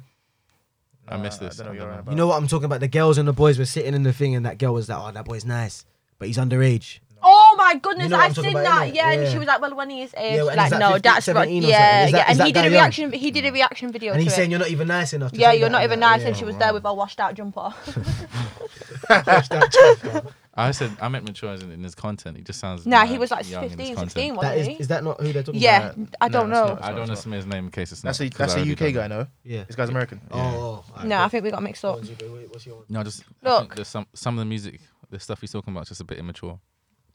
Speaker 1: I missed
Speaker 2: Nah,
Speaker 1: this.
Speaker 2: I don't
Speaker 1: I
Speaker 2: know what you're on
Speaker 1: don't
Speaker 2: about.
Speaker 3: you know what I'm talking about? The girls and the boys were sitting in the thing, and that girl was like, oh, that boy's nice, but he's underage.
Speaker 4: Oh my goodness,
Speaker 3: You know what I'm
Speaker 4: I've
Speaker 3: talking
Speaker 4: seen
Speaker 3: about,
Speaker 4: that.
Speaker 3: innit?
Speaker 4: Yeah, and
Speaker 3: Yeah.
Speaker 4: she was like, "Well, when he is age,
Speaker 3: Yeah, well,
Speaker 4: like,
Speaker 3: and he's like
Speaker 4: no,
Speaker 3: 15,
Speaker 4: that's right."
Speaker 3: 17 or something.
Speaker 4: Yeah,
Speaker 3: Is that-
Speaker 4: yeah,
Speaker 3: is
Speaker 4: and
Speaker 3: that
Speaker 4: he did
Speaker 3: that
Speaker 4: a
Speaker 3: young?
Speaker 4: reaction. He did a reaction video
Speaker 3: And
Speaker 4: to
Speaker 3: he's
Speaker 4: it.
Speaker 3: saying you're not even nice enough. To
Speaker 4: yeah,
Speaker 3: say
Speaker 4: you're
Speaker 3: that
Speaker 4: not
Speaker 3: and
Speaker 4: even
Speaker 3: that,
Speaker 4: nice,
Speaker 3: yeah.
Speaker 4: and she was there with her washed-out jumper.
Speaker 1: I said I meant mature as in, in his content. He just sounds.
Speaker 4: nah, he
Speaker 1: mad
Speaker 4: was like
Speaker 1: young in his
Speaker 4: 15,
Speaker 1: content.
Speaker 4: 16,
Speaker 3: That
Speaker 4: wasn't
Speaker 3: is,
Speaker 4: he?
Speaker 3: is that not who they're talking
Speaker 4: yeah,
Speaker 3: about?
Speaker 4: I
Speaker 2: No, that's
Speaker 4: don't know.
Speaker 1: I
Speaker 2: not-
Speaker 1: don't
Speaker 2: Sorry,
Speaker 1: want
Speaker 2: sorry.
Speaker 1: to submit his name in case it's not.
Speaker 2: That's a
Speaker 1: 'cause I
Speaker 2: that's a
Speaker 1: already
Speaker 2: UK
Speaker 1: done
Speaker 2: guy,
Speaker 1: it.
Speaker 2: no.
Speaker 3: Yeah.
Speaker 2: This guy's American.
Speaker 3: Oh, oh, alright,
Speaker 4: No,
Speaker 3: cool.
Speaker 4: I think we got mixed
Speaker 3: Go
Speaker 4: up.
Speaker 3: on, Zuby, wait, what's your one?
Speaker 1: No, just I
Speaker 4: Look.
Speaker 1: think there's some some of the music, the stuff he's talking about, is just a bit immature.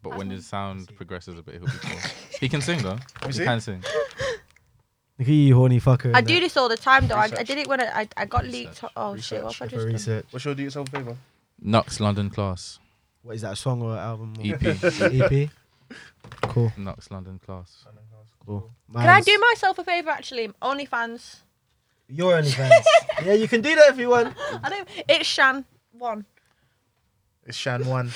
Speaker 1: But when his sound progresses a bit, he'll be cool. he can sing though. He
Speaker 2: see.
Speaker 1: can sing.
Speaker 3: Look at you, horny fucker.
Speaker 4: I
Speaker 3: and
Speaker 4: do
Speaker 3: that.
Speaker 4: this all the time, though. I, I
Speaker 2: Research.
Speaker 4: did it when I, I, I got leaked.
Speaker 1: Research.
Speaker 4: Oh shit, what have I
Speaker 3: for
Speaker 4: just done?
Speaker 3: research.
Speaker 2: What's your do yourself a favor?
Speaker 1: Knox London Class
Speaker 3: What is that a song or an album? Or
Speaker 1: EP.
Speaker 3: EP. Cool.
Speaker 1: Knox London Class.
Speaker 3: Cool.
Speaker 4: Can I do myself a favor? Actually, OnlyFans.
Speaker 3: Your OnlyFans. yeah, you can do that if you want.
Speaker 4: I don't. It's Shan one.
Speaker 2: It's Shan One.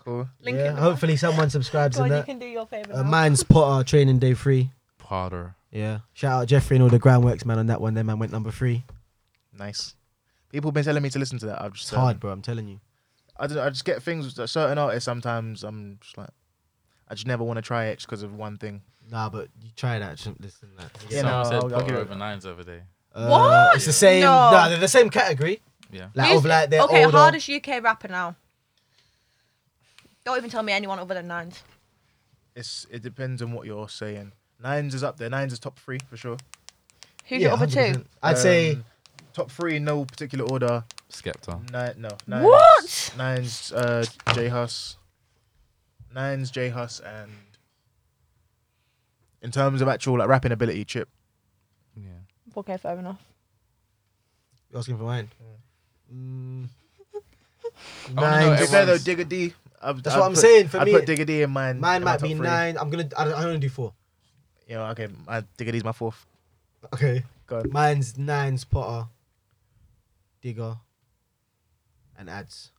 Speaker 2: cool.
Speaker 4: Link
Speaker 3: yeah,
Speaker 4: in the
Speaker 3: hopefully someone subscribes
Speaker 4: Go
Speaker 3: in
Speaker 4: on, you
Speaker 3: that.
Speaker 4: can do your favor.
Speaker 3: Uh,
Speaker 4: now.
Speaker 3: mine's Potter training day three.
Speaker 1: Potter.
Speaker 3: Yeah. Shout out Jeffrey and all the groundworks man on that one. Their man went number three.
Speaker 2: Nice. People been telling me to listen to that. I've just
Speaker 3: It's
Speaker 2: um,
Speaker 3: hard, bro. I'm telling you.
Speaker 2: I don't. know, I just get things. that Certain artists sometimes I'm just like, I just never want to try it just because of one thing.
Speaker 3: Nah, but you try that. Just listen to that.
Speaker 2: Yeah,
Speaker 1: Someone
Speaker 2: no,
Speaker 1: said
Speaker 2: I'll- I'll
Speaker 1: Potter
Speaker 2: give it-
Speaker 1: over nines over there.
Speaker 3: Uh,
Speaker 4: What?
Speaker 3: It's the same.
Speaker 4: No.
Speaker 3: Nah, they're the same category.
Speaker 1: Yeah.
Speaker 3: Like
Speaker 4: Who's-
Speaker 3: of like they're
Speaker 4: okay,
Speaker 3: older.
Speaker 4: hardest UK rapper now. Don't even tell me anyone other than Nines.
Speaker 2: It's it depends on what you're saying. Nines is up there. Nines is top three for sure.
Speaker 4: Who's
Speaker 3: Yeah,
Speaker 4: your other
Speaker 3: 100%.
Speaker 4: two?
Speaker 3: I'd say
Speaker 2: Um, top three in no particular order.
Speaker 1: Skepta.
Speaker 2: Nine, no. Nines,
Speaker 4: What?
Speaker 2: Nines, uh, J Hus. Nines, J Hus, and in terms of actual like rapping ability, Chip.
Speaker 1: Yeah.
Speaker 4: Okay, fair enough.
Speaker 3: you're asking for mine. Mm.
Speaker 1: Oh, no,
Speaker 2: To be fair
Speaker 3: Nine.
Speaker 2: though,
Speaker 1: everyone's-
Speaker 2: Digger D. I've,
Speaker 3: That's
Speaker 2: I've
Speaker 3: what I'm
Speaker 2: put-
Speaker 3: saying, for
Speaker 2: I
Speaker 3: me-
Speaker 2: put Digger D in mine.
Speaker 3: Mine
Speaker 2: in my
Speaker 3: might
Speaker 2: top
Speaker 3: be
Speaker 2: three.
Speaker 3: nine. I'm gonna. I don't, I'm gonna do four.
Speaker 2: You know, okay. My Digger D's my fourth.
Speaker 3: Okay.
Speaker 2: Go. on.
Speaker 3: Mine's nines Potter, Digger, and ads.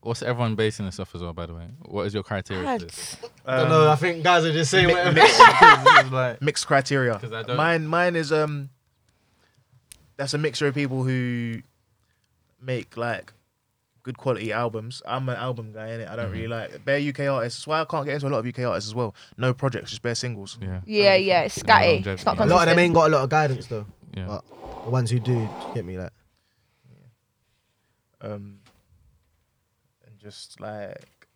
Speaker 1: What's everyone basing this off as well, by the way? What is your criteria for this?
Speaker 4: Ads.
Speaker 3: I don't
Speaker 2: Um,
Speaker 3: know. I think guys are just saying whatever.
Speaker 2: mixed criteria.
Speaker 1: 'Cause I don't-
Speaker 2: Mine, mine is um, that's a mixture of people who make like good quality albums. I'm an album guy, innit? I don't really
Speaker 3: Mm-hmm.
Speaker 2: like bare UK artists. That's why I can't get into a lot of UK artists as well. No projects, just bare singles.
Speaker 1: Yeah.
Speaker 4: Yeah, yeah, it's
Speaker 1: Yeah,
Speaker 4: scatty.
Speaker 1: longevity.
Speaker 4: It's not
Speaker 1: A
Speaker 3: A lot of them ain't
Speaker 4: consistent.
Speaker 3: got a lot of guidance though.
Speaker 1: Yeah.
Speaker 3: But the ones who do do you get me that.
Speaker 2: Um, and just like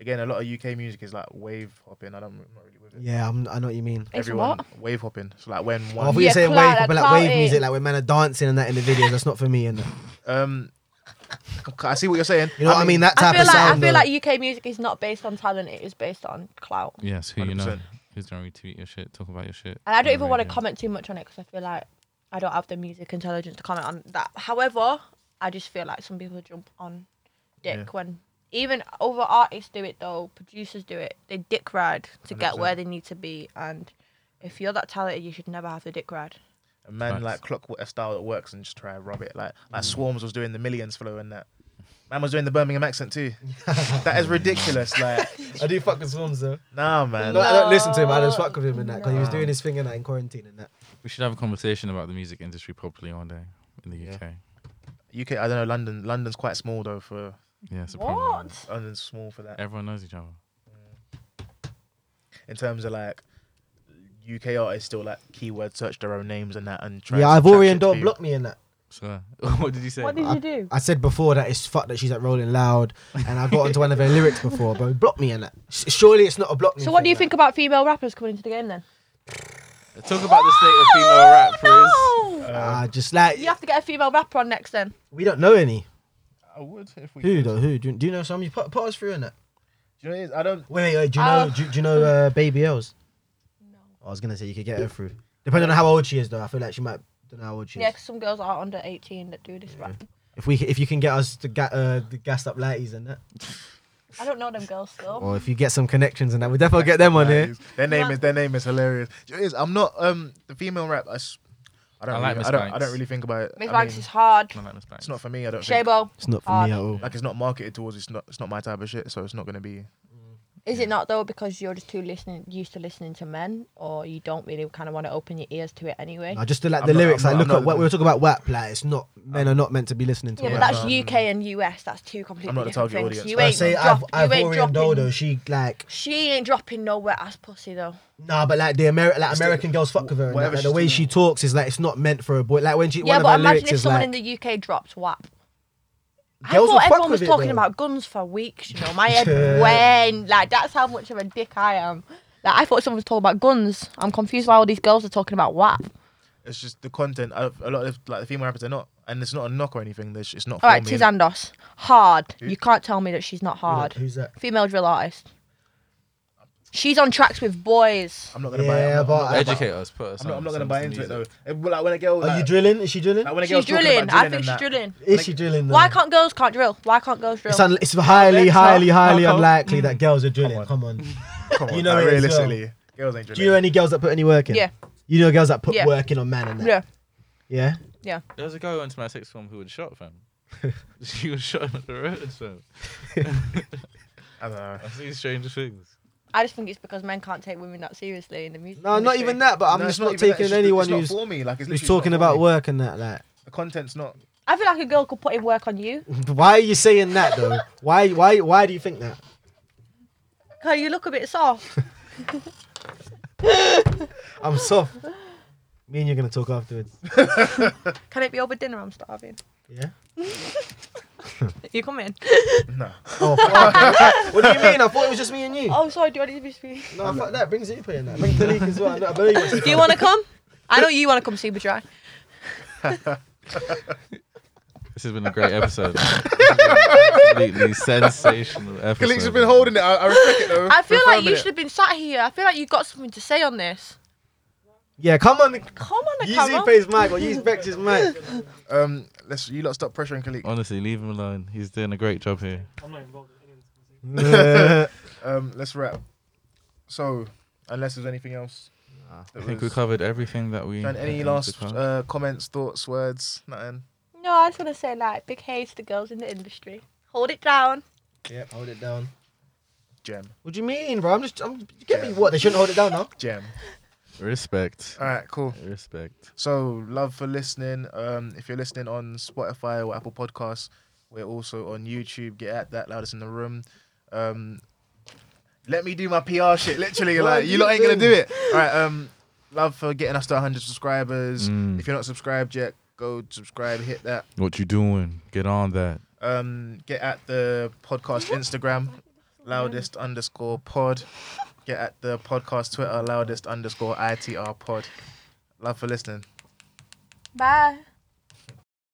Speaker 2: again, a lot of UK music is like wave hopping. I don't, I'm not really with it.
Speaker 3: Yeah, I'm, I know what you mean.
Speaker 4: It's
Speaker 2: Everyone
Speaker 4: what?
Speaker 2: wave hopping. So like when
Speaker 3: Oh, I
Speaker 2: one
Speaker 3: thought you were
Speaker 4: Yeah,
Speaker 3: saying
Speaker 4: clout,
Speaker 3: wave, but
Speaker 4: like
Speaker 3: like wave
Speaker 4: clouting.
Speaker 3: music, like when men are dancing and that in the videos. That's not for me. And
Speaker 2: Um, I see what you're saying.
Speaker 3: You know what I mean? That
Speaker 4: I
Speaker 3: type
Speaker 4: feel
Speaker 3: of
Speaker 4: like
Speaker 3: sound.
Speaker 4: I feel
Speaker 3: though.
Speaker 4: like UK music is not based on talent; it is based on clout.
Speaker 1: Yes, who you know,
Speaker 2: 100%.
Speaker 1: who's gonna retweet your shit, talk about your shit.
Speaker 4: And I don't
Speaker 1: on
Speaker 4: even
Speaker 1: the
Speaker 4: want to
Speaker 1: radio.
Speaker 4: comment too much on it because I feel like I don't have the music intelligence to comment on that. However, I just feel like some people jump on dick
Speaker 2: Yeah.
Speaker 4: when even other artists do it though, producers do it. They dick ride to get
Speaker 2: 100%.
Speaker 4: where they need to be, and if you're that talented, you should never have to dick ride.
Speaker 2: A man
Speaker 1: Facts.
Speaker 2: like clockwork a style that works and just try and rub it. Like like Swarms was doing the millions flow and that. Man was doing the Birmingham accent too. that is ridiculous. Like
Speaker 3: I do fuck with Swarms though.
Speaker 2: nah
Speaker 3: No,
Speaker 2: man.
Speaker 3: I don't listen to him. I just fuck with him in that because he was doing his thing in that in quarantine and that.
Speaker 1: We should have a conversation about the music industry properly one day in the
Speaker 2: Yeah.
Speaker 1: UK.
Speaker 2: UK I don't know, London London's quite small though for
Speaker 1: Yeah, it's a problem.
Speaker 4: What?
Speaker 2: London's small for that.
Speaker 1: Everyone knows each other.
Speaker 2: In terms of like UK artists still like keyword search their own names and that and try
Speaker 3: yeah,
Speaker 2: and
Speaker 3: Ivorian
Speaker 2: chat shit
Speaker 3: don't
Speaker 2: to you.
Speaker 3: block me in that.
Speaker 1: So what did you say?
Speaker 4: What did you do?
Speaker 3: I said before that it's fucked that she's at Rolling Loud, and I got onto one of her lyrics before, but block me in that. S- Surely it's not a block me.
Speaker 4: So, what do you
Speaker 3: thing,
Speaker 4: think about female rappers coming into the game then?
Speaker 1: Talk about the state of female rap, Frizz.
Speaker 4: Oh,
Speaker 3: that. Ah, just like
Speaker 4: You have to get a female rapper on next then.
Speaker 3: we don't know any.
Speaker 2: I would if we
Speaker 3: Who
Speaker 2: could.
Speaker 3: though? Who do, do you know? Some you put, put us through in that.
Speaker 2: Do you know what it is? I don't
Speaker 3: Wait, wait, do you know?
Speaker 4: Oh.
Speaker 3: Do, do you know uh, Baby L's?
Speaker 4: No.
Speaker 3: I was gonna say you could get her through. Depending on how old she is, though, I feel like she might. Don't know how old she is.
Speaker 4: Yeah, 'cause some girls are under 18 that do this rap.
Speaker 3: If we, if you can get us to get uh, the gassed up lighties and that,
Speaker 4: I don't know them girls still.
Speaker 3: or if you get some connections and that, we definitely get them on eh? here.
Speaker 2: Their name is their name is hilarious. Do you know what it is? I'm not um the female rap. I, s- I don't.
Speaker 1: I like
Speaker 2: really,
Speaker 1: Miss
Speaker 2: I don't. I
Speaker 1: Banks.
Speaker 2: don't really think about it.
Speaker 4: Miss
Speaker 2: I
Speaker 4: Banks
Speaker 2: mean,
Speaker 4: is hard.
Speaker 1: I like Miss Banks.
Speaker 2: it's not for me. I don't. Think,
Speaker 4: Shabo,
Speaker 3: It's not for
Speaker 4: Hard.
Speaker 3: me at all.
Speaker 2: like it's not marketed towards. It's not. It's not my type of shit. So it's not gonna be.
Speaker 4: is it not though because you're just too listening, used to listening to men, or you don't really kind of want to open your ears to it anyway?
Speaker 3: No, just to, like
Speaker 2: I'm
Speaker 3: the
Speaker 2: not-
Speaker 3: lyrics,
Speaker 2: I'm
Speaker 3: like
Speaker 2: not-
Speaker 3: look
Speaker 2: I'm not
Speaker 3: at what
Speaker 2: the-
Speaker 3: we were talking about. WAP, like it's not men are not meant to be listening to.
Speaker 4: yeah, but
Speaker 3: WAP.
Speaker 4: that's
Speaker 2: no, no,
Speaker 4: UK and US. That's two completely
Speaker 2: Um, I'm not the
Speaker 4: different
Speaker 2: target audience.
Speaker 4: things. You
Speaker 3: I
Speaker 4: ain't,
Speaker 3: say
Speaker 4: drop,
Speaker 3: I've,
Speaker 4: you ain't
Speaker 3: Ivorian
Speaker 4: dropping.
Speaker 3: Dodo, she like
Speaker 4: She ain't dropping nowhere ass pussy though.
Speaker 3: nah, but like the Ameri- like
Speaker 2: It's
Speaker 3: American
Speaker 2: the-
Speaker 3: girls fuck with her. And that,
Speaker 2: whatever
Speaker 3: like, the
Speaker 2: she's
Speaker 3: way
Speaker 2: doing.
Speaker 3: she talks is like it's not meant for a boy. Like when she one of
Speaker 4: yeah,
Speaker 3: her
Speaker 4: but imagine
Speaker 3: lyrics
Speaker 4: if
Speaker 3: is
Speaker 4: someone
Speaker 3: like
Speaker 4: in the UK dropped WAP. I
Speaker 3: Girls will
Speaker 4: thought
Speaker 3: fuck
Speaker 4: everyone
Speaker 3: with
Speaker 4: was
Speaker 3: it,
Speaker 4: talking
Speaker 3: though.
Speaker 4: about guns for weeks. You know, my head went like that's how much of a dick I am. Like I thought someone was talking about guns. I'm confused why all these girls are talking about WAP.
Speaker 2: It's just the content. I, a lot of like the female rappers are not, and it's not a knock or anything. There's, it's not.
Speaker 4: All
Speaker 2: for
Speaker 4: right,
Speaker 2: me.
Speaker 4: Tizandos, hard. You can't tell me that she's not hard.
Speaker 3: Who's that?
Speaker 4: Female drill artist. She's on tracks with boys.
Speaker 2: I'm not gonna buy. it.
Speaker 3: Yeah,
Speaker 2: I'm not-
Speaker 3: but I-
Speaker 1: Educate us. Put us.
Speaker 2: I'm not.
Speaker 1: on
Speaker 2: I'm not gonna
Speaker 1: some
Speaker 2: buy into it though.
Speaker 1: music.
Speaker 2: Eh, but, Like when a girl.
Speaker 3: are you
Speaker 2: like-
Speaker 3: drilling? Is she drilling?
Speaker 2: like, when a
Speaker 4: She's
Speaker 2: girl's talking
Speaker 4: drilling.
Speaker 2: about
Speaker 4: I
Speaker 2: drilling
Speaker 4: think
Speaker 2: and
Speaker 4: she's
Speaker 2: that,
Speaker 4: drilling.
Speaker 3: Is she drilling? Though?
Speaker 4: Why can't girls can't drill? Why can't girls drill?
Speaker 3: It's, un- it's highly,
Speaker 2: How
Speaker 3: highly, highly
Speaker 2: come?
Speaker 3: unlikely that girls are drilling.
Speaker 2: on.
Speaker 3: Come on.
Speaker 2: Come on,
Speaker 3: You know
Speaker 2: like,
Speaker 3: it as well.
Speaker 2: realistically, girls ain't
Speaker 3: Do you know
Speaker 2: drilling.
Speaker 3: any girls that put any work in?
Speaker 4: Yeah.
Speaker 3: You know girls that put
Speaker 4: Yeah.
Speaker 3: work in on man and that.
Speaker 4: yeah.
Speaker 3: Yeah.
Speaker 1: There was a guy who went to my sixth form who was shot, fam. she was shot at the road, fam.
Speaker 2: I don't know.
Speaker 1: I've seen stranger things.
Speaker 4: I just think it's because men can't take women that seriously in the music.
Speaker 3: No, not
Speaker 4: industry.
Speaker 3: even that. But I'm
Speaker 2: No,
Speaker 3: just
Speaker 2: it's
Speaker 3: not,
Speaker 2: even that,
Speaker 3: taking
Speaker 2: it's just-
Speaker 3: anyone
Speaker 2: it's not
Speaker 3: who's
Speaker 2: for me. Like it's
Speaker 3: who's
Speaker 2: literally not
Speaker 3: talking
Speaker 2: for
Speaker 3: about
Speaker 2: me.
Speaker 3: work and that. Like,
Speaker 2: The content's not.
Speaker 4: I feel like a girl could put in work on you.
Speaker 3: why are you saying that though? why, why, why do you think that?
Speaker 4: Cause you look a bit soft.
Speaker 3: I'm soft. Me and you're gonna talk afterwards.
Speaker 4: Can it be over dinner? I'm starving.
Speaker 3: Yeah.
Speaker 4: You come in.
Speaker 2: No.
Speaker 3: Oh, fuck. what do you mean? I thought it was just me and you.
Speaker 4: Oh, sorry. Do I need to be speaking?
Speaker 3: No, fuck that. Brings it in that. Bring Talik as well. I know- I know you want to
Speaker 4: Do you want to come? I know you want to come, super dry.
Speaker 1: This has been a great episode. This has been an absolutely sensational episode.
Speaker 2: Khalid's been holding it. I, I respect it though.
Speaker 4: I feel
Speaker 2: For a
Speaker 4: like you
Speaker 2: minute.
Speaker 4: should have been sat here. I feel like you got something to say on this.
Speaker 3: Yeah, come on.
Speaker 4: Come on, the
Speaker 3: Use
Speaker 4: camera.
Speaker 3: Ipe's mic or use Bex's mic.
Speaker 2: Um, let's you lot stop pressuring Khalid.
Speaker 1: Honestly, leave him alone. He's doing a great job here.
Speaker 5: I'm not involved in any of this conversation.
Speaker 2: Um, let's wrap. So, unless there's anything else,
Speaker 1: I
Speaker 2: that
Speaker 1: think we
Speaker 2: was-
Speaker 1: covered everything that we.
Speaker 2: And any
Speaker 1: wanted
Speaker 2: last
Speaker 1: to cover.
Speaker 2: uh, comments, thoughts, words, nothing.
Speaker 4: No, I just want to say like big hey to the girls in the industry. Hold it down.
Speaker 3: Yep, hold it down.
Speaker 2: Gem,
Speaker 3: What do you mean, bro? I'm just, I'm, you get me what? They shouldn't hold it down now.
Speaker 2: gem.
Speaker 1: Respect.
Speaker 2: All right, cool.
Speaker 1: Respect.
Speaker 2: So, love for listening. Um, if you're listening on Spotify or Apple Podcasts, we're also on YouTube. Get at that loudest in the room. Um, let me do my PR shit. Literally,
Speaker 3: No,
Speaker 2: like
Speaker 3: you
Speaker 2: you lot ain't gonna
Speaker 3: do.
Speaker 2: do it. All right. Um, love for getting us to 100 subscribers.
Speaker 1: Mm.
Speaker 2: If you're not subscribed yet, go subscribe. Hit that.
Speaker 1: What you doing? Get on that.
Speaker 2: um, get at the podcast Instagram, loudest underscore pod. Get at the podcast Twitter, loudest underscore ITR pod. Love for listening.
Speaker 4: Bye.